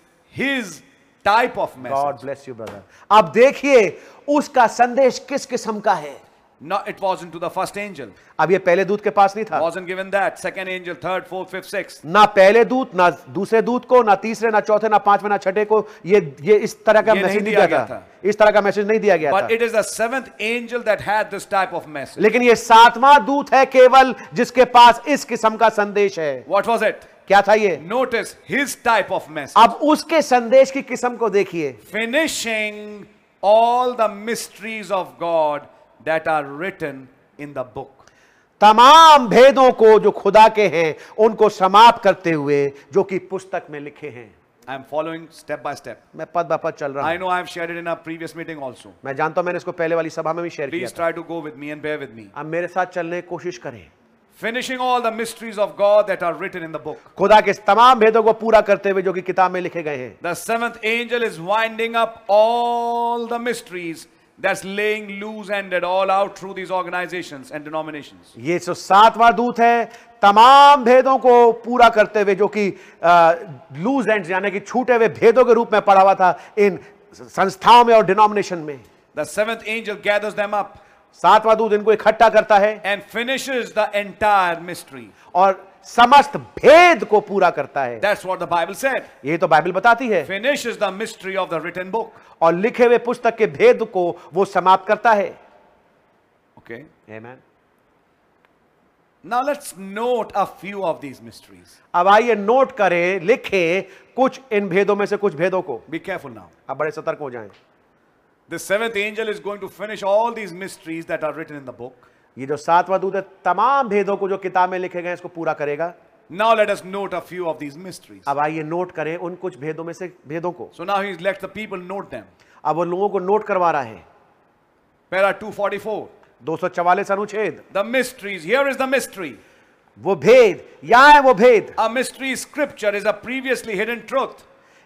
A: his type of message.
B: God bless you brother अब देखिए उसका संदेश किस किस्म का है
A: No, it wasn't to the first angel.
B: अब ये पहले दूध के पास नहीं था
A: Wasn't given that. Second angel, third, fourth, fifth, sixth.
B: ना पहले दूत ना दूसरे दूत को ना तीसरे ना चौथे ना पांचवे ना छठे को ये ये इस तरह का
A: ये नहीं
B: मैसेज नहीं
A: दिया
B: दिया
A: गया
B: था इस तरह का मैसेज नहीं दिया गया
A: But
B: था
A: it is the seventh angel that had this type of message.
B: लेकिन ये सातवां दूत है केवल जिसके पास इस किस्म का संदेश है
A: What was it?
B: क्या था ये
A: Notice his type of message.
B: अब उसके संदेश की किस्म को देखिए
A: finishing all the mysteries of God that are written in the book.
B: तमाम भेदों को जो खुदा के हैं उनको समाप्त करते हुए जो कि पुस्तक में लिखे हैं
A: I'm following step by step.
B: मैं पद बा पद चल रहा
A: I
B: हूं
A: know I've shared it in our previous meeting also.
B: मैं जानता हूं मैंने इसको पहले वाली सभा में भी शेयर किया
A: Please try to go with me and bear with me.
B: था। अब मेरे साथ चलने की कोशिश करें
A: Finishing all the mysteries of God that are written in the book.
B: खुदा के इस तमाम भेदों को पूरा करते हुए जो कि किताब में लिखे गए हैं
A: The seventh angel is winding up all the mysteries that's laying loose ended all out through these organizations and denominations.
B: ये जो सातवां दूत है तमाम भेदों को पूरा करते हुए जो कि लूज एंड यानी कि छूटे हुए भेदों के रूप में पड़ा हुआ था इन संस्थाओं में और डिनोमिनेशन में
A: The seventh angel gathers them up
B: सातवां दूत इनको इकट्ठा करता है
A: and finishes the entire mystery.
B: और समस्त भेद को पूरा करता है
A: That's what the Bible said.
B: ये तो बाइबल बताती है
A: Finishes the mystery of the written book.
B: और लिखे हुए पुस्तक के भेद को वो समाप्त करता है
A: Okay.
B: Amen.
A: Now let's note a few of these mysteries.
B: अब आइए नोट करें लिखें कुछ इन भेदों में से कुछ भेदों को
A: Be careful now.
B: आप बड़े सतर्क हो जाएं
A: The seventh angel is going to finish all these mysteries that are written in the book.
B: ये जो सातवां दूत है तमाम भेदों को जो किताब में लिखे गए हैं, इसको पूरा करेगा
A: Now let us note a few of these mysteries.
B: अब आइए नोट करें उन कुछ भेदों में से भेदों को
A: So now he lets the people note them.
B: अब वो लोगों को नोट करवा रहा है
A: Para 244.
B: 244 अनुच्छेद
A: The mysteries. Here is the mystery.
B: वो भेद या है वो भेद
A: A mystery scripture is a previously hidden truth.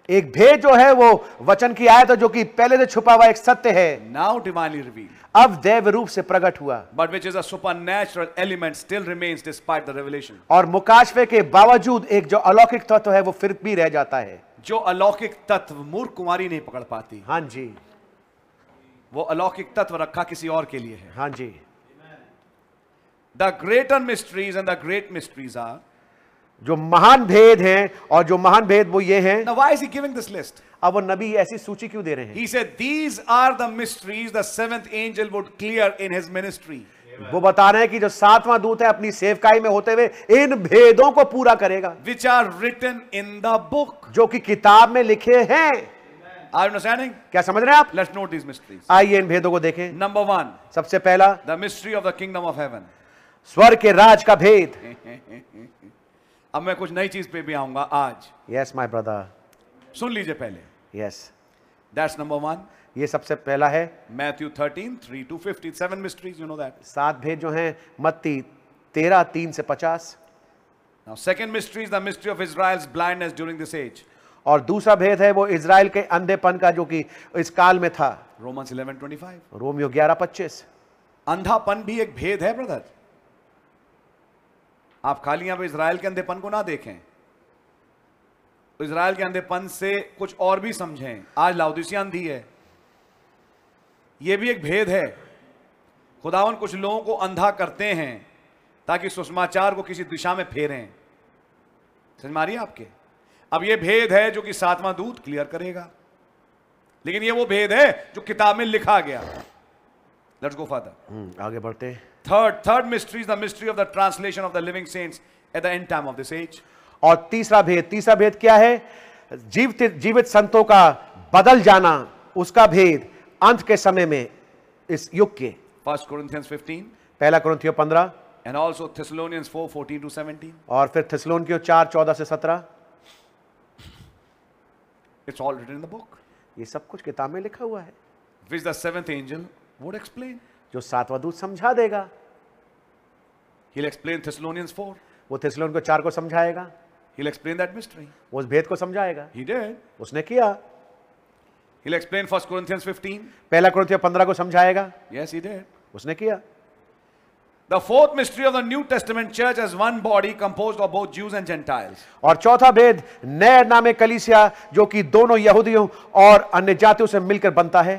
B: एक भेद जो है वो वचन की आयत है जो कि पहले से छुपा हुआ एक सत्य है
A: Now divinely revealed.
B: अब दैव रूप से प्रकट हुआ
A: but which is a supernatural element still remains despite the revelation
B: और मुकाशफे के बावजूद एक जो अलौकिक तत्व है वो फिर भी रह जाता है
A: जो अलौकिक तत्व मूर्ख कुमारी नहीं पकड़ पाती
B: हाँ जी
A: वो अलौकिक तत्व रखा किसी और के लिए है
B: हाँ जी
A: the greater mysteries and the great mysteries are
B: जो महान भेद हैं और जो महान भेद वो ये हैं
A: now why is he giving this list
B: अब वो नबी ऐसी सूची क्यों दे रहे हैं
A: he said these are the mysteries the seventh angel would clear in his ministry
B: वो बता रहे हैं कि जो सातवां दूत है अपनी सेवकाई में होते हुए इन भेदों को पूरा करेगा
A: which are written in the book
B: जो कि किताब में लिखे हैं
A: are you understanding
B: क्या समझ रहे हैं आप
A: let's note these mysteries
B: आइए इन भेदों को देखें
A: number 1
B: सबसे पहला
A: the mystery of the kingdom of heaven
B: स्वर के राज का भेद
A: अब मैं कुछ नई चीज पे भी आऊंगा आज
B: यस माय ब्रदर
A: सुन लीजिए पहले
B: यस
A: That's number one.
B: ये सबसे पहला है
A: Matthew 13, 3 to 50. Seven mysteries, you know that.
B: सात भेद जो हैं मत्ती तेरह तीन से पचास
A: Now, second mystery is the mystery of Israel's blindness during this age.
B: और दूसरा भेद है वो इसराइल के अंधेपन का जो कि इस काल में था
A: Romans 11, 25.
B: रोमियो ग्यारह पच्चीस
A: अंधापन भी एक भेद है ब्रदर आप खाली यहां पे इसराइल के अंधेपन को ना देखें इसराइल के अंधेपन से कुछ और भी समझें आज लाउदिसिया अंधी है यह भी एक भेद है खुदावन कुछ लोगों को अंधा करते हैं ताकि सुषमाचार को किसी दिशा में फेरें समझ मारिए आपके अब यह भेद है जो कि सातवां दूत क्लियर करेगा लेकिन यह वो भेद है जो किताब में लिखा गया लेट्स गो फादर
B: हम्म, आगे बढ़ते हैं
A: Third, third mystery is the mystery of the translation of the living saints at the end time of this age.
B: और तीसरा भेद तीसरा भेद क्या है जीवित जीवित संतों का बदल जाना उसका भेद अंत के समय में इस युग के
A: 1 Corinthians 15
B: पहला क्रंथियो पंद्रह
A: and also Thessalonians 4 14 to 17.
B: और फिर थिसलोन की चार चौदह से सत्रह
A: It's all written in the book,
B: ये सब कुछ किताब में लिखा हुआ है
A: which the seventh angel would explain.
B: जो सातवां दूत समझा देगा
A: He'll explain Thessalonians 4.
B: वो थिसलोन को चार को समझाएगा
A: He'll explain that mystery.
B: वो उस भेद को समझाएगा
A: He did.
B: उसने किया
A: He'll explain 1 Corinthians 15.
B: पहला क्रंथियो पंद्रह को समझाएगा
A: Yes, he did.
B: उसने किया
A: The fourth mystery of the New Testament church as one body composed of both Jews and Gentiles.
B: और चौथा भेद नए नामे कलीसिया जो कि दोनों यहूदियों और अन्य जातियों से मिलकर बनता है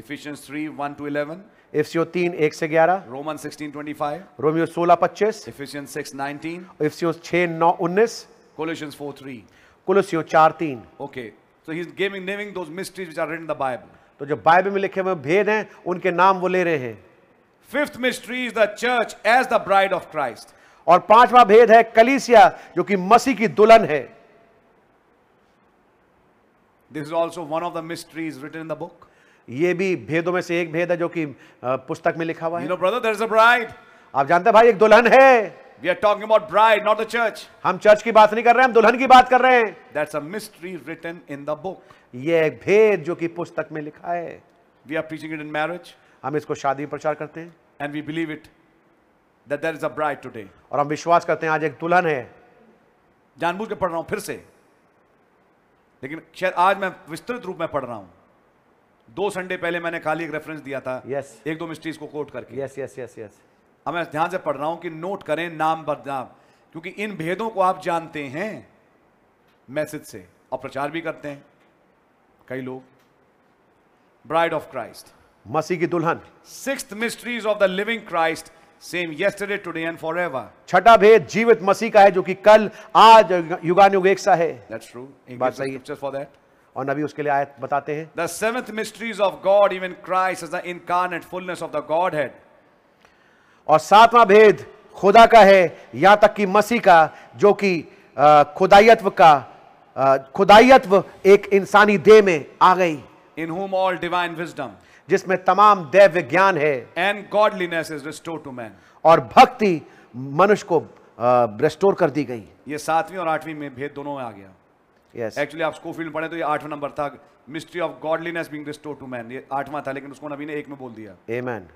A: Ephesians 3 1 to 11,
B: एफसीओ तीन एक से ग्यारह
A: Romans 16 25,
B: रोमियो सोलह पच्चीस
A: Ephesians 6 19,
B: एफसीओ छः नौ उन्नीस
A: Colossians 4 3.
B: कुलसियो चार तीन
A: Okay. So he's giving naming those mysteries which are written in the Bible.
B: तो जो बाइबल में लिखे हुए भेद हैं उनके नाम वो ले रहे हैं
A: Fifth mystery is the church as the bride of Christ.
B: और पांचवा भेद है कलीसिया जो कि मसीह की दुल्हन है
A: This is also one of the mysteries written in the book.
B: ये भी भेदों में से एक भेद है जो कि अ, पुस्तक में लिखा हुआ
A: You
B: है
A: know, brother, there's a bride.
B: आप जानते हैं भाई एक दुल्हन है
A: We are talking about bride, not the church.
B: हम चर्च की बात नहीं कर रहे हैं हम दुल्हन की बात कर रहे हैं
A: That's a mystery written in the book.
B: ये एक भेद जो कि पुस्तक में लिखा है
A: We are preaching it in marriage
B: हम इसको शादी में प्रचार करते हैं
A: and we believe it that there is a bride today.
B: और हम विश्वास करते हैं आज एक दुल्हन है
A: जानबूझ के पढ़ रहा हूं फिर से लेकिन शायद आज मैं विस्तृत रूप में पढ़ रहा हूं दो संडे पहले मैंने खाली एक रेफरेंस दिया था
B: Yes.
A: एक दो मिस्ट्रीज को कोट करके
B: यस यस यस यस
A: अब मैं ध्यान से पढ़ रहा हूं कि नोट करें नाम बदनाम क्योंकि इन भेदों को आप जानते हैं मैसेज से और प्रचार भी करते हैं कई लोग bride of Christ.
B: मसीह की दुल्हन
A: Sixth mysteries of the living Christ, same yesterday, today, and forever.
B: छठा भेद जीवित मसीह का है जो कि कल आज युगानुयुग एक सा है
A: That's true. He gives
B: बात
A: us
B: सही है।
A: scriptures for that.
B: और नबी उसके लिए आयत बताते हैं
A: The seventh mysteries of God, even Christ as the incarnate fullness of the Godhead.
B: और सातवां भेद खुदा का है यहाँ तक कि मसीह का जो कि अ, खुदायत्व का अ, खुदायत्व एक इंसानी देह में आ गई
A: in whom all divine wisdom
B: जिसमें तमाम दैव विज्ञान है
A: and godliness is restored to man.
B: और भक्ति मनुष्य को रेस्टोर कर दी गई
A: ये सातवीं और आठवीं में भेद दोनों में आ गया
B: यस
A: एक्चुअली आप स्कोफील्ड में पढ़े तो ये आठवां नंबर था mystery of godliness being restore to man ये आठवां था लेकिन उसको नबी ने एक में बोल दिया
B: आमेन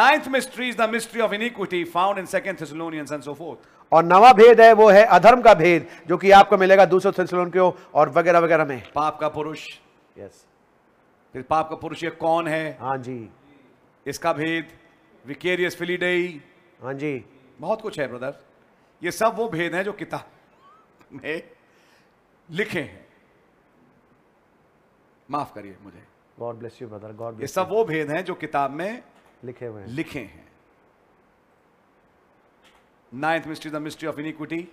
A: ninth mystery is the mystery of iniquity found in second Thessalonians and so forth
B: और नवा भेद है वो है अधर्म का भेद जो कि आपको मिलेगा दूसरे संचलन के और वगैरह वगैरह में
A: पाप का पुरुष
B: यस
A: फिर पाप का पुरुष ये कौन है
B: हाँ जी
A: इसका भेद विकेरियस फिलीडेई
B: हाँ जी
A: बहुत कुछ है ब्रदर ये सब वो भेद हैं जो किताब में लिखे हैं माफ करिए मुझे
B: God bless you brother God
A: ये
B: ब्लेस
A: सब वो भेद हैं जो किताब में
B: लिखे हुए हैं
A: लिखे हैं ninth mystery the mystery of iniquity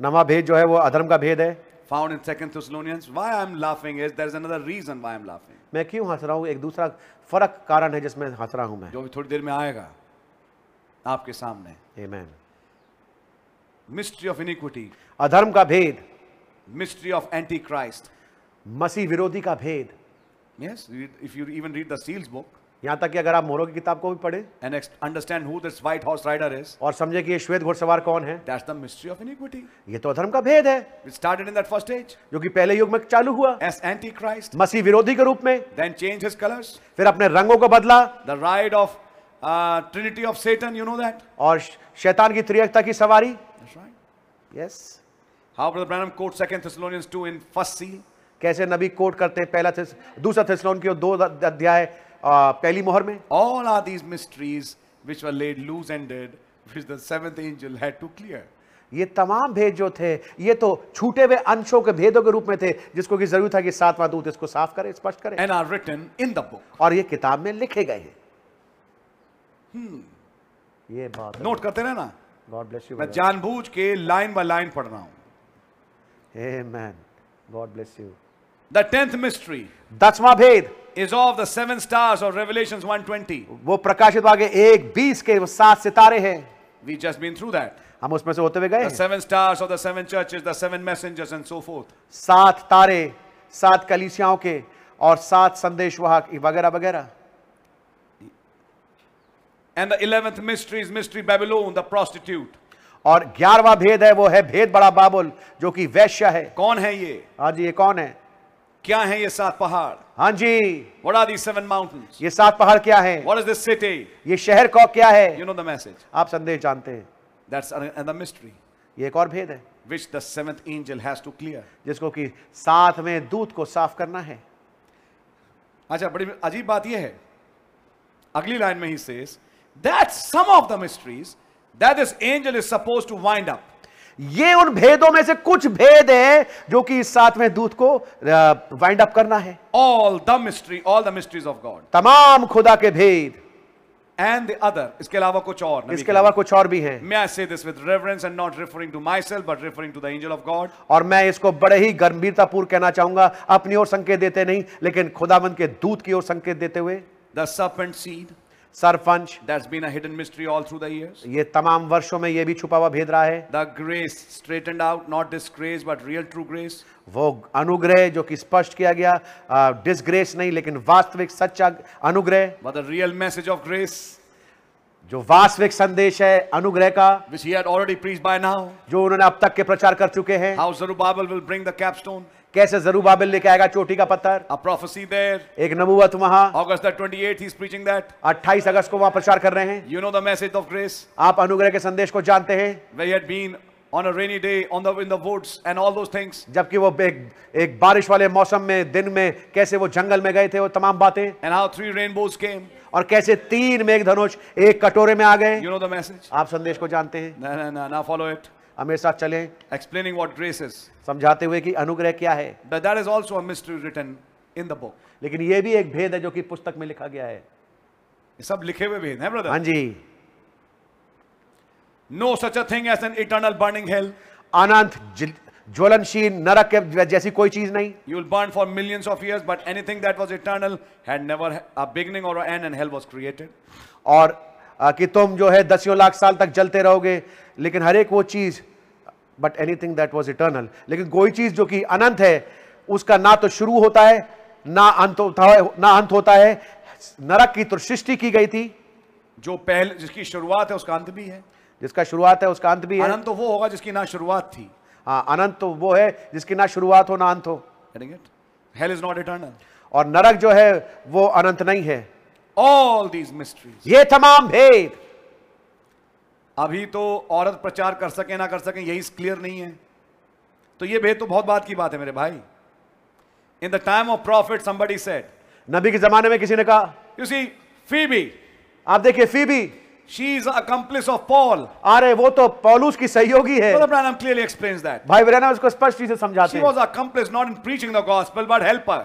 B: नवा भेद जो है वो अधर्म का भेद है
A: found in second Thessalonians why I am laughing is there is another reason why I am laughing
B: मैं क्यों हंस रहा हूँ एक दूसरा फर्क कारण है जिसमें हंस रहा हूँ मैं
A: जो भी थोड़ी देर में आएगा आपके सामने
B: आमेन
A: मिस्ट्री ऑफ इनिक्विटी
B: अधर्म का भेद
A: मिस्ट्री ऑफ एंटी क्राइस्ट
B: मसीह विरोधी का भेद
A: yes if you even read the seals book
B: यहाँ तक कि अगर आप मोहरों की किताब को भी पढ़ें
A: and ex- understand who this white horse rider is.
B: और समझे कि ये श्वेत घुड़सवार कौन है
A: That's the mystery of iniquity.
B: ये तो अधर्म का भेद है
A: It started in that first age
B: जो कि पहले युग में चालू हुआ
A: as Antichrist,
B: मसीह विरोधी के रूप में
A: then changed his colors.
B: फिर अपने रंगों को बदला
A: The ride of uh, Trinity of Satan, you know that?
B: और श- शैतान की त्रियकता की सवारी
A: That's right.
B: Yes
A: How Brother Branham quotes 2 Thessalonians 2 in first seal.
B: कैसे नबी कोट करते हैं पहला थिस, दूसरा थिस्लोन की दो अध- अध्याय आ, पहली मोहर में
A: All are these mysteries which were laid loose ended, which the seventh angel had to clear.
B: ये तमाम भेद जो थे ये तो छूटे हुए अंशों के भेदों के रूप में थे जिसको कि जरूर था कि सातवां दूत इसको साफ करे स्पष्ट करे
A: And are written in the book.
B: और ये किताब में लिखे गए हैं ये बात
A: नोट करते रहे ना
B: गॉड ब्लेस यू
A: मैं जानबूझ के लाइन बाय लाइन पढ़ रहा हूं
B: आमेन God bless you
A: The tenth mystery
B: दसवां भेद
A: is of the seven stars of Revelations 120.
B: वो प्रकाशित वाक्य एक बीस के वो सात सितारे हैं
A: We just been through that.
B: हम उसमें से होते हुए गए
A: The
B: हैं।
A: seven stars of the seven churches, the seven messengers, and so forth.
B: सात तारे सात कलीसियाओं के और सात संदेशवाहक वगैरह वगैरह
A: And the eleventh mystery is mystery Babylon, the prostitute.
B: और ग्यारहवा भेद है वो है भेद बड़ा बाबुल जो कि वैश्य है
A: कौन है ये?
B: हाँ जी ये कौन है
A: क्या है ये सात पहाड़?
B: हाँ जी
A: What are these seven mountains?
B: ये सात पहाड़ क्या है
A: What is this city?
B: ये शहर कौ क्या
A: You
B: है
A: know the message.
B: आप संदेश जानते हैं
A: That's an- another mystery
B: ये एक और भेद है
A: which the seventh angel has to clear.
B: जिसको कि साथ में दूध को साफ करना है
A: अच्छा बड़ी अजीब बात यह है अगली लाइन में ही says that some of the mysteries that this angel is supposed to wind up
B: ये उन भेदों में से कुछ भेद है जो कि इस साथ में दूध को वाइंड अप करना है
A: all the mystery all the mysteries of God
B: तमाम खुदा के भेद
A: and the other इसके अलावा कुछ और नबी
B: इसके
A: के
B: अलावा कुछ और भी हैं
A: May I say this with reverence and not referring to myself, but referring to the angel of God?
B: और मैं इसको बड़े ही गंभीरतापूर्वक कहना चाहूंगा अपनी ओर संकेत देते नहीं लेकिन खुदाबंद के दूत की ओर संकेत देते हुए
A: The serpent seed,
B: sarpanch
A: that's been a hidden mystery all through the years.
B: ये तमाम वर्षों में ये भी छुपा हुआ भेद रहा है
A: The grace straightened out, not disgrace, but real true grace.
B: वो अनुग्रह जो कि स्पष्ट किया गया डिसग्रेस नहीं लेकिन वास्तविक सच्चा अनुग्रह
A: But the real message of grace,
B: जो वास्तविक संदेश है अनुग्रह का
A: which he had already preached by now,
B: जो उन्होंने अब तक के प्रचार कर चुके हैं
A: how Zerubbabel will bring the capstone,
B: कैसे जरूबाबिल लेके आएगा चोटी का पत्थर
A: a prophecy there.
B: एक नबूवत वहां
A: August the 28th, he's preaching that.
B: 28 अगस्त को वहां प्रचार कर रहे हैं
A: You know the message of grace,
B: आप अनुग्रह के संदेश को जानते हैं
A: where he had been on a rainy day, on the in the woods, and all those things.
B: जबकि वो एक, एक बारिश वाले मौसम में दिन में कैसे वो जंगल में गए थे वो तमाम बातें
A: And how three rainbows came.
B: और कैसे तीन मेघ धनुष एक कटोरे में आ गए
A: You know the message.
B: आप संदेश को जानते हैं
A: No, no, no, now follow it.
B: हमेशा चलें
A: Explaining what grace is.
B: समझाते हुए कि अनुग्रह क्या है
A: But that is also a mystery written in the book.
B: लेकिन यह भी एक भेद है जो कि पुस्तक में लिखा गया है
A: ये सब लिखे हुए भेद हैं
B: हाँ
A: ब्रदर
B: जी
A: no such a thing as an eternal burning hell
B: अनंत जिल- ज्वलनशील नरक के जैसी कोई चीज नहीं
A: You will burn for millions of years, but anything that was eternal had never h- a beginning or an end, and hell was created.
B: और आ, कि तुम जो है दसियों लाख साल तक जलते रहोगे लेकिन हर एक वो चीज but anything that was eternal लेकिन कोई चीज जो कि अनंत है उसका ना तो शुरू होता है ना अंत होता है ना अंत होता है नरक की तो सृष्टि की गई थी
A: जो पहले जिसकी शुरुआत है उसका अंत भी है
B: जिसका शुरुआत है उसका अंत भी है
A: अनंत तो वो होगा जिसकी ना शुरुआत थी
B: हाँ अनंत तो वो है जिसकी ना शुरुआत हो ना अंत हो
A: getting it hell is not eternal
B: और नरक जो है वो अनंत नहीं है
A: all these mysteries
B: ये तमाम भेद
A: अभी तो औरत प्रचार कर सके ना कर सके यही क्लियर नहीं है तो ये भेद तो बहुत बात की बात है मेरे भाई in the time of prophet somebody said
B: नबी के जमाने में किसी ने कहा
A: you see phoebe
B: आप देखिए Phoebe
A: she is an accomplice of paul
B: अरे वो तो पौलुस की सहयोगी है
A: brother branham clearly explains that
B: भाई बरेना उसको स्पष्ट चीज से समझाते
A: She
B: हैं
A: was accomplished not in preaching the gospel, but helper.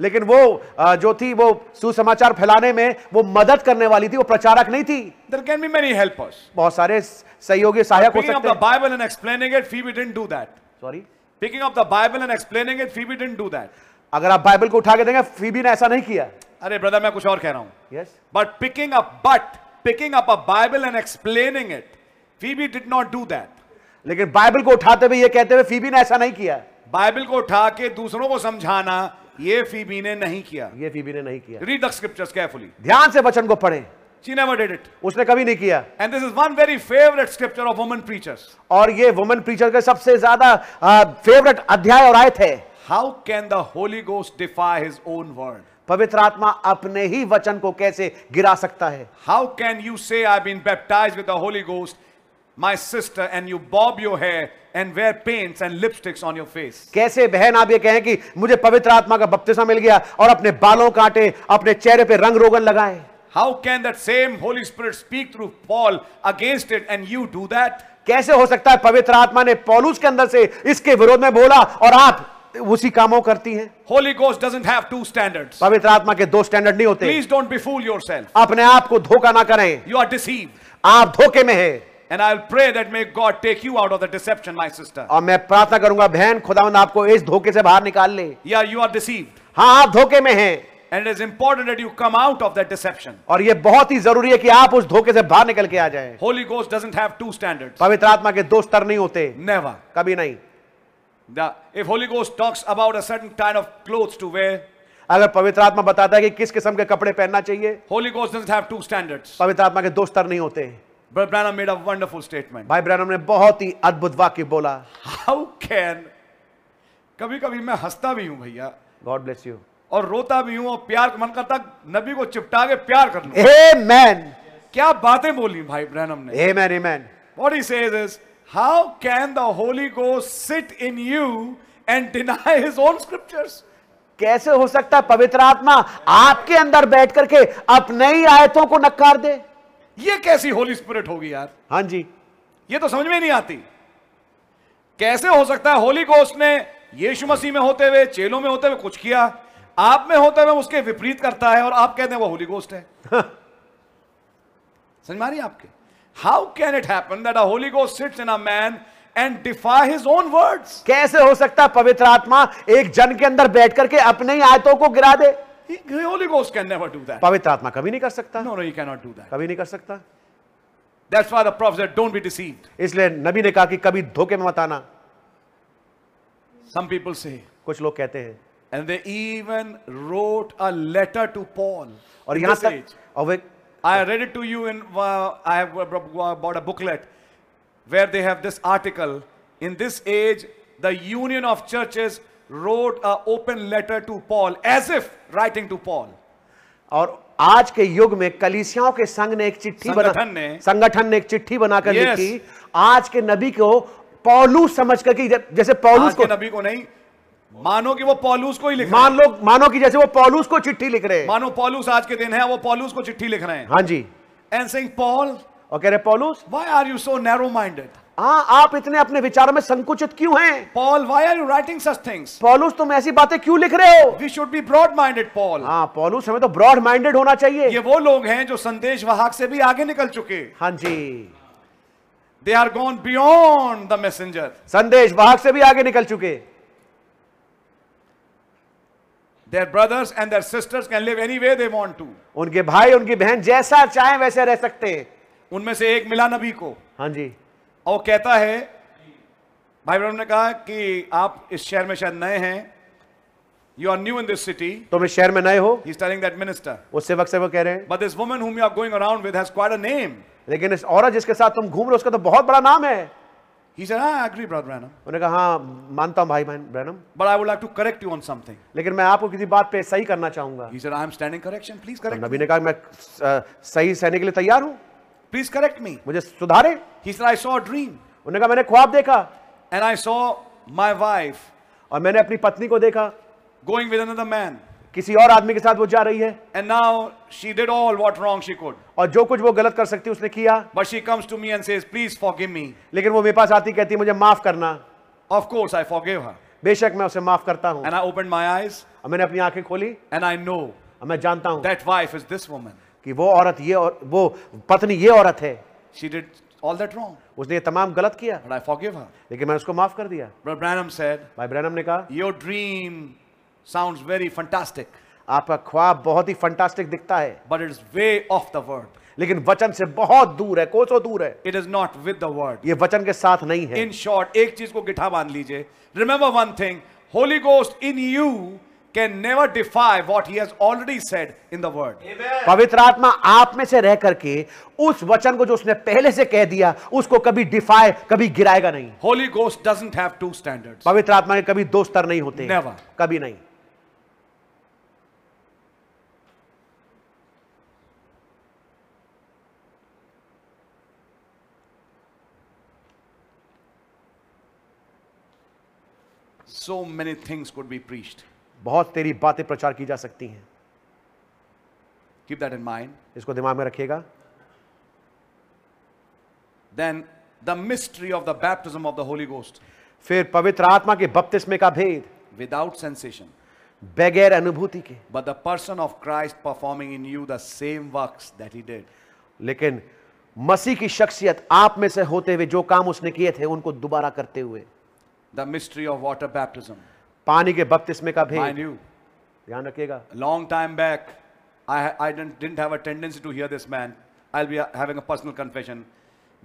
B: लेकिन वो अ, जो थी वो सुसमाचार फैलाने में वो मदद करने वाली थी वो प्रचारक नहीं थी
A: There can be many helpers.
B: बहुत सारे स- सहयोगी सहायक हो
A: Picking up
B: सकते
A: the
B: हैं
A: Bible and explaining it, Phoebe didn't do that.
B: Sorry
A: Picking up the Bible and explaining it, Phoebe didn't do that.
B: अगर आप बाइबल को उठा के देंगे फीबी ने ऐसा नहीं किया
A: अरे ब्रदर मैं कुछ और कह रहा हूं
B: yes
A: but picking up but picking up a Bible and explaining it Phoebe did not do that
B: लेकिन बाइबल को उठाते हुए ये कहते हुए फीबी ने ऐसा नहीं किया
A: बाइबल को उठा के दूसरों को समझाना ये फीबी ने नहीं किया
B: ये फीबी ने नहीं किया
A: रीड द स्क्रिप्चर्स केयरफुली
B: ध्यान से वचन को पढ़े
A: शी नेवर डिड इट
B: उसने कभी नहीं किया
A: and this is one very favourite scripture of woman preachers
B: और ये वुमेन प्रीचर के सबसे ज्यादा फेवरेट अध्याय और आयत है
A: how can the Holy Ghost defy his own word
B: पवित्र आत्मा अपने ही वचन को कैसे गिरा सकता है
A: How can you say I've been baptized with the Holy Ghost, my sister, and you bob your hair and wear paints and lipsticks on your face?
B: कैसे बहन आप ये कहें कि मुझे पवित्र आत्मा का बपतिस्मा मिल गया और अपने बालों काटे अपने चेहरे पे रंग रोगन लगाए
A: How can that same Holy Spirit speak through Paul against it and you do that?
B: कैसे हो सकता है पवित्र आत्मा ने पौलुस के अंदर से इसके विरोध में बोला और आप उसी कामों करती हैं
A: Holy Ghost doesn't have two standards.
B: पवित्र आत्मा के दो स्टैंडर्ड नहीं होते
A: Please don't befool yourself.
B: अपने आप को धोखा ना करें
A: You are deceived.
B: आप धोखे में हैं
A: And I'll pray that may God take you out of the deception, my sister.
B: और मैं प्रार्थना करूंगा बहन खुदावंद आपको इस धोखे से बाहर निकाल ले
A: Yeah, you are deceived.
B: हाँ आप धोखे में हैं
A: And it is important that you come out of that deception.
B: और यह बहुत ही जरूरी है कि आप उस धोखे से बाहर निकल के आ जाएं
A: Holy Ghost doesn't have two standards.
B: पवित्र आत्मा के दो स्तर नहीं होते
A: Never.
B: कभी नहीं
A: The, if Holy Ghost talks about a certain kind of clothes to wear,
B: अगर पवित्र आत्मा बताता है कि किस किस्म के कपड़े पहनना चाहिए
A: Holy Ghost doesn't have two standards.
B: पवित्र आत्मा के दो स्तर नहीं होते
A: Brother Branham made a wonderful statement.
B: भाई ब्रैनम ने बहुत ही अद्भुत वाक्य बोला
A: How can कभी कभी मैं हंसता भी हूं भैया
B: गॉड ब्लेस यू
A: और रोता भी हूं और प्यार मन करता नबी को चिपटा के प्यार कर लूं
B: आमेन
A: क्या बातें बोली भाई ब्रैनम ने
B: आमेन आमेन
A: What he says is, how can the Holy Ghost sit in you and deny his own scriptures?
B: कैसे हो सकता है पवित्र आत्मा आपके अंदर बैठ करके अपने ही आयतों को नकार दे
A: ये कैसी होली स्पिरिट होगी यार
B: हाँ जी
A: ये तो समझ में नहीं आती कैसे हो सकता है होली गोस्ट ने यीशु मसीह में होते हुए चेलों में होते हुए कुछ किया आप में होते हुए उसके विपरीत करता है और आप कहते हैं वो होली गोस्ट
B: <laughs>
A: है समझ में आ रही है आपके how can it happen that a Holy Ghost sits in a man and defy his own words
B: कैसे हो सकता है पवित्र आत्मा एक जन के अंदर बैठ करके अपने ही आयतों को गिरा दे
A: Holy Ghost can never do that
B: पवित्र आत्मा कभी नहीं कर सकता
A: no no you can not do that
B: कभी नहीं कर सकता
A: that's why the prophet don't be deceived
B: इसलिए नबी ने कहा कि कभी धोखे में मत आना
A: सम पीपल से
B: कुछ लोग कहते हैं
A: and they even wrote a letter to Paul
B: और यहां तक और वे
A: I read it to you in, uh, I have bought a booklet where they have this article. In this age, the Union of Churches wrote an open letter to Paul, as if writing to Paul.
B: और आज के युग में कलीसियाओं के संघ ने एक चिट्ठी
A: संगठन ने-
B: संगठन ने एक चिट्ठी बनाकर
A: Yes.
B: लिखी आज के नबी को पौलूस समझ करके जब- जैसे पौलूस
A: आज
B: को
A: के नबी को नहीं मानो कि वो पौलूस को ही लिख रहे
B: मान लो मानो कि जैसे वो पौलूस को चिट्ठी लिख रहे
A: हैं
B: हैं
A: मानो पौलूस आज के दिन है वो पौलूस को चिट्ठी लिख रहे हैं
B: हाँ जी
A: एंड सेइंग पॉल
B: और कह रहे पौलूस
A: why are you so narrow minded
B: हाँ आप इतने अपने विचारों में संकुचित क्यों हैं
A: Paul, why are you writing such things?
B: पौलुस तुम ऐसी बातें क्यों लिख रहे हो
A: We should be broad minded, Paul.
B: हाँ पौलुस हमें तो ब्रॉड माइंडेड होना चाहिए
A: ये वो लोग हैं जो संदेश वाहक से भी आगे निकल चुके
B: हाँ जी
A: they are gone beyond the messenger
B: संदेश वाहक से भी आगे निकल चुके
A: their brothers and their sisters can live any way they want to
B: उनके भाई उनकी बहन जैसा चाहे वैसे रह सकते हैं
A: उनमें से एक मिला नबी को
B: हाँ जी
A: और वो कहता है भाई ब्रह्म ने कहा कि आप इस शहर में शायद नए हैं you are new in this city
B: तुम इस शहर में नए हो
A: ही टेलिंग दैट मिनिस्टर
B: उस सेवक से वो कह रहे हैं
A: but this woman whom you are going around with has quite a name
B: लेकिन इस औरत जिसके साथ तुम घूम रहे हो उसका तो बहुत बड़ा नाम है
A: he said i agree brother branham
B: उन्होंने कहा हाँ मानता हूँ भाई बहन Branham
A: but i would like to correct you on something
B: लेकिन मैं आपको किसी बात पे सही करना चाहूंगा
A: he said i am standing correction please
B: तो
A: correct
B: नबी ने कहा मैं अ, सही सहने के लिए तैयार हूँ
A: please correct me
B: मुझे सुधारे उन्होंने
A: he said i saw a dream
B: कहा मैंने ख्वाब देखा
A: and I saw my wife
B: और मैंने अपनी पत्नी को देखा
A: going with another man.
B: किसी और आदमी के साथ वो जा रही है
A: And now she did all what wrong she could.
B: और जो कुछ वो गलत कर सकती उसने किया
A: But she comes to me and says, Please forgive me.
B: लेकिन वो मेरे पास आती कहती मुझे माफ करना
A: Of course, I forgave her.
B: बेशक मैं उसे माफ करता हूँ
A: And I opened my eyes
B: और मैंने अपनी आंखें खोली
A: and I know
B: और मैं जानता हूँ
A: that wife is this woman.
B: कि वो औरत ये और वो पत्नी ये औरत है
A: She did all that wrong,
B: उसने ये तमाम गलत किया
A: but I forgive her.
B: लेकिन मैंने उसको माफ कर दिया
A: Brother Branham said,
B: भाई ब्रैनम ने कहा
A: Your dream sounds very fantastic,
B: आपका ख्वाब बहुत ही फंटास्टिक दिखता है
A: but it's way off the word.
B: लेकिन वचन से बहुत दूर है कोसों दूर है
A: It is not with the word.
B: ये वचन के साथ नहीं है
A: In short, एक चीज को गिठा बांध लीजिए remember one thing Holy Ghost in you can never defy what he has already said in the word
B: पवित्र आत्मा आप में से रह करके उस वचन को जो उसने पहले से कह दिया उसको कभी डिफाई कभी गिराएगा नहीं
A: Holy Ghost doesn't have two standards
B: पवित्र आत्मा के कभी दो स्तर नहीं होते
A: Never.
B: कभी नहीं
A: so many things could be preached
B: बहुत तेरी बातें प्रचार की जा सकती हैं
A: कीप दैट इन माइंड
B: इसको दिमाग में रखिएगा
A: then the mystery of the baptism of the Holy Ghost
B: फिर पवित्र आत्मा के बपतिस्मे का भेद
A: विदाउट सेंसेशन
B: बगैर अनुभूति के
A: but the person of Christ performing in you the same works that he did
B: लेकिन मसीह की शख्सियत आप में से होते हुए जो काम उसने किए थे उनको दोबारा करते हुए
A: the mystery of water baptism
B: पानी के बपतिस्मे का
A: माइंड
B: भेद
A: यू
B: ध्यान रखिएगा
A: A long time back, I, I didn't, didn't have a tendency to hear this man. I'll be uh, having a personal confession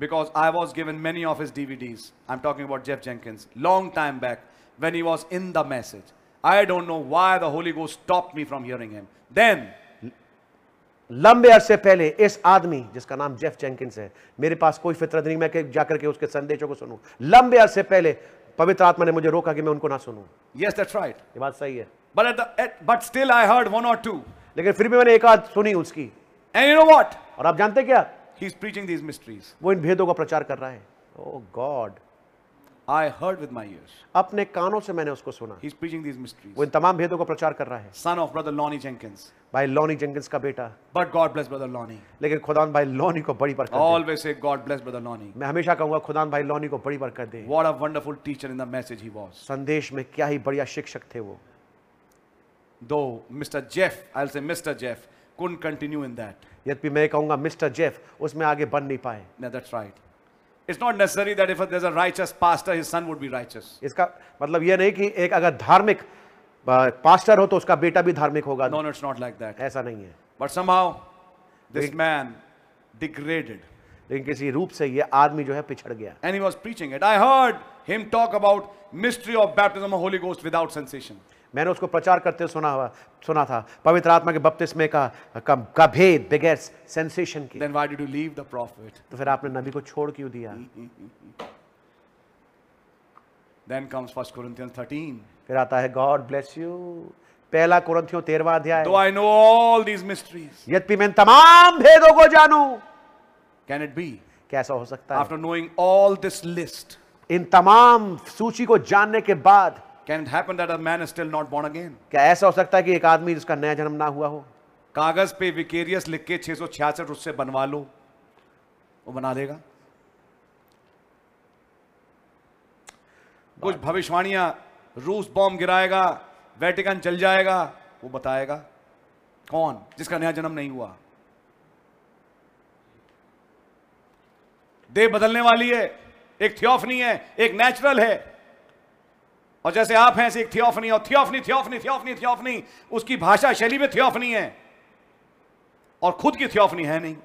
A: because I was given many of his DVDs. I'm talking about Jeff Jenkins. Long time back when he was in the message. I don't know why the Holy Ghost stopped me from hearing him. Then,
B: लंबे अरसे पहले इस आदमी जिसका नाम Jeff Jenkins है मेरे पास कोई फितरत नहीं मैं के- जाकर के उसके संदेशों को सुनूं लंबे अरसे पहले पवित्र आत्मा ने मुझे रोका कि मैं उनको ना सुनूं ये
A: yes, that's right.
B: बात सही है
A: But, at the, at, but still, I heard one or two.
B: लेकिन फिर भी मैंने एक आध सुनी उसकी
A: And you know what?
B: और आप जानते क्या
A: He's preaching these mysteries.
B: वो इन भेदों का प्रचार कर रहा है Oh oh God
A: I heard with my ears.
B: अपने कानों से मैंने उसको सुना
A: He's preaching these mysteries.
B: वो इन तमाम भेदों का प्रचार कर रहा है
A: Son of Brother Lonnie Jenkins.
B: भाई लॉनी जेंकिंस का बेटा
A: But God bless Brother Lonnie.
B: लेकिन खुदान भाई लॉनी को बड़ी बरकत दे
A: Always say, God bless Brother Lonnie.
B: मैं हमेशा कहूंगा खुदान भाई लॉनी को बड़ी बरकत दे
A: What a wonderful teacher in the message he was.
B: संदेश में क्या ही बढ़िया शिक्षक थे वो
A: Though Mr. Jeff, I'll say Mr. Jeff, couldn't continue in that.
B: यद्यपि मैं कहूंगा मिस्टर जेफ उसमें आगे बन नहीं पाए
A: No, that's right. It's not necessary that if there's a righteous pastor, his son would be righteous.
B: इसका मतलब यह नहीं कि एक अगर धार्मिक आ, पास्टर हो तो उसका बेटा भी धार्मिक होगा
A: No, no, it's not like that.
B: ऐसा नहीं है
A: But somehow, this man degraded
B: लेकिन किसी रूप से यह आदमी जो है पिछड़ गया
A: and he was preaching it. I heard him talk about mystery of baptism of Holy Ghost without sensation.
B: मैंने उसको प्रचार करते सुना हुआ सुना था पवित्र आत्मा के बपतिस्मे का का, का भेद बगैर सेंसेशन के
A: Then why did you leave the prophet?
B: तो फिर आपने नबी को छोड़ क्यों दिया
A: Then comes 1 Corinthians 13.
B: फिर आता है गॉड ब्लेस यू पहला कुरंथियों तेरवा अध्याय
A: Though I know all these mysteries,
B: यद्यपि मैं इन तमाम भेदों को जानू
A: can it be?
B: कैसा हो सकता है
A: After knowing all this list,
B: इन तमाम सूची को जानने के बाद
A: Can it happen that a man is still not born again?
B: क्या ऐसा हो सकता है कि एक आदमी जिसका नया जन्म ना हुआ हो
A: कागज पे विकेरियस लिख के 666 उससे बनवा लो वो बना देगा कुछ भविष्यवाणियां रूस बॉम्ब गिराएगा वेटिकन जल जाएगा वो बताएगा कौन जिसका नया जन्म नहीं हुआ देह बदलने वाली है एक थियोफनी है एक नेचुरल है और जैसे आप हैं ऐसे एक थियोफनी और थियोफनी थियोफनी थियोफनी थियोफनी उसकी भाषा शैली में थियोफनी है और खुद की थियोफनी है नहीं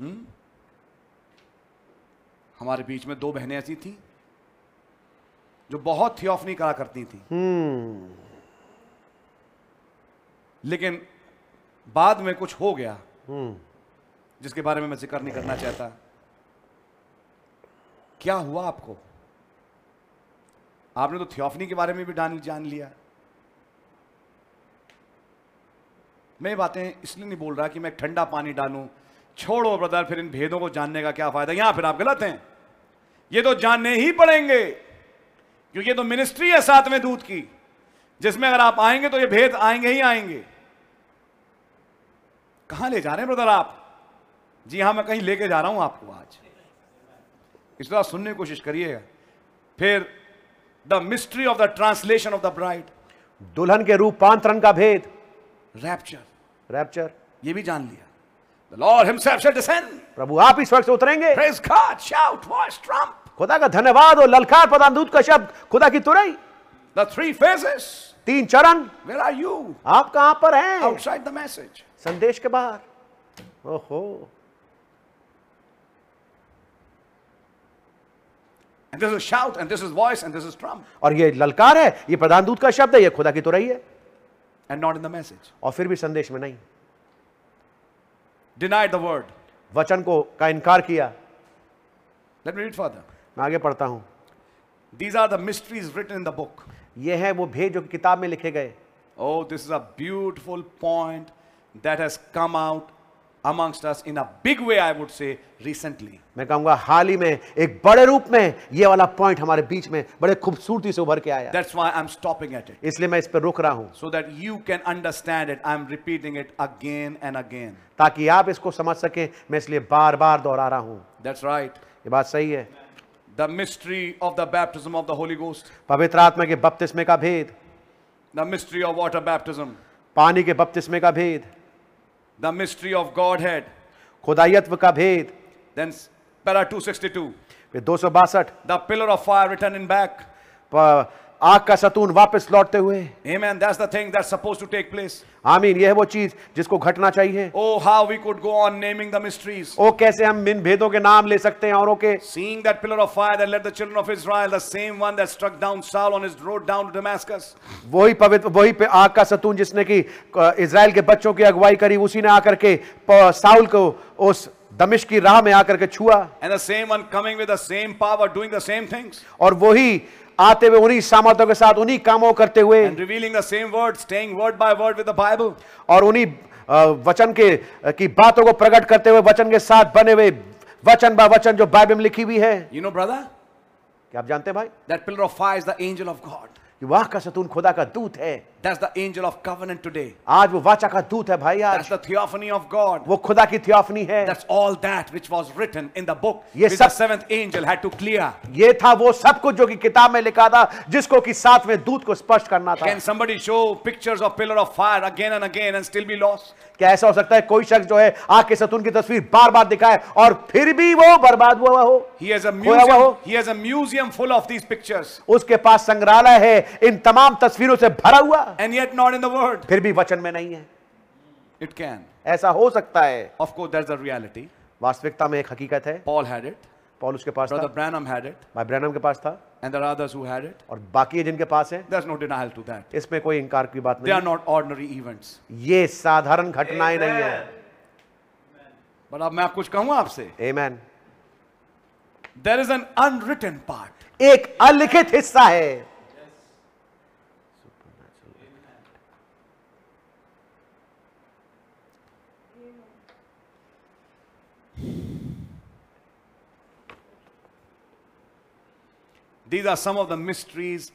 A: हम्म? हमारे बीच में दो बहनें ऐसी थी जो बहुत थियोफनी कहा करती थी लेकिन बाद में कुछ हो गया जिसके बारे में मैं जिक्र नहीं करना चाहता क्या हुआ आपको आपने तो थियोफनी के बारे में भी जान जान लिया मैं ये बातें इसलिए नहीं बोल रहा कि मैं ठंडा पानी डालूं छोड़ो ब्रदर फिर इन भेदों को जानने का क्या फायदा यहां फिर आप गलत हैं ये तो जानने ही पड़ेंगे क्योंकि ये तो मिनिस्ट्री है सातवें दूत की जिसमें अगर आप आएंगे तो ये भेद आएंगे ही आएंगे कहां ले जा रहे हैं ब्रदर आप जी हां मैं कहीं लेके जा रहा हूं आपको आज इसलिए आप सुनने की कोशिश करिएगा फिर the mystery of the translation of the bride
B: दुल्हन के रूपांतरण का भेद
A: रैप्चर
B: रैप्चर
A: ये भी जान लिया the Lord himself shall descend
B: प्रभु आप ही स्वर्ग से उतरेंगे
A: praise God shout voice trump
B: खुदा का धन्यवाद और ललकार प्रधान दूत का शब्द खुदा की तुरई
A: द थ्री फेजेस
B: तीन चरण
A: वेयर आर यू
B: आप कहां पर हैं
A: आउटसाइड द मैसेज
B: संदेश के बाहर ओहो
A: and this is shout and this is voice and this is trump
B: और ये ललकार है ये प्रधान दूत का शब्द है ये खुदा की तुरई है
A: and not in the message
B: और फिर भी संदेश में नहीं
A: डिनाइड द वर्ड
B: वचन को का इनकार किया
A: लेट मी रीड फर्दर
B: मैं आगे पढ़ता हूं
A: these are the mysteries written in the book
B: ये है वो भेद जो किताब में लिखे गए
A: Oh, this is a beautiful point that has come out amongst us in a big way, I would say, recently.
B: मैं कहूंगा हाल ही में एक बड़े रूप में ये वाला पॉइंट हमारे बीच में बड़े खूबसूरती से उभर के आया
A: That's why I'm stopping at it.
B: इसलिए मैं इस पर रुक रहा हूं
A: So that you can understand it. I'm repeating it again and again.
B: ताकि आप इसको समझ सकें मैं इसलिए बार बार दोहरा रहा हूं
A: That's right.
B: ये बात सही है
A: The mystery of the baptism of the Holy Ghost,
B: पवित्र आत्मा के बपतिस्मे का भेद
A: the mystery of water baptism,
B: पानी के बपतिस्मे का भेद
A: the mystery of Godhead.
B: खुदायत्व का भेद
A: Then s- para 262,
B: फिर दो सौ बासठ
A: the pillar of fire returning back.
B: आग का सतून वापस लौटते हुए
A: Amen. That's the thing that's supposed to take place.
B: आमीन यह है वो चीज जिसको घटना चाहिए
A: Oh, how we could go on naming the mysteries.
B: ओ कैसे हम इन भेदों के नाम ले सकते हैं औरों के
A: Seeing that pillar of fire that led the children of Israel, the same one that struck down Saul on his road down to Damascus,
B: वही पवित्र वही पे आग का सतून जिसने की अ, इसराइल के बच्चों की अगुवाई करी उसी ने आकर के प- साउल को उस दमिश्क की राह में आकर के छुआ
A: and the same one coming with the same power, doing the same things,
B: और वही आते हुए उन्हीं सामर्थ्यों के साथ उन्हीं कामों करते हुए
A: and revealing the same word, staying word by word with the Bible.
B: और उन्हीं अ, वचन के अ, की बातों को प्रकट करते हुए वचन के साथ बने हुए वचन बा वचन जो बाइबल में लिखी हुई है
A: You know, brother,
B: क्या आप जानते हैं भाई
A: that pillar of fire is the angel of God.
B: कि वाह का सतून खुदा का दूत है
A: That's the angel of covenant today.
B: आज वो वाचा का दूत है भाई
A: That's
B: आज
A: the theophany of God.
B: वो खुदा की थियोफनी है
A: That's all that which was written in the book,
B: Ye
A: which the
B: sab-
A: seventh angel had to clear.
B: ये था वो सब कुछ जो कि किताब में लिखा था जिसको कि साथ में दूत को स्पष्ट करना था
A: Can somebody show pictures of pillar of fire again and again and still be lost?
B: क्या ऐसा हो सकता है कोई शख्स जो है आग के सतून की तस्वीर बार बार दिखाए और फिर भी वो बर्बाद हुआ हुआ हो
A: He has a
B: खोया हुआ
A: museum.
B: हो
A: He has a museum full of these pictures.
B: उसके पास संग्रहालय है इन तमाम तस्वीरों से भरा हुआ
A: and yet not in the word.
B: फिर भी वचन में नहीं है
A: It can.
B: ऐसा हो सकता है
A: Of course, that's the reality.
B: वास्तविकता में एक हकीकत है
A: Paul had it,
B: पॉल उसके पास
A: Brother
B: था
A: Branham had it,
B: भाई ब्रैनम के पास था
A: and there are others who had it.
B: और बाकी ये जिनके पास है
A: There's no denial to that.
B: इसमें कोई इंकार की बात
A: They are
B: नहीं
A: not ordinary events.
B: ये साधारण घटनाएं नहीं है
A: But अब मैं आप कुछ कहूँ आपसे
B: Amen.
A: There is an unwritten part.
B: एक अलिखित हिस्सा है
A: These are some of the mysteries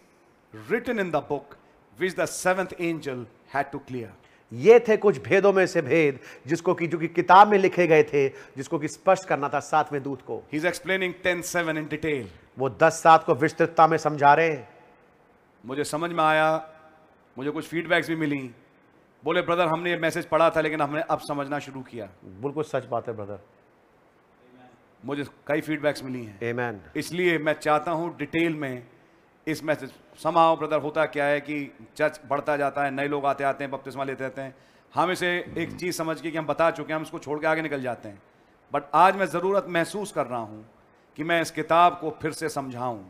A: written in the book which the seventh angel had to clear.
B: ये थे कुछ भेदों में से भेद जिसको कि जो कि किताब में लिखे गए थे जिसको कि स्पष्ट करना था सातवें दूत को
A: He's explaining 10:7 in detail.
B: वो दस सात को विस्तृतता में समझा रहे हैं
A: मुझे समझ में आया मुझे कुछ फीडबैक्स भी मिली बोले ब्रदर हमने ये मैसेज पढ़ा था लेकिन हमने अब समझना शुरू किया
B: बिल्कुल सच बात है ब्रदर
A: मुझे कई फीडबैक्स मिली हैं
B: एमैन
A: इसलिए मैं चाहता हूँ डिटेल में इस मैसेज समाओ ब्रदर होता क्या है कि चर्च बढ़ता जाता है नए लोग आते आते हैं बपतिस्मा लेते रहते हैं हम इसे एक चीज़ समझ के कि हम बता चुके हैं हम इसको छोड़ के आगे निकल जाते हैं बट आज मैं ज़रूरत महसूस कर रहा हूँ कि मैं इस किताब को फिर से समझाऊँ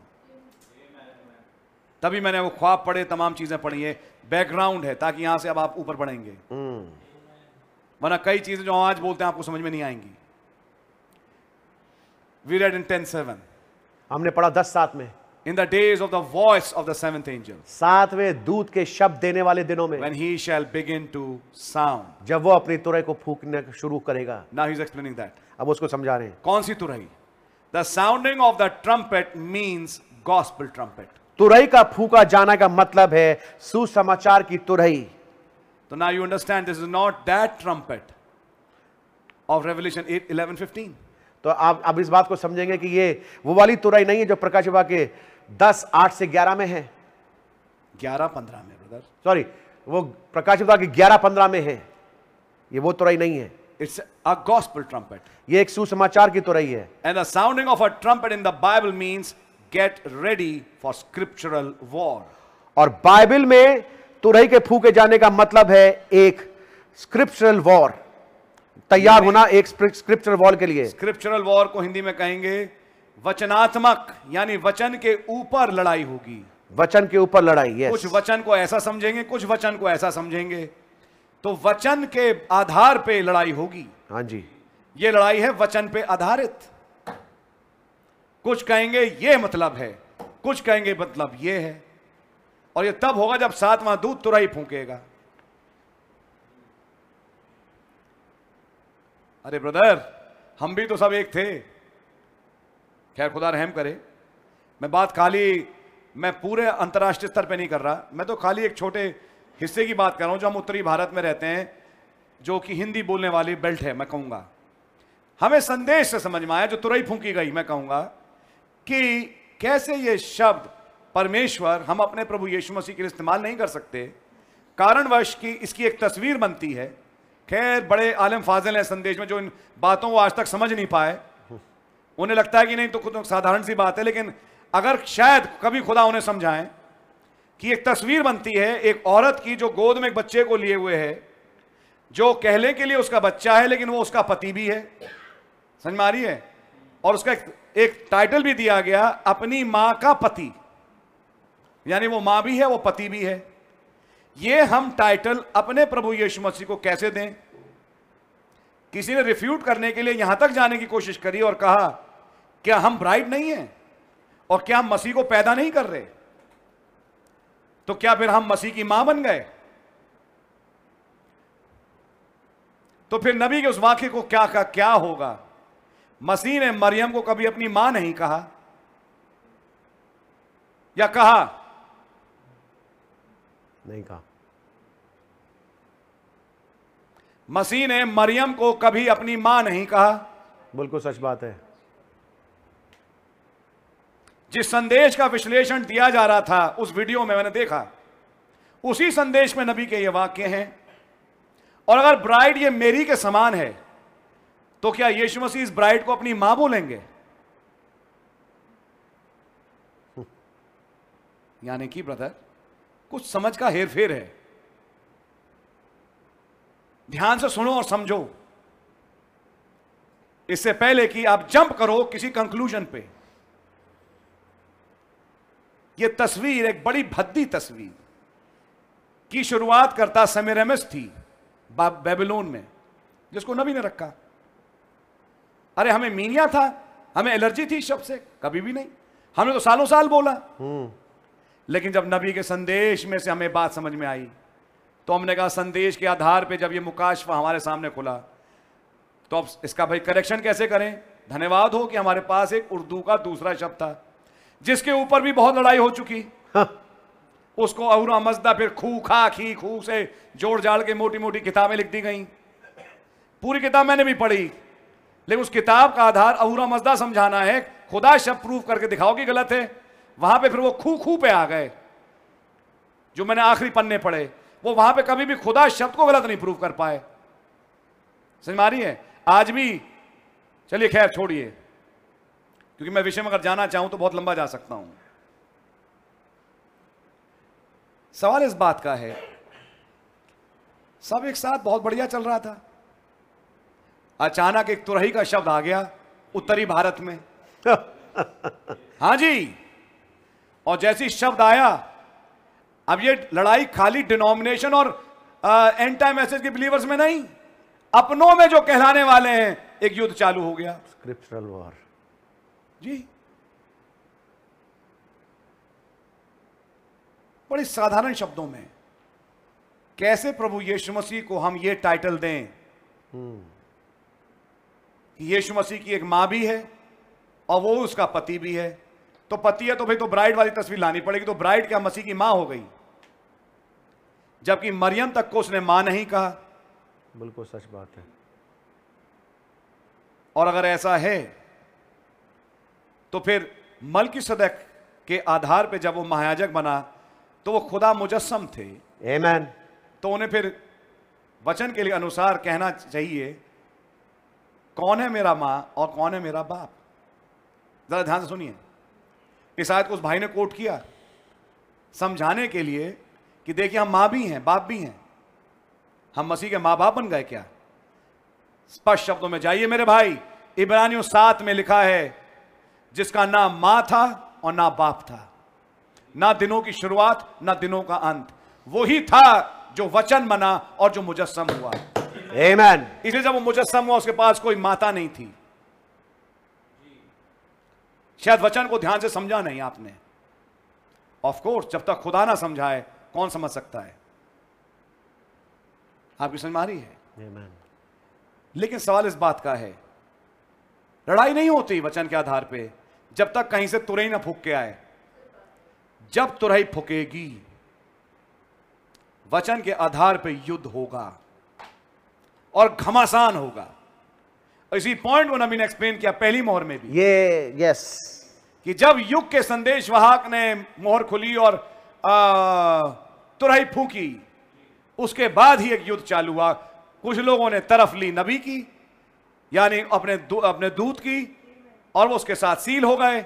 A: तभी मैंने वो ख्वाब पढ़े तमाम चीज़ें पढ़ी है बैकग्राउंड है ताकि यहाँ से अब आप ऊपर बढ़ेंगे वरना कई चीज़ें जो हम आज बोलते हैं आपको समझ में नहीं आएंगी we read in ten seven
B: हमने पढ़ा दस सात में
A: in the days of the voice of the seventh angel,
B: सातवें दूत के शब्द देने वाले दिनों में
A: when he shall begin to sound.
B: जब वो अपनी तुरई को फूकने शुरू करेगा
A: Now he's explaining that.
B: अब उसको समझा रहे हैं
A: कौन सी तुरही? The sounding of the trumpet means gospel trumpet.
B: तुरई का फूका जाना का मतलब है सुसमाचार की तुरई
A: So now you understand this is not that trumpet of Revelation 8, 11, 15.
B: तो आप अब इस बात को समझेंगे कि ये वो वाली तुरई नहीं है जो प्रकाश बाबा के दस आठ से ग्यारह में है
A: 11, 15 में brother.
B: सॉरी वो प्रकाश बाबा की ग्यारह पंद्रह में है ये वो तुरई नहीं है
A: It's a gospel trumpet.
B: ये एक सुसमाचार की तुरई है
A: And the sounding of a trumpet in the Bible means get ready for scriptural war.
B: और बाइबल में तुरई के फूके जाने का मतलब है एक स्क्रिप्चरल वॉर तैयार होना एक स्क्रिप्चरल वॉर के लिए
A: स्क्रिप्चरल वॉर को हिंदी में कहेंगे वचनात्मक यानी वचन के ऊपर लड़ाई होगी
B: वचन के ऊपर लड़ाई
A: कुछ
B: यस
A: वचन को ऐसा समझेंगे कुछ वचन को ऐसा समझेंगे तो वचन के आधार पे लड़ाई होगी
B: हाँ जी
A: ये लड़ाई है वचन पे आधारित कुछ कहेंगे ये मतलब है कुछ कहेंगे मतलब ये है और ये तब होगा जब सातवां दूध तुरही फूकेगा अरे ब्रदर हम भी तो सब एक थे खैर खुदा रहम करे मैं बात खाली मैं पूरे अंतर्राष्ट्रीय स्तर पे नहीं कर रहा मैं तो खाली एक छोटे हिस्से की बात कर रहा हूँ जो हम उत्तरी भारत में रहते हैं जो कि हिंदी बोलने वाली बेल्ट है मैं कहूँगा हमें संदेश से समझ में आया जो तुरई फूकी गई मैं कहूँगा कि कैसे ये शब्द परमेश्वर हम अपने प्रभु यीशु मसीह के लिए इस्तेमाल नहीं कर सकते कारणवश कि इसकी एक तस्वीर बनती है खैर बड़े आलम फाजिल हैं संदेश में जो इन बातों को आज तक समझ नहीं पाए उन्हें लगता है कि नहीं तो कुछ साधारण सी बात है लेकिन अगर शायद कभी खुदा उन्हें समझाएं कि एक तस्वीर बनती है एक औरत की जो गोद में एक बच्चे को लिए हुए है जो कहने के लिए उसका बच्चा है लेकिन वो उसका पति भी है समझ में आ रही है और उसका एक, एक टाइटल भी दिया गया अपनी माँ का पति यानी वो माँ भी है वो पति भी है ये हम टाइटल अपने प्रभु यीशु मसीह को कैसे दें किसी ने रिफ्यूट करने के लिए यहां तक जाने की कोशिश करी और कहा क्या हम ब्राइड नहीं हैं और क्या हम मसीह को पैदा नहीं कर रहे तो क्या फिर हम मसीह की मां बन गए तो फिर नबी के उस वाक्य को क्या का क्या होगा मसीह ने मरियम को कभी अपनी मां नहीं कहा या कहा
B: नहीं कहा
A: मसीह ने मरियम को कभी अपनी मां नहीं कहा
B: बिल्कुल सच बात है
A: जिस संदेश का विश्लेषण दिया जा रहा था उस वीडियो में मैंने देखा उसी संदेश में नबी के ये वाक्य हैं और अगर ब्राइड ये मेरी के समान है तो क्या यीशु मसीह इस ब्राइड को अपनी मां बोलेंगे यानी कि ब्रदर कुछ समझ का हेरफेर है ध्यान से सुनो और समझो इससे पहले कि आप जंप करो किसी कंक्लूजन पे यह तस्वीर एक बड़ी भद्दी तस्वीर की शुरुआत करता समेरमस थी बा- बेबीलोन में जिसको नबी ने रखा अरे हमें मीनिया था हमें एलर्जी थी इस शब्द से कभी भी नहीं हमने तो सालों साल बोला
B: हम्म।
A: लेकिन जब नबी के संदेश में से हमें बात समझ में आई तो हमने कहा संदेश के आधार पे जब ये मुकाशवा हमारे सामने खुला तो अब इसका भाई करेक्शन कैसे करें धन्यवाद हो कि हमारे
B: हाँ।
A: पास एक उर्दू का दूसरा शब्द था जिसके ऊपर भी बहुत लड़ाई हो चुकी उसको औरा मजदा फिर खू खा खी खू से जोड़ जाड़ के मोटी मोटी किताबें लिख दी गई पूरी किताब मैंने भी पढ़ी लेकिन उस किताब का आधार अहूरा मजदा समझाना है खुदा शब्द प्रूव करके दिखाओ कि गलत है वहां पे फिर वो खू खू पे आ गए जो मैंने आखिरी पन्ने पढ़े वो वहां पे कभी भी खुदा शब्द को गलत नहीं प्रूव कर पाए समझ में आ रही है आज भी चलिए खैर छोड़िए क्योंकि मैं विषय में अगर जाना चाहूं तो बहुत लंबा जा सकता हूं सवाल इस बात का है सब एक साथ बहुत बढ़िया चल रहा था अचानक एक तुरही का शब्द आ गया उत्तरी भारत में हाँ जी और जैसी शब्द आया अब ये लड़ाई खाली डिनोमिनेशन और एंटा मैसेज के बिलीवर्स में नहीं अपनों में जो कहलाने वाले हैं एक युद्ध चालू हो गया
B: स्क्रिप्चरल वॉर
A: जी बड़े साधारण शब्दों में कैसे प्रभु यीशु मसीह को हम ये टाइटल दें
B: हम्म।
A: कि यीशु मसीह की एक माँ भी है और वो उसका पति भी है तो पति है तो भाई तो ब्राइड वाली तस्वीर लानी पड़ेगी तो ब्राइड क्या मसीह की माँ हो गई जबकि मरियम तक को उसने माँ नहीं कहा
B: बिल्कुल सच बात है
A: और अगर ऐसा है तो फिर मलकी सदक के आधार पे जब वो महायाजक बना तो वो खुदा मुजस्म थे
B: Amen.
A: तो उन्हें फिर वचन के लिए अनुसार कहना चाहिए कौन है मेरा माँ और कौन है मेरा बाप जरा ध्यान से सुनिए इस आयत को उस भाई ने कोट किया समझाने के लिए कि देखिए हम माँ भी हैं बाप भी हैं हम मसीह के माँ बाप बन गए क्या स्पष्ट शब्दों में जाइए मेरे भाई इब्रानियों सात में लिखा है जिसका ना माँ था और ना बाप था ना दिनों की शुरुआत ना दिनों का अंत वही था जो वचन बना और जो मुजस्म हुआ
B: Amen.
A: इसलिए जब वो मुजस्म हुआ उसके पास कोई माता नहीं थी शायद वचन को ध्यान से समझा नहीं आपने ऑफ कोर्स जब तक खुदा ना समझाए कौन समझ सकता है आपकी समझ में आ रही है
B: Amen.
A: लेकिन सवाल इस बात का है लड़ाई नहीं होती वचन के आधार पे जब तक कहीं से तुरही ना फूक के आए जब तुरही फूकेगी वचन के आधार पे युद्ध होगा और घमासान होगा इसी पॉइंट को नबी ने एक्सप्लेन किया पहली मोहर में भी
B: ये यस
A: कि जब युग के संदेश वाहक ने मोहर खुली और आ, तुरही फूकी उसके बाद ही एक युद्ध चालू हुआ कुछ लोगों ने तरफ ली नबी की यानी अपने दू, अपने दूत की और वो उसके साथ सील हो गए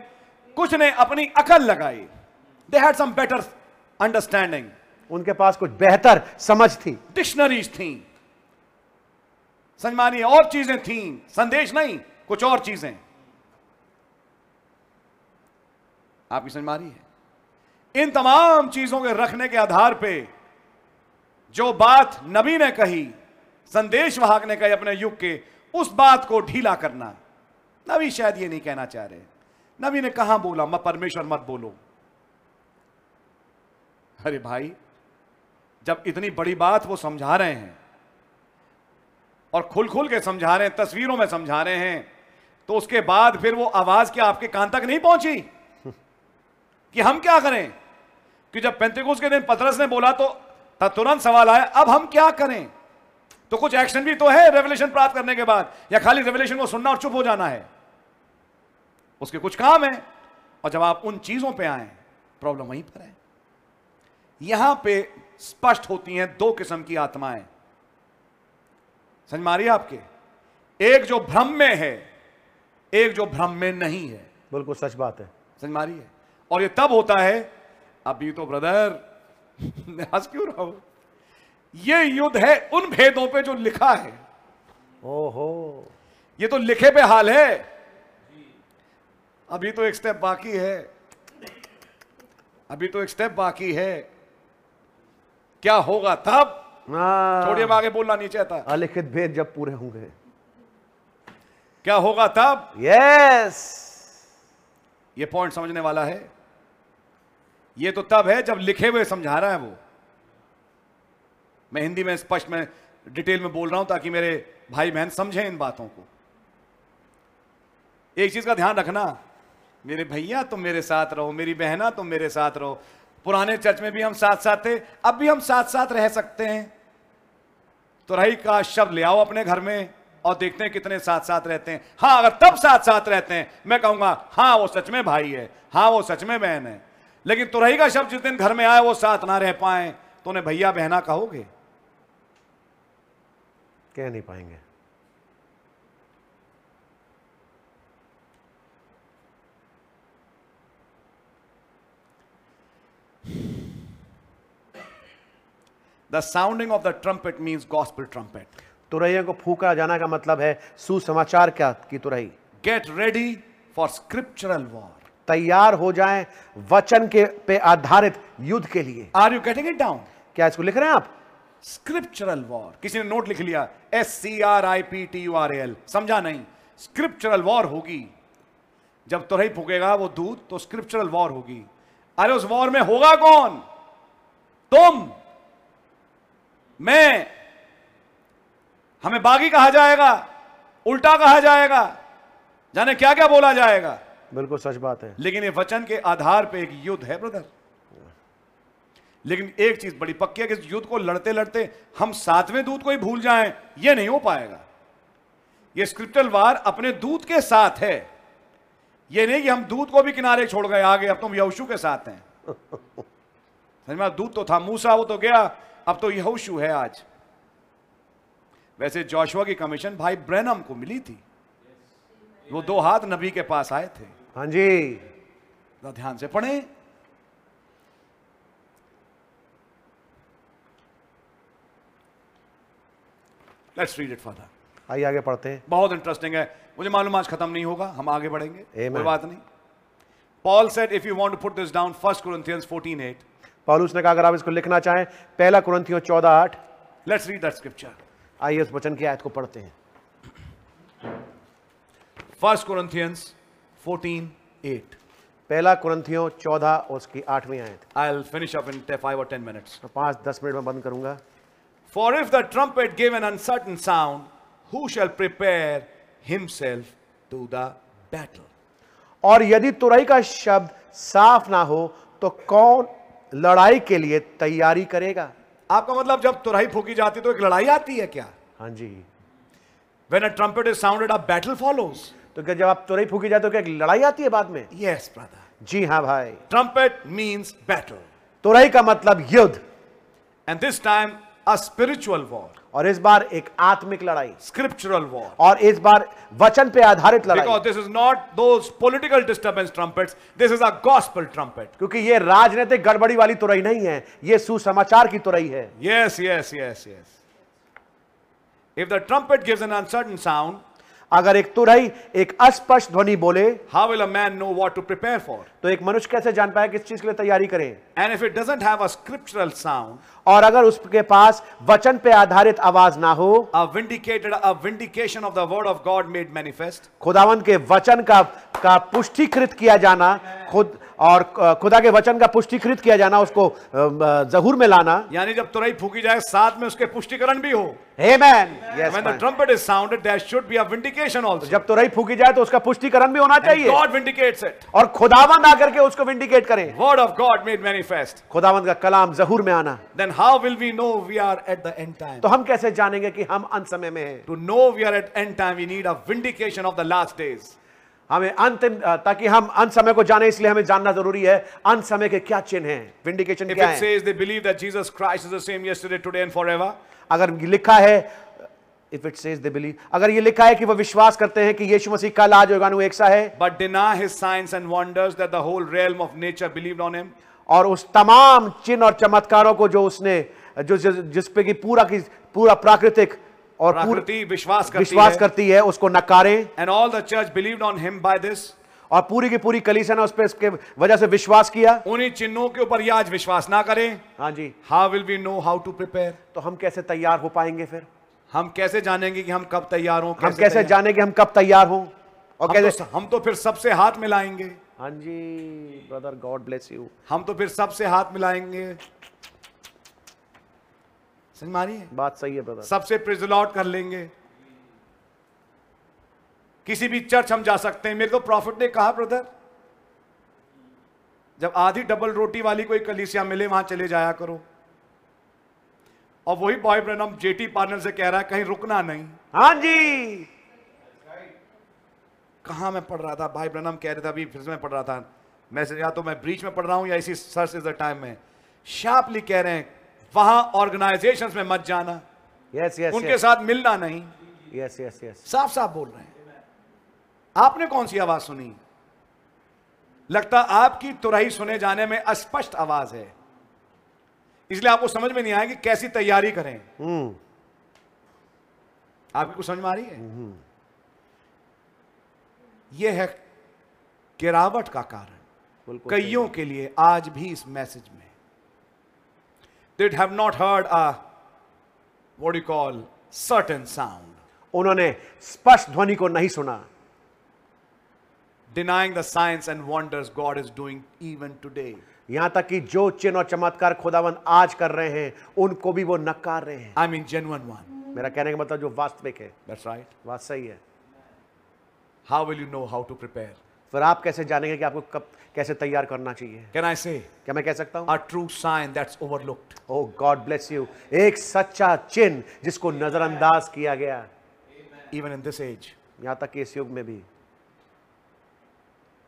A: कुछ ने अपनी अकल लगाई they had some better understanding
B: उनके पास कुछ बेहतर समझ थी
A: डिक्शनरीज थी समझ में आ रही है? और चीजें थी संदेश नहीं कुछ और चीजें आपकी समझ में आ रही है इन तमाम चीजों के रखने के आधार पे जो बात नबी ने कही संदेश वाहक ने कही अपने युग के उस बात को ढीला करना नबी शायद ये नहीं कहना चाह रहे नबी ने कहा बोला मैं परमेश्वर मत बोलो अरे भाई जब इतनी बड़ी बात वो समझा रहे हैं और खुल खुल के समझा रहे हैं तस्वीरों में समझा रहे हैं तो उसके बाद फिर वो आवाज क्या आपके कान तक नहीं पहुंची <laughs> कि हम क्या करें कि जब पेंतिकुस के दिन पतरस ने बोला तो त- तुरंत सवाल आया अब हम क्या करें तो कुछ एक्शन भी तो है रेवलेशन प्राप्त करने के बाद या खाली रेवलेशन को सुनना और चुप हो जाना है उसके कुछ काम है और जब आप उन चीजों पे आए प्रॉब्लम वहीं पर है यहां पे स्पष्ट होती हैं दो किस्म की आत्माएं समझ मारिए आपके एक जो भ्रम में है एक जो भ्रम में नहीं है
B: बिल्कुल सच बात है
A: समझ मारिए और ये तब होता है अभी तो ब्रदर <laughs> हंस क्यों रहा हो ये युद्ध है उन भेदों पे जो लिखा है
B: ओहो
A: ये तो लिखे पे हाल है अभी तो एक स्टेप बाकी है अभी तो एक स्टेप बाकी है क्या होगा तब छोड़िए मैं
B: हाँ,
A: आगे बोलना नहीं चाहता
B: अलिखित भेद जब पूरे होंगे
A: क्या होगा तब
B: यस
A: ये पॉइंट समझने वाला है ये तो तब है जब लिखे हुए समझा रहा है वो मैं हिंदी में स्पष्ट में डिटेल में बोल रहा हूं ताकि मेरे भाई बहन समझें इन बातों को एक चीज का ध्यान रखना मेरे भैया तुम मेरे साथ रहो मेरी बहना तुम मेरे साथ रहो पुराने चर्च में भी हम साथ साथ थे अब भी हम साथ साथ रह सकते हैं तो रही का शब्द ले आओ अपने घर में और देखते हैं कितने साथ साथ रहते हैं हाँ अगर तब साथ साथ रहते हैं मैं कहूंगा हाँ वो सच में भाई है हाँ वो सच में बहन है लेकिन तुरही का शब्द जिस दिन घर में आए वो साथ ना रह पाए तो उन्हें भैया बहना कहोगे
B: कह नहीं पाएंगे
A: The sounding of the trumpet means gospel trumpet.
B: तुरहिया को फूका जाना का मतलब है सुसमाचार क्या की तुरही
A: Get ready for scriptural war.
B: तैयार हो जाएं वचन के पे आधारित युद्ध के लिए
A: Are you getting it down?
B: क्या इसको लिख रहे हैं आप
A: स्क्रिप्चरल वॉर किसी ने नोट लिख लिया S C R I P T U R L समझा नहीं स्क्रिप्चरल वॉर होगी जब तुरही फूकेगा वो दूध तो स्क्रिप्चरल वॉर होगी अरे उस वॉर में होगा कौन तुम मैं हमें बागी कहा जाएगा उल्टा कहा जाएगा जाने क्या क्या बोला जाएगा
B: बिल्कुल सच बात है
A: लेकिन ये वचन के आधार पे एक युद्ध है ब्रदर लेकिन एक चीज बड़ी पक्की है कि इस युद्ध को लड़ते लड़ते हम सातवें दूत को ही भूल जाएं ये नहीं हो पाएगा ये स्क्रिप्टल वार अपने दूत के साथ है ये नहीं कि हम दूत को भी किनारे छोड़ गए आगे अब तुम यहोशू के साथ हैं समझ में आया? दूत तो था मूसा वो तो गया अब तो यहोशू है आज वैसे जोशुआ की कमीशन भाई ब्रैनम को मिली थी वो दो हाथ नबी के पास आए थे
B: हाँ जी
A: जरा ध्यान से पढ़े लेट्स रीड इट फादर
B: आइए आगे पढ़ते हैं
A: बहुत इंटरेस्टिंग है मुझे मालूम आज खत्म नहीं होगा हम आगे बढ़ेंगे
B: Amen.
A: कोई बात नहीं Paul said if you want to put this down first Corinthians 14:8
B: पौलुस ने कहा अगर आप इसको लिखना चाहें पहला कुरंथियों चौदह आठ
A: लेट्स रीड दैट स्क्रिप्चर
B: आइए उस वचन की आयत को पढ़ते हैं
A: फर्स्ट कोरिंथियंस 14:8
B: पहला कुरंथियों चौदह और उसकी आठवीं आयत
A: I will finish up in 5 or 10 minutes
B: मैं पाँच दस मिनट में बंद करूंगा
A: For if the trumpet give an uncertain sound, who shall prepare himself to the battle?
B: और यदि तुरई का शब्द साफ ना हो तो कौन लड़ाई के लिए तैयारी करेगा
A: आपका मतलब जब तुरही फूकी जाती है तो एक लड़ाई आती है क्या
B: हाँ जी
A: When a trumpet is sounded, a battle follows.
B: तो क्या जब आप तुरई फूकी जाए तो क्या एक लड़ाई आती है बाद में
A: Yes, brother.
B: जी हाँ भाई
A: Trumpet means battle.
B: तुरई का मतलब युद्ध
A: And this time, a spiritual war,
B: और इस बार एक आत्मिक लड़ाई
A: scriptural war.
B: और इस बार वचन पे आधारित लड़ाई
A: Because this is not those political disturbance trumpets, this is a gospel trumpet.
B: क्योंकि ये राजनीतिक गड़बड़ी वाली तुरई नहीं है ये सुसमाचार की तुरई है
A: Yes, yes, yes, yes. If the trumpet gives an uncertain sound,
B: अगर एक तुरई एक अस्पष्ट ध्वनि बोले
A: How will a man know what to prepare for?
B: तो एक मनुष्य कैसे जान पाए किस चीज के लिए तैयारी करें
A: And if it doesn't have a scriptural sound,
B: और अगर उसके पास वचन पे आधारित आवाज ना हो
A: a vindicated, a vindication of the word of God made manifest,
B: खुदावन के वचन का का पुष्टिकृत किया जाना खुद और अ, खुदा के वचन का पुष्टिकृत किया जाना उसको अम, अ, जहूर में लाना
A: यानी जब तुरई फूकी जाए साथ में उसके पुष्टिकरण भी हो
B: Amen. Yes,
A: When the
B: man.
A: trumpet is sounded, there should be a vindication also.
B: जब तुरई फूकी जाए तो उसका पुष्टिकरण भी होना
A: And
B: चाहिए
A: God vindicates it.
B: और खुदावन आकर के उसको विंडिकेट करें
A: Word of God made manifest.
B: खुदावन का कलाम जहूर में आना
A: Then how will we know we are at the end time?
B: तो हम कैसे जानेंगे कि हम अंत समय में हैं
A: To know we are at end time, we need a vindication of the last days.
B: हमें अंतिम अ, ताकि हम अंत समय को जाने इसलिए हमें जानना जरूरी है अंत समय के क्या चिन्ह हैं विंडिकेशन
A: If
B: क्या
A: it
B: है
A: says they believe that Jesus Christ is the same yesterday, today, and forever,
B: अगर लिखा है if it says they believe अगर ये लिखा है कि वो विश्वास करते हैं कि यीशु मसीह कल आज और एक सा है
A: but deny his signs and wonders that the whole realm of nature believed on him.
B: और उस तमाम चिन्ह और चमत्कारों को जो उसने जो जिस, जिस पे कि पूरा की पूरा प्राकृतिक और पूर-
A: प्रकृति विश्वास करती
B: विश्वास
A: है
B: करती है उसको नकारें
A: and all the church believed on him by this
B: और पूरी की पूरी कलीसिया ने उस पर इसके वजह से विश्वास किया
A: उन्हीं चिन्हों के ऊपर ये आज विश्वास ना करें
B: हाँ जी
A: how will we know how to prepare
B: तो हम कैसे तैयार हो पाएंगे फिर
A: हम कैसे जानेंगे कि हम कब तैयार हों
B: हम कैसे
A: तैयार?
B: जाने कि हम कब तैयार हों और
A: हम
B: कैसे
A: तो, हम तो फिर सबसे हाथ मिलाएंगे
B: हाँ जी ब्रदर गॉड ब्लेस यू
A: हम तो फिर सबसे हाथ मिलाएंगे समझ मारी है
B: बात सही है ब्रदर
A: सबसे प्रिजलॉट कर लेंगे किसी भी चर्च हम जा सकते हैं मेरे को प्रॉफिट ने कहा ब्रदर जब आधी डबल रोटी वाली कोई कलीसिया मिले वहां चले जाया करो और वही बॉय ब्रैनम जेटी पार्टनर से कह रहा है कहीं रुकना नहीं
B: हाँ जी
A: कहाँ मैं पढ़ रहा था भाई ब्रनम कह रहे थे अभी फिर से मैं पढ़ रहा था मैं या तो मैं ब्रीच में पढ़ रहा हूँ या इसी सर्च इज द टाइम में शार्पली कह रहे हैं वहां ऑर्गेनाइजेशंस में मत जाना
B: यस यस
A: उनके साथ मिलना नहीं
B: यस यस यस
A: साफ साफ बोल रहे हैं आपने कौन सी आवाज सुनी लगता आपकी तुरही सुने जाने में अस्पष्ट आवाज है इसलिए आपको समझ में नहीं आया कि कैसी तैयारी करें
B: हम्म
A: आपकी कुछ समझ में आ रही है यह है गिरावट का कारण
B: बिल्कुल सही।
A: कईयों के लिए आज भी इस मैसेज में they have not heard a what you call certain sound
B: उन्होंने स्पष्ट ध्वनि को नहीं सुना
A: denying the signs and wonders god is doing even today
B: यहां तक कि जो चिन्ह और चमत्कार खुदावन आज कर रहे हैं उनको भी वो नकार रहे हैं
A: i mean genuine one
B: मेरा कहने का मतलब जो वास्तविक है
A: that's right
B: बात सही है
A: how will you know how to prepare
B: फिर आप कैसे जानेंगे कि आपको कब कैसे तैयार करना चाहिए
A: can i say
B: क्या मैं कह सकता हूँ Oh,
A: a true sign that's overlooked
B: oh God bless you एक सच्चा चिन्ह जिसको नजरअंदाज किया गया
A: even in this age
B: यहाँ तक कि इस युग में भी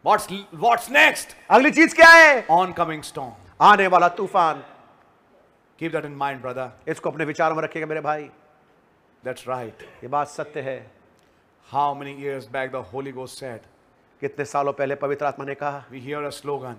A: what's what's next
B: अगली चीज क्या है
A: oncoming storm
B: आने वाला तूफान
A: keep that in mind brother
B: इसको अपने विचारों में रखिएगा मेरे भाई
A: that's right
B: ये बात सत्य है
A: how many years back the holy ghost said
B: कितने सालों पहले पवित्र आत्मा ने कहा
A: we hear a slogan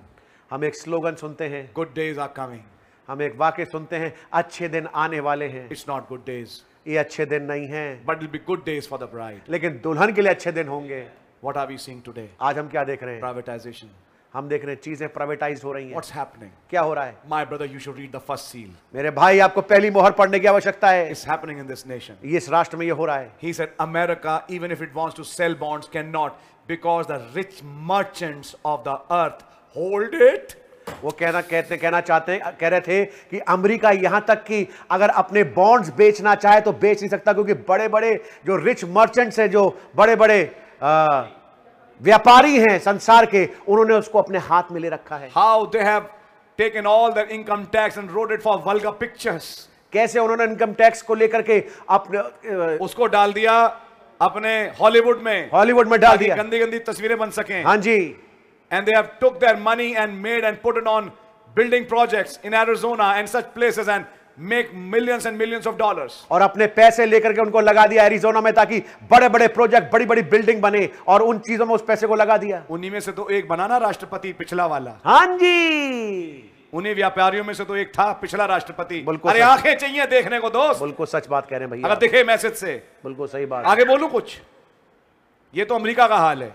B: हम एक स्लोगन सुनते हैं
A: good days are coming
B: हम एक वाक्य सुनते हैं अच्छे दिन आने वाले हैं
A: It's not good days,
B: ये अच्छे दिन नहीं हैं
A: but it'll be good days for the bride.
B: लेकिन दुल्हन के लिए अच्छे दिन होंगे
A: What are we seeing today?
B: आज हम क्या देख रहे हैं
A: Privatization.
B: हम देख रहे हैं चीजें प्राइवेटाइज हो रही हैं
A: What's happening?
B: क्या हो रहा है
A: My brother, you should read the first seal.
B: मेरे भाई आपको पहली मोहर पढ़ने की आवश्यकता है
A: It's happening in this nation.
B: ये इस राष्ट्र में ये हो रहा है
A: He said, America, even if it wants to sell bonds, cannot because the rich merchants of the earth hold it.
B: वो कहना कहते कहना चाहते कह रहे थे कि अमेरिका यहां तक कि अगर अपने बॉन्ड्स बेचना चाहे तो बेच नहीं सकता क्योंकि बड़े बड़े जो रिच मर्चेंट्स हैं जो बड़े बड़े व्यापारी हैं संसार के उन्होंने उसको अपने हाथ में ले रखा है
A: How they have taken all their income tax and wrote it for vulgar pictures.
B: कैसे उन्होंने इनकम टैक्स को लेकर के अपने अ,
A: उसको डाल दिया अपने हॉलीवुड में
B: हॉलीवुड में डाल दिया
A: गंदी गंदी तस्वीरें बन सकें
B: हाँ जी
A: and they have took their money and made and put it on building projects in arizona and such places and make millions and millions of dollars
B: और अपने पैसे लेकर के उनको लगा दिया एरिजोना में ताकि बड़े बड़े प्रोजेक्ट बड़ी बड़ी बिल्डिंग बने और उन चीजों में उस पैसे को लगा दिया
A: उन्हीं में से तो एक बना ना राष्ट्रपति पिछला वाला
B: हाँ जी
A: उन्हीं व्यापारियों में से तो एक था पिछला राष्ट्रपति
B: बिल्कुल
A: अरे
B: सर।
A: आंखें चाहिए देखने को दोस्त
B: बिल्कुल सच बात कह रहे हैं भैया
A: अगर दिखे मैसेज से
B: बिल्कुल सही बात
A: आगे बोलू कुछ ये तो अमेरिका का हाल है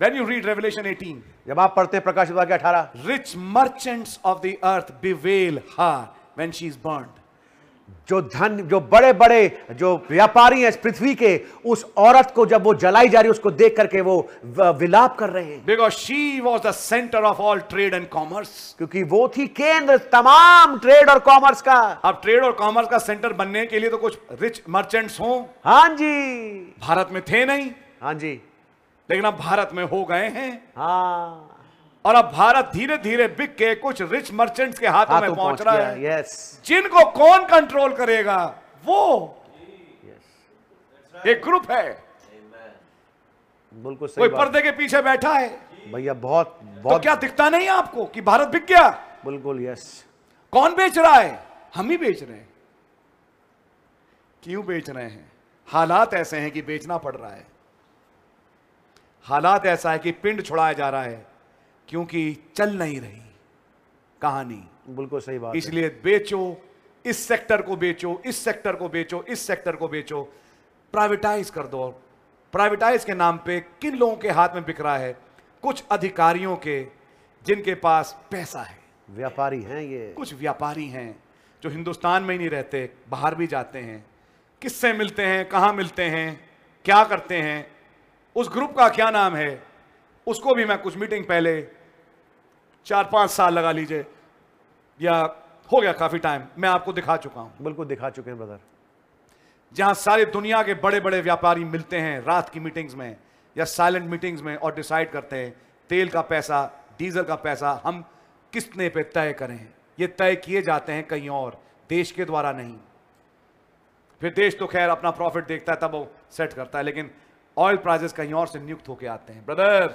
A: वेन यू रीड रेवलेशन 18
B: जब आप पढ़ते हैं प्रकाश विभाग के अठारह
A: rich merchants of the earth bewail her when she is burn
B: जो धन जो बड़े बड़े जो व्यापारी हैं इस पृथ्वी के उस औरत को जब वो जलाई जा रही है उसको देख करके वो व- विलाप कर रहे हैं
A: because she was the center of all trade and commerce
B: क्योंकि वो थी केंद्र तमाम ट्रेड और कॉमर्स का
A: अब ट्रेड और कॉमर्स का सेंटर बनने के लिए तो कुछ रिच मर्चेंट्स हों
B: हाँ जी
A: भारत में थे नहीं
B: हाँ जी
A: लेकिन अब भारत में हो गए हैं
B: हाँ
A: और अब भारत धीरे धीरे बिक के कुछ रिच मर्चेंट्स के हाथों में
B: हाथों
A: तो पहुंच
B: हाँ, तो पहुंच
A: रहा
B: गया
A: है
B: यस
A: जिनको कौन कंट्रोल करेगा वो एक ग्रुप है
B: बिल्कुल सही
A: कोई
B: बात
A: पर्दे के पीछे बैठा है
B: भैया बहुत
A: तो
B: बहुत
A: क्या दिखता नहीं आपको कि भारत बिक गया
B: बिल्कुल यस
A: कौन बेच रहा है हम ही बेच रहे हैं क्यों बेच रहे हैं हालात ऐसे हैं कि बेचना पड़ रहा है हालात ऐसा है कि पिंड छुड़ाया जा रहा है क्योंकि चल नहीं रही कहानी
B: बिल्कुल सही बात है।
A: इसलिए बेचो इस सेक्टर को बेचो इस सेक्टर को बेचो इस सेक्टर को बेचो प्राइवेटाइज कर दो प्राइवेटाइज के नाम पे किन लोगों के हाथ में बिक रहा है कुछ अधिकारियों के जिनके पास पैसा है
B: व्यापारी हैं ये
A: कुछ व्यापारी हैं जो हिंदुस्तान में ही नहीं रहते बाहर भी जाते हैं किससे मिलते हैं कहाँ मिलते हैं क्या करते हैं उस ग्रुप का क्या नाम है उसको भी मैं कुछ मीटिंग पहले चार पाँच साल लगा लीजिए या हो गया काफ़ी टाइम मैं आपको दिखा चुका हूँ
B: बिल्कुल दिखा चुके हैं ब्रदर
A: जहाँ सारी दुनिया के बड़े बड़े व्यापारी मिलते हैं रात की मीटिंग्स में या साइलेंट मीटिंग्स में और डिसाइड करते हैं तेल का पैसा डीजल का पैसा हम किसने पे तय करें ये तय किए जाते हैं कहीं और देश के द्वारा नहीं फिर देश तो खैर अपना प्रॉफिट देखता है तब वो सेट करता है लेकिन ऑयल प्राइजेस कहीं और से नियुक्त होके आते हैं ब्रदर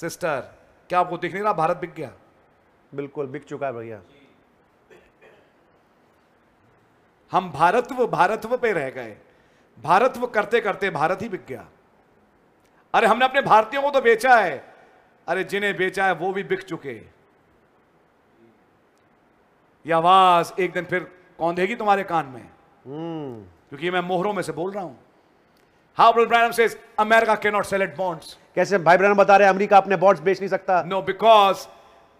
A: सिस्टर क्या आपको दिख नहीं रहा भारत बिक गया
B: बिल्कुल बिक चुका है भैया
A: हम भारतव भारतव पे रह गए भारतव करते करते भारत ही बिक गया अरे हमने अपने भारतीयों को तो बेचा है अरे जिन्हें बेचा है वो भी बिक चुके ये आवाज एक दिन फिर कौंधेगी तुम्हारे कान में
B: हम्म।
A: क्योंकि मैं मोहरों में से बोल रहा हूं हार्बल Branham says America can not sell at bonds
B: कैसे भाई बहन बता रहे हैं अमेरिका अपने बॉन्ड्स बेच नहीं सकता
A: no because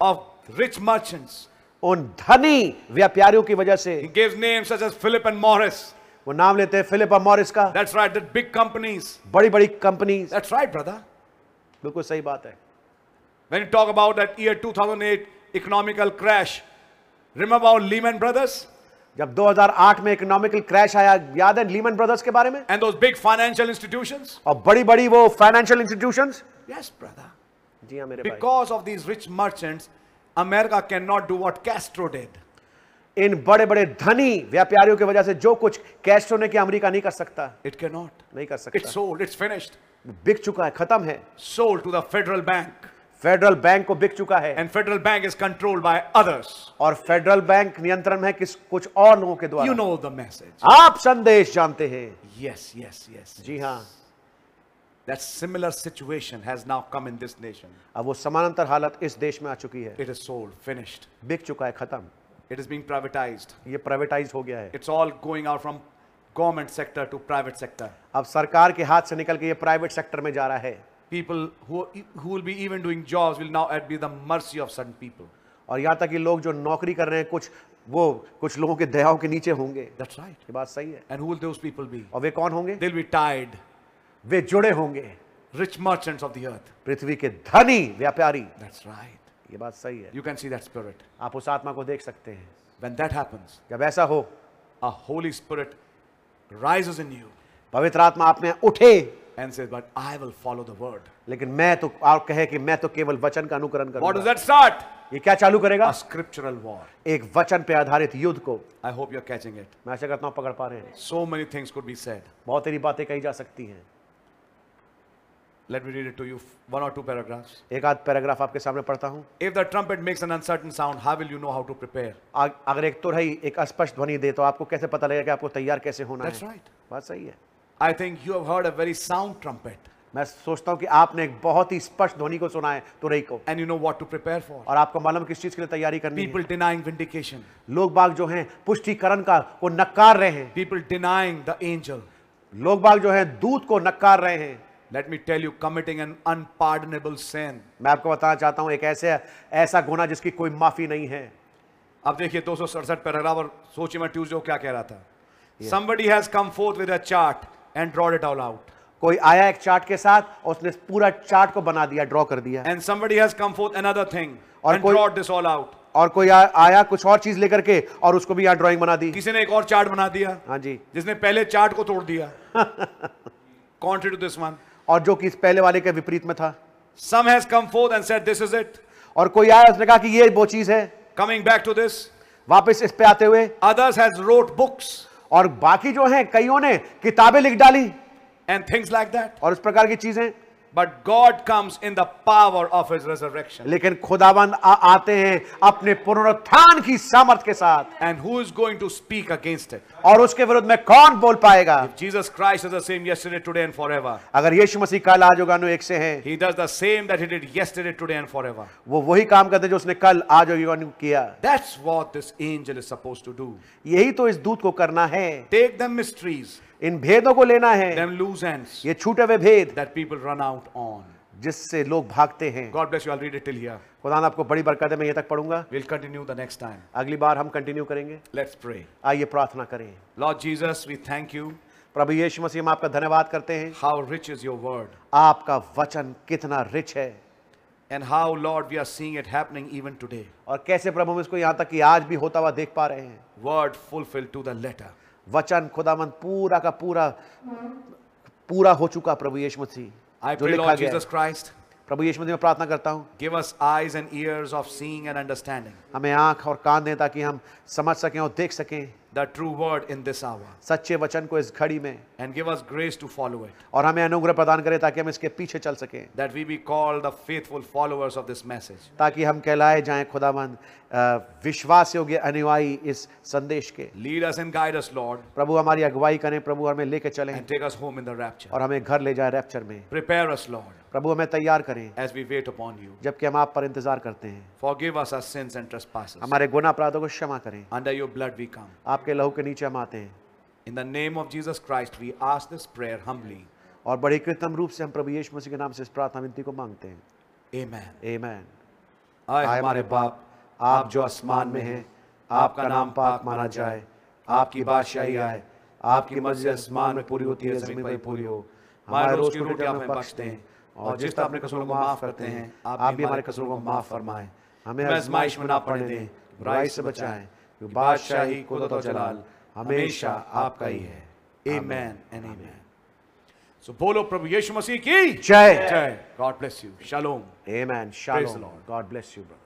A: of rich merchants
B: उन धनी व्यापारियों की वजह से
A: He gives names such as Philip and Morris.
B: वो नाम लेते हैं फिलिप और मॉरिस का
A: That's right, that big companies.
B: बड़ी बड़ी कंपनी
A: That's right, brother.
B: बिल्कुल सही बात है
A: When you talk about that year 2008 economical crash, remember our Lehman Brothers
B: जब 2008 में इकोनॉमिकल क्रैश आया याद है लीमन ब्रदर्स के बारे में
A: and those big financial institutions?
B: और बड़ी बड़ी वो फाइनेंशियल इंस्टीट्यूशंस
A: Yes, brother.
B: जी हाँ मेरे भाई
A: Because of these rich merchants, America cannot do what Castro did.
B: इन बड़े बड़े धनी व्यापारियों की वजह से जो कुछ कैश होने की अमेरिका नहीं कर सकता
A: It cannot.
B: नहीं कर
A: It's
B: सकता
A: sold, it's finished.
B: बिक चुका है खत्म है
A: Sold to the Federal Bank.
B: Federal Bank को बिक चुका है
A: And Federal Bank is controlled by others.
B: और फेडरल बैंक नियंत्रण में है किस कुछ और लोगों के
A: You
B: द्वारा
A: know the message.
B: आप संदेश जानते हैं
A: Yes, yes, yes.
B: जी हाँ
A: That similar situation has now come in this nation.
B: अब वो समानांतर हालत इस देश में आ चुकी है
A: It is sold, finished.
B: बिक चुका है खत्म
A: It is being privatized.
B: ये प्राइवेटाइज हो गया है
A: It's all going out from government sector to private sector.
B: अब सरकार के हाथ से निकल के ये प्राइवेट सेक्टर में जा रहा है
A: People who, who will be even doing jobs will now at be the mercy of certain people.
B: और यहाँ तक कि लोग जो नौकरी कर रहे हैं कुछ वो कुछ लोगों के दयाओं के नीचे होंगे ये
A: That's right.
B: बात सही है
A: And who will those people be?
B: और वे कौन होंगे
A: They'll be tied,
B: वे जुड़े होंगे
A: rich merchants of the earth.
B: पृथ्वी के धनी व्यापारी
A: That's right.
B: ये बात सही है
A: You can see that spirit.
B: आप उस आत्मा को देख सकते हैं
A: When that happens,
B: जब ऐसा हो
A: a Holy Spirit rises in you
B: पवित्र आत्मा आप में उठे
A: and says, But I will follow the word.
B: लेकिन मैं तो आप कहे कि मैं तो केवल वचन का अनुकरण
A: What does
B: करूंगा
A: that start?
B: ये क्या चालू करेगा
A: A scriptural war.
B: एक वचन पे आधारित युद्ध को
A: I hope you're catching it.
B: मैं आशा करता हूँ पकड़ पा रहे हैं
A: So many things could be said.
B: बहुत तेरी बातें कही जा सकती हैं
A: Let me read it to you, one or two paragraphs.
B: एक आध पैराग्राफ आपके सामने पढ़ता हूँ
A: If the trumpet makes an uncertain sound, how will you know how to prepare?
B: आ- अगर एक तो रही एक अस्पष्ट ध्वनि दे तो आपको कैसे पता लगेगा कि आपको तैयार कैसे होना
A: That's
B: है
A: right.
B: बात सही है
A: I think you have heard a very sound trumpet
B: मैं सोचता हूँ कि आपने एक बहुत ही स्पष्ट ध्वनि को सुना है तुरई को
A: and you know what to prepare for.
B: और आपको मालूम है किस चीज के लिए तैयारी करनी
A: People
B: है
A: denying vindication,
B: लोग बाग जो हैं पुष्टिकरण का को नकार रहे हैं
A: people denying the angel.
B: लोग बाग जो हैं दूध को नकार रहे हैं
A: Let me tell you, committing an unpardonable sin.
B: मैं आपको बताना चाहता हूँ एक ऐसे ऐसा गुना जिसकी कोई माफी नहीं है
A: अब देखिए दो सौ सड़सठ पैराग्राफ और सोचिए मैं ट्यूजडे को क्या कह रहा था Somebody has come forth with a chart and drawn it all out.
B: कोई आया एक चार्ट के साथ और उसने पूरा चार्ट को बना दिया ड्रॉ कर दिया
A: And somebody has come forth another thing
B: और
A: and
B: कोई-
A: drawn this all out.
B: और कोई आ, आया कुछ और चीज लेकर के और उसको भी यहाँ ड्राइंग बना दी
A: किसी ने एक और चार्ट बना दिया
B: हाँ जी
A: जिसने पहले चार्ट को तोड़
B: <laughs>
A: दिया कॉन्ट्री टू दिस वन
B: और जो कि इस पहले वाले के विपरीत में था
A: some has come forth and said this is it
B: और कोई आया उसने कहा कि ये वो चीज है
A: कमिंग बैक टू दिस
B: वापस इस पे आते हुए
A: अदर्स हैज रोट बुक्स
B: और बाकी जो हैं कईयों ने किताबें लिख डाली
A: एंड थिंग्स लाइक दैट
B: और उस प्रकार की चीजें
A: but God comes in the power of his resurrection
B: लेकिन खुदावन आ, आते हैं अपने पुनरुत्थान की सामर्थ के साथ
A: and who is going to speak against it
B: और उसके विरुद्ध में कौन बोल पाएगा
A: Jesus Christ is the same yesterday, today, and forever.
B: अगर यीशु मसीह काल आज उगानु एक से हैं
A: He does the same that he did yesterday, today, and forever.
B: वो वही काम करते हैं जो उसने कल आज उगानु किया
A: That's what this angel is supposed to do.
B: यही तो इस दूत को करना है
A: Take them mysteries,
B: इन भेदों को लेना है
A: them loose ends
B: ये छूटे हुए भेद
A: that people run out on.
B: जिससे लोग भागते हैं
A: God bless you. I'll read it till here.
B: खुदा आपको बड़ी बरकत है मैं यहाँ तक पढ़ूंगा
A: We'll continue the next time.
B: अगली बार हम कंटिन्यू करेंगे
A: Let's pray.
B: आइए प्रार्थना करें
A: Lord Jesus, we thank you.
B: प्रभु यीशु मसीह हम आपका धन्यवाद करते हैं
A: How rich is your word,
B: आपका वचन कितना रिच है
A: and how, Lord, we are seeing it happening even today.
B: और कैसे प्रभु हम इसको यहाँ तक कि आज भी होता हुआ देख पा रहे हैं
A: Word fulfilled to the letter.
B: वचन खुदामंद पूरा का पूरा पूरा हो चुका प्रभु यीशु मसीह
A: I
B: जो
A: pray,
B: लिखा
A: Lord
B: गया है।
A: Jesus Christ,
B: प्रभु यीशु मसीह में प्रार्थना करता हूँ
A: Give us eyes and ears of seeing and understanding
B: हमें आंख और कान दें ताकि हम समझ सकें और देख सकें
A: the true word in this hour
B: सच्चे वचन को इस घड़ी में
A: and give us grace to follow it,
B: और हमें अनुग्रह प्रदान करें ताकि हम इसके पीछे चल सकें
A: that we be called the faithful followers of this message.
B: ताकि हम कहलाए जाएं खुदाबंद विश्वास योग्य अनुयायी इस संदेश के
A: Lead us and guide us, Lord,
B: प्रभु हमारी अगुवाई करें प्रभु हमें लेके चलें
A: and take us home in the rapture.
B: और हमें घर ले जाएं रैप्चर में
A: Prepare us, Lord,
B: प्रभु हमें तैयार करें
A: as we wait upon you.
B: जबकि हम आप पर इंतजार करते हैं
A: Forgive us our sins and trespasses.
B: हमारे गुना अपराधों को क्षमा करें
A: Under your blood we come.
B: आपके लहू के नीचे हम आते हैं
A: In the name of Jesus Christ, we ask this prayer humbly.
B: और बड़े कृतम रूप से हम प्रभु यीशु मसीह के नाम से इस प्रार्थना विनती को मांगते हैं
A: Amen.
B: आमेन
A: आए
B: आए हमारे बाप आप जो आसमान में हैं आपका नाम पाक माना जाए आपकी बादशाही आए आपकी मर्जी आसमान में पूरी होती है जमीन पर भी पूरी हो हमारे रोज की रोटी आप हमें बख्श दें और जिस तरह अपने कसूरों को माफ करते हैं आप भी हमारे कसूरों को माफ फरमाएं हमें आजमाइश में ना पड़ने दें बुराई से बचाएं क्योंकि बादशाही कुदरत और जलाल हमेशा आपका ही है
A: Amen and amen. So bolo Prabhu Yeshu Masih ki
B: जय
A: jai. God bless you. Shalom.
B: Amen.
A: Shalom.
B: God bless you, brother.